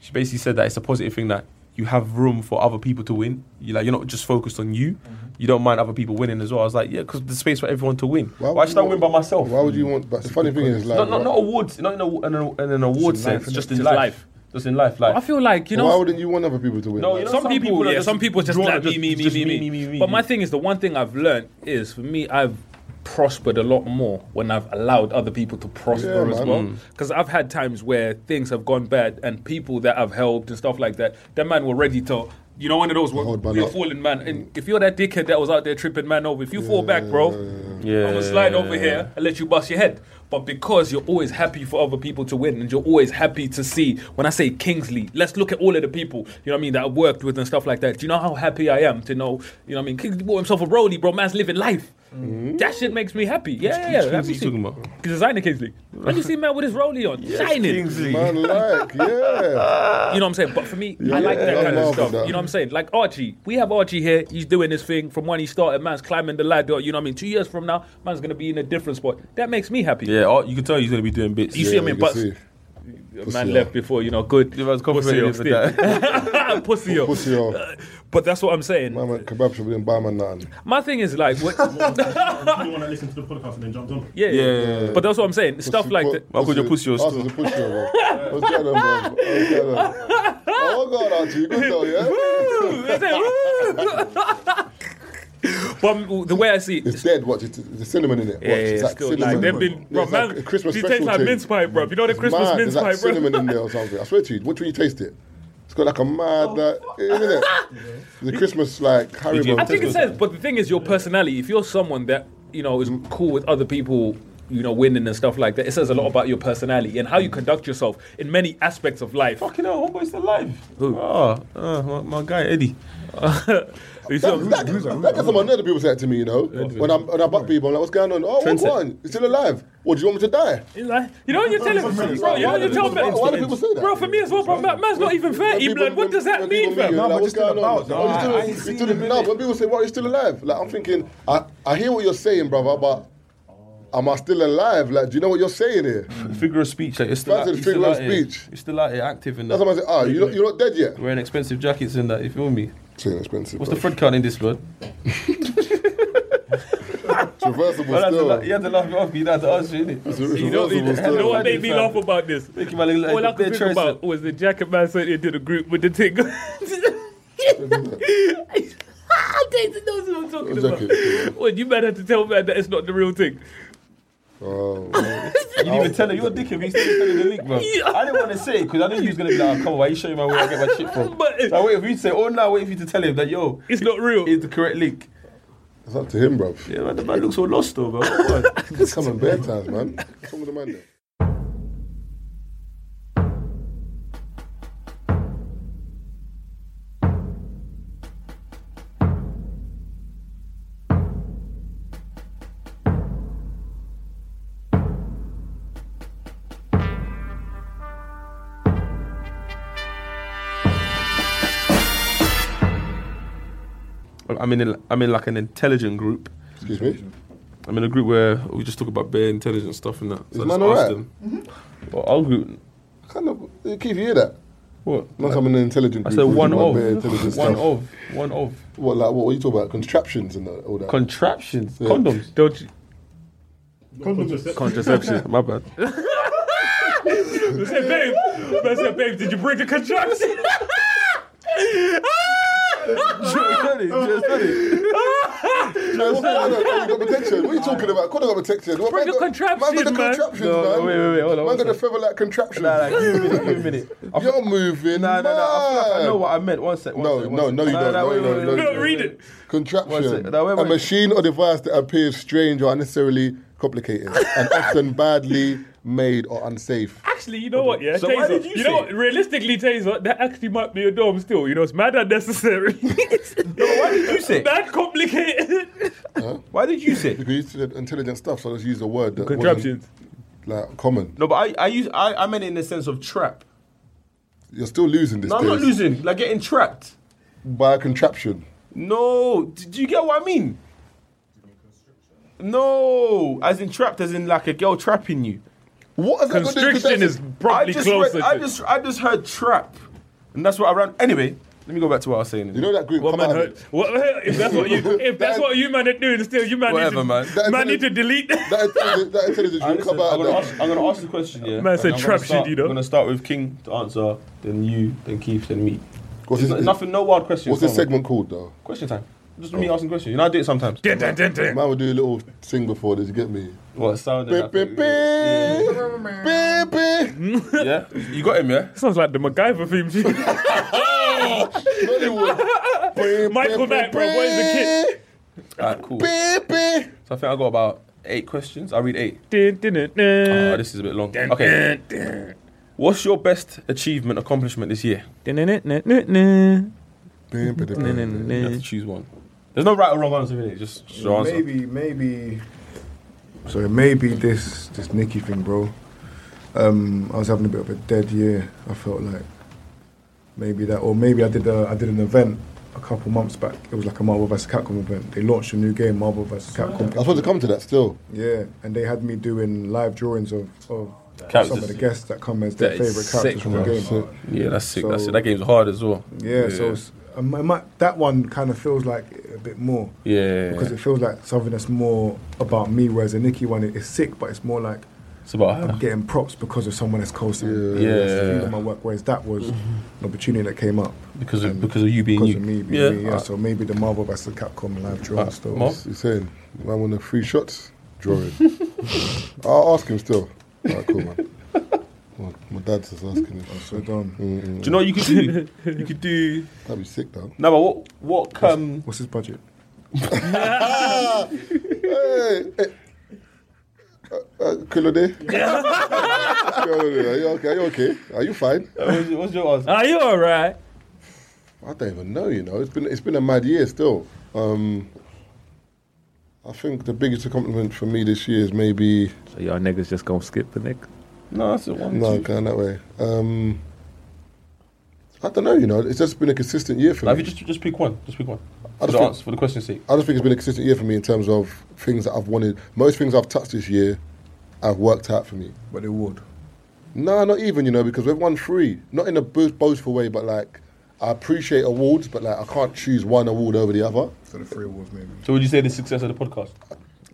[SPEAKER 5] she basically said that it's a positive thing that you have room for other people to win. You like you're not just focused on you.
[SPEAKER 1] Mm-hmm.
[SPEAKER 5] You don't mind other people winning as well. I was like, yeah, because there's space for everyone to win. Why, should I win by myself? Why
[SPEAKER 1] would you want? But the funny thing is, like,
[SPEAKER 5] not, not,
[SPEAKER 1] right-
[SPEAKER 5] not awards, not in, a, in, a, in an award
[SPEAKER 1] in life,
[SPEAKER 5] sense,
[SPEAKER 1] innit?
[SPEAKER 5] just in
[SPEAKER 1] Just
[SPEAKER 5] life.
[SPEAKER 1] life.
[SPEAKER 5] just in life. Like
[SPEAKER 6] I feel like you know.
[SPEAKER 1] Why wouldn't you want other people to win?
[SPEAKER 5] No,
[SPEAKER 1] Like,
[SPEAKER 5] you know,
[SPEAKER 6] some, people,
[SPEAKER 5] people are
[SPEAKER 6] yeah,
[SPEAKER 5] just
[SPEAKER 6] some people just
[SPEAKER 5] drawn
[SPEAKER 6] like
[SPEAKER 5] to
[SPEAKER 6] me,
[SPEAKER 5] just-
[SPEAKER 6] me, me,
[SPEAKER 5] just
[SPEAKER 6] me,
[SPEAKER 5] me,
[SPEAKER 6] me,
[SPEAKER 5] me, me,
[SPEAKER 6] But
[SPEAKER 5] me.
[SPEAKER 6] my thing is, the one thing I've learned is for me, I've prospered a lot more when I've allowed other people to prosper
[SPEAKER 1] Yeah,
[SPEAKER 6] as
[SPEAKER 1] man.
[SPEAKER 6] well.
[SPEAKER 1] Mm.
[SPEAKER 6] Because I've had times where things have gone bad and people that I've helped and stuff like that, that man were ready to. You know, one of those were,
[SPEAKER 1] Hold my
[SPEAKER 6] we're
[SPEAKER 1] lot.
[SPEAKER 6] falling, man. And if you're that dickhead that was out there tripping, man, over, if you fall back, bro, I'm gonna slide over here and let you bust your head. But because you're always happy for other people to win, and you're always happy to see, when I say Kingsley, let's look at all of the people, you know what I mean, that I've worked with and stuff like that. Do you know how happy I am to know, you know what I mean? Kingsley bought himself a rollie, bro, man's living life. That shit makes me happy. Yeah, yeah, yeah.
[SPEAKER 5] Mm-hmm. Kingsley
[SPEAKER 6] Have you
[SPEAKER 5] you
[SPEAKER 6] seen-
[SPEAKER 5] talking about?
[SPEAKER 6] Designer Kingsley. When you see man with his rollie on, shining.
[SPEAKER 5] Kingsley.
[SPEAKER 1] Man, like, yeah.
[SPEAKER 6] You know what I'm saying? But for me,
[SPEAKER 1] Yeah,
[SPEAKER 6] I like that
[SPEAKER 1] I
[SPEAKER 6] kind of
[SPEAKER 1] love
[SPEAKER 6] stuff.
[SPEAKER 1] that.
[SPEAKER 6] You know what I'm saying? Like Archie, we have Archie here. He's doing his thing from when he started. Man's climbing the ladder. You know what I mean? Two years from now, man's gonna be in a different spot. That makes me happy.
[SPEAKER 5] Yeah, oh, you can tell he's gonna be doing bits.
[SPEAKER 6] You see him in butts. Man
[SPEAKER 5] Pussy
[SPEAKER 6] left
[SPEAKER 5] off.
[SPEAKER 6] before you know. Good.
[SPEAKER 5] I was complimenting him for
[SPEAKER 6] that. Pussy off.
[SPEAKER 1] Pussy off.
[SPEAKER 6] But that's what I'm saying.
[SPEAKER 1] Man went kebab shop, didn't buy man nothing.
[SPEAKER 6] My thing is like, what,
[SPEAKER 12] You want to listen to the podcast and then jumped on.
[SPEAKER 6] yeah,
[SPEAKER 1] Yeah, yeah, yeah.
[SPEAKER 6] But that's what I'm saying. Stuff like that.
[SPEAKER 5] I'll call you pussy or
[SPEAKER 1] Ask us to push you, bro. What's going on, bro? What's going on? Oh, God, Archie, you good though, yeah?
[SPEAKER 6] That's it. But the way I see it,
[SPEAKER 1] It's dead, watch it. The cinnamon in it. Watch.
[SPEAKER 6] Yeah, yeah,
[SPEAKER 1] it's like
[SPEAKER 6] still,
[SPEAKER 1] cinnamon.
[SPEAKER 6] like, they've been, bro,
[SPEAKER 1] There's
[SPEAKER 6] man,
[SPEAKER 1] like a Christmas
[SPEAKER 6] he
[SPEAKER 1] special
[SPEAKER 6] tastes like
[SPEAKER 1] thing.
[SPEAKER 6] mince pie, bro. You know the
[SPEAKER 1] It's
[SPEAKER 6] Christmas
[SPEAKER 1] mad.
[SPEAKER 6] mince
[SPEAKER 1] There's like
[SPEAKER 6] pie, bro.
[SPEAKER 1] cinnamon in there or something. I swear to you, which when you taste it, it's got like a
[SPEAKER 6] Oh.
[SPEAKER 1] mad, like, eh, isn't it? The Christmas, like, Haribo.
[SPEAKER 6] I think it says, but the thing is, your personality. If you're someone that you know is cool with other people, you know, winning and stuff like that, it says a lot about your personality and how you conduct yoyourself in many aspects of life.
[SPEAKER 5] Fucking hell, homeboy's still alive. Oh, uh, my, my guy Eddie.
[SPEAKER 6] You see what I'm-
[SPEAKER 1] That, that, that gets on my nerves. People say that to me, you know. When I'm when I butt people, I'm like, "What's going on? Oh, what's
[SPEAKER 5] Trendset.
[SPEAKER 1] going on? He's still alive. What do you want me to die?"
[SPEAKER 6] It's like- You know what you're telling me, bro. You know what you're telling me.
[SPEAKER 1] Why- why do people say that?
[SPEAKER 6] Bro, for me as well, bro. man- Man's not even thirty, blood. What does that mean, fam?
[SPEAKER 1] No, but just
[SPEAKER 4] still
[SPEAKER 1] about
[SPEAKER 4] about,
[SPEAKER 1] no,
[SPEAKER 4] nah,
[SPEAKER 1] still,
[SPEAKER 4] I
[SPEAKER 1] you're still- no, when people say, "What? You're still alive?" Like I'm thinking, I, I hear what you're saying, brother, but am I still alive? Like, do you know what you're saying here?
[SPEAKER 5] Figure of speech, like you're still,
[SPEAKER 1] That's
[SPEAKER 5] out,
[SPEAKER 1] a
[SPEAKER 5] you're still
[SPEAKER 1] figure of
[SPEAKER 5] out here.
[SPEAKER 1] speech.
[SPEAKER 5] You're still out here active and
[SPEAKER 1] That's why I say, "Ah, you're not, you're not dead yet."
[SPEAKER 5] wearing expensive jackets and that. You feel me?
[SPEAKER 1] It's expensive.
[SPEAKER 5] What's
[SPEAKER 1] bro.
[SPEAKER 5] the thread count in this blood?
[SPEAKER 1] It's reversible
[SPEAKER 5] Well, I had to
[SPEAKER 1] still.
[SPEAKER 5] la- you had to laugh it off. You had to answer,
[SPEAKER 1] It's
[SPEAKER 5] innit?
[SPEAKER 1] re-
[SPEAKER 6] You know, you
[SPEAKER 1] reversible
[SPEAKER 6] know
[SPEAKER 1] still.
[SPEAKER 6] what made me laugh about this?
[SPEAKER 5] Thinking about like, like,
[SPEAKER 6] All I
[SPEAKER 5] bare
[SPEAKER 6] could think
[SPEAKER 5] choice.
[SPEAKER 6] about was the jacket man sent into the group with the thing. Daisy knows what I'm talking about. Well, you better have to tell man that it's not the real thing.
[SPEAKER 1] Oh,
[SPEAKER 5] you didn't even tell her. You're a dickhead. but You still telling the link, bro. I didn't want to say it because I knew you was gonna be like, oh, "Come on, why you showing my where I get my shit from?" But I wait for you to say, "Oh no, I wait for you to tell him that yo,
[SPEAKER 6] it's not real.
[SPEAKER 5] It's the correct link."
[SPEAKER 1] It's up to him, bro.
[SPEAKER 5] Yeah, man, the man looks so lost though, bro.
[SPEAKER 1] It's coming bad times, man. What's wrong with the man there?
[SPEAKER 5] I'm in. A, I'm in like an intelligent group.
[SPEAKER 1] Excuse me.
[SPEAKER 5] I'm in a group where we just talk about bare intelligent stuff and that.
[SPEAKER 1] Is
[SPEAKER 5] I
[SPEAKER 1] man
[SPEAKER 5] just asked
[SPEAKER 1] alright?
[SPEAKER 5] them. Well, our group.
[SPEAKER 1] Kind of, Keith, you hear that?
[SPEAKER 5] What?
[SPEAKER 1] Not something intelligent.
[SPEAKER 5] I
[SPEAKER 1] group,
[SPEAKER 5] said
[SPEAKER 1] we're
[SPEAKER 5] one
[SPEAKER 1] talking about
[SPEAKER 5] of,
[SPEAKER 1] bare intelligent
[SPEAKER 5] one oh.
[SPEAKER 1] stuff.
[SPEAKER 5] of, one of
[SPEAKER 1] What, like, what, what are you talking about? Contraptions and all that?
[SPEAKER 5] contraptions,
[SPEAKER 1] Yeah.
[SPEAKER 5] condoms.
[SPEAKER 6] Don't you?
[SPEAKER 12] Contraception.
[SPEAKER 6] Contraception.
[SPEAKER 5] My bad.
[SPEAKER 6] I said, babe. I said, babe, did you break a contraption?
[SPEAKER 1] What got protection? What are you talking about? Could have got protection. What,
[SPEAKER 6] Bring
[SPEAKER 1] man got- Man got
[SPEAKER 6] the contraption,
[SPEAKER 1] the
[SPEAKER 6] man.
[SPEAKER 1] contraptions,
[SPEAKER 5] No,
[SPEAKER 1] man.
[SPEAKER 5] wait, wait, wait, hold on,
[SPEAKER 1] Man
[SPEAKER 5] one
[SPEAKER 1] got the
[SPEAKER 5] sec.
[SPEAKER 1] feather like contraptions.
[SPEAKER 5] Nah, nah, give me a minute. Give me a minute. I feel-
[SPEAKER 1] You're moving.
[SPEAKER 5] Nah, nah, nah. I feel like I
[SPEAKER 1] mad.
[SPEAKER 5] know what I meant. One sec. One
[SPEAKER 1] No,
[SPEAKER 5] sec, one
[SPEAKER 1] no,
[SPEAKER 5] sec.
[SPEAKER 1] no, you
[SPEAKER 5] Nah,
[SPEAKER 1] don't.
[SPEAKER 5] nah,
[SPEAKER 1] No,
[SPEAKER 5] wait,
[SPEAKER 1] you
[SPEAKER 5] wait,
[SPEAKER 1] don't.
[SPEAKER 5] wait,
[SPEAKER 1] No,
[SPEAKER 5] wait.
[SPEAKER 1] you
[SPEAKER 6] Read
[SPEAKER 1] don't.
[SPEAKER 6] it.
[SPEAKER 1] Contraption.
[SPEAKER 5] One sec. Now, wait,
[SPEAKER 1] a
[SPEAKER 5] wait.
[SPEAKER 1] machine or device that appears strange or unnecessarily complicated and often badly made or unsafe.
[SPEAKER 6] Actually, you know what? Yeah,
[SPEAKER 5] So
[SPEAKER 6] Taser.
[SPEAKER 5] why did you
[SPEAKER 6] know
[SPEAKER 5] say
[SPEAKER 6] what?
[SPEAKER 5] it?
[SPEAKER 6] Realistically, Taser, that actually might be a dorm still. You know, it's mad unnecessary.
[SPEAKER 5] Why did you say?
[SPEAKER 6] mad complicated.
[SPEAKER 5] Why did you say?
[SPEAKER 1] Because you said intelligent stuff, so I just use a word that
[SPEAKER 6] Contraptions.
[SPEAKER 1] wasn't, like common.
[SPEAKER 5] No, but I, I use, I, I meant it in the sense of trap.
[SPEAKER 1] You're still losing this.
[SPEAKER 5] No, I'm not
[SPEAKER 1] days.
[SPEAKER 5] losing. Like getting trapped.
[SPEAKER 1] by a contraption.
[SPEAKER 5] No, d- do you get what I mean? No, as in trapped, as in like a girl trapping you.
[SPEAKER 1] What has that got to do- 'cause
[SPEAKER 6] Constriction
[SPEAKER 1] that's-
[SPEAKER 6] is probably
[SPEAKER 5] I just,
[SPEAKER 6] closer.
[SPEAKER 5] read, I
[SPEAKER 6] to-
[SPEAKER 5] just, I just heard trap, and that's what I ran. Anyway, let me go back to what I was saying.
[SPEAKER 1] You know that group.
[SPEAKER 6] What
[SPEAKER 1] come
[SPEAKER 6] man
[SPEAKER 1] out of
[SPEAKER 6] heard?
[SPEAKER 1] it.
[SPEAKER 6] What, if that's what you if that's
[SPEAKER 1] That-
[SPEAKER 6] what you man are doing, still you man
[SPEAKER 5] Whatever,
[SPEAKER 6] need
[SPEAKER 5] man.
[SPEAKER 6] to,
[SPEAKER 1] That-
[SPEAKER 6] man need to delete.
[SPEAKER 1] That intelligent, that intelligent group
[SPEAKER 5] Alright, listen,
[SPEAKER 1] come out
[SPEAKER 5] I'm,
[SPEAKER 1] of
[SPEAKER 5] gonna
[SPEAKER 1] that.
[SPEAKER 5] ask, I'm gonna ask the question. Yeah,
[SPEAKER 6] Man said
[SPEAKER 5] And I'm gonna
[SPEAKER 6] trap shit,
[SPEAKER 5] start-
[SPEAKER 6] you know?
[SPEAKER 5] I'm gonna start with King to answer, then you, then Keith, then me.
[SPEAKER 1] What's
[SPEAKER 5] It's
[SPEAKER 1] this-
[SPEAKER 5] not- nothing, no wild questions.
[SPEAKER 1] What's this
[SPEAKER 5] come on.
[SPEAKER 1] segment Oh. called though?
[SPEAKER 5] Question time. Just me asking questions. You know, I do it sometimes.
[SPEAKER 6] Dun, dun, dun, dun.
[SPEAKER 1] Man would do a little thing before this. You get me?
[SPEAKER 5] What sound?
[SPEAKER 1] Beep,
[SPEAKER 5] and
[SPEAKER 1] beep, beep.
[SPEAKER 5] that-
[SPEAKER 1] Beep, beep.
[SPEAKER 5] Yeah, you got him, yeah.
[SPEAKER 6] Sounds like the MacGyver theme tune.
[SPEAKER 1] Nollywood. Beep,
[SPEAKER 6] Michael
[SPEAKER 1] beep,
[SPEAKER 6] Knight, bro, where's the
[SPEAKER 1] beep,
[SPEAKER 5] Alright, cool.
[SPEAKER 1] Beep, beep.
[SPEAKER 5] So I think I got about eight questions. I read eight.
[SPEAKER 6] kid? Dun, dun,
[SPEAKER 5] Oh,
[SPEAKER 6] dun,
[SPEAKER 5] this is a bit long.
[SPEAKER 6] dun,
[SPEAKER 5] Okay.
[SPEAKER 6] dun, dun.
[SPEAKER 5] What's your best achievement accomplishment this year?
[SPEAKER 6] Dun, dun, dun, dun, dun, dun.
[SPEAKER 1] Beep, beep, beep.
[SPEAKER 6] Dun, dun,
[SPEAKER 5] You have to
[SPEAKER 6] dun.
[SPEAKER 5] choose one. There's no right or wrong answer, really. Just just your answer.
[SPEAKER 4] Maybe, maybe. Sorry, maybe this this Nicky thing, bro. Um, I was having a bit of a dead year. I felt like maybe that, or maybe I did a I did an event a couple months back. It was like a Marvel vs Capcom event. They launched a new game, Marvel vs Capcom.
[SPEAKER 1] I was supposed to come to that still.
[SPEAKER 4] Yeah, and they had me doing live drawings of, of
[SPEAKER 5] Characters.
[SPEAKER 4] some of the guests that come as their
[SPEAKER 5] That
[SPEAKER 4] favorite
[SPEAKER 5] is
[SPEAKER 4] characters
[SPEAKER 5] sick,
[SPEAKER 4] from the
[SPEAKER 5] bro.
[SPEAKER 4] game.
[SPEAKER 5] Yeah, that's sick. that's
[SPEAKER 4] So-
[SPEAKER 5] it. That game's hard as well.
[SPEAKER 4] yeah, so it's, um, it might, that one kind of feels like a bit more
[SPEAKER 5] yeah,
[SPEAKER 4] because it feels like something that's more about me, whereas the Nikki one it- it's sick, but it's more like
[SPEAKER 5] it's about
[SPEAKER 4] I'm getting props because of someone that's close to me.
[SPEAKER 5] Yeah.
[SPEAKER 4] That's the
[SPEAKER 5] Yeah.
[SPEAKER 4] feel of my work. Whereas that was an opportunity that came up
[SPEAKER 5] because of because of you being
[SPEAKER 4] because
[SPEAKER 5] you.
[SPEAKER 4] of me. Being
[SPEAKER 5] yeah, Uh,
[SPEAKER 4] me, yeah.
[SPEAKER 5] alright.
[SPEAKER 4] So maybe the Marvel vs. Capcom live draw
[SPEAKER 5] Alright,
[SPEAKER 4] still.
[SPEAKER 5] Marv?
[SPEAKER 1] He's saying, man, want the free shots drawing. I'll ask him still. All right, cool, man. My, my dad's just asking him.
[SPEAKER 4] So done.
[SPEAKER 5] do you know what you could do? you could do.
[SPEAKER 1] That'd be sick, though.
[SPEAKER 5] No, but what what um
[SPEAKER 4] What's his budget?
[SPEAKER 1] hey, hey. Uh, uh, Kilo Day? Are you okay? Are you okay? Are you fine?
[SPEAKER 5] what's, what's your answer?
[SPEAKER 6] Are you alright?
[SPEAKER 1] I don't even know. You know, it's been it's been a mad year still. Um, I think the biggest accomplishment for me this year is maybe
[SPEAKER 6] So y'all niggas just gonna skip the neck.
[SPEAKER 5] No, that's the one.
[SPEAKER 1] no
[SPEAKER 5] two.
[SPEAKER 1] going that way. Um, I don't know. You know, it's just been a consistent year for
[SPEAKER 5] Like,
[SPEAKER 1] me.
[SPEAKER 5] if you just just pick one, just pick one. For
[SPEAKER 1] just
[SPEAKER 5] the
[SPEAKER 1] pick-
[SPEAKER 5] answer, for the question's sake.
[SPEAKER 1] I just think it's been a consistent year for me in terms of things that I've wanted. Most things I've touched this year, have worked out for me.
[SPEAKER 4] But they would.
[SPEAKER 1] No, not even, you know, because we've won three. Not in a bo- boastful way, but like, I appreciate awards, but like, I can't choose one award over the other.
[SPEAKER 4] So the three awards maybe.
[SPEAKER 5] So would you say the success of the podcast?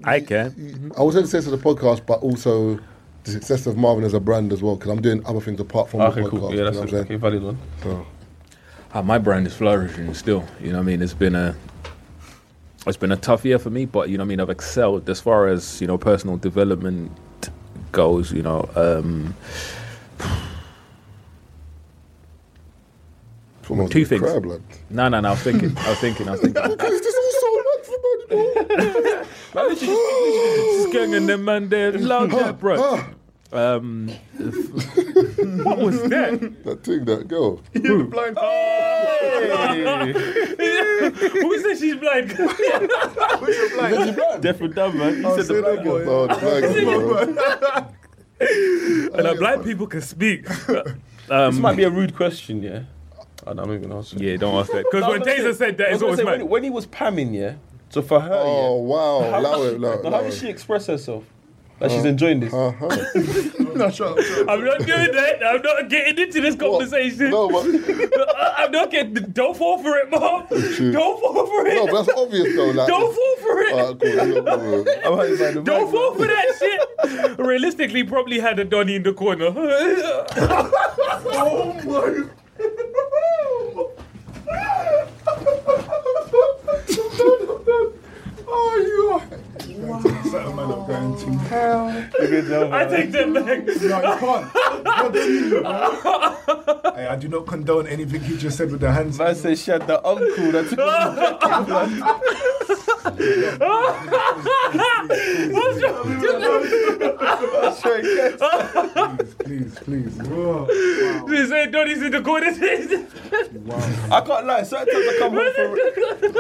[SPEAKER 6] I can.
[SPEAKER 1] Mm-hmm. I was in the sense of the podcast, but also the success of Marvin as a brand as well, because I'm doing other things apart from
[SPEAKER 5] Ah, Okay,
[SPEAKER 1] the podcast.
[SPEAKER 5] cool. Yeah, that's
[SPEAKER 1] you know what
[SPEAKER 5] it.
[SPEAKER 1] I'm
[SPEAKER 5] okay,
[SPEAKER 1] saying?
[SPEAKER 5] valid one.
[SPEAKER 1] So,
[SPEAKER 6] ah, my brand is flourishing still. You know what I mean? It's been a it's been a tough year for me, but you know what I mean. I've excelled as far as you know personal development goes. You know, um,
[SPEAKER 1] almost
[SPEAKER 6] two
[SPEAKER 1] like
[SPEAKER 6] things.
[SPEAKER 1] crab, lad.
[SPEAKER 6] No, no, no. I was thinking. I was thinking. I was thinking.
[SPEAKER 1] Because this is so much
[SPEAKER 6] Just getting in the man there, love that, bro.
[SPEAKER 1] Uh,
[SPEAKER 6] Um, what was that?
[SPEAKER 1] That thing, that girl.
[SPEAKER 6] Who? Blind. Who said she's blind? Definitely dumb, man. You said the black boy.
[SPEAKER 1] Oh, the black
[SPEAKER 6] And uh, black people can speak.
[SPEAKER 5] this might be a rude question, yeah. Um, I don't, I'm not even answering.
[SPEAKER 6] Yeah, don't ask that. 'Cause
[SPEAKER 5] No,
[SPEAKER 6] when
[SPEAKER 5] I'm gonna
[SPEAKER 6] Taser
[SPEAKER 5] say-
[SPEAKER 6] said that,
[SPEAKER 5] I was
[SPEAKER 6] it's
[SPEAKER 5] gonna
[SPEAKER 6] always
[SPEAKER 5] say,
[SPEAKER 6] mad.
[SPEAKER 5] when, when he was pamming, yeah. So for her,
[SPEAKER 1] oh wow,
[SPEAKER 5] how,
[SPEAKER 1] allow
[SPEAKER 5] does
[SPEAKER 1] it,
[SPEAKER 5] she-
[SPEAKER 1] allow it,
[SPEAKER 5] how
[SPEAKER 1] allow
[SPEAKER 5] does
[SPEAKER 1] it.
[SPEAKER 5] she express herself? That she's enjoying this.
[SPEAKER 4] no, shut up.
[SPEAKER 6] I'm not doing that. I'm not getting into this conversation.
[SPEAKER 1] No, but,
[SPEAKER 6] I'm not getting. Don't fall for it, mom. Don't fall for it.
[SPEAKER 1] no, but that's obvious though. Like,
[SPEAKER 6] Don't fall for it.
[SPEAKER 1] Alright, cool, no problem.
[SPEAKER 5] I'm hurt by the
[SPEAKER 6] Don't
[SPEAKER 5] mic.
[SPEAKER 6] fall for that shit. Realistically, probably had a Donny in the corner.
[SPEAKER 4] Oh
[SPEAKER 6] I take that back.
[SPEAKER 4] No, you can't. Not to you, man. Hey, I do not condone anything he just said with the hands.
[SPEAKER 5] Man said she had the uncle that took off the jacket, man.
[SPEAKER 6] What's wrong?
[SPEAKER 5] I'm sure he gets it.
[SPEAKER 4] Please, please.
[SPEAKER 6] They say Donny's in the corner.
[SPEAKER 5] I can't lie, certain times I come home for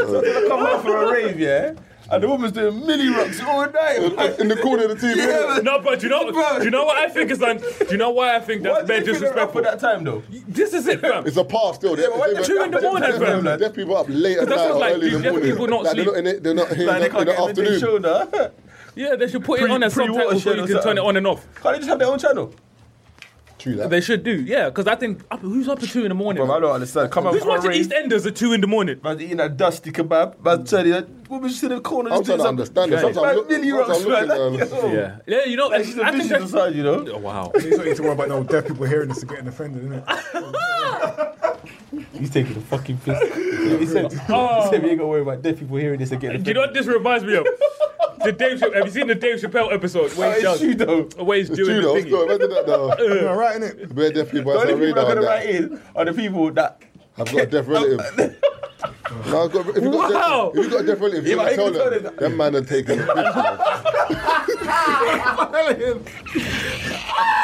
[SPEAKER 5] sometimes I come home for a rave, yeah? And the woman's doing milli rocks all night.
[SPEAKER 1] In the corner of the TV.
[SPEAKER 5] Yeah, man.
[SPEAKER 6] no, but do you know, do you know what I think is un- Do you know why I think
[SPEAKER 5] Why
[SPEAKER 6] that's bad
[SPEAKER 5] did they pick her up
[SPEAKER 6] disrespectful?
[SPEAKER 5] for that time though?
[SPEAKER 6] This is it, fam.
[SPEAKER 1] It's a pass still. Yeah,
[SPEAKER 5] but why did
[SPEAKER 6] you in the morning, bro?
[SPEAKER 1] Deaf people up late at
[SPEAKER 6] that's
[SPEAKER 1] night
[SPEAKER 6] what,
[SPEAKER 1] or
[SPEAKER 6] like,
[SPEAKER 1] early in
[SPEAKER 6] deaf
[SPEAKER 1] the morning.
[SPEAKER 6] people not
[SPEAKER 1] Like, they're
[SPEAKER 6] sleep.
[SPEAKER 1] in it- They're not here
[SPEAKER 5] Like, they
[SPEAKER 1] in the- in
[SPEAKER 5] can't
[SPEAKER 1] the
[SPEAKER 5] get anything
[SPEAKER 1] afternoon.
[SPEAKER 5] shown, huh?
[SPEAKER 6] Yeah, they should put it
[SPEAKER 5] Pre-
[SPEAKER 6] on as
[SPEAKER 5] pre-water
[SPEAKER 6] subtitles so
[SPEAKER 5] shit
[SPEAKER 6] you
[SPEAKER 5] or
[SPEAKER 6] can turn it
[SPEAKER 5] something.
[SPEAKER 6] on and off.
[SPEAKER 5] Can't they just have their own channel?
[SPEAKER 1] True that.
[SPEAKER 6] They should do, yeah, because I think up, who's up at two in the morning?
[SPEAKER 5] Bro, I don't understand. Come on,
[SPEAKER 6] Who's
[SPEAKER 5] for a
[SPEAKER 6] watching
[SPEAKER 5] rave.
[SPEAKER 6] EastEnders at two in the morning?
[SPEAKER 5] Man's eating a dusty kebab. Man's turning that woman's sitting in the corner.
[SPEAKER 1] I'm
[SPEAKER 5] just
[SPEAKER 1] trying to
[SPEAKER 5] doing
[SPEAKER 1] understand it.
[SPEAKER 5] some-
[SPEAKER 1] Sometimes I'm
[SPEAKER 5] Man,
[SPEAKER 1] look-
[SPEAKER 5] milli rocks,
[SPEAKER 1] sometimes I'm
[SPEAKER 5] man.
[SPEAKER 1] looking,
[SPEAKER 5] Yo.
[SPEAKER 6] Yeah, yeah, you know,
[SPEAKER 5] Like, she's a
[SPEAKER 6] I think
[SPEAKER 5] bitch
[SPEAKER 6] that's-
[SPEAKER 5] inside, you know?
[SPEAKER 6] Oh, wow.
[SPEAKER 4] Please don't need to worry about no deaf people hearing this and getting offended, innit?
[SPEAKER 5] He's taking the fucking piss. he said, he said, we ain't gonna worry about deaf people hearing this again.
[SPEAKER 6] Do you know what this reminds me of? The Dave Chappelle, have you seen the Dave Chappelle episode
[SPEAKER 5] Oh,
[SPEAKER 6] where he's,
[SPEAKER 5] it's you
[SPEAKER 6] just,
[SPEAKER 5] though.
[SPEAKER 6] where he's
[SPEAKER 1] True
[SPEAKER 6] doing the
[SPEAKER 1] though.
[SPEAKER 6] thingy?
[SPEAKER 1] Stop, Imagine that though.
[SPEAKER 4] Am I right, innit?
[SPEAKER 1] Bare deaf people
[SPEAKER 5] The
[SPEAKER 1] outside
[SPEAKER 5] only people
[SPEAKER 1] radar.
[SPEAKER 5] I'm gonna
[SPEAKER 1] and
[SPEAKER 5] write
[SPEAKER 1] that.
[SPEAKER 5] in are the people that.
[SPEAKER 1] I've got a deaf relative. No, I've got, if you got
[SPEAKER 6] Wow.
[SPEAKER 1] deaf, if you got a deaf relative, you
[SPEAKER 5] Yeah,
[SPEAKER 1] gotta
[SPEAKER 5] but I
[SPEAKER 1] tell
[SPEAKER 5] even
[SPEAKER 1] them.
[SPEAKER 5] told him
[SPEAKER 1] That man are taking a picture.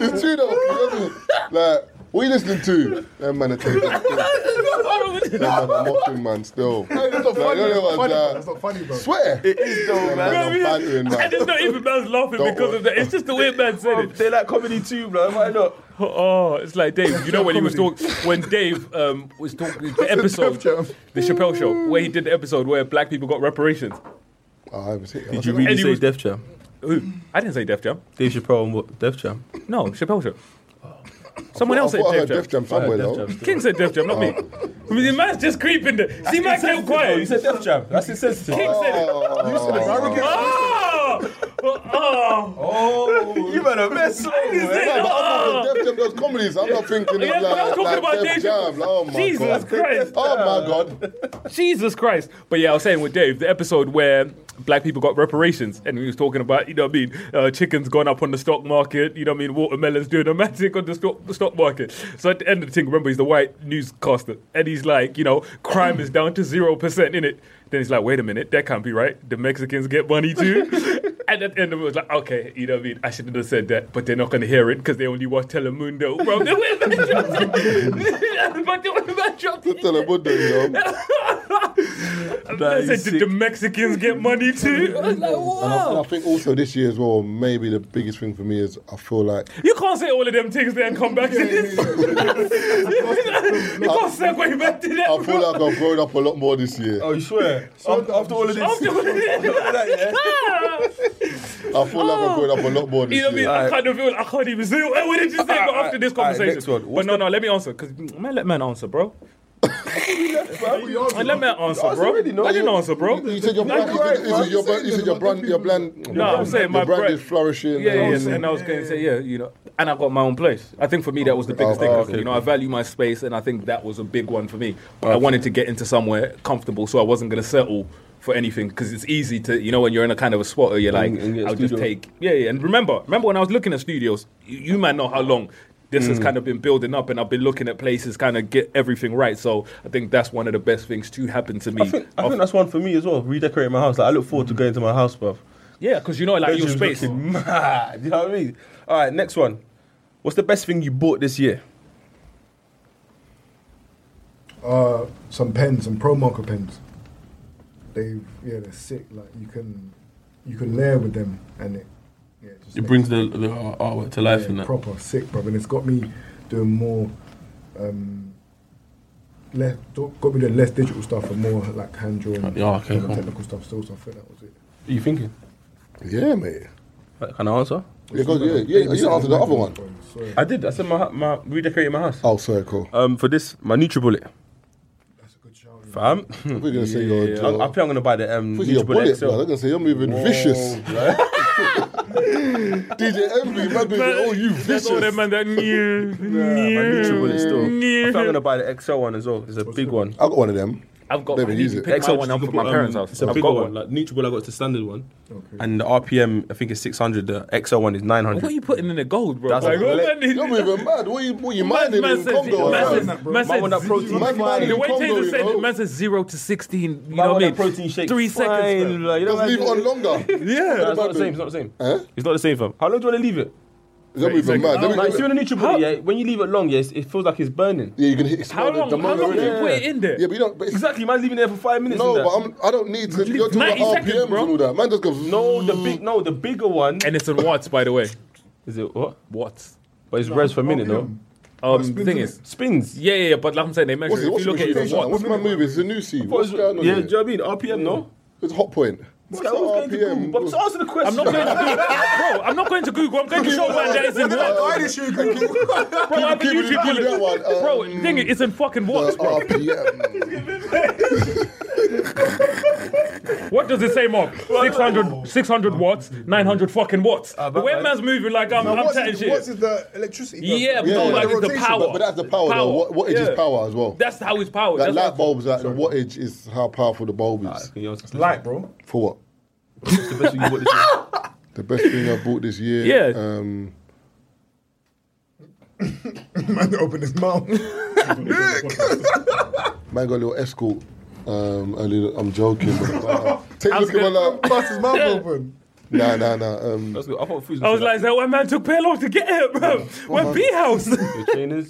[SPEAKER 1] It's true though. you know what I mean? Like, what are you listening to? That man are taking a picture. That man are mocking man still.
[SPEAKER 4] That's not
[SPEAKER 1] Like,
[SPEAKER 4] funny.
[SPEAKER 1] you know
[SPEAKER 4] That's
[SPEAKER 1] what,
[SPEAKER 4] not funny, bro.
[SPEAKER 1] uh,
[SPEAKER 4] That's not funny, bro.
[SPEAKER 1] Swear.
[SPEAKER 5] It is though,
[SPEAKER 1] Man,
[SPEAKER 5] man.
[SPEAKER 1] I'm bantering, man.
[SPEAKER 6] And it's not even man's laughing
[SPEAKER 1] Don't
[SPEAKER 6] because of that. It's just the way man said it.
[SPEAKER 5] They like comedy too, bro. Why not?
[SPEAKER 6] Oh, it's like Dave. You know when he was
[SPEAKER 4] Comedy.
[SPEAKER 6] talking when Dave um, was talking the episode,
[SPEAKER 4] Jam.
[SPEAKER 6] the Chappelle show, where he did the episode where black people got reparations.
[SPEAKER 1] Oh, I haven't seen it.
[SPEAKER 5] Did you really
[SPEAKER 6] Anyways-
[SPEAKER 5] say Def Jam?
[SPEAKER 6] Who? I didn't say Def Jam.
[SPEAKER 5] Dave Chappelle and what? Def Jam?
[SPEAKER 6] No, Chappelle show. Someone
[SPEAKER 1] I
[SPEAKER 6] else said
[SPEAKER 1] thought I heard
[SPEAKER 6] Def Jam.
[SPEAKER 1] Def Jam somewhere
[SPEAKER 5] Def
[SPEAKER 1] though.
[SPEAKER 5] Jam.
[SPEAKER 6] King said Def Jam, not me. I mean, the man's just creeping there. See, man kept quiet.
[SPEAKER 5] You said Def Jam. That's insensitive.
[SPEAKER 6] King said it. Oh! Oh!
[SPEAKER 5] Oh, you better mess slow, man.
[SPEAKER 1] No, but I'm not- Def Jam does comedies. I'm not thinking
[SPEAKER 6] Yeah,
[SPEAKER 1] of
[SPEAKER 6] but
[SPEAKER 1] like,
[SPEAKER 6] I'm talking
[SPEAKER 1] like
[SPEAKER 6] about
[SPEAKER 1] Def
[SPEAKER 6] Dave
[SPEAKER 1] Jam. Like, oh my
[SPEAKER 6] Jesus
[SPEAKER 1] god.
[SPEAKER 6] Christ.
[SPEAKER 1] Oh my god.
[SPEAKER 6] Jesus Christ. But yeah, I was saying with Dave, the episode where black people got reparations and he was talking about, you know what I mean, uh, chickens gone up on the stock market, you know what I mean, watermelons doing a magic on the stock, the stock market. So at the end of the thing, remember, he's the white newscaster and he's like, you know, crime is down to 0% in it. Then he's like, wait a minute, that can't be right. The Mexicans get money too. and at the end of it, was like, okay, you know what I mean, I shouldn't have said that, but they're not going to hear it because they only watch Telemundo. Bro, they were but they were about dropping
[SPEAKER 1] Tell them what they know.
[SPEAKER 6] I
[SPEAKER 5] That
[SPEAKER 6] said,
[SPEAKER 5] is
[SPEAKER 6] did the Mexicans get money too? I was like,
[SPEAKER 1] And I, and I
[SPEAKER 6] wow.
[SPEAKER 1] think also this year as well, maybe the biggest thing for me is I feel like
[SPEAKER 6] You can't say all of them things there and come back to this. you can't segue back to that.
[SPEAKER 1] I feel like I've grown up a lot more this year.
[SPEAKER 5] Oh, you swear? After after all of this.
[SPEAKER 6] After Ah! all of this.
[SPEAKER 5] After all of that, yeah?
[SPEAKER 1] I feel like I've grown up a lot more this
[SPEAKER 6] Oh. You know what I
[SPEAKER 1] year.
[SPEAKER 6] mean? I kind of feel I can't even say what what did you say
[SPEAKER 5] Alright,
[SPEAKER 6] but after this
[SPEAKER 5] alright, alright,
[SPEAKER 6] conversation.
[SPEAKER 5] next one.
[SPEAKER 6] But
[SPEAKER 5] What's
[SPEAKER 6] no, no, let me answer because man, let man answer, bro. Man, let man answer,
[SPEAKER 5] asked
[SPEAKER 6] bro.
[SPEAKER 5] already, no?
[SPEAKER 6] I didn't answer, bro.
[SPEAKER 1] You said your brand,
[SPEAKER 6] right,
[SPEAKER 1] you said your brand, you said your brand, your brand.
[SPEAKER 6] No, I'm saying
[SPEAKER 1] your
[SPEAKER 6] my
[SPEAKER 1] brand
[SPEAKER 6] brand-
[SPEAKER 1] is flourishing.
[SPEAKER 6] Yeah, yeah,
[SPEAKER 1] and
[SPEAKER 6] yeah. And I was going to say, yeah, you know, and I got my own place. I think for me that was the biggest
[SPEAKER 11] Oh,
[SPEAKER 6] thing.
[SPEAKER 11] okay,
[SPEAKER 6] you know, I value my space, and I think that was a big one for me. But I
[SPEAKER 11] Okay.
[SPEAKER 6] wanted to get into somewhere comfortable, so I wasn't going to settle for anything because it's easy to, you know, when you're in a kind of a spot where you're like,
[SPEAKER 11] And- and get a
[SPEAKER 6] I'll just
[SPEAKER 11] studio.
[SPEAKER 6] take, yeah, yeah. And remember, remember when I was looking at studios, you, you might know how long. This has
[SPEAKER 11] Mm.
[SPEAKER 6] kind of been building up, and I've been looking at places, kind of get everything right. So I think that's one of the best things to happen to me.
[SPEAKER 5] I think, I think that's one for me as well. Redecorating my house. Like I look forward to going to my house, bruv.
[SPEAKER 6] Yeah, because you know, like your
[SPEAKER 5] Bedroom's
[SPEAKER 6] space.
[SPEAKER 5] looking Mad. You know what I mean? All right, next one. What's the best thing you bought this year?
[SPEAKER 4] Uh, some pens, some pro marker pens. They yeah, they're sick. Like you can you can layer with them, and it yeah, it just
[SPEAKER 5] It
[SPEAKER 4] makes-
[SPEAKER 5] brings the, the ar- artwork to life
[SPEAKER 4] yeah,
[SPEAKER 5] in that.
[SPEAKER 4] proper sick, bro. And it's got me doing more. Um, less, got me doing less digital stuff and more like hand drawn,
[SPEAKER 5] Yeah, okay, cool.
[SPEAKER 4] technical stuff. Still, so I feel that was it.
[SPEAKER 5] Are you thinking?
[SPEAKER 1] Yeah, mate.
[SPEAKER 5] Can I answer?
[SPEAKER 1] Yeah, go- yeah, yeah, you answered the other one.
[SPEAKER 5] I did. I said my, hu- my redecorating my house.
[SPEAKER 1] Oh, sorry, cool.
[SPEAKER 5] Um, for this, my NutriBullet. Fam,
[SPEAKER 1] I thought you were gonna say your-
[SPEAKER 5] I, I think I'm gonna buy the um,
[SPEAKER 1] Put your bullet,
[SPEAKER 5] NutriBullet
[SPEAKER 1] bro. They're
[SPEAKER 5] XL.
[SPEAKER 1] gonna say you're moving vicious. DJ Envy, man, being, oh, you vicious.
[SPEAKER 5] My NutriBullet still. I think I'm gonna buy the XL one as well. It's a big one.
[SPEAKER 1] I got one of them.
[SPEAKER 6] I've got.
[SPEAKER 1] Don't even use it.
[SPEAKER 5] The XL one I'm from my parents' house.
[SPEAKER 1] I've
[SPEAKER 5] I've
[SPEAKER 1] got
[SPEAKER 5] got one. Like NutriBullet, I got the standard one, and the RPM I think is 600. The XL one is
[SPEAKER 6] What are
[SPEAKER 5] 900.
[SPEAKER 6] you putting in the gold, bro?
[SPEAKER 5] That's
[SPEAKER 6] Like,
[SPEAKER 5] what-
[SPEAKER 6] what man-
[SPEAKER 1] You're moving mad. What you, what you
[SPEAKER 6] Man-
[SPEAKER 1] minding
[SPEAKER 6] man
[SPEAKER 1] in
[SPEAKER 6] said-
[SPEAKER 1] Congo?
[SPEAKER 6] man
[SPEAKER 1] bro?
[SPEAKER 6] said- man
[SPEAKER 1] Minding
[SPEAKER 6] said zero-
[SPEAKER 1] in Congo,
[SPEAKER 6] The way Taylor
[SPEAKER 1] you
[SPEAKER 6] said
[SPEAKER 1] know?
[SPEAKER 6] it, man says zero to sixteen. You know
[SPEAKER 5] Man
[SPEAKER 6] what I
[SPEAKER 5] want a
[SPEAKER 6] mean?
[SPEAKER 5] protein shake.
[SPEAKER 6] Three
[SPEAKER 5] Fine,
[SPEAKER 6] seconds.
[SPEAKER 5] like, you know
[SPEAKER 1] Just
[SPEAKER 5] what I
[SPEAKER 1] leave it
[SPEAKER 5] mean?
[SPEAKER 1] on longer.
[SPEAKER 5] Nah,
[SPEAKER 6] Yeah.
[SPEAKER 5] it's not the same. It's not the same.
[SPEAKER 1] Huh?
[SPEAKER 5] It's not the same, fam. How long do you want to leave it?
[SPEAKER 1] You're moving mad. Let me-
[SPEAKER 5] Like, see on the NutriBullet, yeah, when you leave it long, yeah, it's- it feels like it's burning.
[SPEAKER 1] Yeah, you can hit.
[SPEAKER 6] How long?
[SPEAKER 1] The
[SPEAKER 6] How long
[SPEAKER 1] moment-
[SPEAKER 6] did you put it in there?
[SPEAKER 1] Yeah, but you don't. But it's-
[SPEAKER 5] Exactly, man's leaving there for five minutes.
[SPEAKER 1] no,
[SPEAKER 5] and that.
[SPEAKER 1] but I'm, I don't need to. You're talking
[SPEAKER 6] 90
[SPEAKER 1] about
[SPEAKER 6] seconds,
[SPEAKER 1] RPMs and
[SPEAKER 6] bro.
[SPEAKER 1] all that. Man just goes.
[SPEAKER 5] No, the big no, the bigger one
[SPEAKER 6] And it's in watts, by the way.
[SPEAKER 5] is it what?
[SPEAKER 6] Watts.
[SPEAKER 5] But it's revs per minute, no?
[SPEAKER 6] Um, the thing is,
[SPEAKER 5] Spins.
[SPEAKER 6] yeah, yeah, yeah. But like I'm saying, they measure.
[SPEAKER 1] What's, it, what's,
[SPEAKER 6] it. If you look at it, it's
[SPEAKER 1] what's,
[SPEAKER 6] watts.
[SPEAKER 1] what's my movie? It's a new scene. What's
[SPEAKER 5] yeah,
[SPEAKER 1] going on?
[SPEAKER 5] do you
[SPEAKER 1] here?
[SPEAKER 5] know what I mean? RPM, no?
[SPEAKER 1] It's hot point.
[SPEAKER 5] This
[SPEAKER 1] What's
[SPEAKER 5] guy always going to Google.
[SPEAKER 1] RPM?
[SPEAKER 5] But just answer the question.
[SPEAKER 6] I'm not going to Google, bro. I'm not going to Google. I'm going to show man that it's in watts. Bro, I have a
[SPEAKER 1] keep it-
[SPEAKER 6] YouTube
[SPEAKER 1] keep it that one, uh,
[SPEAKER 6] bullet. Bro,
[SPEAKER 1] um,
[SPEAKER 6] thing is, it's in fucking watts, bro.
[SPEAKER 1] RPM.
[SPEAKER 6] What does it say, Mark? 600, 600 watts, 900 fucking watts. The way man's moving, like I'm, I'm
[SPEAKER 9] what's,
[SPEAKER 6] chatting
[SPEAKER 9] is, what's
[SPEAKER 6] shit.
[SPEAKER 9] is the electricity?
[SPEAKER 6] Yeah, but no,
[SPEAKER 1] yeah,
[SPEAKER 6] like
[SPEAKER 1] the
[SPEAKER 6] it's the
[SPEAKER 9] rotation,
[SPEAKER 6] power.
[SPEAKER 1] But, but that's the power, though. What, what is
[SPEAKER 6] yeah.
[SPEAKER 1] his power as well?
[SPEAKER 6] That's how it's powered.
[SPEAKER 1] Like
[SPEAKER 6] That's
[SPEAKER 1] light
[SPEAKER 6] what-
[SPEAKER 1] bulbs, like the wattage is how powerful the bulb is.
[SPEAKER 9] Light, bro.
[SPEAKER 1] For what?
[SPEAKER 5] the best thing you bought this year.
[SPEAKER 1] The best thing I bought this year.
[SPEAKER 6] Yeah.
[SPEAKER 1] Um,
[SPEAKER 9] Man, open his mouth.
[SPEAKER 1] man got a little escort. Um, early, I'm joking. But, wow. Take a look
[SPEAKER 6] gonna-
[SPEAKER 1] at my like,
[SPEAKER 9] Bust his mouth open.
[SPEAKER 1] Nah, nah, nah. Um,
[SPEAKER 5] That's good. I thought food
[SPEAKER 6] I was like, that one man took payload to get here, bro. We're B house.
[SPEAKER 5] your trainers,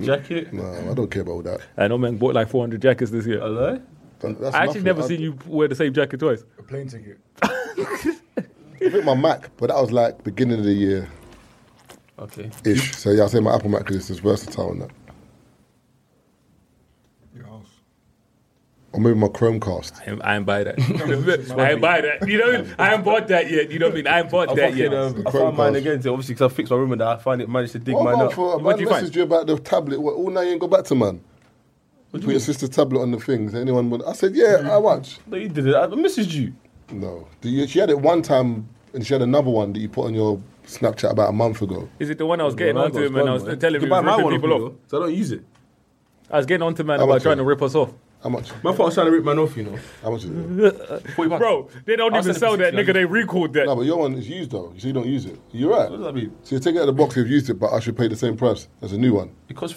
[SPEAKER 5] jacket.
[SPEAKER 1] nah, I don't care about all that.
[SPEAKER 6] I know, man, bought like 400 jackets this year.
[SPEAKER 5] Hello?
[SPEAKER 1] That- that's
[SPEAKER 6] I actually
[SPEAKER 1] nothing.
[SPEAKER 6] never
[SPEAKER 1] I-
[SPEAKER 6] seen you wear the same jacket twice.
[SPEAKER 9] A plane ticket.
[SPEAKER 1] I think my Mac, but that was like beginning of the year
[SPEAKER 5] Okay.
[SPEAKER 1] ish. So yeah, I say my Apple Mac because it's just versatile and that.
[SPEAKER 9] Your house.
[SPEAKER 1] Or maybe my Chromecast.
[SPEAKER 6] I ain't, I ain't buy that. I ain't buy that. You know, what I mean? I ain't bought that yet. You know what I mean? I ain't bought
[SPEAKER 5] I,
[SPEAKER 6] that
[SPEAKER 5] fucking,
[SPEAKER 6] yet.
[SPEAKER 5] um, I
[SPEAKER 1] Chromecast.
[SPEAKER 5] found mine again, so obviously, because I fixed my room and that, I find it managed to dig
[SPEAKER 6] Oh,
[SPEAKER 1] What
[SPEAKER 5] mine
[SPEAKER 1] about
[SPEAKER 5] up.
[SPEAKER 1] for a
[SPEAKER 6] What'd
[SPEAKER 1] Oh, man
[SPEAKER 6] you find?
[SPEAKER 1] messaged you about the tablet? What, all night you ain't got back to man. Put your sister's tablet on the thing. Does anyone want? I said, yeah, I watch.
[SPEAKER 5] No, you did it. I messaged you.
[SPEAKER 1] No, Do you- she had it one time, and she had another one that you put on your Snapchat about a month ago.
[SPEAKER 6] Is it the one I was getting
[SPEAKER 5] Mine
[SPEAKER 6] onto
[SPEAKER 5] got
[SPEAKER 6] him and I was
[SPEAKER 5] spun, man.
[SPEAKER 6] telling
[SPEAKER 5] You
[SPEAKER 6] him he
[SPEAKER 5] can buy
[SPEAKER 6] was
[SPEAKER 5] my
[SPEAKER 6] ripping
[SPEAKER 5] one off
[SPEAKER 6] people
[SPEAKER 5] me,
[SPEAKER 6] off?
[SPEAKER 5] though, so I don't use it.
[SPEAKER 6] I was getting onto man
[SPEAKER 1] How
[SPEAKER 6] about
[SPEAKER 1] much
[SPEAKER 6] trying
[SPEAKER 1] is it?
[SPEAKER 6] to rip us off.
[SPEAKER 1] How much?
[SPEAKER 5] My thought I was trying to rip mine off, you know.
[SPEAKER 1] How much is it?
[SPEAKER 5] 40 bucks.
[SPEAKER 6] Bro, they don't
[SPEAKER 5] I'll
[SPEAKER 6] even
[SPEAKER 5] send it
[SPEAKER 6] sell
[SPEAKER 5] for
[SPEAKER 6] that
[SPEAKER 5] 60.
[SPEAKER 6] nigga. They recalled that.
[SPEAKER 1] No, but your one is used though, so you don't use it. You're right.
[SPEAKER 5] What does that mean?
[SPEAKER 1] So you take it out of the box. You've used it, but I should pay the same price as a new one.
[SPEAKER 5] It costs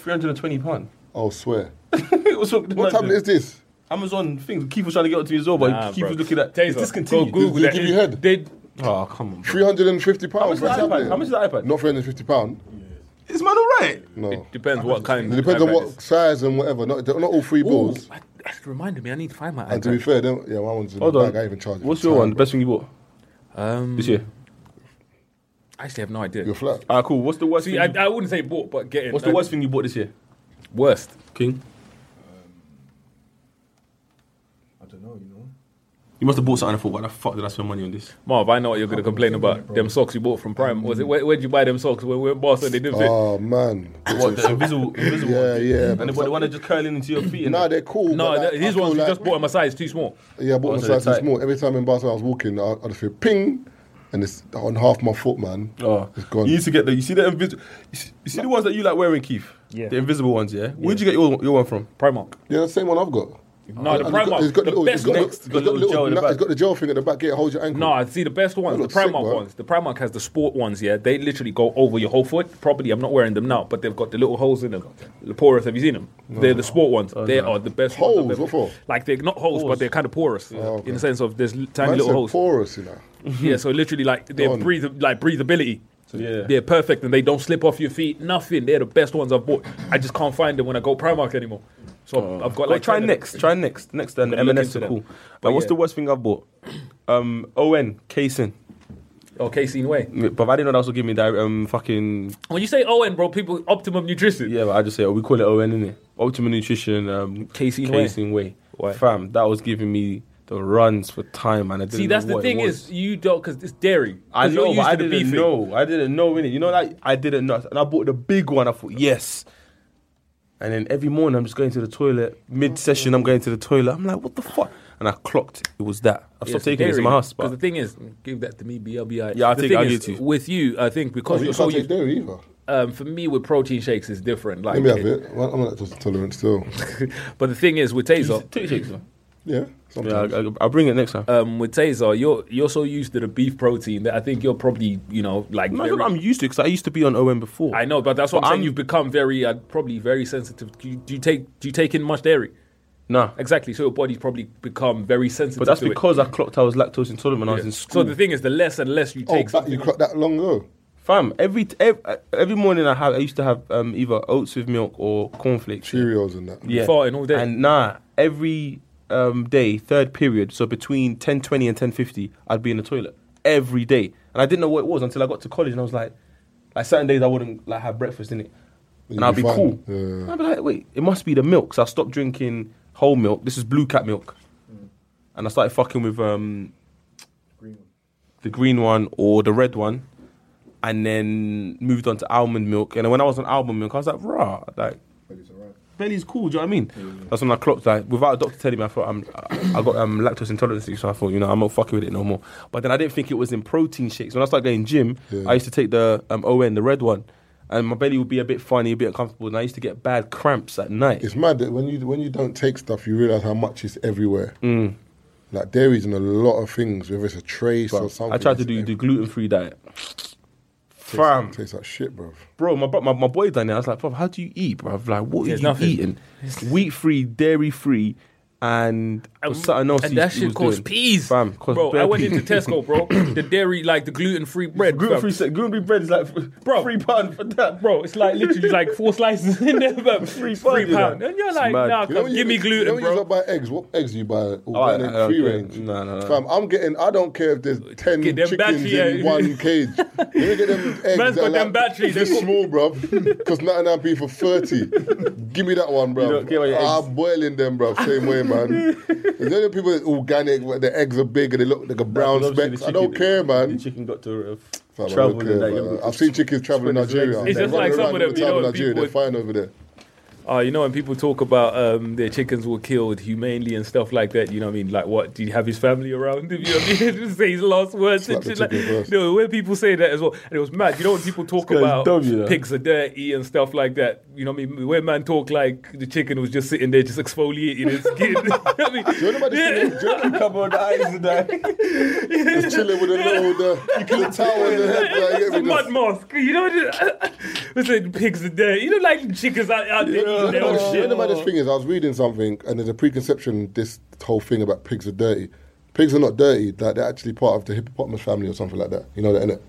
[SPEAKER 5] 320 pounds.
[SPEAKER 1] I'll swear.
[SPEAKER 5] what
[SPEAKER 1] What tablet is this?
[SPEAKER 5] Amazon thing. Keith was trying to get onto his own, but
[SPEAKER 6] Nah,
[SPEAKER 5] Keith
[SPEAKER 6] bro.
[SPEAKER 5] was looking at.
[SPEAKER 6] Taser,
[SPEAKER 5] It's
[SPEAKER 6] go
[SPEAKER 5] discontinued.
[SPEAKER 6] Google
[SPEAKER 1] Did they
[SPEAKER 6] that.
[SPEAKER 1] give you head?
[SPEAKER 6] They-
[SPEAKER 5] Oh, come on. Bro.
[SPEAKER 1] Three hundred and fifty
[SPEAKER 5] How
[SPEAKER 1] pounds
[SPEAKER 5] much is
[SPEAKER 1] for
[SPEAKER 5] the
[SPEAKER 1] a
[SPEAKER 5] iPad?
[SPEAKER 1] tablet.
[SPEAKER 5] How much is the iPad?
[SPEAKER 1] Not three hundred and fifty pound.
[SPEAKER 5] Is man alright?
[SPEAKER 1] No. It
[SPEAKER 6] depends what kind.
[SPEAKER 1] depends on
[SPEAKER 6] iPad
[SPEAKER 1] what
[SPEAKER 6] is.
[SPEAKER 1] size and whatever. Not, not all three
[SPEAKER 6] Ooh,
[SPEAKER 1] balls.
[SPEAKER 6] I- That's reminded me. I need to find my
[SPEAKER 1] And to be
[SPEAKER 6] iPad.
[SPEAKER 1] fair, then, yeah, my one's in
[SPEAKER 5] Hold
[SPEAKER 1] the
[SPEAKER 5] on.
[SPEAKER 1] bag. I even charge it.
[SPEAKER 5] What's
[SPEAKER 1] for
[SPEAKER 5] your
[SPEAKER 1] time,
[SPEAKER 5] one? The
[SPEAKER 1] bro.
[SPEAKER 5] best thing you bought
[SPEAKER 6] Um,
[SPEAKER 5] this year?
[SPEAKER 6] I actually have no idea.
[SPEAKER 1] Your flat.
[SPEAKER 5] Ah, cool. What's the worst
[SPEAKER 6] See,
[SPEAKER 5] thing?
[SPEAKER 6] I,
[SPEAKER 5] you-
[SPEAKER 6] I wouldn't say bought, but getting.
[SPEAKER 5] what's the worst thing you bought this year?
[SPEAKER 6] Worst.
[SPEAKER 5] King?
[SPEAKER 9] I don't know, you know.
[SPEAKER 5] You must have bought something. I thought, why the fuck did I spend money on this?
[SPEAKER 6] Marv, I know what you're gonna complain about. them socks you bought from Prime. Was it where, where'd you buy them socks? Where, where in Barcelona they didn't fit?
[SPEAKER 1] Oh man.
[SPEAKER 5] What, the invisible, invisible
[SPEAKER 1] Yeah,
[SPEAKER 5] one?
[SPEAKER 1] yeah,
[SPEAKER 5] And
[SPEAKER 1] but
[SPEAKER 5] the, the one that just curling into your feet. and
[SPEAKER 1] No,
[SPEAKER 5] that?
[SPEAKER 1] they're cool.
[SPEAKER 6] no,
[SPEAKER 1] but, like,
[SPEAKER 6] th-
[SPEAKER 1] I
[SPEAKER 6] his
[SPEAKER 1] feel
[SPEAKER 6] ones you
[SPEAKER 1] like-
[SPEAKER 6] just bought in my size too small.
[SPEAKER 1] Yeah, I bought
[SPEAKER 5] Oh,
[SPEAKER 1] one
[SPEAKER 5] so they're
[SPEAKER 1] size too
[SPEAKER 5] tight.
[SPEAKER 1] small. Every time in Barcelona I was walking, I, I just feel ping. and it's on half my foot, man.
[SPEAKER 5] Oh,
[SPEAKER 1] it's gone.
[SPEAKER 5] You need to get the. You see the invisible. You see, you see the ones that you like wearing, Keith.
[SPEAKER 1] Yeah.
[SPEAKER 5] The invisible ones. Yeah. Where'd you get your, your one from?
[SPEAKER 6] Primark.
[SPEAKER 1] Yeah, the same one I've got.
[SPEAKER 6] No, the
[SPEAKER 1] And
[SPEAKER 6] Primark, the
[SPEAKER 1] little- it's
[SPEAKER 6] best
[SPEAKER 1] got the-
[SPEAKER 6] next-
[SPEAKER 1] it's got the little,
[SPEAKER 6] in the
[SPEAKER 1] nut-
[SPEAKER 6] back.
[SPEAKER 1] it's got the gel thing at the back. Yeah, it holds your ankle.
[SPEAKER 6] No, I see the best ones, the
[SPEAKER 1] look sick,
[SPEAKER 6] Primark
[SPEAKER 1] bro.
[SPEAKER 6] ones. The Primark has the sport ones, yeah. They literally go over your whole foot. Probably, I'm not wearing them now, but they've got the little holes in them. The porous, have you seen them?
[SPEAKER 1] No.
[SPEAKER 6] They're the sport ones.
[SPEAKER 1] Oh,
[SPEAKER 6] they
[SPEAKER 1] no.
[SPEAKER 6] are the best
[SPEAKER 1] Holes?
[SPEAKER 6] Ones I've ever-
[SPEAKER 1] What for? Oh,
[SPEAKER 6] Like, they're not holes, but they're kind of porous. In the sense of there's l- tiny
[SPEAKER 1] Man
[SPEAKER 6] little
[SPEAKER 1] said
[SPEAKER 6] holes.
[SPEAKER 1] Porous, you know.
[SPEAKER 6] yeah, so literally, like, they're
[SPEAKER 1] on.
[SPEAKER 6] breath- like breathability.
[SPEAKER 5] Yeah.
[SPEAKER 6] They're perfect and they don't slip off your feet, nothing. They're the best ones I've bought. I just can't find them when I go Primark anymore. So I've got
[SPEAKER 5] Well,
[SPEAKER 6] like.
[SPEAKER 5] Oh. try
[SPEAKER 6] 10 of them.
[SPEAKER 5] next. Try next. Next, then
[SPEAKER 6] I'm gonna look
[SPEAKER 5] M&S
[SPEAKER 6] into
[SPEAKER 5] are cool.
[SPEAKER 6] them.
[SPEAKER 5] But what's
[SPEAKER 6] yeah.
[SPEAKER 5] the worst thing I've bought? Um, ON casing.
[SPEAKER 6] Oh, casing way.
[SPEAKER 5] But I didn't know that was what give me that um fucking.
[SPEAKER 6] When you say Owen, bro, people optimum nutrition.
[SPEAKER 5] Yeah, but I just say oh, we call it ON innit? Optimum Nutrition. Um,
[SPEAKER 6] Casein whey.
[SPEAKER 5] casing way.
[SPEAKER 6] Why?
[SPEAKER 5] Fam, that was giving me the runs for time, man. I didn't
[SPEAKER 6] See,
[SPEAKER 5] know
[SPEAKER 6] that's the
[SPEAKER 5] what it
[SPEAKER 6] thing
[SPEAKER 5] was.
[SPEAKER 6] is you don't because it's dairy.
[SPEAKER 5] I
[SPEAKER 6] 'Cause you're
[SPEAKER 5] know, but
[SPEAKER 6] used to
[SPEAKER 5] I
[SPEAKER 6] the
[SPEAKER 5] didn't
[SPEAKER 6] beefy.
[SPEAKER 5] know. I didn't know innit? You know, like I didn't know, and I bought the big one. I thought yes, and then every morning I'm just going to the toilet. Mid session, I'm going to the toilet. I'm like, what the fuck? And I clocked it was that. I
[SPEAKER 6] Yeah,
[SPEAKER 5] stopped
[SPEAKER 6] it's
[SPEAKER 5] taking it to my house,
[SPEAKER 6] Because the
[SPEAKER 5] but
[SPEAKER 6] thing is, give that to me, BLBI.
[SPEAKER 5] Yeah, I'll
[SPEAKER 6] the
[SPEAKER 5] take it,
[SPEAKER 6] thing
[SPEAKER 5] I'll give
[SPEAKER 6] is,
[SPEAKER 5] it to you.
[SPEAKER 6] With you, I think because
[SPEAKER 1] Oh, you
[SPEAKER 6] you're so
[SPEAKER 1] can't take
[SPEAKER 6] used.
[SPEAKER 1] dairy either.
[SPEAKER 6] Um, for me, with protein shakes, it's different. Like,
[SPEAKER 1] Let me have it. Well, I'm lactose intolerant still.
[SPEAKER 6] but the thing is, uh, with Taser,
[SPEAKER 1] yeah, sometimes.
[SPEAKER 5] Yeah, I'll bring it next time.
[SPEAKER 6] Um, with Taser, you're you're so used to the beef protein that I think you're probably you know like.
[SPEAKER 5] No, I'm used to because I used to be on OM before.
[SPEAKER 6] I know, but that's what
[SPEAKER 5] But
[SPEAKER 6] I'm saying.
[SPEAKER 5] I'm-
[SPEAKER 6] You've become very, uh, probably very sensitive. Do you, do you take do you take in much dairy?
[SPEAKER 5] No.
[SPEAKER 6] exactly. So your body's probably become very sensitive.
[SPEAKER 5] but that's
[SPEAKER 6] to it. Mm.
[SPEAKER 5] because I clocked I was lactose intolerant when I was
[SPEAKER 6] Yeah.
[SPEAKER 5] in
[SPEAKER 6] So
[SPEAKER 5] school.
[SPEAKER 6] the thing is, the less and less you
[SPEAKER 5] Oh,
[SPEAKER 6] take.
[SPEAKER 5] but
[SPEAKER 6] something-
[SPEAKER 1] You clocked that long ago.
[SPEAKER 5] Fam, every, every every morning I have I used to have um, either oats with milk or cornflakes.
[SPEAKER 1] Cheerios and that.
[SPEAKER 5] Yeah.
[SPEAKER 6] Farting all day.
[SPEAKER 5] And nah, every um, day, third period, so between ten twenty and ten fifty, I'd be in the toilet every day, and I didn't know what it was until I got to college, and I was like, like certain days I wouldn't like have breakfast in it, and I'd be,
[SPEAKER 1] fine.
[SPEAKER 5] cool.
[SPEAKER 1] Yeah.
[SPEAKER 5] I'd be like, wait, it must be the milk. So I stopped drinking whole milk. This is blue cat milk, and I started fucking with um, the green one or the red one, and then moved on to almond milk. And then when I was on almond milk, I was like, rah, like belly's cool. Do you know what I mean? That's when I clocked that. without a doctor telling me, I thought I'm, I got um, lactose intolerance, so I thought you know I'm not fucking with it no more. But then I didn't think it was in protein shakes. When I started going gym, I used to take the um, ON, the red one, and my belly would be a bit funny, a bit uncomfortable, and I used to get bad cramps at night.
[SPEAKER 1] It's mad that when you when you don't take stuff, you realize how much is everywhere.
[SPEAKER 5] Mm.
[SPEAKER 1] Like dairy's in a lot of things, whether it's a trace or
[SPEAKER 5] Bruv,
[SPEAKER 1] something.
[SPEAKER 5] I tried to
[SPEAKER 1] it's-
[SPEAKER 5] do the gluten free diet.
[SPEAKER 1] tastes-
[SPEAKER 5] Fam.
[SPEAKER 1] tastes like shit, bro.
[SPEAKER 5] Bro, my, bro- my my boy done it. I was like, bro, how do you eat, bro? Like, what are
[SPEAKER 6] Yeah,
[SPEAKER 5] you
[SPEAKER 6] nothing.
[SPEAKER 5] eating? Wheat free, dairy free, and there was something else.
[SPEAKER 6] and
[SPEAKER 5] he-
[SPEAKER 6] that
[SPEAKER 5] he
[SPEAKER 6] shit
[SPEAKER 5] was
[SPEAKER 6] caused
[SPEAKER 5] doing.
[SPEAKER 6] peas.
[SPEAKER 5] Fam, caused
[SPEAKER 6] bro, I
[SPEAKER 5] bare
[SPEAKER 6] went
[SPEAKER 5] peas.
[SPEAKER 6] into Tesco, bro. the dairy, like the gluten free bread.
[SPEAKER 5] Gluten free
[SPEAKER 6] fam.
[SPEAKER 5] set. Gluten free bread is like
[SPEAKER 6] Bro.
[SPEAKER 5] three pound for that.
[SPEAKER 6] Bro, it's like literally like four slices in there, bro. Three
[SPEAKER 5] Three pound, you know.
[SPEAKER 6] pound. And you're
[SPEAKER 5] It's
[SPEAKER 6] like,
[SPEAKER 5] mad.
[SPEAKER 6] nah,
[SPEAKER 1] You know
[SPEAKER 6] come,
[SPEAKER 1] when
[SPEAKER 6] give me
[SPEAKER 1] you, you know
[SPEAKER 6] gluten,
[SPEAKER 1] when You
[SPEAKER 6] bro.
[SPEAKER 1] don't buy eggs. What eggs do you buy?
[SPEAKER 5] I-
[SPEAKER 1] Organic,
[SPEAKER 5] I don't
[SPEAKER 1] free
[SPEAKER 5] care.
[SPEAKER 1] range.
[SPEAKER 5] No, no, no.
[SPEAKER 1] Fam, I'm getting. I don't care if there's ten
[SPEAKER 6] Get them
[SPEAKER 1] chickens in
[SPEAKER 6] battery, yeah.
[SPEAKER 1] one cage. Let me get them eggs.
[SPEAKER 6] Man's
[SPEAKER 1] that are
[SPEAKER 6] got them
[SPEAKER 1] like
[SPEAKER 6] batteries.
[SPEAKER 1] This small, bro. Because 99 p for 30. Give me that one,
[SPEAKER 5] You
[SPEAKER 1] bro.
[SPEAKER 5] don't care about your
[SPEAKER 1] I'm
[SPEAKER 5] eggs.
[SPEAKER 1] boiling them, bro. Same way, man. There's only people that's organic. Where the eggs are big and they look like a brown
[SPEAKER 5] Obviously, the
[SPEAKER 1] specks. I don't
[SPEAKER 5] chicken-
[SPEAKER 1] care, man.
[SPEAKER 5] The chicken got to uh,
[SPEAKER 1] Fam, I don't
[SPEAKER 5] travel.
[SPEAKER 1] care,
[SPEAKER 5] and that,
[SPEAKER 1] man.
[SPEAKER 5] yeah,
[SPEAKER 1] I've seen chickens travel in
[SPEAKER 5] spread his legs
[SPEAKER 1] Nigeria.
[SPEAKER 5] and It's
[SPEAKER 6] just
[SPEAKER 1] Running
[SPEAKER 6] like some
[SPEAKER 1] around
[SPEAKER 6] of
[SPEAKER 1] all
[SPEAKER 6] them,
[SPEAKER 1] the
[SPEAKER 6] you
[SPEAKER 1] time
[SPEAKER 6] know,
[SPEAKER 1] in Nigeria.
[SPEAKER 6] people-
[SPEAKER 1] They're fine over there.
[SPEAKER 6] Oh, you know when people talk about um, their chickens were killed humanely and stuff like that, you know what I mean? Like, what? Do you have his family around? You know what I mean? Just say his last words
[SPEAKER 1] Slap
[SPEAKER 6] and
[SPEAKER 1] the
[SPEAKER 6] shit like.
[SPEAKER 1] chicken first.
[SPEAKER 6] No, when people say that as well, and it was mad. You know when people talk
[SPEAKER 5] guy's
[SPEAKER 6] about
[SPEAKER 5] dumb, you know.
[SPEAKER 6] pigs are dirty and stuff like that. You know what I mean? When man talk like the chicken was just sitting there, just exfoliating his skin. You know what I mean?
[SPEAKER 5] Cover on the eyes and that.
[SPEAKER 1] Just chilling with a little, the, you can towel on the head. Like,
[SPEAKER 6] It's a
[SPEAKER 1] everything.
[SPEAKER 6] mud mask. You know what I mean? Listen, pigs are dirty. You know, like chickens out, out there eating their own
[SPEAKER 1] You know
[SPEAKER 6] shit.
[SPEAKER 1] about this thing is, I was reading something, and there's a preconception. This whole thing about pigs are dirty. Pigs are not dirty. Like they're actually part of the hippopotamus family or something like that. You know that, innit?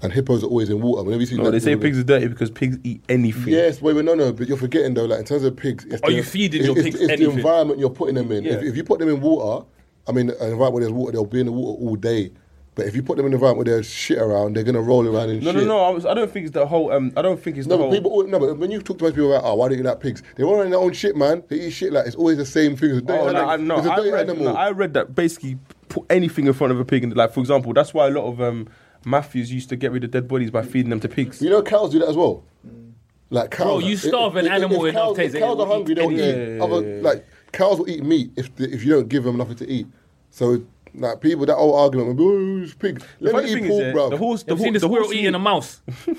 [SPEAKER 1] And hippos are always in water. Whenever you see,
[SPEAKER 5] No,
[SPEAKER 1] that-
[SPEAKER 5] Oh, they say pigs are dirty because pigs eat anything.
[SPEAKER 1] Yes, wait, wait, no, no. But you're forgetting though. Like in terms of pigs, it's
[SPEAKER 6] Are
[SPEAKER 1] the,
[SPEAKER 6] you feeding
[SPEAKER 1] it's,
[SPEAKER 6] your
[SPEAKER 1] it's-
[SPEAKER 6] pigs
[SPEAKER 1] It's the
[SPEAKER 6] anything?
[SPEAKER 1] environment you're putting them in. If,
[SPEAKER 6] Yeah.
[SPEAKER 1] if you put them in water, I mean, an environment where there's water, they'll be in the water all day. But if you put them in an environment where there's shit around, they're gonna roll around in
[SPEAKER 5] No,
[SPEAKER 1] shit.
[SPEAKER 5] no, no. I, was, I don't think it's the whole. Um, I don't think it's
[SPEAKER 1] No,
[SPEAKER 5] the
[SPEAKER 1] but
[SPEAKER 5] whole.
[SPEAKER 1] people. always- No, but when you talk to most people about, oh, why don't you like pigs? They want to their own shit, man. They eat shit like it's always the same thing. It's a dirty
[SPEAKER 5] Oh,
[SPEAKER 1] animal.
[SPEAKER 5] no, I, no,
[SPEAKER 1] it's a
[SPEAKER 5] I
[SPEAKER 1] dirty
[SPEAKER 5] read,
[SPEAKER 1] animal.
[SPEAKER 5] no, I read that basically put anything in front of a pig. And, like, for example, that's why a lot of um, mafias used to get rid of dead bodies by feeding them to pigs.
[SPEAKER 1] you know, cows do that as well. Like cows.
[SPEAKER 6] Bro, you
[SPEAKER 1] if-
[SPEAKER 6] starve an
[SPEAKER 1] if- if
[SPEAKER 6] animal
[SPEAKER 1] cows,
[SPEAKER 6] enough,
[SPEAKER 1] if
[SPEAKER 6] Taser, it
[SPEAKER 1] cows
[SPEAKER 6] will
[SPEAKER 1] are hungry. They will
[SPEAKER 6] eat
[SPEAKER 1] eat.
[SPEAKER 5] anything.
[SPEAKER 1] Other, like cows will eat meat if the, if you don't give them nothing to eat. So like people that old argument, oh, it's pigs.
[SPEAKER 6] The
[SPEAKER 1] Let me
[SPEAKER 6] funny thing
[SPEAKER 1] eat
[SPEAKER 6] is
[SPEAKER 1] pork,
[SPEAKER 6] that
[SPEAKER 1] bro.
[SPEAKER 6] the horse- the Have you seen ho- the the horse squirrel eat- eating a mouse?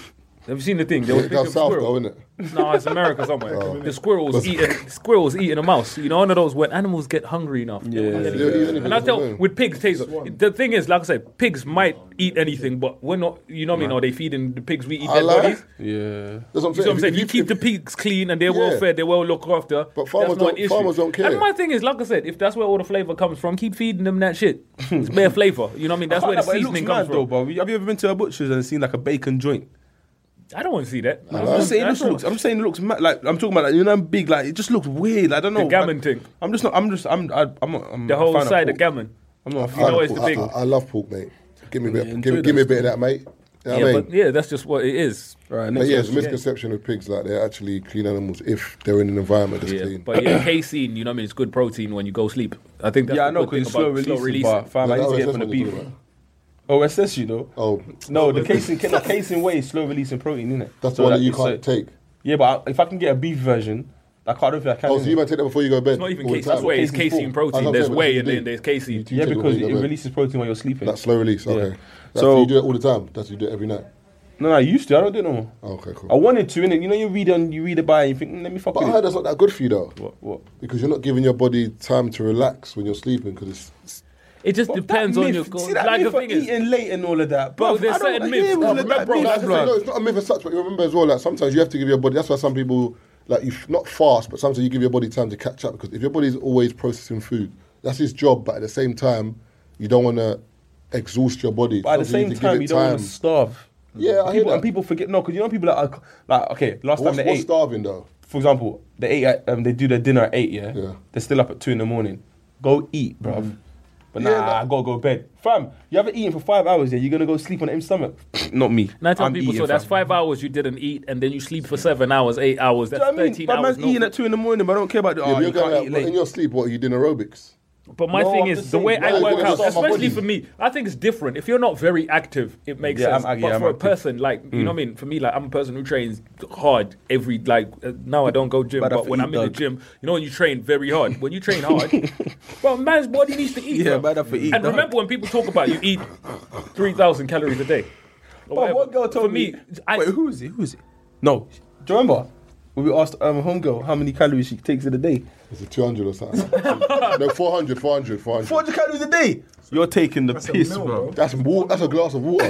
[SPEAKER 6] Have you seen the thing? They were
[SPEAKER 1] Yeah, down
[SPEAKER 6] picking
[SPEAKER 1] south
[SPEAKER 6] squirrel.
[SPEAKER 1] though, innit?
[SPEAKER 6] No, it's America somewhere.
[SPEAKER 1] Oh.
[SPEAKER 6] The squirrels was eating the squirrel was eating a mouse. You know, one of those when animals get hungry enough. Yeah.
[SPEAKER 1] They'll eat anything,
[SPEAKER 6] And I tell
[SPEAKER 1] yeah.
[SPEAKER 6] with pigs, taste the thing is, like I said, pigs might eat anything, but we're not. You know what I mean? Are they feeding the pigs? We eat
[SPEAKER 1] I
[SPEAKER 6] their
[SPEAKER 1] like-
[SPEAKER 6] bodies.
[SPEAKER 5] Yeah.
[SPEAKER 1] That's what I'm saying.
[SPEAKER 6] You know what I'm
[SPEAKER 1] If-
[SPEAKER 6] saying?
[SPEAKER 1] if
[SPEAKER 6] You keep the pigs clean and they're well
[SPEAKER 1] Yeah.
[SPEAKER 6] fed, they're well looked after. But
[SPEAKER 1] farmers
[SPEAKER 6] that's not an
[SPEAKER 1] don't-
[SPEAKER 6] issue.
[SPEAKER 1] farmers don't care.
[SPEAKER 6] And my thing is, like I said, if that's where all the flavor comes from, keep feeding them that shit. It's bare flavor. You know what I mean? That's
[SPEAKER 5] I
[SPEAKER 6] where the
[SPEAKER 5] can't lie, but it looks
[SPEAKER 6] seasoning comes
[SPEAKER 5] mad though,
[SPEAKER 6] from.
[SPEAKER 5] bro. Have you ever been to a butcher's and seen like a bacon joint?
[SPEAKER 6] I don't want to see that.
[SPEAKER 5] I'm just saying, it just looks. I'm just saying, it looks mad. like I'm talking about. Like, you know, I'm big. Like it just looks weird. I don't know.
[SPEAKER 6] The gammon
[SPEAKER 5] I,
[SPEAKER 6] thing.
[SPEAKER 5] I'm just not. I'm just. I'm. I, I'm. not- I'm
[SPEAKER 6] The whole
[SPEAKER 5] a fan
[SPEAKER 6] side of
[SPEAKER 5] pork.
[SPEAKER 6] gammon.
[SPEAKER 5] I'm not. a fan
[SPEAKER 1] I, love
[SPEAKER 5] of
[SPEAKER 6] always
[SPEAKER 1] pork.
[SPEAKER 6] the
[SPEAKER 1] I,
[SPEAKER 6] big-
[SPEAKER 1] I- I love pork, mate. Give me a bit.
[SPEAKER 5] enjoy
[SPEAKER 1] give, give me a bit
[SPEAKER 5] those.
[SPEAKER 1] of that, mate. You know
[SPEAKER 6] yeah,
[SPEAKER 1] what I mean?
[SPEAKER 6] but yeah, that's just what it is.
[SPEAKER 5] Right.
[SPEAKER 1] But
[SPEAKER 5] next
[SPEAKER 1] yeah, it's a
[SPEAKER 5] question.
[SPEAKER 1] misconception of pigs like they're actually clean animals if they're in an environment that's
[SPEAKER 6] Yeah,
[SPEAKER 1] clean.
[SPEAKER 6] but yeah, casein, you know what I mean? It's good protein when you go sleep. I think that's
[SPEAKER 5] Yeah, I
[SPEAKER 6] the
[SPEAKER 5] know
[SPEAKER 6] good thing
[SPEAKER 5] because it's slow
[SPEAKER 6] about
[SPEAKER 5] release. But fam,
[SPEAKER 1] No,
[SPEAKER 5] I need
[SPEAKER 1] that
[SPEAKER 5] to
[SPEAKER 1] was-
[SPEAKER 5] get
[SPEAKER 1] that's
[SPEAKER 5] from the
[SPEAKER 1] what we're
[SPEAKER 5] beef.
[SPEAKER 1] talking
[SPEAKER 5] OSS, you know.
[SPEAKER 1] Oh,
[SPEAKER 5] No, the casein, the casein way is slow releasing protein, isn't it?
[SPEAKER 1] that's the one that you can't take.
[SPEAKER 5] Yeah, but I, if I can get a beef version, I can't. I don't think I can.
[SPEAKER 1] Oh, so
[SPEAKER 5] innit?
[SPEAKER 1] you might take that before you go to bed.
[SPEAKER 6] It's not even
[SPEAKER 1] all the
[SPEAKER 6] casein, it's
[SPEAKER 1] time.
[SPEAKER 6] whey, it's
[SPEAKER 1] Casein's full.
[SPEAKER 6] casein protein.
[SPEAKER 1] That's what I'm
[SPEAKER 6] There's
[SPEAKER 1] saying,
[SPEAKER 6] whey
[SPEAKER 1] but
[SPEAKER 6] and
[SPEAKER 1] you
[SPEAKER 6] then
[SPEAKER 1] do.
[SPEAKER 6] there's casein.
[SPEAKER 1] You
[SPEAKER 5] yeah,
[SPEAKER 1] take it
[SPEAKER 5] because
[SPEAKER 1] before
[SPEAKER 5] it
[SPEAKER 1] you go to bed.
[SPEAKER 5] releases protein while you're sleeping.
[SPEAKER 1] That slow release. Okay. That's
[SPEAKER 5] So-
[SPEAKER 1] so you do it all the time. That's you do it every night.
[SPEAKER 5] no, no, I used to. I don't do it no more.
[SPEAKER 1] Oh, okay, cool.
[SPEAKER 5] I wanted to, innit? You know, you read on, you read about, it, and you think, mm, let me fuck
[SPEAKER 1] But I
[SPEAKER 5] with
[SPEAKER 1] heard
[SPEAKER 5] it.
[SPEAKER 1] that's not that good for you though,
[SPEAKER 5] What? What?
[SPEAKER 1] because you're not giving your body time to relax when you're sleeping. Because it's,
[SPEAKER 6] It just
[SPEAKER 5] But
[SPEAKER 6] depends
[SPEAKER 5] that
[SPEAKER 6] on
[SPEAKER 5] myth-
[SPEAKER 6] your goal.
[SPEAKER 5] See that
[SPEAKER 6] Like
[SPEAKER 5] myth
[SPEAKER 6] the
[SPEAKER 5] for
[SPEAKER 6] thing is,
[SPEAKER 5] eating late and all of that.
[SPEAKER 6] Bro,
[SPEAKER 5] Bruv,
[SPEAKER 6] there's
[SPEAKER 5] I don't
[SPEAKER 6] certain
[SPEAKER 5] hear
[SPEAKER 6] myths.
[SPEAKER 5] all
[SPEAKER 6] No,
[SPEAKER 5] of
[SPEAKER 6] but
[SPEAKER 5] that
[SPEAKER 6] bro,
[SPEAKER 5] bullshit,
[SPEAKER 6] that's
[SPEAKER 1] Like I said,
[SPEAKER 5] bruv.
[SPEAKER 1] no, it's not a myth as such. But you remember as well, like sometimes you have to give your body. That's why some people like you not fast, but sometimes you give your body time to catch up. Because if your body's always processing food, that's his job. But at the same time, you don't want to exhaust your body.
[SPEAKER 5] But at the
[SPEAKER 1] Sometimes
[SPEAKER 5] same
[SPEAKER 1] need to
[SPEAKER 5] time,
[SPEAKER 1] give
[SPEAKER 5] you
[SPEAKER 1] it
[SPEAKER 5] don't want to starve.
[SPEAKER 1] Yeah, I hear
[SPEAKER 5] People-
[SPEAKER 1] that.
[SPEAKER 5] And people forget no, because you know people that are like okay, last
[SPEAKER 1] What's,
[SPEAKER 5] time they
[SPEAKER 1] what's
[SPEAKER 5] ate,
[SPEAKER 1] starving though?
[SPEAKER 5] for example, they ate at, um, they do their dinner at eight, yeah?
[SPEAKER 1] Yeah.
[SPEAKER 5] They're still up at two in the morning. Go eat, bruv.
[SPEAKER 6] Mm-hmm.
[SPEAKER 5] But nah,
[SPEAKER 1] Yeah, nah.
[SPEAKER 5] I gotta go to bed. Fam, you haven't eaten for five hours, yeah? You're gonna go sleep on an empty stomach? Not me.
[SPEAKER 6] and I tell
[SPEAKER 5] I'm
[SPEAKER 6] people,
[SPEAKER 5] eating,
[SPEAKER 6] so that's
[SPEAKER 5] fam.
[SPEAKER 6] five hours you didn't eat, and then you sleep for seven hours, eight hours.
[SPEAKER 5] Do
[SPEAKER 6] That's
[SPEAKER 5] you know what I mean?
[SPEAKER 6] thirteen
[SPEAKER 5] My
[SPEAKER 6] hours.
[SPEAKER 5] man's
[SPEAKER 6] no
[SPEAKER 5] eating
[SPEAKER 6] food.
[SPEAKER 5] at two in the morning, but I don't care about the
[SPEAKER 1] Yeah,
[SPEAKER 5] oh,
[SPEAKER 1] but
[SPEAKER 5] you
[SPEAKER 1] you're going
[SPEAKER 5] can't
[SPEAKER 1] out,
[SPEAKER 5] eat
[SPEAKER 1] but in
[SPEAKER 5] late.
[SPEAKER 1] your sleep, what are you doing aerobics?
[SPEAKER 6] But my
[SPEAKER 5] No,
[SPEAKER 6] thing
[SPEAKER 5] I'm
[SPEAKER 6] is
[SPEAKER 5] just
[SPEAKER 6] the way
[SPEAKER 5] saying,
[SPEAKER 6] I
[SPEAKER 5] why
[SPEAKER 6] work
[SPEAKER 5] would I
[SPEAKER 6] out,
[SPEAKER 5] start my
[SPEAKER 6] especially for
[SPEAKER 5] body?
[SPEAKER 6] me, I think it's different. If you're not very active, it makes
[SPEAKER 5] Yeah, I'm
[SPEAKER 6] sense.
[SPEAKER 5] ag-
[SPEAKER 6] but
[SPEAKER 5] yeah, I'm
[SPEAKER 6] for a
[SPEAKER 5] active. Mm.
[SPEAKER 6] person like you know what I mean, for me, like I'm a person who trains hard every like. Uh, now I don't go gym,
[SPEAKER 5] Bad
[SPEAKER 6] but
[SPEAKER 5] for
[SPEAKER 6] when
[SPEAKER 5] you,
[SPEAKER 6] I'm in the
[SPEAKER 5] dog.
[SPEAKER 6] gym, you know when you train very hard. When you train hard, bro, man's body needs to eat.
[SPEAKER 5] Yeah,
[SPEAKER 6] bro.
[SPEAKER 5] bad for you,
[SPEAKER 6] And
[SPEAKER 5] dog.
[SPEAKER 6] remember when people talk about you eat three thousand calories a day. or
[SPEAKER 5] But
[SPEAKER 6] whatever.
[SPEAKER 5] what girl told
[SPEAKER 6] for
[SPEAKER 5] me?
[SPEAKER 6] me? I,
[SPEAKER 5] Wait, who is it? Who is it? No. Do you remember? When we asked um, homegirl how many calories she takes in a day.
[SPEAKER 1] Is it 200 or something? no, 400, 400, 400.
[SPEAKER 5] 400 calories a day? You're taking the
[SPEAKER 4] a
[SPEAKER 5] piss,
[SPEAKER 4] meal,
[SPEAKER 5] bro.
[SPEAKER 4] bro.
[SPEAKER 1] That's, wa- that's a glass of water.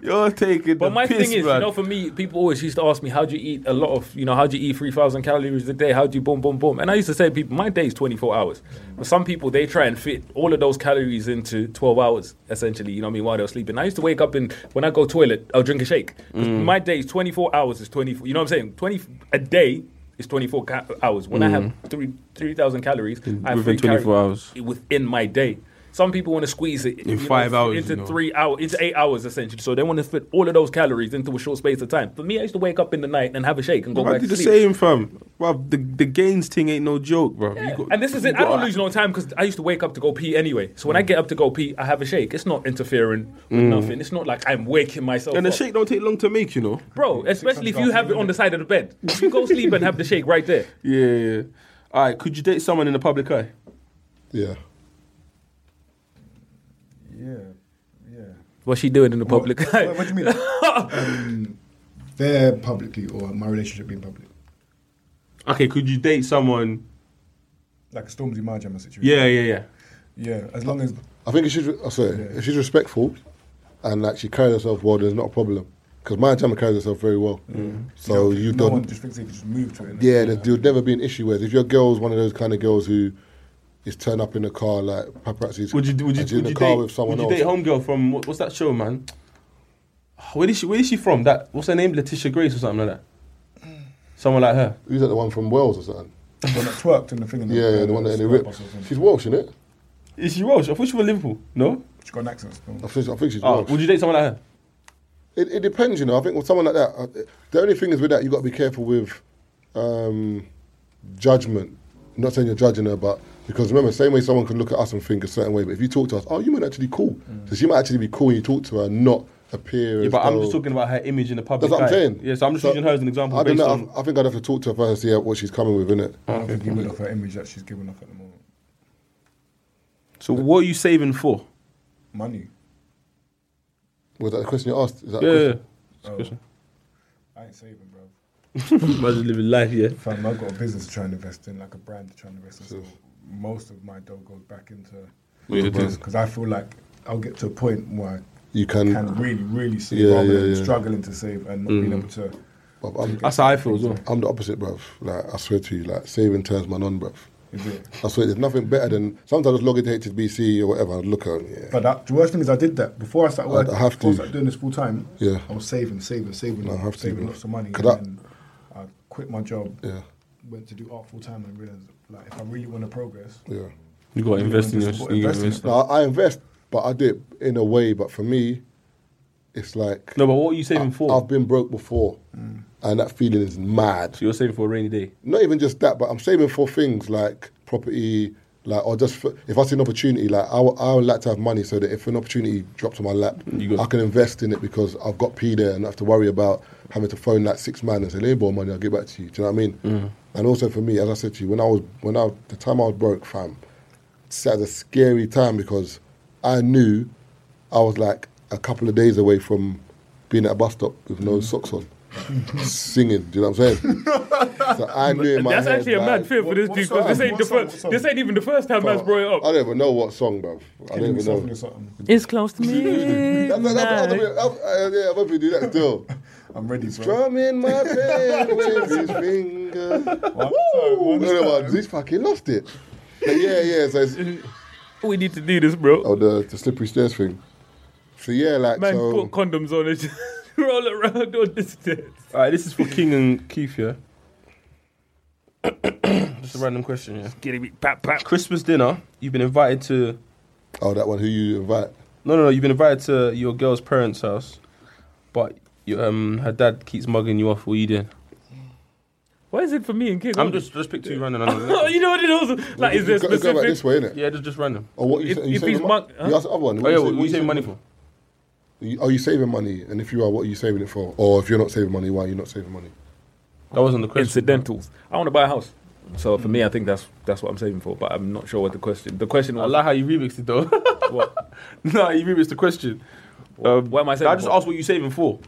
[SPEAKER 5] You're taking
[SPEAKER 6] But
[SPEAKER 5] the
[SPEAKER 6] my
[SPEAKER 5] piss,
[SPEAKER 6] thing is,
[SPEAKER 5] bro.
[SPEAKER 6] you know, for me, people always used to ask me, how do you eat a lot of, you know, how do you eat 3,000 calories a day? How do you boom, boom, boom? And I used to say to people, my day is 24 hours.
[SPEAKER 5] Mm.
[SPEAKER 6] But some people, they try and fit all of those calories into 12 hours, essentially, you know what I mean, while they're sleeping. I used to wake up and when I go toilet, I'll drink a shake. 'Cause
[SPEAKER 5] Mm.
[SPEAKER 6] My day is 24 hours is 24, you know what I'm saying? 20 A day is 24 ca- hours. When I have three 3,000 calories, I have
[SPEAKER 5] Mm. Within
[SPEAKER 6] three calories
[SPEAKER 5] 24 hours.
[SPEAKER 6] Within my day. Some people want to squeeze it in
[SPEAKER 5] five hours,
[SPEAKER 6] into
[SPEAKER 5] you know.
[SPEAKER 6] three three hours, it's eight hours essentially. So they want to fit all of those calories into a short space of time. For me, I used to wake up in the night and have a shake and go
[SPEAKER 5] Bro, I
[SPEAKER 6] back
[SPEAKER 5] do
[SPEAKER 6] to
[SPEAKER 5] the
[SPEAKER 6] sleep.
[SPEAKER 5] same, fam. Bruv, the, the gains thing ain't no joke, bro.
[SPEAKER 6] Yeah, and this is it. I don't lose no time because I used to wake up to go pee anyway. So when I get up to go pee, I have a shake. It's not interfering with nothing. It's not like I'm waking myself.
[SPEAKER 5] And the
[SPEAKER 6] up.
[SPEAKER 5] shake don't take long to make, you know.
[SPEAKER 6] bro, especially if you have it on the side of the bed. If you go sleep and have the shake right there.
[SPEAKER 5] Yeah, yeah. yeah. All right, could you date someone in the public eye?
[SPEAKER 1] yeah.
[SPEAKER 4] Yeah, yeah.
[SPEAKER 6] What's she doing in the public?
[SPEAKER 4] What, what do you mean? um, they're publicly or my relationship being public,
[SPEAKER 5] Okay, could you date someone?
[SPEAKER 4] like a Stormzy Marjama situation.
[SPEAKER 5] Yeah, yeah, yeah.
[SPEAKER 4] yeah. As long as
[SPEAKER 1] I think if she's, I say, if she's respectful and like she carries herself well, there's not a problem. Because my jama carries herself very well. So you
[SPEAKER 4] no one
[SPEAKER 1] don't.
[SPEAKER 4] just thinks they can just move to it. innit?
[SPEAKER 1] Yeah, there's, there'll never be an issue with if your girl's one of those kind of girls who is turned up in the car like paparazzi's
[SPEAKER 5] Would you would you,
[SPEAKER 1] and she's
[SPEAKER 5] would
[SPEAKER 1] in
[SPEAKER 5] you
[SPEAKER 1] the car
[SPEAKER 5] date,
[SPEAKER 1] with someone
[SPEAKER 5] would you
[SPEAKER 1] else.
[SPEAKER 5] date homegirl from what, what's that show, man? Where is she? Where is she from? That what's her name? Letitia Grace or something like that. Someone like her.
[SPEAKER 1] Who's that? The one from Wales or something?
[SPEAKER 4] The one that twerked in the thing. and
[SPEAKER 1] Yeah, yeah, the one that in the rip.
[SPEAKER 4] Starbucks or something.
[SPEAKER 1] She's Welsh, isn't it?
[SPEAKER 5] Is she Welsh? I thought she was Liverpool. No.
[SPEAKER 4] She's got an accent. still.
[SPEAKER 1] I think, I think she's
[SPEAKER 5] Oh,
[SPEAKER 1] Welsh.
[SPEAKER 5] would you date someone like her?
[SPEAKER 1] It, it depends, you know. I think with someone like that, uh, the only thing is with that, you've got to be careful with um, judgment. I'm not saying you're judging her, but because remember, same way someone can look at us and think a certain way, but if you talk to us, oh, you might actually cool. So she might actually be cool when you talk to her, and not appear
[SPEAKER 5] Mm. Yeah,
[SPEAKER 1] as
[SPEAKER 5] but I'm
[SPEAKER 1] though-
[SPEAKER 5] just talking about her image in the public
[SPEAKER 1] That's what I'm
[SPEAKER 5] eye.
[SPEAKER 1] saying.
[SPEAKER 5] Yeah, so I'm just
[SPEAKER 1] So,
[SPEAKER 5] using her as an example.
[SPEAKER 1] I don't
[SPEAKER 5] based
[SPEAKER 1] know.
[SPEAKER 5] on- Mm.
[SPEAKER 1] I, I think I'd have to talk to her first and see what she's coming with, innit?
[SPEAKER 4] I don't think he would off her image that she's giving off at the moment.
[SPEAKER 5] So what are you saving for?
[SPEAKER 4] Money.
[SPEAKER 1] Was that the question you asked? Is that
[SPEAKER 5] Yeah,
[SPEAKER 1] the
[SPEAKER 5] yeah.
[SPEAKER 1] question?
[SPEAKER 5] That's the question.
[SPEAKER 4] I ain't saving, bro.
[SPEAKER 5] Imagine living life, yeah.
[SPEAKER 4] Fam, I've got a business to try and invest in, like a brand to try and invest in. So most of my dough goes back into
[SPEAKER 1] Yeah, it is.
[SPEAKER 4] because I feel like I'll get to a point where I
[SPEAKER 1] You can-
[SPEAKER 4] really, really save
[SPEAKER 1] Yeah,
[SPEAKER 4] rather
[SPEAKER 1] yeah,
[SPEAKER 4] than
[SPEAKER 1] yeah.
[SPEAKER 4] struggling to save and not being
[SPEAKER 1] Mm.
[SPEAKER 4] able to.
[SPEAKER 5] That's how I feel as well.
[SPEAKER 1] I'm the opposite, bruv. Like, I swear to you, like, saving turns my non, bruv.
[SPEAKER 4] Is it?
[SPEAKER 1] I swear, there's nothing better than sometimes I just log into HSBC or whatever and look at it. Yeah.
[SPEAKER 4] But that, the worst thing is, I did that before I started
[SPEAKER 1] I-
[SPEAKER 4] working.
[SPEAKER 1] I have
[SPEAKER 4] before I
[SPEAKER 1] to.
[SPEAKER 4] started doing this full time.
[SPEAKER 1] Yeah.
[SPEAKER 4] I was saving, saving, saving,
[SPEAKER 1] No, I have to,
[SPEAKER 4] saving
[SPEAKER 1] bro.
[SPEAKER 4] lots of money.
[SPEAKER 1] Could
[SPEAKER 4] and
[SPEAKER 1] I-
[SPEAKER 4] then I quit my job.
[SPEAKER 1] Yeah.
[SPEAKER 4] Went to do art full time and realized, like, if I really want to progress,
[SPEAKER 1] Yeah.
[SPEAKER 5] You gotta invest in your- you gotta invest.
[SPEAKER 1] No, I I invest, but I do it in a way. But for me, it's like
[SPEAKER 5] No, but what are you saving for?
[SPEAKER 1] I've been broke before, and that feeling is mad.
[SPEAKER 5] So you're saving for a rainy day.
[SPEAKER 1] Not even just that, but I'm saving for things like property, like or just for, if I see an opportunity, like I, would- I would like to have money so that if an opportunity drops on my lap,
[SPEAKER 5] You got-
[SPEAKER 1] I can invest in it because I've got P there and I have to worry about having to phone like six man and say, "Hey, boy, money, I'll get back to you." Do you know what I mean?
[SPEAKER 5] Mm.
[SPEAKER 1] And also for me, as I said to you, when I was when I the time I was broke, fam, that was a scary time because I knew I was like a couple of days away from being at a bus stop with
[SPEAKER 5] Mm.
[SPEAKER 1] no socks on, singing. Do you know what I'm saying? so I knew in my
[SPEAKER 6] That's
[SPEAKER 1] head,
[SPEAKER 6] actually a
[SPEAKER 1] like,
[SPEAKER 6] mad fear for this
[SPEAKER 1] what
[SPEAKER 6] dude because
[SPEAKER 1] song?
[SPEAKER 6] this ain't
[SPEAKER 1] What
[SPEAKER 6] the
[SPEAKER 1] song?
[SPEAKER 6] first. This ain't even the first time man's brought it up.
[SPEAKER 1] I don't even know what song, bro. I don't even know.
[SPEAKER 6] It's close to me.
[SPEAKER 1] That's, that's, that's, that's, uh, yeah, I'm happy to do that still.
[SPEAKER 4] I'm ready, bro.
[SPEAKER 1] Drumming my pen with his finger. Woo! No, no, but Zeus fucking lost it. But yeah, yeah. So it's,
[SPEAKER 6] we need to do this, bro.
[SPEAKER 1] Oh, the, the slippery stairs thing. So yeah, like
[SPEAKER 6] Man,
[SPEAKER 1] so.
[SPEAKER 6] put condoms on it. Roll around on this shit.
[SPEAKER 5] All right, this is for King and Keith, yeah. Just a random question, yeah.
[SPEAKER 6] Get it, pap, pap.
[SPEAKER 5] Christmas dinner. You've been invited to.
[SPEAKER 1] Oh, that one. Who you invite?
[SPEAKER 5] No, no, no. You've been invited to your girl's parents' house, but your, um, her dad keeps mugging you off. What are you doing?
[SPEAKER 6] Why is it for me and King?
[SPEAKER 5] I'm just just pick two random.
[SPEAKER 6] Oh, you know what it also like? Is there
[SPEAKER 1] It's got- it's got
[SPEAKER 6] specific?
[SPEAKER 1] about this way, innit?
[SPEAKER 5] Yeah, just just random.
[SPEAKER 1] Or what you
[SPEAKER 5] If-
[SPEAKER 1] sa- you
[SPEAKER 5] if
[SPEAKER 1] saving
[SPEAKER 5] he's
[SPEAKER 1] mon-
[SPEAKER 5] mug- huh?
[SPEAKER 1] You asked the other one.
[SPEAKER 5] Oh, yeah,
[SPEAKER 1] sa-
[SPEAKER 5] what you saving money for?
[SPEAKER 1] You- Are you saving money? And if you are, what are you saving it for? Or if you're not saving money, why are you not saving money?
[SPEAKER 5] That wasn't the question.
[SPEAKER 6] Incidentals. I want to buy a house. So for me, I think that's that's what I'm saving for. But I'm not sure what the question. The question
[SPEAKER 5] I
[SPEAKER 6] was
[SPEAKER 5] like how you remixed it though.
[SPEAKER 6] what?
[SPEAKER 5] no, you remixed the question. Um,
[SPEAKER 6] What am I saving
[SPEAKER 5] I just
[SPEAKER 6] for?
[SPEAKER 5] asked what you saving for.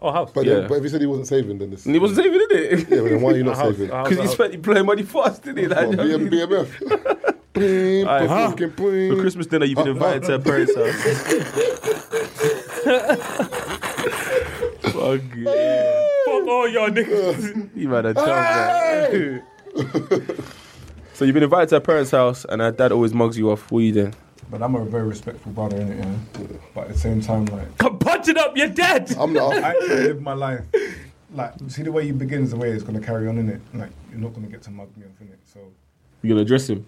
[SPEAKER 6] Oh, house.
[SPEAKER 1] But,
[SPEAKER 5] Yeah.
[SPEAKER 1] then, but if he said he wasn't saving, then this.
[SPEAKER 5] And he wasn't saving, did it?
[SPEAKER 1] Yeah, but then why are you not
[SPEAKER 6] A house,
[SPEAKER 1] saving?
[SPEAKER 6] a house.
[SPEAKER 5] Because he spent he playing money fast, didn't he? Like,
[SPEAKER 1] What, BM, BMF. Bling,
[SPEAKER 5] Aye, huh?
[SPEAKER 1] fucking bling.
[SPEAKER 5] For Christmas dinner, you've been invited to her parents' house. Fuck yeah.
[SPEAKER 6] Fuck all y'all niggas.
[SPEAKER 5] You might have man. so you've been invited to her parents' house, and her dad always mugs you off. What you doing?
[SPEAKER 4] But I'm a very respectful brother, innit? Yeah? But at the same time, like,
[SPEAKER 6] Come punch it up. You're dead.
[SPEAKER 1] I'm not.
[SPEAKER 4] I actually live my life. Like, see the way you begin is the way it's gonna carry on, innit? Like, you're not gonna get to mug me off, innit? So,
[SPEAKER 5] You gonna address him?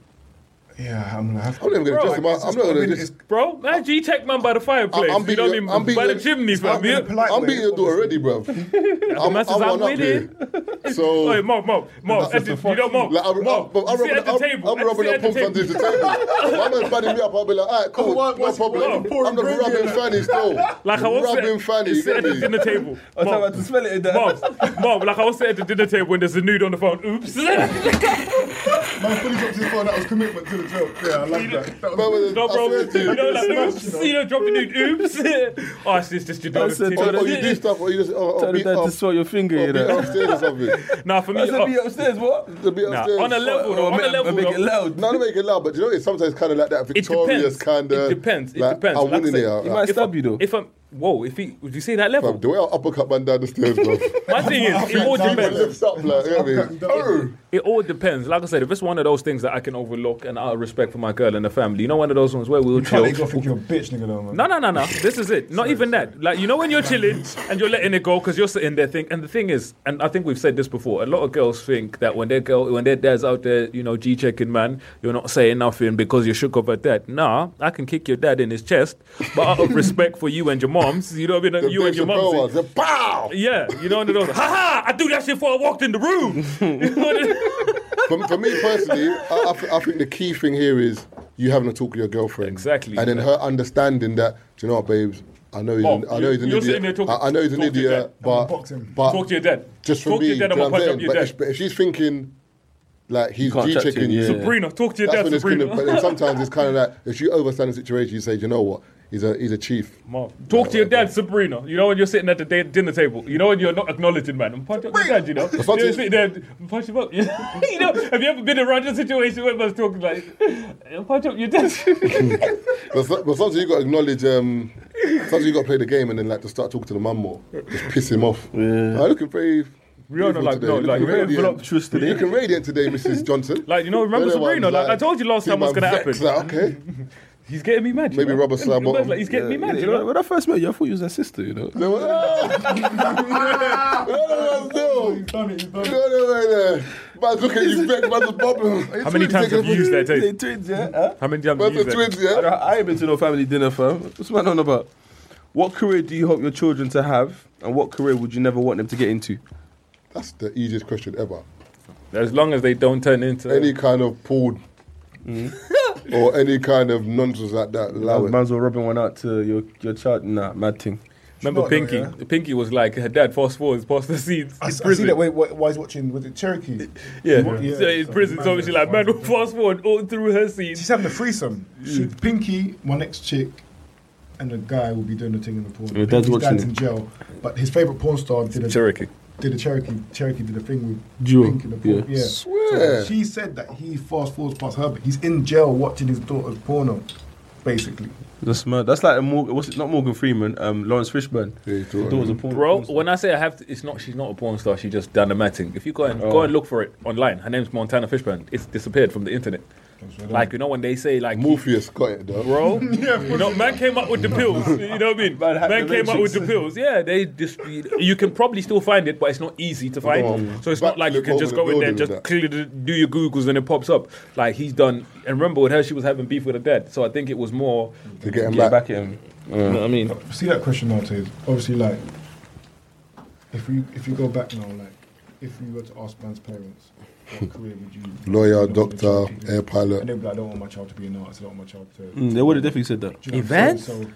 [SPEAKER 4] yeah, I'm gonna have to.
[SPEAKER 1] I'm not even gonna
[SPEAKER 4] Bro,
[SPEAKER 1] dress him up.
[SPEAKER 4] it's
[SPEAKER 1] I'm
[SPEAKER 4] just-
[SPEAKER 1] not
[SPEAKER 4] I
[SPEAKER 1] gonna
[SPEAKER 4] mean,
[SPEAKER 1] just.
[SPEAKER 4] it's-
[SPEAKER 6] Bro, man, G Tech man by the fireplace.
[SPEAKER 1] I'm
[SPEAKER 6] you know
[SPEAKER 1] beating
[SPEAKER 6] what I
[SPEAKER 1] your-
[SPEAKER 6] mean?
[SPEAKER 1] I'm beating
[SPEAKER 6] by the
[SPEAKER 1] your-
[SPEAKER 6] chimney, fam.
[SPEAKER 4] I'm being
[SPEAKER 6] Yeah.
[SPEAKER 4] polite,
[SPEAKER 1] I'm
[SPEAKER 4] way,
[SPEAKER 1] beating your door already,
[SPEAKER 4] obviously.
[SPEAKER 1] bro. I'm,
[SPEAKER 6] message I'm
[SPEAKER 1] one up
[SPEAKER 6] with
[SPEAKER 1] here. So.
[SPEAKER 6] Oi, Mo, Mo, Mo,
[SPEAKER 1] That's
[SPEAKER 6] that's
[SPEAKER 1] just
[SPEAKER 6] it.
[SPEAKER 1] the
[SPEAKER 6] you know, Mo,
[SPEAKER 1] Like, I'm,
[SPEAKER 6] Mo,
[SPEAKER 1] I'm, I'm
[SPEAKER 6] you
[SPEAKER 1] rubbing,
[SPEAKER 6] sit at the
[SPEAKER 1] I'm,
[SPEAKER 6] table.
[SPEAKER 1] I'm rubbing
[SPEAKER 6] Sit
[SPEAKER 1] up
[SPEAKER 6] at the
[SPEAKER 1] pumps
[SPEAKER 6] table.
[SPEAKER 1] under the table. My man's fanning me up. I'll be like, all right, cool,
[SPEAKER 4] Why-
[SPEAKER 1] no
[SPEAKER 4] why's- why you
[SPEAKER 1] problem.
[SPEAKER 4] pouring
[SPEAKER 1] I'm just
[SPEAKER 4] gravy in
[SPEAKER 1] rubbing
[SPEAKER 4] that?
[SPEAKER 1] fanny still.
[SPEAKER 6] Like I was
[SPEAKER 1] rubbing
[SPEAKER 6] at-
[SPEAKER 1] fanny. you
[SPEAKER 6] sit
[SPEAKER 1] get
[SPEAKER 6] at the
[SPEAKER 1] me?
[SPEAKER 6] dinner table.
[SPEAKER 5] I was
[SPEAKER 6] Mom,
[SPEAKER 5] about to spell it in there.
[SPEAKER 6] mom, mom, like I was sitting at the dinner table when there's a nude on the phone. Oops.
[SPEAKER 4] Man, fully dropped his phone. That was commitment to the job. Yeah, I like that. That
[SPEAKER 1] Man,
[SPEAKER 4] was,
[SPEAKER 1] man,
[SPEAKER 6] No,
[SPEAKER 1] I
[SPEAKER 6] bro.
[SPEAKER 1] swear to
[SPEAKER 6] You know, like,
[SPEAKER 4] Smash,
[SPEAKER 6] oops.
[SPEAKER 4] you know.
[SPEAKER 6] You know, drop the nude. Oops. Oh, it's just, just your
[SPEAKER 5] That's a
[SPEAKER 1] Or,
[SPEAKER 5] total-
[SPEAKER 6] daughter.
[SPEAKER 1] or "Oh, you do stuff, or you just or, or
[SPEAKER 5] Tell her
[SPEAKER 1] beat
[SPEAKER 5] dad
[SPEAKER 1] up,
[SPEAKER 5] to swallow your finger,
[SPEAKER 1] or
[SPEAKER 5] you
[SPEAKER 1] beat her
[SPEAKER 5] know.
[SPEAKER 1] upstairs or something.
[SPEAKER 6] Nah, for me,
[SPEAKER 5] I said, be
[SPEAKER 6] oh,
[SPEAKER 5] upstairs, what?
[SPEAKER 1] To beat
[SPEAKER 6] nah,
[SPEAKER 1] upstairs.
[SPEAKER 6] on a level, though, on a level,
[SPEAKER 5] make it
[SPEAKER 6] though.
[SPEAKER 5] loud.
[SPEAKER 1] No, don't make it loud, but you know, it's sometimes kind of like that victorious
[SPEAKER 6] depends.
[SPEAKER 1] kind of.
[SPEAKER 6] It depends. It
[SPEAKER 1] like,
[SPEAKER 6] depends.
[SPEAKER 1] I'm
[SPEAKER 6] Like I
[SPEAKER 1] winning
[SPEAKER 6] said,
[SPEAKER 1] it.
[SPEAKER 6] you
[SPEAKER 1] Like,
[SPEAKER 5] might stab you though.
[SPEAKER 6] If I'm, whoa, if he, would you say that level?
[SPEAKER 1] fam, the way I uppercut man down the stairs, bro.
[SPEAKER 6] My thing is, it all
[SPEAKER 1] He
[SPEAKER 6] depends.
[SPEAKER 1] lifts up, like, you know what I mean? Oh!
[SPEAKER 6] It all depends. Like I said, if it's one of those things that I can overlook and out of respect for my girl and the family, you know, one of those ones where we'll
[SPEAKER 4] you can't let you
[SPEAKER 6] chill.
[SPEAKER 4] go think you're a bitch, nigga, though, man.
[SPEAKER 6] No, no, no, no. This is it. Not even that. Like you know when you're chilling and you're letting it go because you're sitting there think. And the thing is, and I think we've said this before. A lot of girls think that when their girl, when their dad's out there, you know, g checking man, you're not saying nothing because you shook off at dad. Nah, I can kick your dad in his chest, but out of respect for you and your moms, you know what I mean.
[SPEAKER 1] The
[SPEAKER 6] you and
[SPEAKER 1] Dave
[SPEAKER 6] your
[SPEAKER 1] Chappelle ones,
[SPEAKER 6] moms.
[SPEAKER 1] the pow!
[SPEAKER 6] Yeah, you know, and those, ha ha! I do that shit before I walked in the room. You know what I mean?
[SPEAKER 1] for, for me personally, I, I, th- I think the key thing here is you having to talk to your girlfriend.
[SPEAKER 6] Exactly.
[SPEAKER 1] And then her understanding that, do you know what, babes? I know he's,
[SPEAKER 6] Mom,
[SPEAKER 1] an, I know he's an
[SPEAKER 6] you're sitting
[SPEAKER 1] idiot.
[SPEAKER 6] there talking-
[SPEAKER 1] I, I know he's an
[SPEAKER 6] talking to your
[SPEAKER 1] idiot,
[SPEAKER 6] dad.
[SPEAKER 1] but,
[SPEAKER 4] Box him.
[SPEAKER 1] but
[SPEAKER 6] Talk to your dad.
[SPEAKER 1] just for
[SPEAKER 6] Talk to
[SPEAKER 1] me,
[SPEAKER 6] your dad,
[SPEAKER 1] do you know
[SPEAKER 6] I'm gonna
[SPEAKER 1] what
[SPEAKER 6] punch
[SPEAKER 1] I'm
[SPEAKER 6] up
[SPEAKER 1] saying?
[SPEAKER 6] your
[SPEAKER 1] But
[SPEAKER 6] dad.
[SPEAKER 1] if, but if she's thinking, Like he's
[SPEAKER 6] can't
[SPEAKER 1] G
[SPEAKER 6] chat to
[SPEAKER 1] checking
[SPEAKER 6] him.
[SPEAKER 1] you.
[SPEAKER 6] Sabrina, talk to your
[SPEAKER 1] That's
[SPEAKER 6] dad,
[SPEAKER 1] when it's
[SPEAKER 6] Sabrina.
[SPEAKER 1] Gonna, but then sometimes it's kind of like if you overstand the situation, you say, you know what, he's a he's a chief.
[SPEAKER 6] Marv, talk to your dad, Sabrina. You know when you're sitting at the da- dinner table, you know when you're not acknowledging, man. And punch up your dad, you know. You
[SPEAKER 1] fuck
[SPEAKER 6] know,
[SPEAKER 1] is-
[SPEAKER 6] sit there, and punch him up. You know, You know, have you ever been around a situation where man's talking like, punch up your dad?
[SPEAKER 1] But, so- but sometimes you got to acknowledge. Um, sometimes you got to play the game and then like to start talking to the mum more, just piss him off. Yeah. I'm looking very. beautiful
[SPEAKER 6] like,
[SPEAKER 1] today.
[SPEAKER 6] no,
[SPEAKER 1] You're
[SPEAKER 6] like,
[SPEAKER 1] looking
[SPEAKER 6] very
[SPEAKER 1] radiant.
[SPEAKER 6] voluptuous today.
[SPEAKER 1] You're looking radiant today, Mrs. Johnson.
[SPEAKER 6] like you know, remember
[SPEAKER 1] Anyone's
[SPEAKER 6] Sabrina? Like, I told you last
[SPEAKER 1] see
[SPEAKER 6] time what's
[SPEAKER 1] my
[SPEAKER 6] gonna happen.
[SPEAKER 1] vex, like, okay.
[SPEAKER 6] He's getting me mad. you
[SPEAKER 1] Maybe
[SPEAKER 6] know?
[SPEAKER 1] rubber slab
[SPEAKER 6] Man's
[SPEAKER 1] bottom.
[SPEAKER 6] Like, he's getting me mad. You
[SPEAKER 5] know,
[SPEAKER 6] know.
[SPEAKER 5] when I first met you, I thought you was her sister, you know.
[SPEAKER 1] No, He's
[SPEAKER 4] done it. He's done
[SPEAKER 1] it. No, no, right there. Man's looking at you, vex, man's a problem.
[SPEAKER 6] How many times have you used that
[SPEAKER 5] They
[SPEAKER 6] tape?
[SPEAKER 5] twins, yeah. Huh?
[SPEAKER 6] How many times have
[SPEAKER 1] Man's
[SPEAKER 6] you
[SPEAKER 1] a
[SPEAKER 6] used that?
[SPEAKER 1] twins, yeah?
[SPEAKER 5] I, don't- I ain't been to no family dinner, fam. What's man on about? What career do you hope your children to have, and what career would you never want them to get into?
[SPEAKER 1] That's the easiest question ever.
[SPEAKER 6] As long as they don't turn into
[SPEAKER 1] Any kind of porn or any kind of nonsense like Mm. that, allow it.
[SPEAKER 5] Man's well rubbing one out to your your child. Nah, mad thing.
[SPEAKER 6] Remember
[SPEAKER 4] Smart though,
[SPEAKER 6] Pinky?
[SPEAKER 4] yeah.
[SPEAKER 6] Pinky was like her dad fast forwards past the scenes.
[SPEAKER 4] I,
[SPEAKER 6] in
[SPEAKER 4] s- I see
[SPEAKER 6] prison.
[SPEAKER 4] that way, why why he's watching, was it Cherokee?
[SPEAKER 6] Yeah.
[SPEAKER 4] What- yeah,
[SPEAKER 6] So in
[SPEAKER 4] so
[SPEAKER 6] prison,
[SPEAKER 4] man
[SPEAKER 6] so she's like, man, fast forward all through her scenes.
[SPEAKER 4] She's having a threesome. She, Pinky, my next chick, and the guy will be doing the thing in the porn.
[SPEAKER 5] Your dad's
[SPEAKER 4] Pinky's
[SPEAKER 5] watching
[SPEAKER 4] dad's in
[SPEAKER 5] it.
[SPEAKER 4] jail, but his favorite porn star did a
[SPEAKER 6] Cherokee.
[SPEAKER 4] Did a Cherokee Cherokee did a thing with
[SPEAKER 5] Duo,
[SPEAKER 4] Pinky in the porn.
[SPEAKER 5] yeah.
[SPEAKER 4] Yeah.
[SPEAKER 1] Swear.
[SPEAKER 4] So she said that he fast forwards past her, but he's in jail watching his daughter's porno, basically.
[SPEAKER 5] That's mad. That's like a Morgan. What's it? Not Morgan Freeman. Um, Lawrence Fishburne.
[SPEAKER 1] Yeah, he's doing
[SPEAKER 5] Thought it was
[SPEAKER 1] it.
[SPEAKER 5] a porn.
[SPEAKER 6] Bro,
[SPEAKER 5] porn star.
[SPEAKER 6] when I say I have to, it's not. She's not a porn star. She just done the matting. If you go and go and look for it online, her name's Montana Fishburne. It's disappeared from the internet. Like you know when they say like,
[SPEAKER 1] Morpheus got it though.
[SPEAKER 6] bro, you know, man came up with the pills. You know what I mean?
[SPEAKER 5] Man hacked
[SPEAKER 6] Man
[SPEAKER 5] the
[SPEAKER 6] came up with
[SPEAKER 5] matrix.
[SPEAKER 6] the pills. Yeah, they just you can probably still find it, but it's not easy to find.
[SPEAKER 1] on.
[SPEAKER 6] So it's
[SPEAKER 1] Back
[SPEAKER 6] not like
[SPEAKER 1] flip
[SPEAKER 6] you can just
[SPEAKER 1] over
[SPEAKER 6] go
[SPEAKER 1] the
[SPEAKER 6] in there,
[SPEAKER 1] building
[SPEAKER 6] just
[SPEAKER 1] with that.
[SPEAKER 6] clearly do your googles and it pops up. Like he's done. And remember with her, she was having beef with her dad. So I think it was more.
[SPEAKER 1] to get him
[SPEAKER 5] get
[SPEAKER 1] back.
[SPEAKER 5] back at him. You know what I mean?
[SPEAKER 4] see that question nowadays. Obviously, like if you if you go back now, like if you were to ask man's parents, what career would you?
[SPEAKER 1] Lawyer,
[SPEAKER 4] you know, what
[SPEAKER 1] doctor,
[SPEAKER 4] would your child do?
[SPEAKER 1] air pilot.
[SPEAKER 4] And they'd be like, I don't want my child to be an artist. I don't want my child to.
[SPEAKER 5] Mm, they would have definitely said that.
[SPEAKER 4] Do you know what I'm
[SPEAKER 6] Event?
[SPEAKER 4] saying? So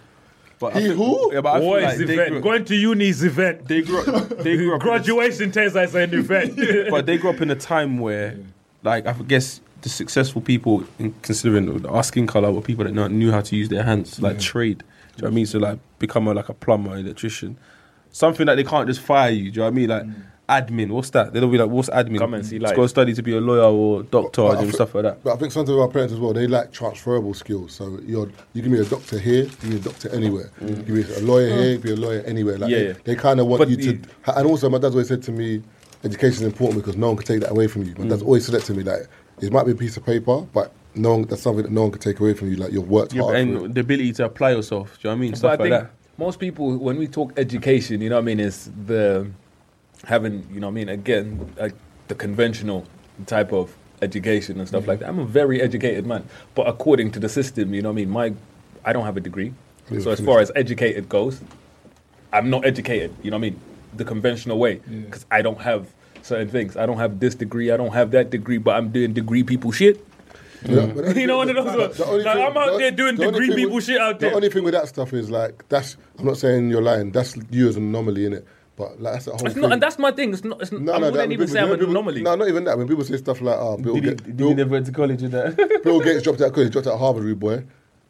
[SPEAKER 5] But I
[SPEAKER 1] He
[SPEAKER 5] feel-
[SPEAKER 1] who?
[SPEAKER 5] Yeah, but I feel
[SPEAKER 6] Boys
[SPEAKER 5] like they
[SPEAKER 6] event.
[SPEAKER 5] grew-
[SPEAKER 6] Going to uni's event.
[SPEAKER 5] they grew up, they grew up in a-
[SPEAKER 6] Graduation test as an event.
[SPEAKER 5] but they grew up in a time where, like, I guess the successful people, in considering our skin color, were people that know, knew how to use their hands, like trade. Do you know what I mean? So like, become a, like a plumber, electrician, something that they can't just fire you. Do you know what I
[SPEAKER 1] Mm.
[SPEAKER 5] mean? Like. Admin, what's that? They'll be like, "What's admin?"
[SPEAKER 6] Come and see
[SPEAKER 5] Let's
[SPEAKER 6] life.
[SPEAKER 5] go study to be a lawyer or doctor
[SPEAKER 1] But I
[SPEAKER 5] and
[SPEAKER 1] thi-
[SPEAKER 5] stuff like that.
[SPEAKER 1] But I think sometimes our parents as well, they lack transferable skills. So you're, you give me a doctor here, you give me a doctor anywhere. You give me a lawyer
[SPEAKER 6] Mm.
[SPEAKER 1] here, give me a lawyer anywhere. Like
[SPEAKER 6] Yeah,
[SPEAKER 1] they,
[SPEAKER 6] yeah.
[SPEAKER 1] kind of want
[SPEAKER 6] But
[SPEAKER 1] you
[SPEAKER 6] you-
[SPEAKER 1] to. And also, my dad's always said to me, education is important because no one can take that away from you. My dad's always said that to me, like it might be a piece of paper, but no one, that's something that no one can take away from you. Like you've worked
[SPEAKER 5] Yeah, but-
[SPEAKER 1] hard. for it.
[SPEAKER 5] and the ability to apply yourself. Do you know what I mean?
[SPEAKER 6] But I
[SPEAKER 5] Stuff like
[SPEAKER 6] think
[SPEAKER 5] that.
[SPEAKER 6] most people, when we talk education, you know what I mean, is the having, you know what I mean, again, like the conventional type of education and stuff like
[SPEAKER 1] Mm-hmm.
[SPEAKER 6] that. I'm a very educated man, but according to the system, you know what I mean, my I don't have a degree.
[SPEAKER 1] Yeah,
[SPEAKER 6] So as
[SPEAKER 1] finished.
[SPEAKER 6] far as educated goes, I'm not educated, you know what I mean, the conventional way, because I don't have certain things. I don't have this degree, I don't have that degree, but I'm doing degree people shit.
[SPEAKER 1] Yeah, but that's-
[SPEAKER 6] You know, one of
[SPEAKER 1] but
[SPEAKER 6] those.
[SPEAKER 1] the only
[SPEAKER 6] Like,
[SPEAKER 1] thing-
[SPEAKER 6] I'm out
[SPEAKER 1] the-
[SPEAKER 6] there doing
[SPEAKER 1] the only
[SPEAKER 6] degree
[SPEAKER 1] thing with-
[SPEAKER 6] people shit out there.
[SPEAKER 1] The only thing with that stuff is like that's. I'm not saying you're lying. That's you as an anomaly in it. But like that's the whole
[SPEAKER 6] It's
[SPEAKER 1] thing.
[SPEAKER 6] not, and that's my thing. It's not. It's, I
[SPEAKER 1] that-
[SPEAKER 6] wouldn't
[SPEAKER 1] when people-
[SPEAKER 6] even say
[SPEAKER 1] you
[SPEAKER 6] I'm
[SPEAKER 1] know
[SPEAKER 6] an
[SPEAKER 1] people-
[SPEAKER 6] anomaly.
[SPEAKER 1] No, not even that. When people say stuff like, "Oh, Bill,
[SPEAKER 5] Did he,
[SPEAKER 1] Ga-
[SPEAKER 5] did
[SPEAKER 1] Bill,
[SPEAKER 5] he never went to college with that?
[SPEAKER 1] Bill Gates dropped out of college, dropped out of Harvard, rude boy,"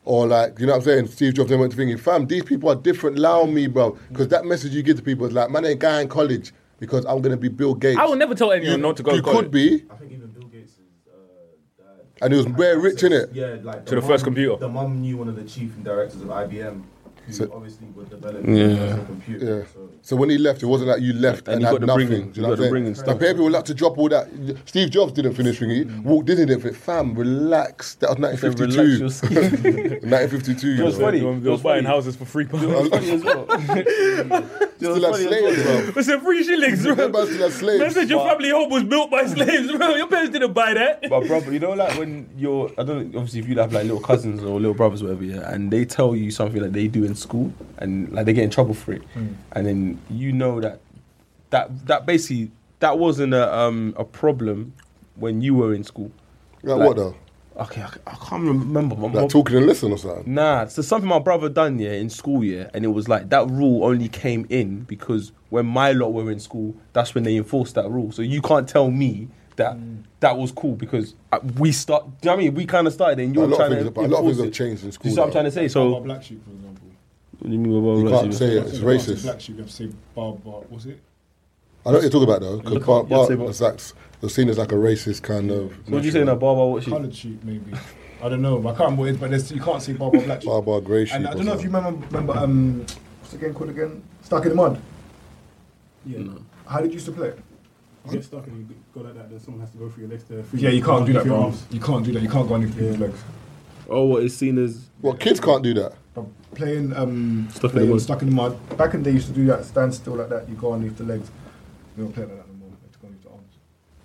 [SPEAKER 1] or like, you know what I'm saying? Steve Jobs then went to thinking, "Fam, these people are different. Allow me, bro, because that message you give to people is like, man, I ain't guy in college because I'm gonna be Bill Gates.
[SPEAKER 6] I will never tell anyone
[SPEAKER 1] you,
[SPEAKER 6] not to go
[SPEAKER 1] You
[SPEAKER 6] to college.
[SPEAKER 1] could be,
[SPEAKER 12] I think even Bill Gates is. Uh, died.
[SPEAKER 1] and he was bare rich in it.
[SPEAKER 12] Yeah, like
[SPEAKER 6] To the first computer.
[SPEAKER 12] The mum knew one of the chief and directors of IBM, who
[SPEAKER 1] So-
[SPEAKER 12] obviously would develop the
[SPEAKER 5] Yeah.
[SPEAKER 12] personal computer.
[SPEAKER 1] Yeah.
[SPEAKER 12] So
[SPEAKER 1] So when he left, it wasn't like you left
[SPEAKER 5] And
[SPEAKER 1] and,
[SPEAKER 5] you got
[SPEAKER 1] had
[SPEAKER 5] the
[SPEAKER 1] nothing.
[SPEAKER 5] bringing.
[SPEAKER 1] Do
[SPEAKER 5] You
[SPEAKER 1] you
[SPEAKER 5] got
[SPEAKER 1] know
[SPEAKER 5] the
[SPEAKER 1] what
[SPEAKER 5] bringing
[SPEAKER 1] I'm saying?
[SPEAKER 5] stuff.
[SPEAKER 1] Like people like to drop all that. Steve Jobs didn't finish ringing. Walt Disney didn't finish. Fam, relax. That was
[SPEAKER 5] Said, "Relax
[SPEAKER 1] 1952.
[SPEAKER 5] your skin."
[SPEAKER 1] 1952.
[SPEAKER 5] It was
[SPEAKER 1] you know.
[SPEAKER 5] funny.
[SPEAKER 6] They
[SPEAKER 5] It
[SPEAKER 6] were
[SPEAKER 5] was
[SPEAKER 6] buying
[SPEAKER 5] funny.
[SPEAKER 6] houses for free pounds.
[SPEAKER 5] Funny as well.
[SPEAKER 1] Still had slaves, bro.
[SPEAKER 6] It's a free shillings,
[SPEAKER 1] Them
[SPEAKER 6] bro.
[SPEAKER 1] man still had
[SPEAKER 6] Man
[SPEAKER 1] slaves.
[SPEAKER 6] said your family home was built by slaves, bro. Your parents didn't buy that.
[SPEAKER 5] But brother, you know, like when you're, I don't know, obviously if you have like little cousins or little brothers, or whatever, yeah, and they tell you something that they do in school, and like they get in trouble for it, and then you know that that that basically that wasn't a um a problem when you were in school.
[SPEAKER 1] Like,
[SPEAKER 5] Like-
[SPEAKER 1] what though?
[SPEAKER 5] Okay, I, I can't remember. My
[SPEAKER 1] Like talking and listening or something?
[SPEAKER 5] Nah, so something my brother done yeah in school yeah, and it was like that rule only came in because when my lot were in school, that's when they enforced that rule. So you can't tell me that,
[SPEAKER 1] Mm.
[SPEAKER 5] that was cool because uh, we start. Do you know what I mean? We kind of started, and
[SPEAKER 1] A
[SPEAKER 5] you're
[SPEAKER 1] lot of
[SPEAKER 5] trying
[SPEAKER 1] things-
[SPEAKER 5] to.
[SPEAKER 1] but a lot of things
[SPEAKER 5] enforce
[SPEAKER 1] have
[SPEAKER 5] it.
[SPEAKER 1] changed in
[SPEAKER 5] Do
[SPEAKER 1] school,
[SPEAKER 5] You see what I'm
[SPEAKER 1] though.
[SPEAKER 5] trying to say? So
[SPEAKER 13] Bar Black Sheep, for example.
[SPEAKER 1] What do you mean about You can't say it. It's
[SPEAKER 13] Bar- Bar-
[SPEAKER 1] racist.
[SPEAKER 13] Black Sheep, you have to say Bar Bar. What's it?
[SPEAKER 1] I know what you're talking about though, because
[SPEAKER 13] Look,
[SPEAKER 1] Bart,
[SPEAKER 13] yeah,
[SPEAKER 1] Bart
[SPEAKER 13] say
[SPEAKER 1] is like, was seen as like a racist kind of.
[SPEAKER 5] What do you say now, Barber? What sheep?
[SPEAKER 13] Coloured sheep, maybe. I don't know. I can't remember what it is, but there's, you can't say Bar Bar Black Sheep.
[SPEAKER 1] Bar Bar grey sheep.
[SPEAKER 13] And
[SPEAKER 1] or
[SPEAKER 13] I don't know if
[SPEAKER 1] something.
[SPEAKER 13] you remember.
[SPEAKER 4] Remember, um, what's the game called again? Stuck in the Mud? Yeah. How did you used to play it?
[SPEAKER 13] You get stuck and you go like that, then someone has to go through your legs to.
[SPEAKER 4] Yeah, you can't do that,
[SPEAKER 13] your
[SPEAKER 4] bro.
[SPEAKER 13] arms.
[SPEAKER 4] You can't do that. You can't go underneath people's legs.
[SPEAKER 13] Oh, what is seen as.
[SPEAKER 1] Well, kids can't do that.
[SPEAKER 4] Playing, um,
[SPEAKER 1] Stuck in the
[SPEAKER 4] playing
[SPEAKER 1] mud.
[SPEAKER 4] stuck in the mud. Back in the day, you used to do that stand still like that. You go underneath the legs. You don't play like that no more. You have to go underneath the arms.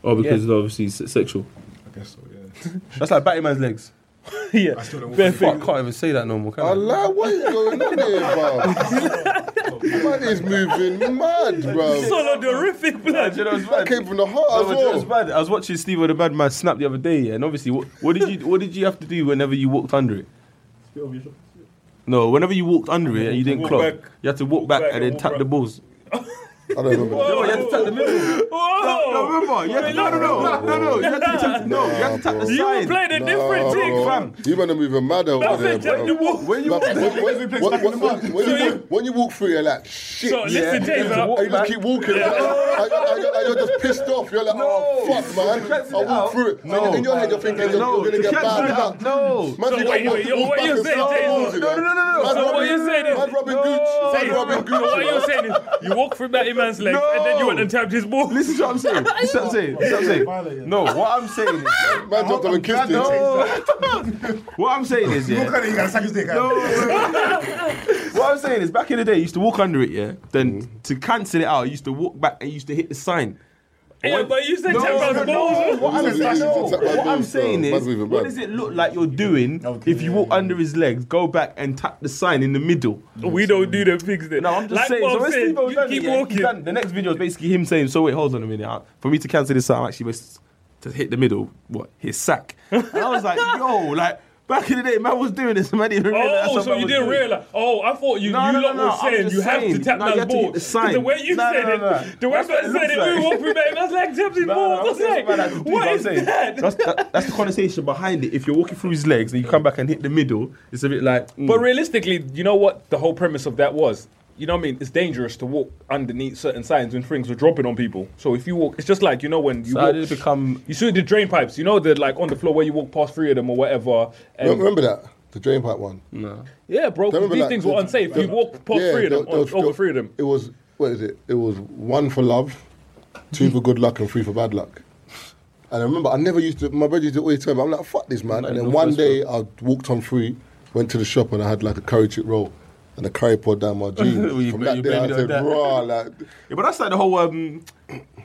[SPEAKER 14] Oh, because
[SPEAKER 5] Yeah.
[SPEAKER 14] obviously it's sexual.
[SPEAKER 4] I guess so. Yeah.
[SPEAKER 5] That's like batting man's legs. yeah. I
[SPEAKER 4] still don't
[SPEAKER 5] Bare fuck, can't even say that no more. Can I?
[SPEAKER 1] Allah, what is going on here, bruv? Man is moving mad, bruv.
[SPEAKER 6] Solo horrific blood.
[SPEAKER 1] That came from the heart
[SPEAKER 5] No, but you know
[SPEAKER 1] as
[SPEAKER 5] what's
[SPEAKER 1] well.
[SPEAKER 5] bad? I was watching Steve with the Bad Man snap the other day, yeah, and obviously, what, what did you what did you have to do whenever you walked under it? No, whenever you walked under it and you didn't
[SPEAKER 6] Walk
[SPEAKER 5] clock,
[SPEAKER 6] back.
[SPEAKER 5] you had to walk, back, and then tap the balls.
[SPEAKER 1] I don't remember.
[SPEAKER 5] No, you had to tap the middle. No, no, remember, you had to, no, no, no, no, no, you had to tap, no, you had to tap the
[SPEAKER 1] You
[SPEAKER 5] side.
[SPEAKER 6] played a
[SPEAKER 1] Nah,
[SPEAKER 6] different thing,
[SPEAKER 1] bro.
[SPEAKER 6] fam.
[SPEAKER 1] You better move a mad over
[SPEAKER 6] That's
[SPEAKER 1] there,
[SPEAKER 6] it,
[SPEAKER 1] bro.
[SPEAKER 6] Jack, you walk-
[SPEAKER 1] When you walk, when, when, when, when, when you walk, when you walk through, you're like, shit.
[SPEAKER 6] So, listen,
[SPEAKER 1] yeah.
[SPEAKER 6] James, I-
[SPEAKER 1] and you just keep walking. You're, like, oh, and you're, and you're just pissed off. You're like, oh fuck, man. I walked through it.
[SPEAKER 5] No.
[SPEAKER 1] In, in your head, you're thinking you're,
[SPEAKER 5] No,
[SPEAKER 1] you're gonna
[SPEAKER 5] you
[SPEAKER 1] get
[SPEAKER 5] can't
[SPEAKER 1] bad
[SPEAKER 5] do that.
[SPEAKER 1] out.
[SPEAKER 5] No.
[SPEAKER 1] Man,
[SPEAKER 5] So
[SPEAKER 1] think
[SPEAKER 5] wait,
[SPEAKER 1] I walk-
[SPEAKER 5] wait, yo,
[SPEAKER 1] walk
[SPEAKER 5] what
[SPEAKER 1] back
[SPEAKER 5] you're
[SPEAKER 1] and
[SPEAKER 5] saying,
[SPEAKER 1] start
[SPEAKER 5] James,
[SPEAKER 1] walking.
[SPEAKER 5] no, no, no, no, no.
[SPEAKER 1] Man,
[SPEAKER 5] So what
[SPEAKER 1] Robin-
[SPEAKER 5] you're saying is-
[SPEAKER 1] man, Robin Gooch. Man,
[SPEAKER 6] Say,
[SPEAKER 1] Robin
[SPEAKER 6] what
[SPEAKER 1] Gooch.
[SPEAKER 6] you're saying is, you walk through that man's legs, and then you went and tapped his balls.
[SPEAKER 5] This is what I'm saying. This is what I'm saying. This is what I'm saying. No, what I'm saying is,
[SPEAKER 1] Man, dropped him and kissed him.
[SPEAKER 5] no. What I'm saying is, yeah.
[SPEAKER 4] Look at it, you gotta suck his dick out.
[SPEAKER 5] What I'm saying is, back in the day, you used to walk under it, yeah. Then to cancel it out, you used to walk back and you used to hit the sign.
[SPEAKER 6] Yeah,
[SPEAKER 5] What-
[SPEAKER 6] but you said
[SPEAKER 5] No,
[SPEAKER 6] tap man's
[SPEAKER 5] no, no,
[SPEAKER 6] balls.
[SPEAKER 5] What I'm
[SPEAKER 1] Listen,
[SPEAKER 5] saying,
[SPEAKER 1] listen,
[SPEAKER 5] no.
[SPEAKER 1] tap man's
[SPEAKER 5] What I'm
[SPEAKER 1] balls,
[SPEAKER 5] saying
[SPEAKER 1] bro. Man's
[SPEAKER 5] is,
[SPEAKER 1] moving
[SPEAKER 5] what
[SPEAKER 1] back.
[SPEAKER 5] does it look like you're doing if you walk under his legs, go back and tap the sign in the middle?
[SPEAKER 6] We don't do them things there.
[SPEAKER 5] No, I'm just
[SPEAKER 6] like
[SPEAKER 5] saying.
[SPEAKER 6] Bob
[SPEAKER 5] So when
[SPEAKER 6] said,
[SPEAKER 5] Steve-O's
[SPEAKER 6] you
[SPEAKER 5] done it,
[SPEAKER 6] keep
[SPEAKER 5] yeah, he's
[SPEAKER 6] walking.
[SPEAKER 5] done- the next video is basically him saying, "So wait, hold on a minute. uh, For me to cancel this out, I'm actually must- to hit the middle. What his sack?" And I was like, "Yo, like back in the day, man was doing this. Man didn't realize." that's
[SPEAKER 6] Oh,
[SPEAKER 5] what
[SPEAKER 6] so
[SPEAKER 5] man
[SPEAKER 6] you
[SPEAKER 5] was
[SPEAKER 6] didn't
[SPEAKER 5] doing.
[SPEAKER 6] realize? Oh, I thought you,
[SPEAKER 5] No,
[SPEAKER 6] you
[SPEAKER 5] no, no,
[SPEAKER 6] lot
[SPEAKER 5] no,
[SPEAKER 6] were
[SPEAKER 5] I'm
[SPEAKER 6] saying
[SPEAKER 5] just
[SPEAKER 6] you have to
[SPEAKER 5] saying.
[SPEAKER 6] tap
[SPEAKER 5] No,
[SPEAKER 6] man's
[SPEAKER 5] you have to hit
[SPEAKER 6] ball.
[SPEAKER 5] the sign.
[SPEAKER 6] The way you
[SPEAKER 5] No, no,
[SPEAKER 6] said
[SPEAKER 5] no,
[SPEAKER 6] it,
[SPEAKER 5] no.
[SPEAKER 6] the way
[SPEAKER 5] That's what
[SPEAKER 6] man said
[SPEAKER 5] it looks
[SPEAKER 6] it,
[SPEAKER 5] like.
[SPEAKER 6] we walk through man, man's legs, tapped his
[SPEAKER 5] No, no,
[SPEAKER 6] balls. I was like,
[SPEAKER 5] that's what
[SPEAKER 6] what
[SPEAKER 5] I'm
[SPEAKER 6] is
[SPEAKER 5] saying.
[SPEAKER 6] that?
[SPEAKER 5] That's, that, that's the conversation behind it. If you're walking through his legs and you come back and hit the middle, it's a bit like. mm.
[SPEAKER 6] But realistically, you know what the whole premise of that was? You know what I mean? It's dangerous to walk underneath certain signs when things are dropping on people. So if you walk, it's just like, you know, when you
[SPEAKER 5] So how
[SPEAKER 6] walk.
[SPEAKER 5] did it become-
[SPEAKER 6] You see the drain pipes, you know, they're like on the floor where you walk past three of them or whatever. and-
[SPEAKER 1] Remember remember that? The drain pipe one.
[SPEAKER 5] No.
[SPEAKER 6] Yeah, bro, 'cause
[SPEAKER 1] Remember
[SPEAKER 6] these
[SPEAKER 1] that-
[SPEAKER 6] things were unsafe. You walk past
[SPEAKER 1] Yeah,
[SPEAKER 6] three of them,
[SPEAKER 1] there- there
[SPEAKER 6] on,
[SPEAKER 1] was-
[SPEAKER 6] over
[SPEAKER 1] there-
[SPEAKER 6] three of them.
[SPEAKER 1] It was what is it? It was one for love, two for good luck, and three for bad luck. And I remember I never used to. My brother used to always tell me, "I'm like fuck this man." And then one day I walked on three, went to the shop, and I had like a curry chip roll and a curry poured down my
[SPEAKER 5] Well, you
[SPEAKER 1] jeans. From
[SPEAKER 5] bl- you
[SPEAKER 1] that day
[SPEAKER 5] blame
[SPEAKER 1] I
[SPEAKER 5] it on
[SPEAKER 1] said,
[SPEAKER 5] that.
[SPEAKER 1] "Bruh, like."
[SPEAKER 5] Yeah, but that's like the whole. Um,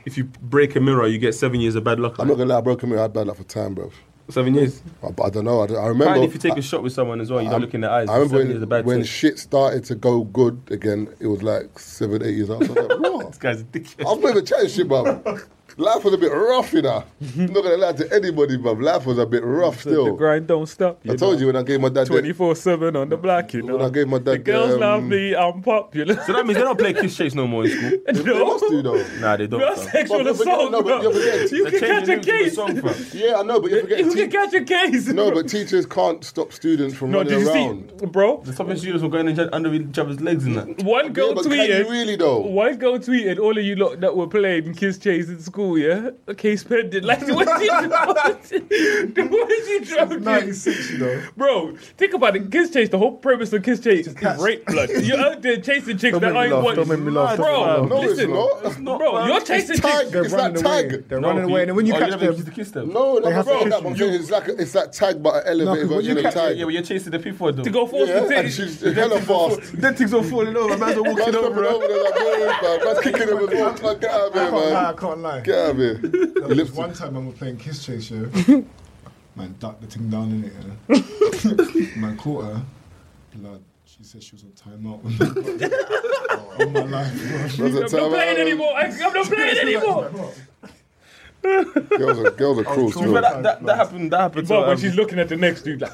[SPEAKER 5] if you break a mirror, you get seven years of bad luck.
[SPEAKER 1] I'm not gonna lie, I broke him. I had bad luck for time, bro.
[SPEAKER 5] Seven years.
[SPEAKER 1] But I don't know. I, don't- I remember.
[SPEAKER 5] Apparently, if you take a shot with someone as well, you don't look in the eyes.
[SPEAKER 1] I remember
[SPEAKER 5] seven years of
[SPEAKER 1] when,
[SPEAKER 5] bad
[SPEAKER 1] when
[SPEAKER 5] luck.
[SPEAKER 1] shit started to go good again. It was like seven, eight years after. I was like, "Bruh."
[SPEAKER 5] This guy's a dickhead.
[SPEAKER 1] I've never changed shit, bruv. Life was a bit rough, you know. I'm not gonna lie to anybody, bruv. Life was a bit rough
[SPEAKER 6] The
[SPEAKER 1] still.
[SPEAKER 6] grind don't stop.
[SPEAKER 1] I told you when I gave my dad the,
[SPEAKER 6] 24 7 on the block, you know.
[SPEAKER 1] when I gave my dad
[SPEAKER 6] The girls
[SPEAKER 1] um,
[SPEAKER 6] love me, I'm popular.
[SPEAKER 5] So that means they don't play kiss chase no more in school.
[SPEAKER 1] They must do though.
[SPEAKER 5] Nah, they don't.
[SPEAKER 6] You're
[SPEAKER 5] fam.
[SPEAKER 6] sexual
[SPEAKER 1] But- but- but-
[SPEAKER 6] assault,
[SPEAKER 1] no, but
[SPEAKER 6] bro.
[SPEAKER 1] you're forgetting.
[SPEAKER 6] You can
[SPEAKER 5] They're
[SPEAKER 6] catch
[SPEAKER 5] changing
[SPEAKER 6] a
[SPEAKER 5] names to the
[SPEAKER 6] case.
[SPEAKER 5] song, fam.
[SPEAKER 1] Yeah, I know, but you forget.
[SPEAKER 6] You can catch a case.
[SPEAKER 1] no,
[SPEAKER 6] bro.
[SPEAKER 1] but teachers can't stop students from
[SPEAKER 6] No,
[SPEAKER 1] running
[SPEAKER 6] did you
[SPEAKER 1] around.
[SPEAKER 6] see, bro?
[SPEAKER 5] The Southern students were going in- under each other's legs and that.
[SPEAKER 6] One girl
[SPEAKER 1] Yeah, but can
[SPEAKER 6] tweeted.
[SPEAKER 1] you really, though?
[SPEAKER 6] One girl tweeted, all of you lot that were playing kiss chase in school, yeah? A case pending. Like, what is you doing? What is you joking?
[SPEAKER 4] 96, you know.
[SPEAKER 6] Bro, think about it. Kiss chase, the whole premise of kiss chase is rape blood. You're out there chasing chicks
[SPEAKER 4] Don't
[SPEAKER 6] that
[SPEAKER 4] make me
[SPEAKER 6] aren't
[SPEAKER 4] laugh,
[SPEAKER 6] what.
[SPEAKER 4] don't make me laugh, don't make me
[SPEAKER 6] Bro,
[SPEAKER 4] laugh.
[SPEAKER 1] No,
[SPEAKER 6] listen.
[SPEAKER 1] it's not.
[SPEAKER 6] Bro, you're chasing
[SPEAKER 1] It's tag.
[SPEAKER 6] chicks.
[SPEAKER 4] They're
[SPEAKER 1] It's that
[SPEAKER 4] running away.
[SPEAKER 1] tag.
[SPEAKER 4] They're running away, and then when you
[SPEAKER 5] oh,
[SPEAKER 4] catch
[SPEAKER 5] never
[SPEAKER 4] them,
[SPEAKER 5] used to kiss them.
[SPEAKER 1] No,
[SPEAKER 4] They
[SPEAKER 1] no,
[SPEAKER 4] have to
[SPEAKER 1] bro,
[SPEAKER 4] kiss
[SPEAKER 1] that, I'm saying it's like it's that tag, but an elevated
[SPEAKER 4] 'cause when
[SPEAKER 1] version
[SPEAKER 4] you
[SPEAKER 1] of
[SPEAKER 4] catch-
[SPEAKER 1] tag.
[SPEAKER 5] Yeah, but you're chasing the people though.
[SPEAKER 6] To go force
[SPEAKER 1] Yeah,
[SPEAKER 6] the
[SPEAKER 1] and she's
[SPEAKER 6] titties.
[SPEAKER 1] hella fast.
[SPEAKER 5] Then things are falling over. Man's are
[SPEAKER 1] Man's
[SPEAKER 5] walking
[SPEAKER 1] jumping
[SPEAKER 5] over.
[SPEAKER 1] over there like, "Where is man?" Man's kicking him as well. Like, Get out of
[SPEAKER 4] I
[SPEAKER 1] here,
[SPEAKER 4] can't lie, I
[SPEAKER 1] man.
[SPEAKER 4] can't lie.
[SPEAKER 1] Get out of here.
[SPEAKER 4] There was
[SPEAKER 1] Lips-
[SPEAKER 4] one time I was playing Kiss Chase, yeah. man ducked the thing down in it, yeah. man caught her. Blood. She said she was on timeout. oh, my life, bro.
[SPEAKER 1] Man's a
[SPEAKER 6] I'm not playing
[SPEAKER 1] timeout.
[SPEAKER 6] anymore. I- I'm not playing anymore.
[SPEAKER 1] Girls are girls
[SPEAKER 6] Oh,
[SPEAKER 1] are cruel.
[SPEAKER 5] Do you remember
[SPEAKER 1] still.
[SPEAKER 5] that, that, that happened? That happened to
[SPEAKER 6] But when
[SPEAKER 5] um,
[SPEAKER 6] she's looking at the next dude, like,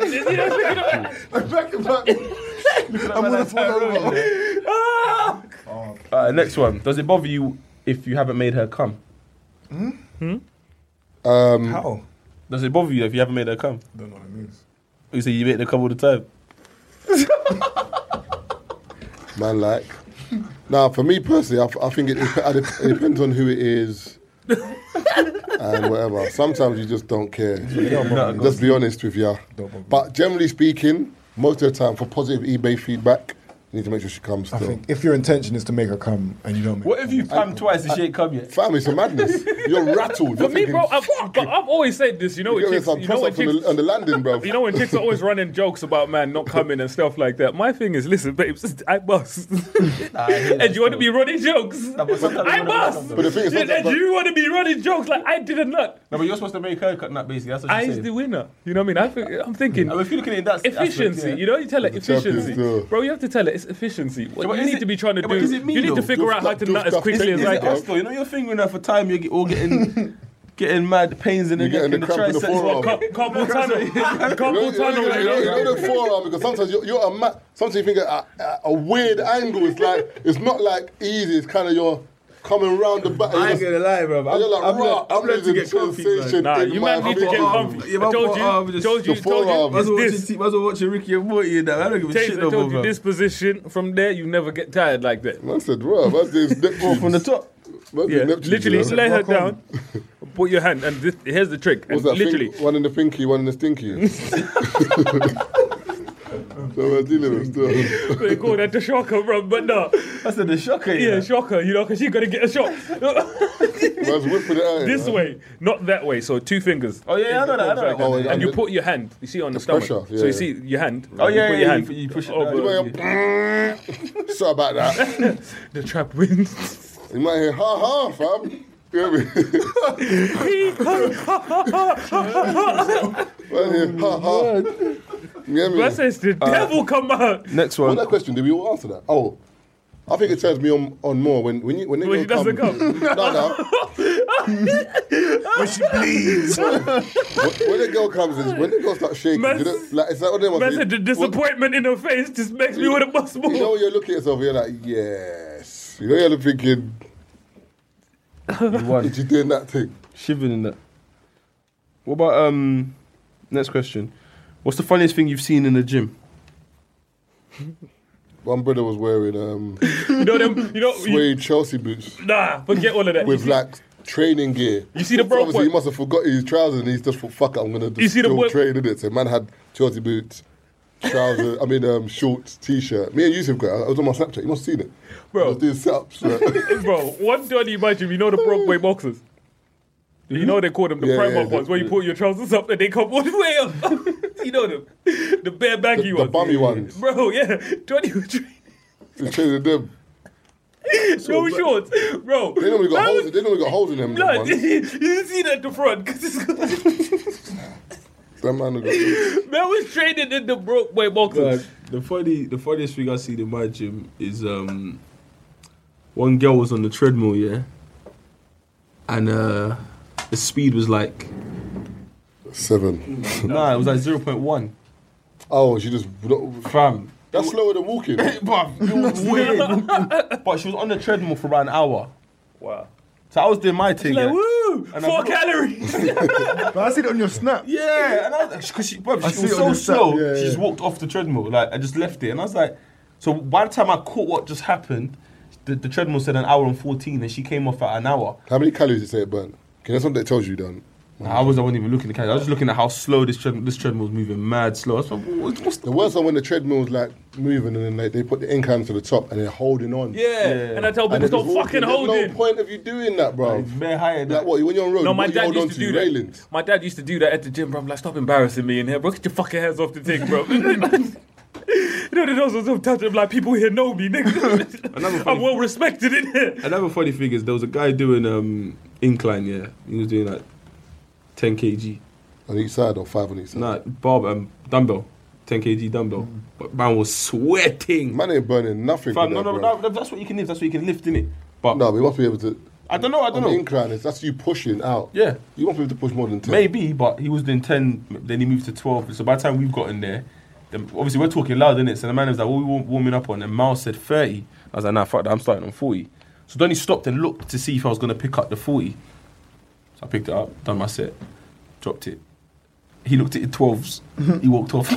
[SPEAKER 6] you know, looking at-
[SPEAKER 4] back and back. I'm gonna fall over.
[SPEAKER 5] Uh, next one. Does it bother you if you haven't made her come?
[SPEAKER 1] Um,
[SPEAKER 5] How? Does it bother you if you haven't made her come?
[SPEAKER 4] Don't know what it means.
[SPEAKER 5] You say you make her come all the time.
[SPEAKER 1] man like. Now, for me personally, I, f- I think it, dep- it depends on who it is and whatever. Sometimes you just don't care.
[SPEAKER 4] Yeah, yeah, yeah.
[SPEAKER 1] Let's be honest with ya.
[SPEAKER 4] Don't bother.
[SPEAKER 1] But generally speaking, most of the time, for positive eBay feedback, you need to make sure she comes
[SPEAKER 4] I
[SPEAKER 1] still.
[SPEAKER 4] think if your intention is to make her come and you don't make
[SPEAKER 5] What if you pam twice and she ain't come yet?
[SPEAKER 1] Fam, it's a madness. You're rattled. You're
[SPEAKER 6] For me,
[SPEAKER 1] thinking,
[SPEAKER 6] bro, I've, but I've always said this. You know,
[SPEAKER 1] you're
[SPEAKER 6] when
[SPEAKER 1] getting
[SPEAKER 6] chicks,
[SPEAKER 1] some
[SPEAKER 6] you know, when
[SPEAKER 1] press-ups on,
[SPEAKER 6] chicks,
[SPEAKER 1] the- on the landing, bro.
[SPEAKER 6] you know, when chicks are always running jokes about man not coming and stuff like that. My thing is, listen, babes, I bust. and you want to be running jokes? I bust.
[SPEAKER 1] But the thing is,
[SPEAKER 6] and
[SPEAKER 1] sometimes-
[SPEAKER 6] you want to be running jokes like I did a nut.
[SPEAKER 5] No, but you're supposed to make her cut that basically. That's what
[SPEAKER 6] I
[SPEAKER 5] she's
[SPEAKER 6] is the
[SPEAKER 5] saying.
[SPEAKER 6] winner. You know what I mean? I think, I'm thinking.
[SPEAKER 5] I mean, if you're looking at that aspect,
[SPEAKER 6] efficiency.
[SPEAKER 5] yeah.
[SPEAKER 6] You know, you tell her
[SPEAKER 1] It's a champions
[SPEAKER 6] efficiency,
[SPEAKER 1] tour.
[SPEAKER 6] bro. You have to tell her it's efficiency. What
[SPEAKER 5] Yeah, but
[SPEAKER 6] you
[SPEAKER 5] is
[SPEAKER 6] need
[SPEAKER 5] it-
[SPEAKER 6] to be trying to
[SPEAKER 5] yeah,
[SPEAKER 6] do.
[SPEAKER 5] but is it me
[SPEAKER 6] you need
[SPEAKER 5] though?
[SPEAKER 6] to figure
[SPEAKER 1] Just
[SPEAKER 6] out how
[SPEAKER 1] stop-
[SPEAKER 6] to
[SPEAKER 1] just
[SPEAKER 6] nut as
[SPEAKER 1] stop-
[SPEAKER 5] Is
[SPEAKER 6] quickly
[SPEAKER 5] it,
[SPEAKER 6] as I
[SPEAKER 5] is it us
[SPEAKER 6] can.
[SPEAKER 5] though? You know, you're fingering her for time. You're get- all getting getting mad pains in the
[SPEAKER 1] You're
[SPEAKER 5] neck
[SPEAKER 1] getting
[SPEAKER 5] and
[SPEAKER 1] the
[SPEAKER 5] the
[SPEAKER 1] cramp in the
[SPEAKER 5] triceps.
[SPEAKER 1] forearm.
[SPEAKER 6] Car- Carpal tunnel. Carpal
[SPEAKER 1] You know, you
[SPEAKER 6] tunnel.
[SPEAKER 1] know,
[SPEAKER 6] like,
[SPEAKER 1] you know, you know the forearm because sometimes you're, you're a ma- sometimes you think at a, a weird angle. It's like it's not like easy. It's kind of you're coming round the back.
[SPEAKER 5] I ain't
[SPEAKER 1] You're
[SPEAKER 5] gonna lie, bro.
[SPEAKER 1] just-
[SPEAKER 5] I'm,
[SPEAKER 1] you're like,
[SPEAKER 5] I'm,
[SPEAKER 1] "Rah,
[SPEAKER 5] learn- I'm learning to
[SPEAKER 1] losing
[SPEAKER 5] get comfy. man.
[SPEAKER 1] sensation
[SPEAKER 6] Nah,
[SPEAKER 1] in
[SPEAKER 6] you
[SPEAKER 1] my
[SPEAKER 6] man need to get
[SPEAKER 1] forearm."
[SPEAKER 6] comfy.
[SPEAKER 5] Yeah,
[SPEAKER 6] I
[SPEAKER 5] my
[SPEAKER 6] told
[SPEAKER 5] forearm
[SPEAKER 6] you,
[SPEAKER 5] just-
[SPEAKER 6] told
[SPEAKER 1] The
[SPEAKER 6] you, told
[SPEAKER 1] forearm.
[SPEAKER 6] you,
[SPEAKER 5] Might as well
[SPEAKER 6] it's
[SPEAKER 5] watching,
[SPEAKER 6] this.
[SPEAKER 5] T- might as well watching Ricky and Morty and that. I don't give a
[SPEAKER 6] Taser,
[SPEAKER 5] shit
[SPEAKER 6] I
[SPEAKER 5] no more,
[SPEAKER 6] told you
[SPEAKER 5] bro.
[SPEAKER 6] this position. From there, you never get tired like that.
[SPEAKER 1] Man said, "Bro, that's this
[SPEAKER 5] Well,
[SPEAKER 1] Neptune."
[SPEAKER 5] from the top.
[SPEAKER 1] That's
[SPEAKER 6] Yeah,
[SPEAKER 1] this Neptune,
[SPEAKER 6] literally,
[SPEAKER 1] you know?
[SPEAKER 6] lay her down, put your hand, and this, here's the trick. And
[SPEAKER 1] What's that?
[SPEAKER 6] literally,
[SPEAKER 1] Think, one in the pinky, one in the stinky. so we're dealing with uh, still.
[SPEAKER 6] they call that the shocker, bro. But no,
[SPEAKER 5] I said the shocker.
[SPEAKER 6] yeah,
[SPEAKER 5] Yeah,
[SPEAKER 6] shocker, you know, because she's going to get a shot.
[SPEAKER 1] Man's whipping it out.
[SPEAKER 6] this
[SPEAKER 1] yeah.
[SPEAKER 6] way, not that way. So two fingers.
[SPEAKER 5] Oh, yeah, I know that, I know that.
[SPEAKER 1] Oh,
[SPEAKER 6] and,
[SPEAKER 1] and
[SPEAKER 6] you
[SPEAKER 1] the-
[SPEAKER 6] put your hand. You see on the, stomach.
[SPEAKER 1] pressure, yeah,
[SPEAKER 6] so you
[SPEAKER 1] yeah.
[SPEAKER 6] see your hand.
[SPEAKER 5] Oh, yeah,
[SPEAKER 6] you put
[SPEAKER 5] yeah,
[SPEAKER 6] your
[SPEAKER 5] yeah,
[SPEAKER 6] hand. Oh,
[SPEAKER 5] you- you push it
[SPEAKER 6] over-
[SPEAKER 5] down.
[SPEAKER 1] Well, Sorry about that.
[SPEAKER 6] The trap wins.
[SPEAKER 1] You might hear ha ha, fam. You know what I mean? Well, yeah, ha ha. You get me?
[SPEAKER 6] But says the
[SPEAKER 1] Uh,
[SPEAKER 6] devil come out.
[SPEAKER 5] Next
[SPEAKER 1] Well, that question, did we all answer that? Oh, I think it turns me on, on more when when you when,
[SPEAKER 6] When she
[SPEAKER 1] it all
[SPEAKER 6] doesn't come.
[SPEAKER 1] No, no.
[SPEAKER 4] When she bleeds.
[SPEAKER 1] When, when the girl comes, is when the girl starts shaking.
[SPEAKER 6] Man-
[SPEAKER 1] you know, like it's like one of them ones
[SPEAKER 6] Man
[SPEAKER 1] where
[SPEAKER 6] said the
[SPEAKER 1] you-
[SPEAKER 6] disappointment in her face just makes me want to bust
[SPEAKER 1] You know
[SPEAKER 6] more.
[SPEAKER 1] when you're looking at yourself, you're like, yes. You know you're thinking,
[SPEAKER 5] You won.
[SPEAKER 1] did you doing that thing?
[SPEAKER 5] Shivering in that. What about um? Next question. What's the funniest thing you've seen in the gym?
[SPEAKER 1] One brother was wearing um
[SPEAKER 6] You know them. You know. You,
[SPEAKER 1] suede Chelsea boots
[SPEAKER 6] nah, forget all of that. You
[SPEAKER 1] with
[SPEAKER 6] see-
[SPEAKER 1] like training gear.
[SPEAKER 6] You see the
[SPEAKER 1] So
[SPEAKER 6] bro
[SPEAKER 1] obviously, he
[SPEAKER 6] point.
[SPEAKER 1] must have forgot his trousers and he's just thought, fuck it, I'm gonna just
[SPEAKER 6] You see the
[SPEAKER 1] still
[SPEAKER 6] boy-
[SPEAKER 1] train in it. So man had Chelsea boots, trousers, I mean um, shorts, t-shirt. Me and Yusuf got. it. I was on my Snapchat. You must have seen it.
[SPEAKER 6] Bro.
[SPEAKER 1] I was doing uh, sit-ups. right?
[SPEAKER 6] Bro, one don't imagine. You know the Brockway boxers. You know they call them the
[SPEAKER 1] Hmm? Yeah,
[SPEAKER 6] Primark
[SPEAKER 1] yeah, the-
[SPEAKER 6] ones, where you pull your trousers up and they come all the way up. you know them, the bare baggy
[SPEAKER 1] the
[SPEAKER 6] ones,
[SPEAKER 1] bummy ones.
[SPEAKER 6] Bro, yeah, Johnny was training,
[SPEAKER 1] He traded them.
[SPEAKER 6] no shorts, bro.
[SPEAKER 1] They normally got
[SPEAKER 6] That
[SPEAKER 1] holes.
[SPEAKER 6] was-
[SPEAKER 1] They normally got holes in them.
[SPEAKER 6] Blood.
[SPEAKER 1] ones.
[SPEAKER 6] you didn't see that at the front 'cause it's-
[SPEAKER 1] That man got.
[SPEAKER 6] man was training in the Brockway boxers.
[SPEAKER 5] the funny, the funniest thing I seen in my gym is um, one girl was on the treadmill, yeah, and uh, the speed was like
[SPEAKER 1] Seven.
[SPEAKER 5] nah, it was like zero point one.
[SPEAKER 1] Oh, she just.
[SPEAKER 5] Fam,
[SPEAKER 1] That's slower than walking.
[SPEAKER 5] Bruv, it was weird. but she was on the treadmill for about an hour.
[SPEAKER 6] Wow.
[SPEAKER 5] So I was doing my thing.
[SPEAKER 6] Like
[SPEAKER 5] yeah.
[SPEAKER 6] woo,
[SPEAKER 5] And I
[SPEAKER 6] four
[SPEAKER 5] blew-
[SPEAKER 6] calories.
[SPEAKER 4] But I see it on your snap.
[SPEAKER 5] Yeah, and I was because she, bruv, she
[SPEAKER 4] see it
[SPEAKER 5] was
[SPEAKER 4] on
[SPEAKER 5] so
[SPEAKER 4] the stat,
[SPEAKER 5] slow.
[SPEAKER 4] yeah,
[SPEAKER 5] she just
[SPEAKER 4] yeah.
[SPEAKER 5] walked off the treadmill. Like I just left it, and I was like, so by the time I caught what just happened, the, the treadmill said an hour and fourteen, and she came off at an hour.
[SPEAKER 1] How many calories did you say it burnt? Okay, that's something that tells you, done.
[SPEAKER 5] Nah, I was I wasn't even looking at the calendar. I was just looking at how slow this treadmill this treadmill was moving, mad slow. I was like, what, what's
[SPEAKER 1] The
[SPEAKER 5] the
[SPEAKER 1] worst one when the treadmill's like moving and then like, they put the incline to the top and they're holding on.
[SPEAKER 6] yeah. and I tell people
[SPEAKER 1] And
[SPEAKER 6] stop
[SPEAKER 1] it's walking.
[SPEAKER 6] fucking
[SPEAKER 1] There's
[SPEAKER 6] holding.
[SPEAKER 1] No point of you doing that, bro.
[SPEAKER 5] bare higher
[SPEAKER 1] Like what? When you're on road,
[SPEAKER 6] No,
[SPEAKER 1] what
[SPEAKER 6] my
[SPEAKER 1] you
[SPEAKER 6] dad
[SPEAKER 1] hold
[SPEAKER 6] used
[SPEAKER 1] on
[SPEAKER 6] to do that.
[SPEAKER 1] railings.
[SPEAKER 6] My dad used to do that at the gym, bro. I'm like, stop embarrassing me in here, bro. Get your fucking hands off the thing, bro. you know, the nose was touch I'm like, people here know me,
[SPEAKER 5] Another
[SPEAKER 6] nigga.
[SPEAKER 5] funny-
[SPEAKER 6] I'm well respected in here.
[SPEAKER 5] Another funny thing is there was a guy doing um incline, yeah. He was doing like ten kg.
[SPEAKER 1] On each side or five on each side.
[SPEAKER 5] Nah, barb um, dumbbell. Ten kg dumbbell.
[SPEAKER 4] Mm.
[SPEAKER 5] But man was sweating.
[SPEAKER 1] Man ain't burning nothing.
[SPEAKER 5] Fam,
[SPEAKER 1] for
[SPEAKER 5] no,
[SPEAKER 1] that,
[SPEAKER 5] no,
[SPEAKER 1] bro.
[SPEAKER 5] no, no, that's what you can lift. That's what you can lift, innit? But
[SPEAKER 1] No, we must be able to.
[SPEAKER 5] I don't know, I
[SPEAKER 1] on
[SPEAKER 5] don't
[SPEAKER 1] the
[SPEAKER 5] know.
[SPEAKER 1] incline, it's- that's you pushing out.
[SPEAKER 5] Yeah.
[SPEAKER 1] You won't be able to push more than ten.
[SPEAKER 5] Maybe, but he was doing 10, then he moved to 12. So by the time we've got in there, then obviously we're talking loud, innit? So the man was like, what we wa- warming up on? And Miles said 30. I was like, nah, fuck that, I'm starting on 40. So then he stopped and looked to see if I was going to pick up the 40. So I picked it up, done my set, dropped it. He looked at the twelves. he walked off.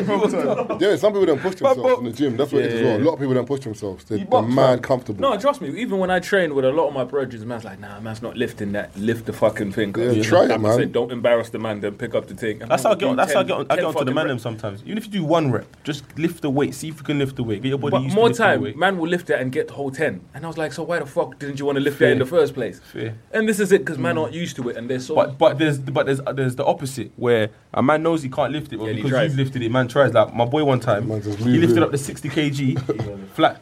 [SPEAKER 1] yeah, some people don't push themselves in the gym. That's what it is as
[SPEAKER 6] Yeah.
[SPEAKER 1] well. A lot of people don't push themselves. They're, they're
[SPEAKER 6] bumped,
[SPEAKER 1] mad comfortable.
[SPEAKER 6] No, trust me. Even when I train with a lot of my brothers, man's like, nah, man's not lifting that. Lift the fucking thing.
[SPEAKER 1] Yeah, try it,
[SPEAKER 6] Like I
[SPEAKER 1] man.
[SPEAKER 6] said, don't embarrass the man. Then pick up the thing.
[SPEAKER 5] That's how I get.
[SPEAKER 6] Do
[SPEAKER 5] On, that's how I
[SPEAKER 6] 10
[SPEAKER 5] get. On,
[SPEAKER 6] 10
[SPEAKER 5] I get onto the
[SPEAKER 6] fucking
[SPEAKER 5] man
[SPEAKER 6] reps.
[SPEAKER 5] them sometimes. Even if you do one rep, just lift the weight. See if you can lift the weight. Get your body
[SPEAKER 6] But
[SPEAKER 5] used
[SPEAKER 6] more
[SPEAKER 5] to lifting the
[SPEAKER 6] time,
[SPEAKER 5] weight.
[SPEAKER 6] man will lift that and get the whole 10. And I was like, so why the fuck didn't you want to lift that in
[SPEAKER 5] Fair.
[SPEAKER 6] the first place?
[SPEAKER 5] Fair.
[SPEAKER 6] And this is it, because man aren't used to it, and they're so.
[SPEAKER 5] Mm. But but there's but there's there's the opposite where a man knows he can't lift it, but
[SPEAKER 6] Yeah, he
[SPEAKER 5] because
[SPEAKER 6] tries.
[SPEAKER 5] you've lifted it, man tries. Like my boy one time, he
[SPEAKER 6] move
[SPEAKER 5] lifted
[SPEAKER 6] it.
[SPEAKER 5] up the 60 kg flat.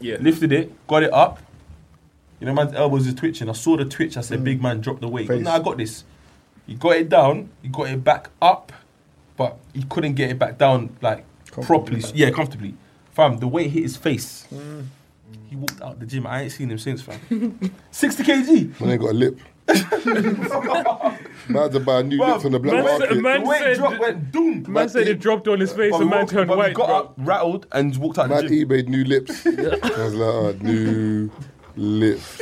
[SPEAKER 6] Yeah.
[SPEAKER 5] Lifted it, got it up. You know, man's elbows is twitching. I saw the twitch. I said, "Big man, drop the weight." But
[SPEAKER 6] Mm. Face.
[SPEAKER 5] no, I got this. He got it down. He got it back up, but he couldn't get it back down like properly. Yeah, comfortably. Fam, the weight hit his face.
[SPEAKER 6] Mm.
[SPEAKER 5] He walked out the gym. I ain't seen him since, fam. 60 kg.
[SPEAKER 1] Man ain't got a lip. Man's to buy new lips on the black
[SPEAKER 6] man,
[SPEAKER 1] market.
[SPEAKER 6] said, man
[SPEAKER 5] The weight
[SPEAKER 6] said,
[SPEAKER 5] dropped, went doom.
[SPEAKER 6] man said it dropped on his face,
[SPEAKER 5] But we
[SPEAKER 6] and man
[SPEAKER 5] walked-
[SPEAKER 6] turned
[SPEAKER 5] but we
[SPEAKER 6] white.
[SPEAKER 5] got
[SPEAKER 6] bro.
[SPEAKER 5] up, rattled, and walked out.
[SPEAKER 1] Man eBayed new lips. I was like, oh, new lips.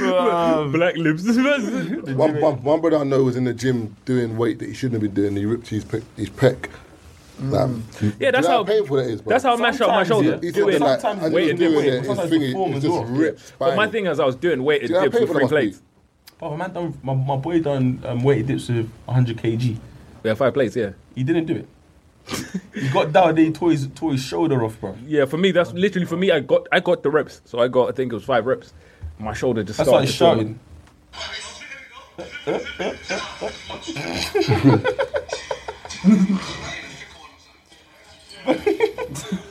[SPEAKER 6] Uh, Black lips.
[SPEAKER 1] one, one, one brother I know was in the gym doing weight that he shouldn't have been doing. He ripped his pec. His pec. Like,
[SPEAKER 6] Mm. Yeah, that's
[SPEAKER 1] you know
[SPEAKER 6] how-
[SPEAKER 1] painful that is. Bro.
[SPEAKER 6] that's how I mash up my shoulder.
[SPEAKER 1] He's
[SPEAKER 6] Doing-
[SPEAKER 1] doing like,
[SPEAKER 6] sometimes
[SPEAKER 1] and
[SPEAKER 6] weight
[SPEAKER 1] he's
[SPEAKER 6] and then
[SPEAKER 1] doing
[SPEAKER 6] weight,
[SPEAKER 1] it. His
[SPEAKER 6] sometimes
[SPEAKER 1] finger
[SPEAKER 5] perform
[SPEAKER 1] is
[SPEAKER 5] as
[SPEAKER 1] just
[SPEAKER 5] well.
[SPEAKER 1] ripped.
[SPEAKER 6] But my
[SPEAKER 1] spiny.
[SPEAKER 6] thing is, I was doing weighted
[SPEAKER 1] Do you know how
[SPEAKER 6] dips with
[SPEAKER 1] painful that
[SPEAKER 6] free
[SPEAKER 1] must be?
[SPEAKER 6] plates.
[SPEAKER 5] Oh, man done, my, my boy done um, weighted dips with 100 kg.
[SPEAKER 6] Yeah, five plates, yeah.
[SPEAKER 5] He didn't do it. he got down there, he tore his, tore his shoulder off, bro.
[SPEAKER 6] Yeah, for me, that's literally for me. I got I got the reps, so I got I think it was five reps. My shoulder just
[SPEAKER 5] That's why
[SPEAKER 6] started
[SPEAKER 5] he's shouting.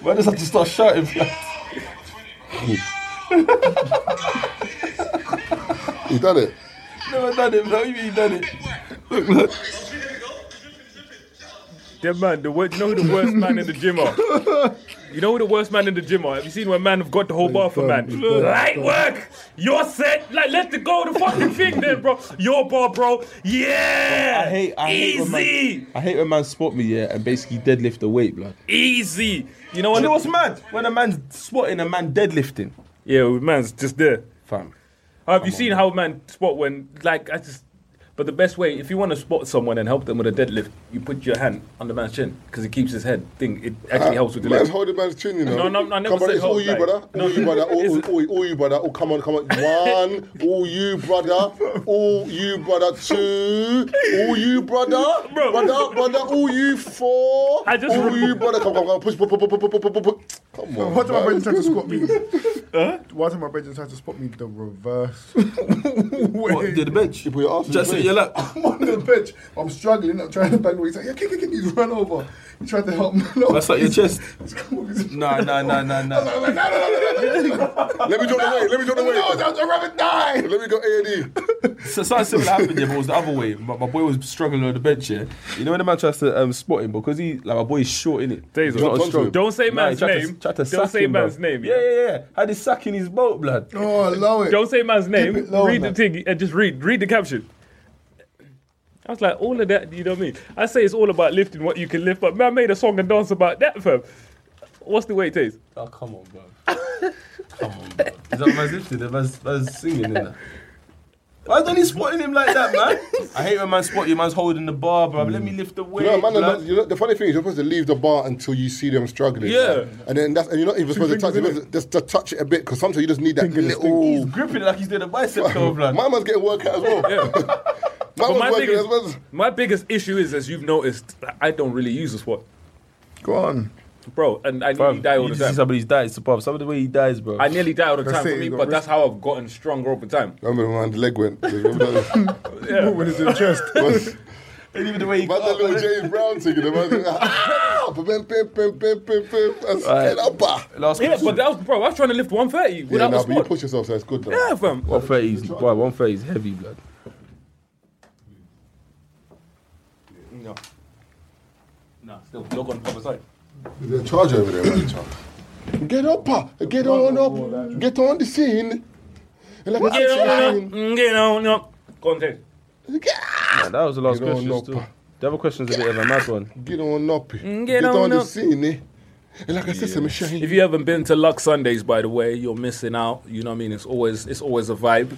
[SPEAKER 5] Why does have to start shouting?
[SPEAKER 1] He done it.
[SPEAKER 5] no, I done it, bro. You mean he done it?
[SPEAKER 6] That man, the wor- you know who the worst man in the gym are. You know who the worst man in the gym are. Have you seen when man have got the whole bar for man? Light work. You're set. Like let the go of the fucking thing, then, bro. Your bar, bro. Yeah.
[SPEAKER 5] I hate, I hate when
[SPEAKER 6] Easy.
[SPEAKER 5] man, I hate when man spot me, yeah, and basically deadlift the weight, blood.
[SPEAKER 6] Easy. You know
[SPEAKER 5] Do
[SPEAKER 6] what?
[SPEAKER 5] you know what's mad? When a man's spotting a man deadlifting.
[SPEAKER 6] Yeah, man's just there.
[SPEAKER 5] Fam.
[SPEAKER 6] Have you seen how man spot when like I just? But the best way, if you want to spot someone and help them with a deadlift, you put your hand on the man's chin because it keeps his head thing. It
[SPEAKER 1] Uh,
[SPEAKER 6] actually helps with the
[SPEAKER 1] Man's
[SPEAKER 6] lift.
[SPEAKER 1] holding man's chin, you know.
[SPEAKER 6] No, no, no, I never
[SPEAKER 1] come on,
[SPEAKER 6] said
[SPEAKER 1] it's all
[SPEAKER 6] hold,
[SPEAKER 1] you,
[SPEAKER 6] like-
[SPEAKER 1] brother. All you, brother. All, all, all, all you, brother. Oh, come on, come on. One. All you, brother. All you, brother. Two. All you, brother. Brother, brother. All you, four.
[SPEAKER 6] I just
[SPEAKER 1] all
[SPEAKER 6] rem-
[SPEAKER 1] you, brother. Come, come, come. Push, push, push, push, push, push, push, push. Come on.
[SPEAKER 9] Why do my
[SPEAKER 1] man.
[SPEAKER 9] brain try to spot me? Why do my brain try to spot me the reverse?
[SPEAKER 5] What, did the bench?
[SPEAKER 1] You put your ass in
[SPEAKER 5] Just
[SPEAKER 1] the
[SPEAKER 5] sit
[SPEAKER 1] way.
[SPEAKER 5] in your lap.
[SPEAKER 9] I'm on the bench. I'm struggling. I'm trying to bang away. He's like, yeah, kick, kick, kick. He's run over. He tried to help me. No,
[SPEAKER 5] That's like your chest.
[SPEAKER 9] he's come over. He's-
[SPEAKER 5] Nah, nah, nah, nah, nah.
[SPEAKER 9] I'm like, no, no, no, no, no, no.
[SPEAKER 1] Let me drop the weight. Let me drop the
[SPEAKER 9] No,
[SPEAKER 1] weight.
[SPEAKER 9] that's a rabbit die.
[SPEAKER 1] Let me go A&E.
[SPEAKER 5] So something similar happened, yeah, but it was the other way. My, my boy was struggling on the bench, yeah. You know when the man tries to um, spot him because he, like, my boy is short in it.
[SPEAKER 6] Days
[SPEAKER 5] He's
[SPEAKER 6] of-
[SPEAKER 5] not as strong.
[SPEAKER 6] Don't say
[SPEAKER 5] Nah, he
[SPEAKER 6] man's
[SPEAKER 5] tried to-
[SPEAKER 6] name.
[SPEAKER 5] tried to
[SPEAKER 6] Don't
[SPEAKER 5] sack
[SPEAKER 6] say
[SPEAKER 5] him, bro.
[SPEAKER 6] man's name.
[SPEAKER 5] Yeah, yeah, yeah. Had his sack in his boat, blood.
[SPEAKER 9] Oh, allow it.
[SPEAKER 6] Don't say man's name.
[SPEAKER 9] it low,
[SPEAKER 6] read the
[SPEAKER 9] man.
[SPEAKER 6] thing and just read. Read the caption. I was like, all of that. You know what I mean? I say it's all about lifting what you can lift, but man made a song and dance about that, fam. What's the weight taste?
[SPEAKER 5] Oh, come on, bro. come on, bro. Is that man's lifted? That man's, man's singing in that. Why don't he spotting him like that, man? I hate when man spot you, man's holding the bar, bro. Let me lift the weight.
[SPEAKER 1] You know, man,
[SPEAKER 5] blood.
[SPEAKER 1] you know, the funny thing is, you're supposed to leave the bar until you see them struggling.
[SPEAKER 5] Yeah.
[SPEAKER 1] And then that's, and you're not even supposed to touch it. You're supposed to- Just to touch it a bit, because sometimes you just need that
[SPEAKER 5] He's
[SPEAKER 1] little.
[SPEAKER 5] gripping it like he's doing a bicep curl, blood.
[SPEAKER 1] My man's getting workout as well. My
[SPEAKER 6] But
[SPEAKER 1] man's
[SPEAKER 6] my
[SPEAKER 1] working
[SPEAKER 6] thing is,
[SPEAKER 1] as well.
[SPEAKER 6] my biggest issue is, as you've noticed, I don't really use a squat,
[SPEAKER 9] Go on.
[SPEAKER 6] bro, and I
[SPEAKER 5] Bro,
[SPEAKER 6] nearly die all
[SPEAKER 5] you
[SPEAKER 6] the
[SPEAKER 5] just
[SPEAKER 6] time.
[SPEAKER 5] see somebody's died, it's above. Some of the way he dies, bro.
[SPEAKER 6] I nearly die all the
[SPEAKER 9] That's
[SPEAKER 6] time
[SPEAKER 9] it,
[SPEAKER 6] for me,
[SPEAKER 9] you got
[SPEAKER 6] but
[SPEAKER 9] risk.
[SPEAKER 6] that's how I've gotten stronger over time.
[SPEAKER 1] Remember when the leg went? Remember that?
[SPEAKER 9] When it's in the chest.
[SPEAKER 1] Was-
[SPEAKER 5] And even the way he
[SPEAKER 1] was that
[SPEAKER 5] got up,
[SPEAKER 1] little
[SPEAKER 5] like-
[SPEAKER 1] James Brown singing? Man, ah, pim, pim, pim, pim, pim, pim, that's
[SPEAKER 5] Right.
[SPEAKER 1] it, upper.
[SPEAKER 5] Last
[SPEAKER 6] Yeah,
[SPEAKER 5] question.
[SPEAKER 6] but that was, bro, I was trying to lift 130
[SPEAKER 1] Yeah,
[SPEAKER 6] without
[SPEAKER 1] nah,
[SPEAKER 6] a
[SPEAKER 1] but you
[SPEAKER 6] squat.
[SPEAKER 1] push yourself, so it's good though.
[SPEAKER 6] yeah, fam.
[SPEAKER 5] One thirty is boy, one thirty is heavy, blood.
[SPEAKER 6] No. Nah, still, log on the other side.
[SPEAKER 1] Is there a charger over there, man? Charger. Get up, ah, get on up, get on the scene. Let me
[SPEAKER 6] Get on
[SPEAKER 1] scene.
[SPEAKER 6] up, get on up. Content.
[SPEAKER 1] Get
[SPEAKER 5] Nah, that was the last
[SPEAKER 1] You don't
[SPEAKER 5] question.
[SPEAKER 1] know,
[SPEAKER 5] still.
[SPEAKER 1] pa.
[SPEAKER 5] The other question's a bit of a mad one.
[SPEAKER 1] Get on up. Get
[SPEAKER 6] Mm, on
[SPEAKER 1] on the
[SPEAKER 6] up.
[SPEAKER 1] scene. eh? And like I said, some shine.
[SPEAKER 6] If you haven't been to Luck Sundays, by the way, you're missing out. You know what I mean? It's always it's always a vibe.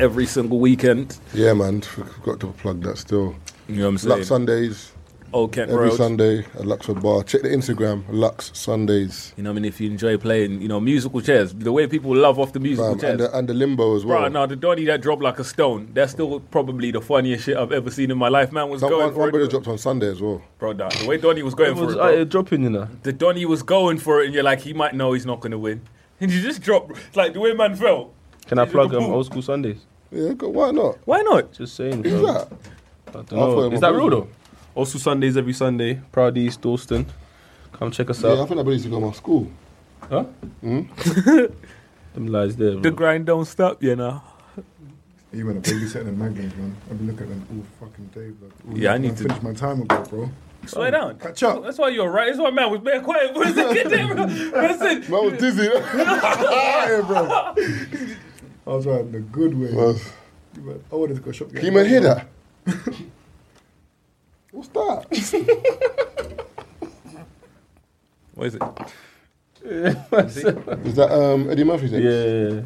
[SPEAKER 6] every single weekend.
[SPEAKER 1] Yeah, man, we've got to plug that still.
[SPEAKER 6] You know what I'm saying?
[SPEAKER 1] Lux Sundays.
[SPEAKER 6] Old Kent
[SPEAKER 1] Every
[SPEAKER 6] Road.
[SPEAKER 1] Sunday at Luxford Bar. Check the Instagram, Lux Sundays.
[SPEAKER 6] You know what I mean? If you enjoy playing, you know, musical chairs, the way people love off the musical
[SPEAKER 1] Fam,
[SPEAKER 6] chairs.
[SPEAKER 1] and, the, and the limbo as well.
[SPEAKER 6] Bro, no, the Donny that dropped like a stone. That's still probably the funniest shit I've ever seen in my life. Man was
[SPEAKER 1] Some-
[SPEAKER 6] going
[SPEAKER 1] one,
[SPEAKER 6] for
[SPEAKER 1] one
[SPEAKER 6] it.
[SPEAKER 1] brother dropped on Sunday as well.
[SPEAKER 6] Bro, nah, the way Donny was going
[SPEAKER 5] It was
[SPEAKER 6] for it.
[SPEAKER 5] uh,
[SPEAKER 6] bro.
[SPEAKER 5] dropping, you know.
[SPEAKER 6] The Donny was going for it, and you're like, he might know he's not going to win. And you just drop, like, the way man felt.
[SPEAKER 5] Can I
[SPEAKER 6] Did
[SPEAKER 5] plug
[SPEAKER 6] the
[SPEAKER 5] um,
[SPEAKER 6] boom.
[SPEAKER 5] old school Sundays?
[SPEAKER 1] Yeah, go- why not?
[SPEAKER 6] Why not?
[SPEAKER 5] Just saying.
[SPEAKER 1] Who's
[SPEAKER 5] bro.
[SPEAKER 1] that?
[SPEAKER 5] I don't
[SPEAKER 1] I thought
[SPEAKER 5] know.
[SPEAKER 1] it
[SPEAKER 5] Is
[SPEAKER 1] was
[SPEAKER 5] that
[SPEAKER 1] Blue.
[SPEAKER 5] real though? Also Sundays every Sunday. Proud East, Dalston. Come check us
[SPEAKER 1] Yeah, I
[SPEAKER 5] out.
[SPEAKER 1] think I used to go to my school.
[SPEAKER 5] Huh? Them lies there.
[SPEAKER 6] The
[SPEAKER 5] Bro.
[SPEAKER 6] grind don't stop, you know.
[SPEAKER 4] You went to babysitting in Magnus, man. I've been looking at them all fucking day, bro. All
[SPEAKER 6] Yeah, I
[SPEAKER 4] day,
[SPEAKER 6] need
[SPEAKER 4] man.
[SPEAKER 6] to-
[SPEAKER 4] finish my time ago, bro.
[SPEAKER 6] Slow down.
[SPEAKER 4] Oh, Catch up.
[SPEAKER 6] That's why you're right. That's why man was being quiet. for a second there, bro. Listen,
[SPEAKER 1] Man, I was dizzy.
[SPEAKER 4] yeah, bro. I was riding the good way.
[SPEAKER 1] Well,
[SPEAKER 4] You went, "Oh, I wanted to go shopping.
[SPEAKER 1] Can you man hear that? What's that?
[SPEAKER 6] What is it?
[SPEAKER 1] Is that um, Eddie Murphy's ex?
[SPEAKER 5] Yeah.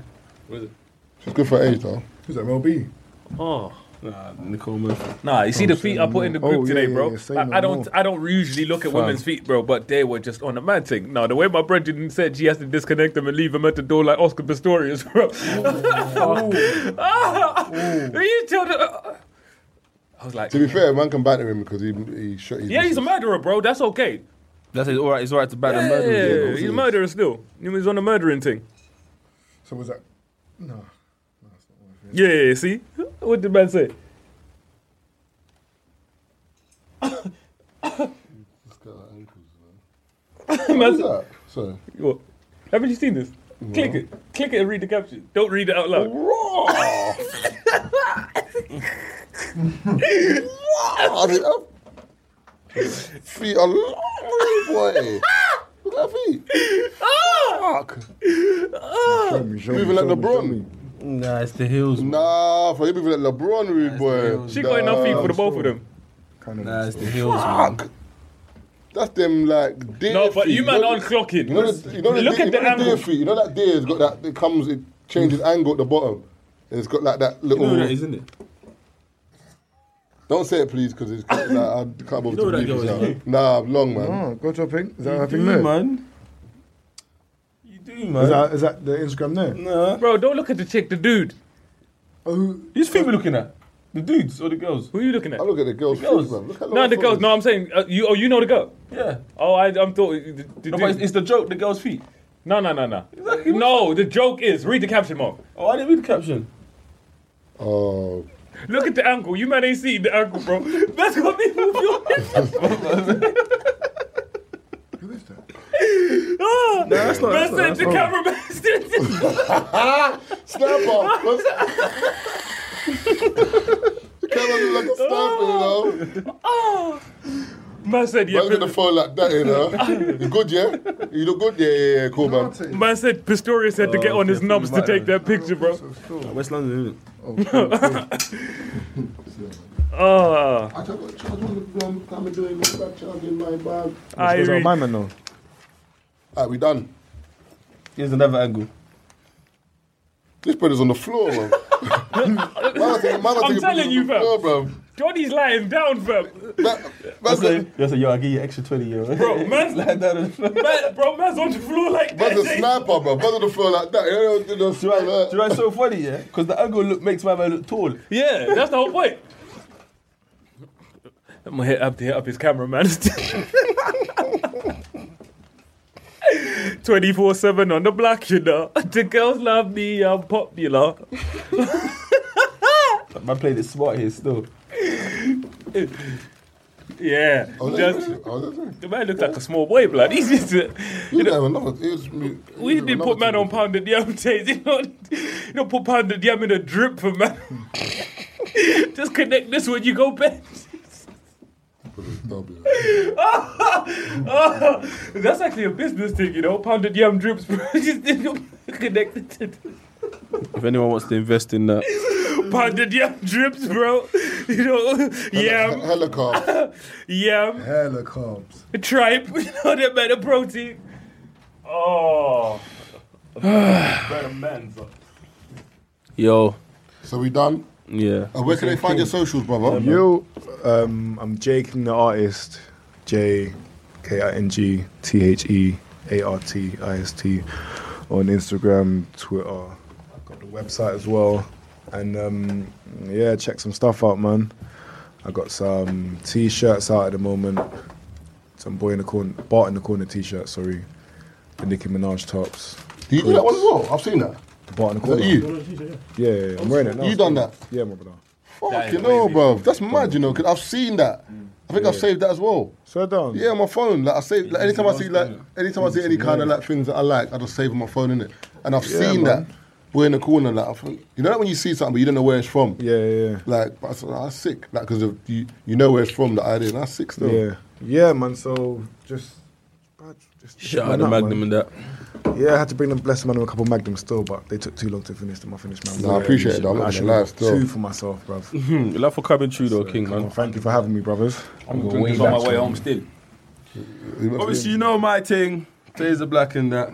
[SPEAKER 1] She's good for her age, though.
[SPEAKER 4] Who's that, Mel B?
[SPEAKER 6] Oh.
[SPEAKER 5] Nah, Nicole Murphy.
[SPEAKER 6] Nah, you see the feet I
[SPEAKER 4] no
[SPEAKER 6] put in the
[SPEAKER 4] more.
[SPEAKER 6] group
[SPEAKER 4] Oh,
[SPEAKER 6] today,
[SPEAKER 4] yeah,
[SPEAKER 6] bro.
[SPEAKER 4] yeah, say
[SPEAKER 6] I,
[SPEAKER 4] no
[SPEAKER 6] I don't,
[SPEAKER 4] more.
[SPEAKER 6] I don't usually look at women's feet, bro, but they were just on a mad thing. Now the way my brethren said she has to disconnect them and leave them at the door like Oscar Pistorius, bro. you tell the. I was like,
[SPEAKER 1] To be fair, man can batter him because he, he shot his
[SPEAKER 6] yeah, he's a
[SPEAKER 1] missus.
[SPEAKER 6] murderer, bro. That's okay.
[SPEAKER 5] That's it. All right. It's all right to bat
[SPEAKER 6] Yeah,
[SPEAKER 5] and murder.
[SPEAKER 1] course
[SPEAKER 6] he's
[SPEAKER 1] it
[SPEAKER 6] a
[SPEAKER 1] is.
[SPEAKER 6] murderer still. He was on the murdering thing.
[SPEAKER 4] So was that? No. No, that's not what I feel.
[SPEAKER 6] Yeah, yeah, yeah, see? What did man say?
[SPEAKER 1] He's got her ankles, man.
[SPEAKER 6] man
[SPEAKER 1] What's
[SPEAKER 6] said,
[SPEAKER 1] that? Sorry.
[SPEAKER 6] what? Haven't you seen this? Click it. Click it and read the caption. Don't read it out loud.
[SPEAKER 1] Oh, I mean, her feet are long, boy. Look at her feet.
[SPEAKER 6] Ah!
[SPEAKER 1] Fuck.
[SPEAKER 4] Show me, show
[SPEAKER 1] Moving like
[SPEAKER 4] me, show me, show me.
[SPEAKER 1] LeBron.
[SPEAKER 5] Nah, it's the hills. Nah,
[SPEAKER 1] Nah, for you moving like LeBron, rude boy.
[SPEAKER 6] She got enough feet for the both of them.
[SPEAKER 4] Kind of.
[SPEAKER 5] it's the hills. Man.
[SPEAKER 1] Fuck. That's them like deer
[SPEAKER 6] No, but
[SPEAKER 1] feet.
[SPEAKER 6] you man
[SPEAKER 1] know-
[SPEAKER 6] aren't clocking.
[SPEAKER 1] You know, the, you know the,
[SPEAKER 6] Look
[SPEAKER 1] deer,
[SPEAKER 6] at
[SPEAKER 1] you
[SPEAKER 6] the
[SPEAKER 1] know the deer
[SPEAKER 6] angle.
[SPEAKER 1] feet. You know that deer's got that. It comes. It changes angle at the bottom. And it's got like that
[SPEAKER 5] You
[SPEAKER 1] little.
[SPEAKER 5] know that, isn't it?
[SPEAKER 1] Don't say it, please, because it's like, I can't bother
[SPEAKER 5] know
[SPEAKER 1] to
[SPEAKER 5] that
[SPEAKER 1] believe
[SPEAKER 5] girl,
[SPEAKER 1] this out.
[SPEAKER 5] innit?
[SPEAKER 1] Nah, long man.
[SPEAKER 6] Mm.
[SPEAKER 4] Oh, go to a pink. Is that
[SPEAKER 5] You
[SPEAKER 4] her
[SPEAKER 5] do,
[SPEAKER 4] thing there?
[SPEAKER 5] man. You do,
[SPEAKER 4] Is
[SPEAKER 5] man.
[SPEAKER 4] that, is that the Instagram there?
[SPEAKER 5] Nah.
[SPEAKER 6] Bro, don't look at the chick, the dude.
[SPEAKER 4] Oh, who-
[SPEAKER 5] Whose feet we looking at? The dudes or the girls?
[SPEAKER 6] Who are you looking at?
[SPEAKER 1] I look at the girls.
[SPEAKER 5] girls.
[SPEAKER 1] feet, man. Look at
[SPEAKER 6] No, the girls. No, I'm saying uh, you. Oh, you know the girl.
[SPEAKER 5] Yeah.
[SPEAKER 6] Oh, I, I'm thought. The, the
[SPEAKER 5] No,
[SPEAKER 6] dude.
[SPEAKER 5] but it's, it's the joke. The girls' feet.
[SPEAKER 6] no, no, no, no. No, the joke is read the caption, Mark.
[SPEAKER 5] Oh, I didn't read the caption.
[SPEAKER 1] Oh,
[SPEAKER 6] Look at the ankle. You man ain't seen the ankle, bro. That's what people feel.
[SPEAKER 4] who is that?
[SPEAKER 6] Ah,
[SPEAKER 5] that's not-
[SPEAKER 6] Man
[SPEAKER 5] that's not-
[SPEAKER 6] said
[SPEAKER 5] that's
[SPEAKER 6] the
[SPEAKER 5] not-
[SPEAKER 6] cameraman.
[SPEAKER 1] snap off. What's- the camera look like a snapper, you know.
[SPEAKER 6] Man said yeah.
[SPEAKER 1] Man's gonna
[SPEAKER 6] Pis-
[SPEAKER 1] fall like that, you know. You good, yeah? You look good, yeah, yeah, yeah. Cool, man.
[SPEAKER 6] Man said Pistorius had to
[SPEAKER 5] Oh,
[SPEAKER 6] get on
[SPEAKER 5] okay,
[SPEAKER 6] his nubs to
[SPEAKER 5] right,
[SPEAKER 6] take
[SPEAKER 5] right.
[SPEAKER 6] that picture, bro.
[SPEAKER 5] West London, isn't it?
[SPEAKER 6] Ah,
[SPEAKER 1] I took a charge on the drum. I'm doing my back charge in my bag.
[SPEAKER 6] I.
[SPEAKER 4] Is that my man though?
[SPEAKER 1] Alright, we done.
[SPEAKER 5] Here's another angle.
[SPEAKER 1] This brother's on the floor, bro. Man, take- man,
[SPEAKER 6] I'm
[SPEAKER 1] take a
[SPEAKER 6] telling
[SPEAKER 1] picture
[SPEAKER 6] you,
[SPEAKER 1] on the
[SPEAKER 6] fam.
[SPEAKER 1] floor, bro.
[SPEAKER 6] Johnny's lying down,
[SPEAKER 1] That,
[SPEAKER 6] fam.
[SPEAKER 1] that's a,
[SPEAKER 5] That's like, yo, I'll give you extra 20 euro.
[SPEAKER 6] Bro, man's
[SPEAKER 5] like that.
[SPEAKER 6] Man, bro, man's on the floor like that.
[SPEAKER 1] that's a
[SPEAKER 6] eh?
[SPEAKER 1] sniper, bro. That's on the floor like that. You know, you know,
[SPEAKER 5] Do I,
[SPEAKER 1] like
[SPEAKER 5] do you know it's so funny, yeah? Because the angle look, makes my man look tall.
[SPEAKER 6] Yeah, that's the whole point. I'm gonna hit up to hit up his cameraman. Twenty four seven on the block, you know. The girls love me. I'm popular.
[SPEAKER 5] Man played it smart here still.
[SPEAKER 6] Yeah,
[SPEAKER 1] Oh, that's
[SPEAKER 6] just
[SPEAKER 1] it. Oh, that's it.
[SPEAKER 6] the man looks like a small boy, blood. He's just, a-
[SPEAKER 1] You
[SPEAKER 6] you
[SPEAKER 1] know,
[SPEAKER 6] know.
[SPEAKER 1] another, it was, me- it
[SPEAKER 6] We
[SPEAKER 1] was
[SPEAKER 6] didn't
[SPEAKER 1] another
[SPEAKER 6] put man
[SPEAKER 1] team.
[SPEAKER 6] on pounded yam days. You don't, you don't put pounded yam in a drip for man. just connect this when you go back.
[SPEAKER 1] W.
[SPEAKER 6] That's actually a business thing, you know. Pounded yam drips, bro. Just connected to
[SPEAKER 5] If anyone wants to invest in that,
[SPEAKER 6] pounded yam drips, bro. You know,
[SPEAKER 1] Hel-
[SPEAKER 6] yam,
[SPEAKER 1] Helicopter.
[SPEAKER 6] yam,
[SPEAKER 4] Hella carbs.
[SPEAKER 6] tripe. You know that man, a protein. Oh, better man's.
[SPEAKER 5] yo,
[SPEAKER 1] So we done?
[SPEAKER 5] Yeah.
[SPEAKER 1] Uh, where can they find your socials, brother?
[SPEAKER 4] Yo, um, I'm Jay King the artist. J K I N G T H E A R T I S T on Instagram, Twitter. I've got the website as well. And um, yeah, check some stuff out, man. I got some t-shirts out at the moment. Some boy in the corner, Bart in the corner t-shirt. Sorry, the Nicki Minaj tops.
[SPEAKER 1] Do you do that one as well? I've seen that.
[SPEAKER 4] The Bart in the
[SPEAKER 1] Is that
[SPEAKER 4] corner.
[SPEAKER 1] you?
[SPEAKER 4] Yeah, yeah, yeah, I'm wearing it now.
[SPEAKER 1] You done that?
[SPEAKER 4] Yeah, my brother.
[SPEAKER 1] Fuck, you know, bro. That's mad, you know, because I've seen that. I think I've saved that as well.
[SPEAKER 4] So done.
[SPEAKER 1] Yeah, on my phone. Like I save. Like, anytime I see like, anytime I see any kind of like things that I like, I just save on my phone in it. And I've
[SPEAKER 4] Yeah,
[SPEAKER 1] seen
[SPEAKER 4] man.
[SPEAKER 1] that. We're in the corner, like I think, you know, that when you see something but you don't know where it's from.
[SPEAKER 4] Yeah, yeah. yeah.
[SPEAKER 1] Like, but I said, "Ah, that's sick. Like, because you you know where it's from. That I did. That's sick still.
[SPEAKER 4] Yeah, yeah, man. So just, bruh, just hit
[SPEAKER 5] Shout out
[SPEAKER 4] man
[SPEAKER 5] to
[SPEAKER 4] up,
[SPEAKER 5] Magnum
[SPEAKER 4] man.
[SPEAKER 5] and that.
[SPEAKER 4] Yeah, I had to bring them, bless them, man, with a couple Magnum still, but they took too long to finish them. I finished my.
[SPEAKER 1] Nah, I appreciate it, though. I'm not
[SPEAKER 4] I
[SPEAKER 1] gonna
[SPEAKER 4] should
[SPEAKER 1] lie,
[SPEAKER 4] have
[SPEAKER 1] still.
[SPEAKER 4] Two for myself, bruv.
[SPEAKER 5] Mm, Love for coming through though, King man.
[SPEAKER 4] Thank you for having me, brothers.
[SPEAKER 5] I'm
[SPEAKER 4] Go
[SPEAKER 5] going
[SPEAKER 4] way
[SPEAKER 5] this on
[SPEAKER 4] back
[SPEAKER 5] my way
[SPEAKER 4] to-
[SPEAKER 5] home still.
[SPEAKER 1] must
[SPEAKER 5] Obviously, you know my thing. Taser black and that.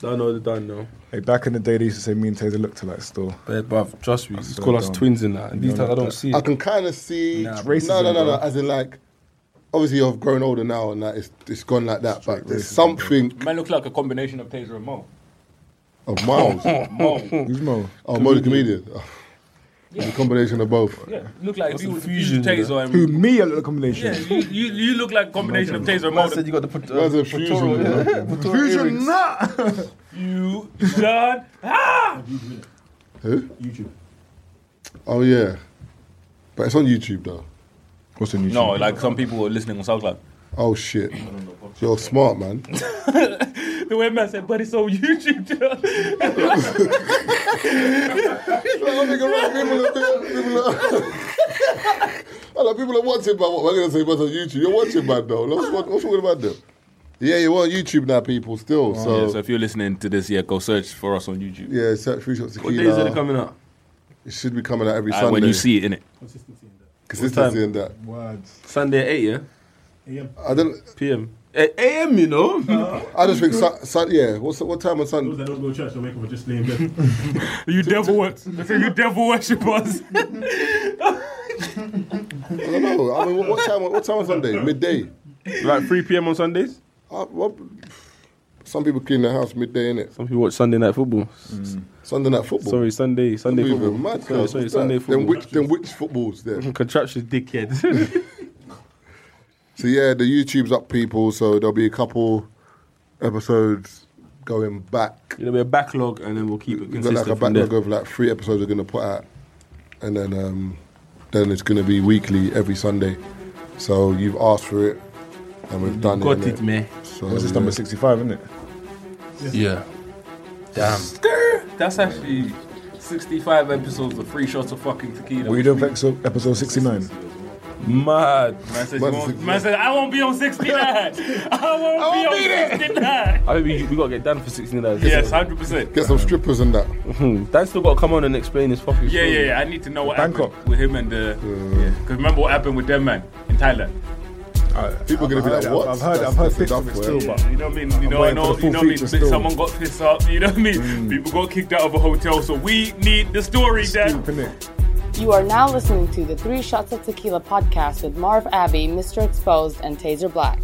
[SPEAKER 5] Don't know the don't know.
[SPEAKER 4] Hey, back in the day, they used to say me and Taser looked alike still.
[SPEAKER 5] But bruv, trust me, just
[SPEAKER 4] so
[SPEAKER 5] call us
[SPEAKER 4] dumb.
[SPEAKER 5] twins in that. And these
[SPEAKER 4] Yeah,
[SPEAKER 5] times I don't
[SPEAKER 4] that-
[SPEAKER 5] see
[SPEAKER 1] I
[SPEAKER 5] it.
[SPEAKER 1] can kind of see.
[SPEAKER 5] Nah,
[SPEAKER 4] bro.
[SPEAKER 1] no, no, no, no.
[SPEAKER 4] Racism,
[SPEAKER 1] As in, like, obviously you've grown older now, and like, it's it's gone like that. But there's
[SPEAKER 4] racism,
[SPEAKER 1] something
[SPEAKER 6] Man look like a combination of Taser and Mo.
[SPEAKER 1] of Miles.
[SPEAKER 6] Mo.
[SPEAKER 4] Who's Mo?
[SPEAKER 1] oh, Mo the comedian. Oh. It's a combination of both.
[SPEAKER 6] Yeah, look like if you fusion
[SPEAKER 5] fusion,
[SPEAKER 6] Taser and
[SPEAKER 4] Who me? A little combination.
[SPEAKER 6] yeah, you, you, you look like a combination of Taser and Mo.
[SPEAKER 5] Man said you got the put,
[SPEAKER 1] That's
[SPEAKER 5] uh,
[SPEAKER 1] a fusion. you know?
[SPEAKER 4] Fusion nut.
[SPEAKER 6] You done? Ah!
[SPEAKER 1] Who? YouTube. Oh yeah, but it's on YouTube though.
[SPEAKER 4] What's the new?
[SPEAKER 6] No, like some people were listening on SoundCloud.
[SPEAKER 1] Oh shit, you're smart man.
[SPEAKER 6] The way man said, but it's on YouTube.
[SPEAKER 1] I think a lot of people are- people are- I like people are watching, but what am I gonna say about on YouTube? You're watching, man. Though, what's what, what's wrong about them? Yeah, you're on YouTube now, people. Still,
[SPEAKER 5] Oh,
[SPEAKER 1] so,
[SPEAKER 6] yeah, so if you're listening to this, yeah, go search for us on YouTube.
[SPEAKER 1] yeah, search free shots
[SPEAKER 5] What days are
[SPEAKER 1] tequila.
[SPEAKER 5] they coming out?
[SPEAKER 1] it should be coming out every
[SPEAKER 6] And
[SPEAKER 1] Sunday.
[SPEAKER 6] when you see it in it,
[SPEAKER 1] consistency in that,
[SPEAKER 15] Words.
[SPEAKER 5] Sunday at 8, yeah?
[SPEAKER 1] I don't.
[SPEAKER 5] PM. Eh, AM, you know?
[SPEAKER 1] I just think, su- su- yeah. What's what time on Sunday?
[SPEAKER 7] don't go to church, they wake up and just lay in bed.
[SPEAKER 6] you devil, wor- you devil worshippers.
[SPEAKER 1] I don't know. I mean, what, what time? What time on Sunday? Midday.
[SPEAKER 5] like 3 PM on Sundays?
[SPEAKER 1] I, Uh, well, some people clean their house midday, innit?
[SPEAKER 5] Some people watch Sunday night football.
[SPEAKER 6] Mm.
[SPEAKER 1] Sunday night football.
[SPEAKER 5] Sorry, Sunday, Sunday
[SPEAKER 1] People
[SPEAKER 5] football.
[SPEAKER 1] even mad,
[SPEAKER 5] sorry,
[SPEAKER 1] cuz.
[SPEAKER 5] sorry,
[SPEAKER 1] What's that?
[SPEAKER 5] Sunday
[SPEAKER 1] Then
[SPEAKER 5] football.
[SPEAKER 1] which, then which football's there?
[SPEAKER 5] Contraption dickhead.
[SPEAKER 1] So yeah, the YouTube's up, people. So there'll be a couple episodes going back.
[SPEAKER 5] It'll be a backlog and then we'll keep it
[SPEAKER 1] We've got
[SPEAKER 5] consistent
[SPEAKER 1] like a
[SPEAKER 5] from
[SPEAKER 1] backlog
[SPEAKER 5] there.
[SPEAKER 1] of like three episodes we're gonna put out, and then um, then it's gonna be weekly every Sunday. So you've asked for it, and we've done
[SPEAKER 5] Got
[SPEAKER 1] it.
[SPEAKER 5] it, man.
[SPEAKER 1] So
[SPEAKER 4] What's this
[SPEAKER 1] yeah.
[SPEAKER 4] number sixty-five, isn't it?
[SPEAKER 5] Yeah. Damn.
[SPEAKER 6] That's actually 65 episodes of free shots of fucking tequila.
[SPEAKER 4] Were you doing for exo- episode sixty-nine?
[SPEAKER 5] Mad.
[SPEAKER 6] Man says,
[SPEAKER 1] Man
[SPEAKER 6] you won't-
[SPEAKER 1] says-
[SPEAKER 6] man says, I won't be on 69. I won't, be on 69.
[SPEAKER 5] I think we, we gotta get Dan for 16 hours.
[SPEAKER 6] Yes, 100%.
[SPEAKER 1] Get some strippers and that.
[SPEAKER 5] Dan still gotta come on and explain his fucking
[SPEAKER 6] Yeah,
[SPEAKER 5] story.
[SPEAKER 6] yeah, yeah. I need to know what
[SPEAKER 4] Bangkok.
[SPEAKER 6] happened with him and the. Because remember what happened with them, man, in Thailand.
[SPEAKER 1] People are gonna be
[SPEAKER 4] I've
[SPEAKER 1] like,
[SPEAKER 4] heard-
[SPEAKER 1] what?
[SPEAKER 4] I've heard-
[SPEAKER 1] That's-
[SPEAKER 4] I've heard
[SPEAKER 1] that's the
[SPEAKER 4] bits of
[SPEAKER 1] dumb
[SPEAKER 4] it
[SPEAKER 1] word.
[SPEAKER 4] still,
[SPEAKER 6] Yeah, you know what I mean? You know, I
[SPEAKER 4] waiting for
[SPEAKER 6] know,
[SPEAKER 4] the
[SPEAKER 6] you
[SPEAKER 4] full
[SPEAKER 6] know what I mean?
[SPEAKER 4] feature
[SPEAKER 6] Bit-
[SPEAKER 4] still. Mm.
[SPEAKER 6] Someone got pissed up, you know what I mean? People got kicked out of a hotel, so we need the story, Dad.
[SPEAKER 4] Deep, innit?
[SPEAKER 10] You are now listening to the Three Shots of Tequila podcast with Marv Abbey, Mr. Exposed, and Taser Black.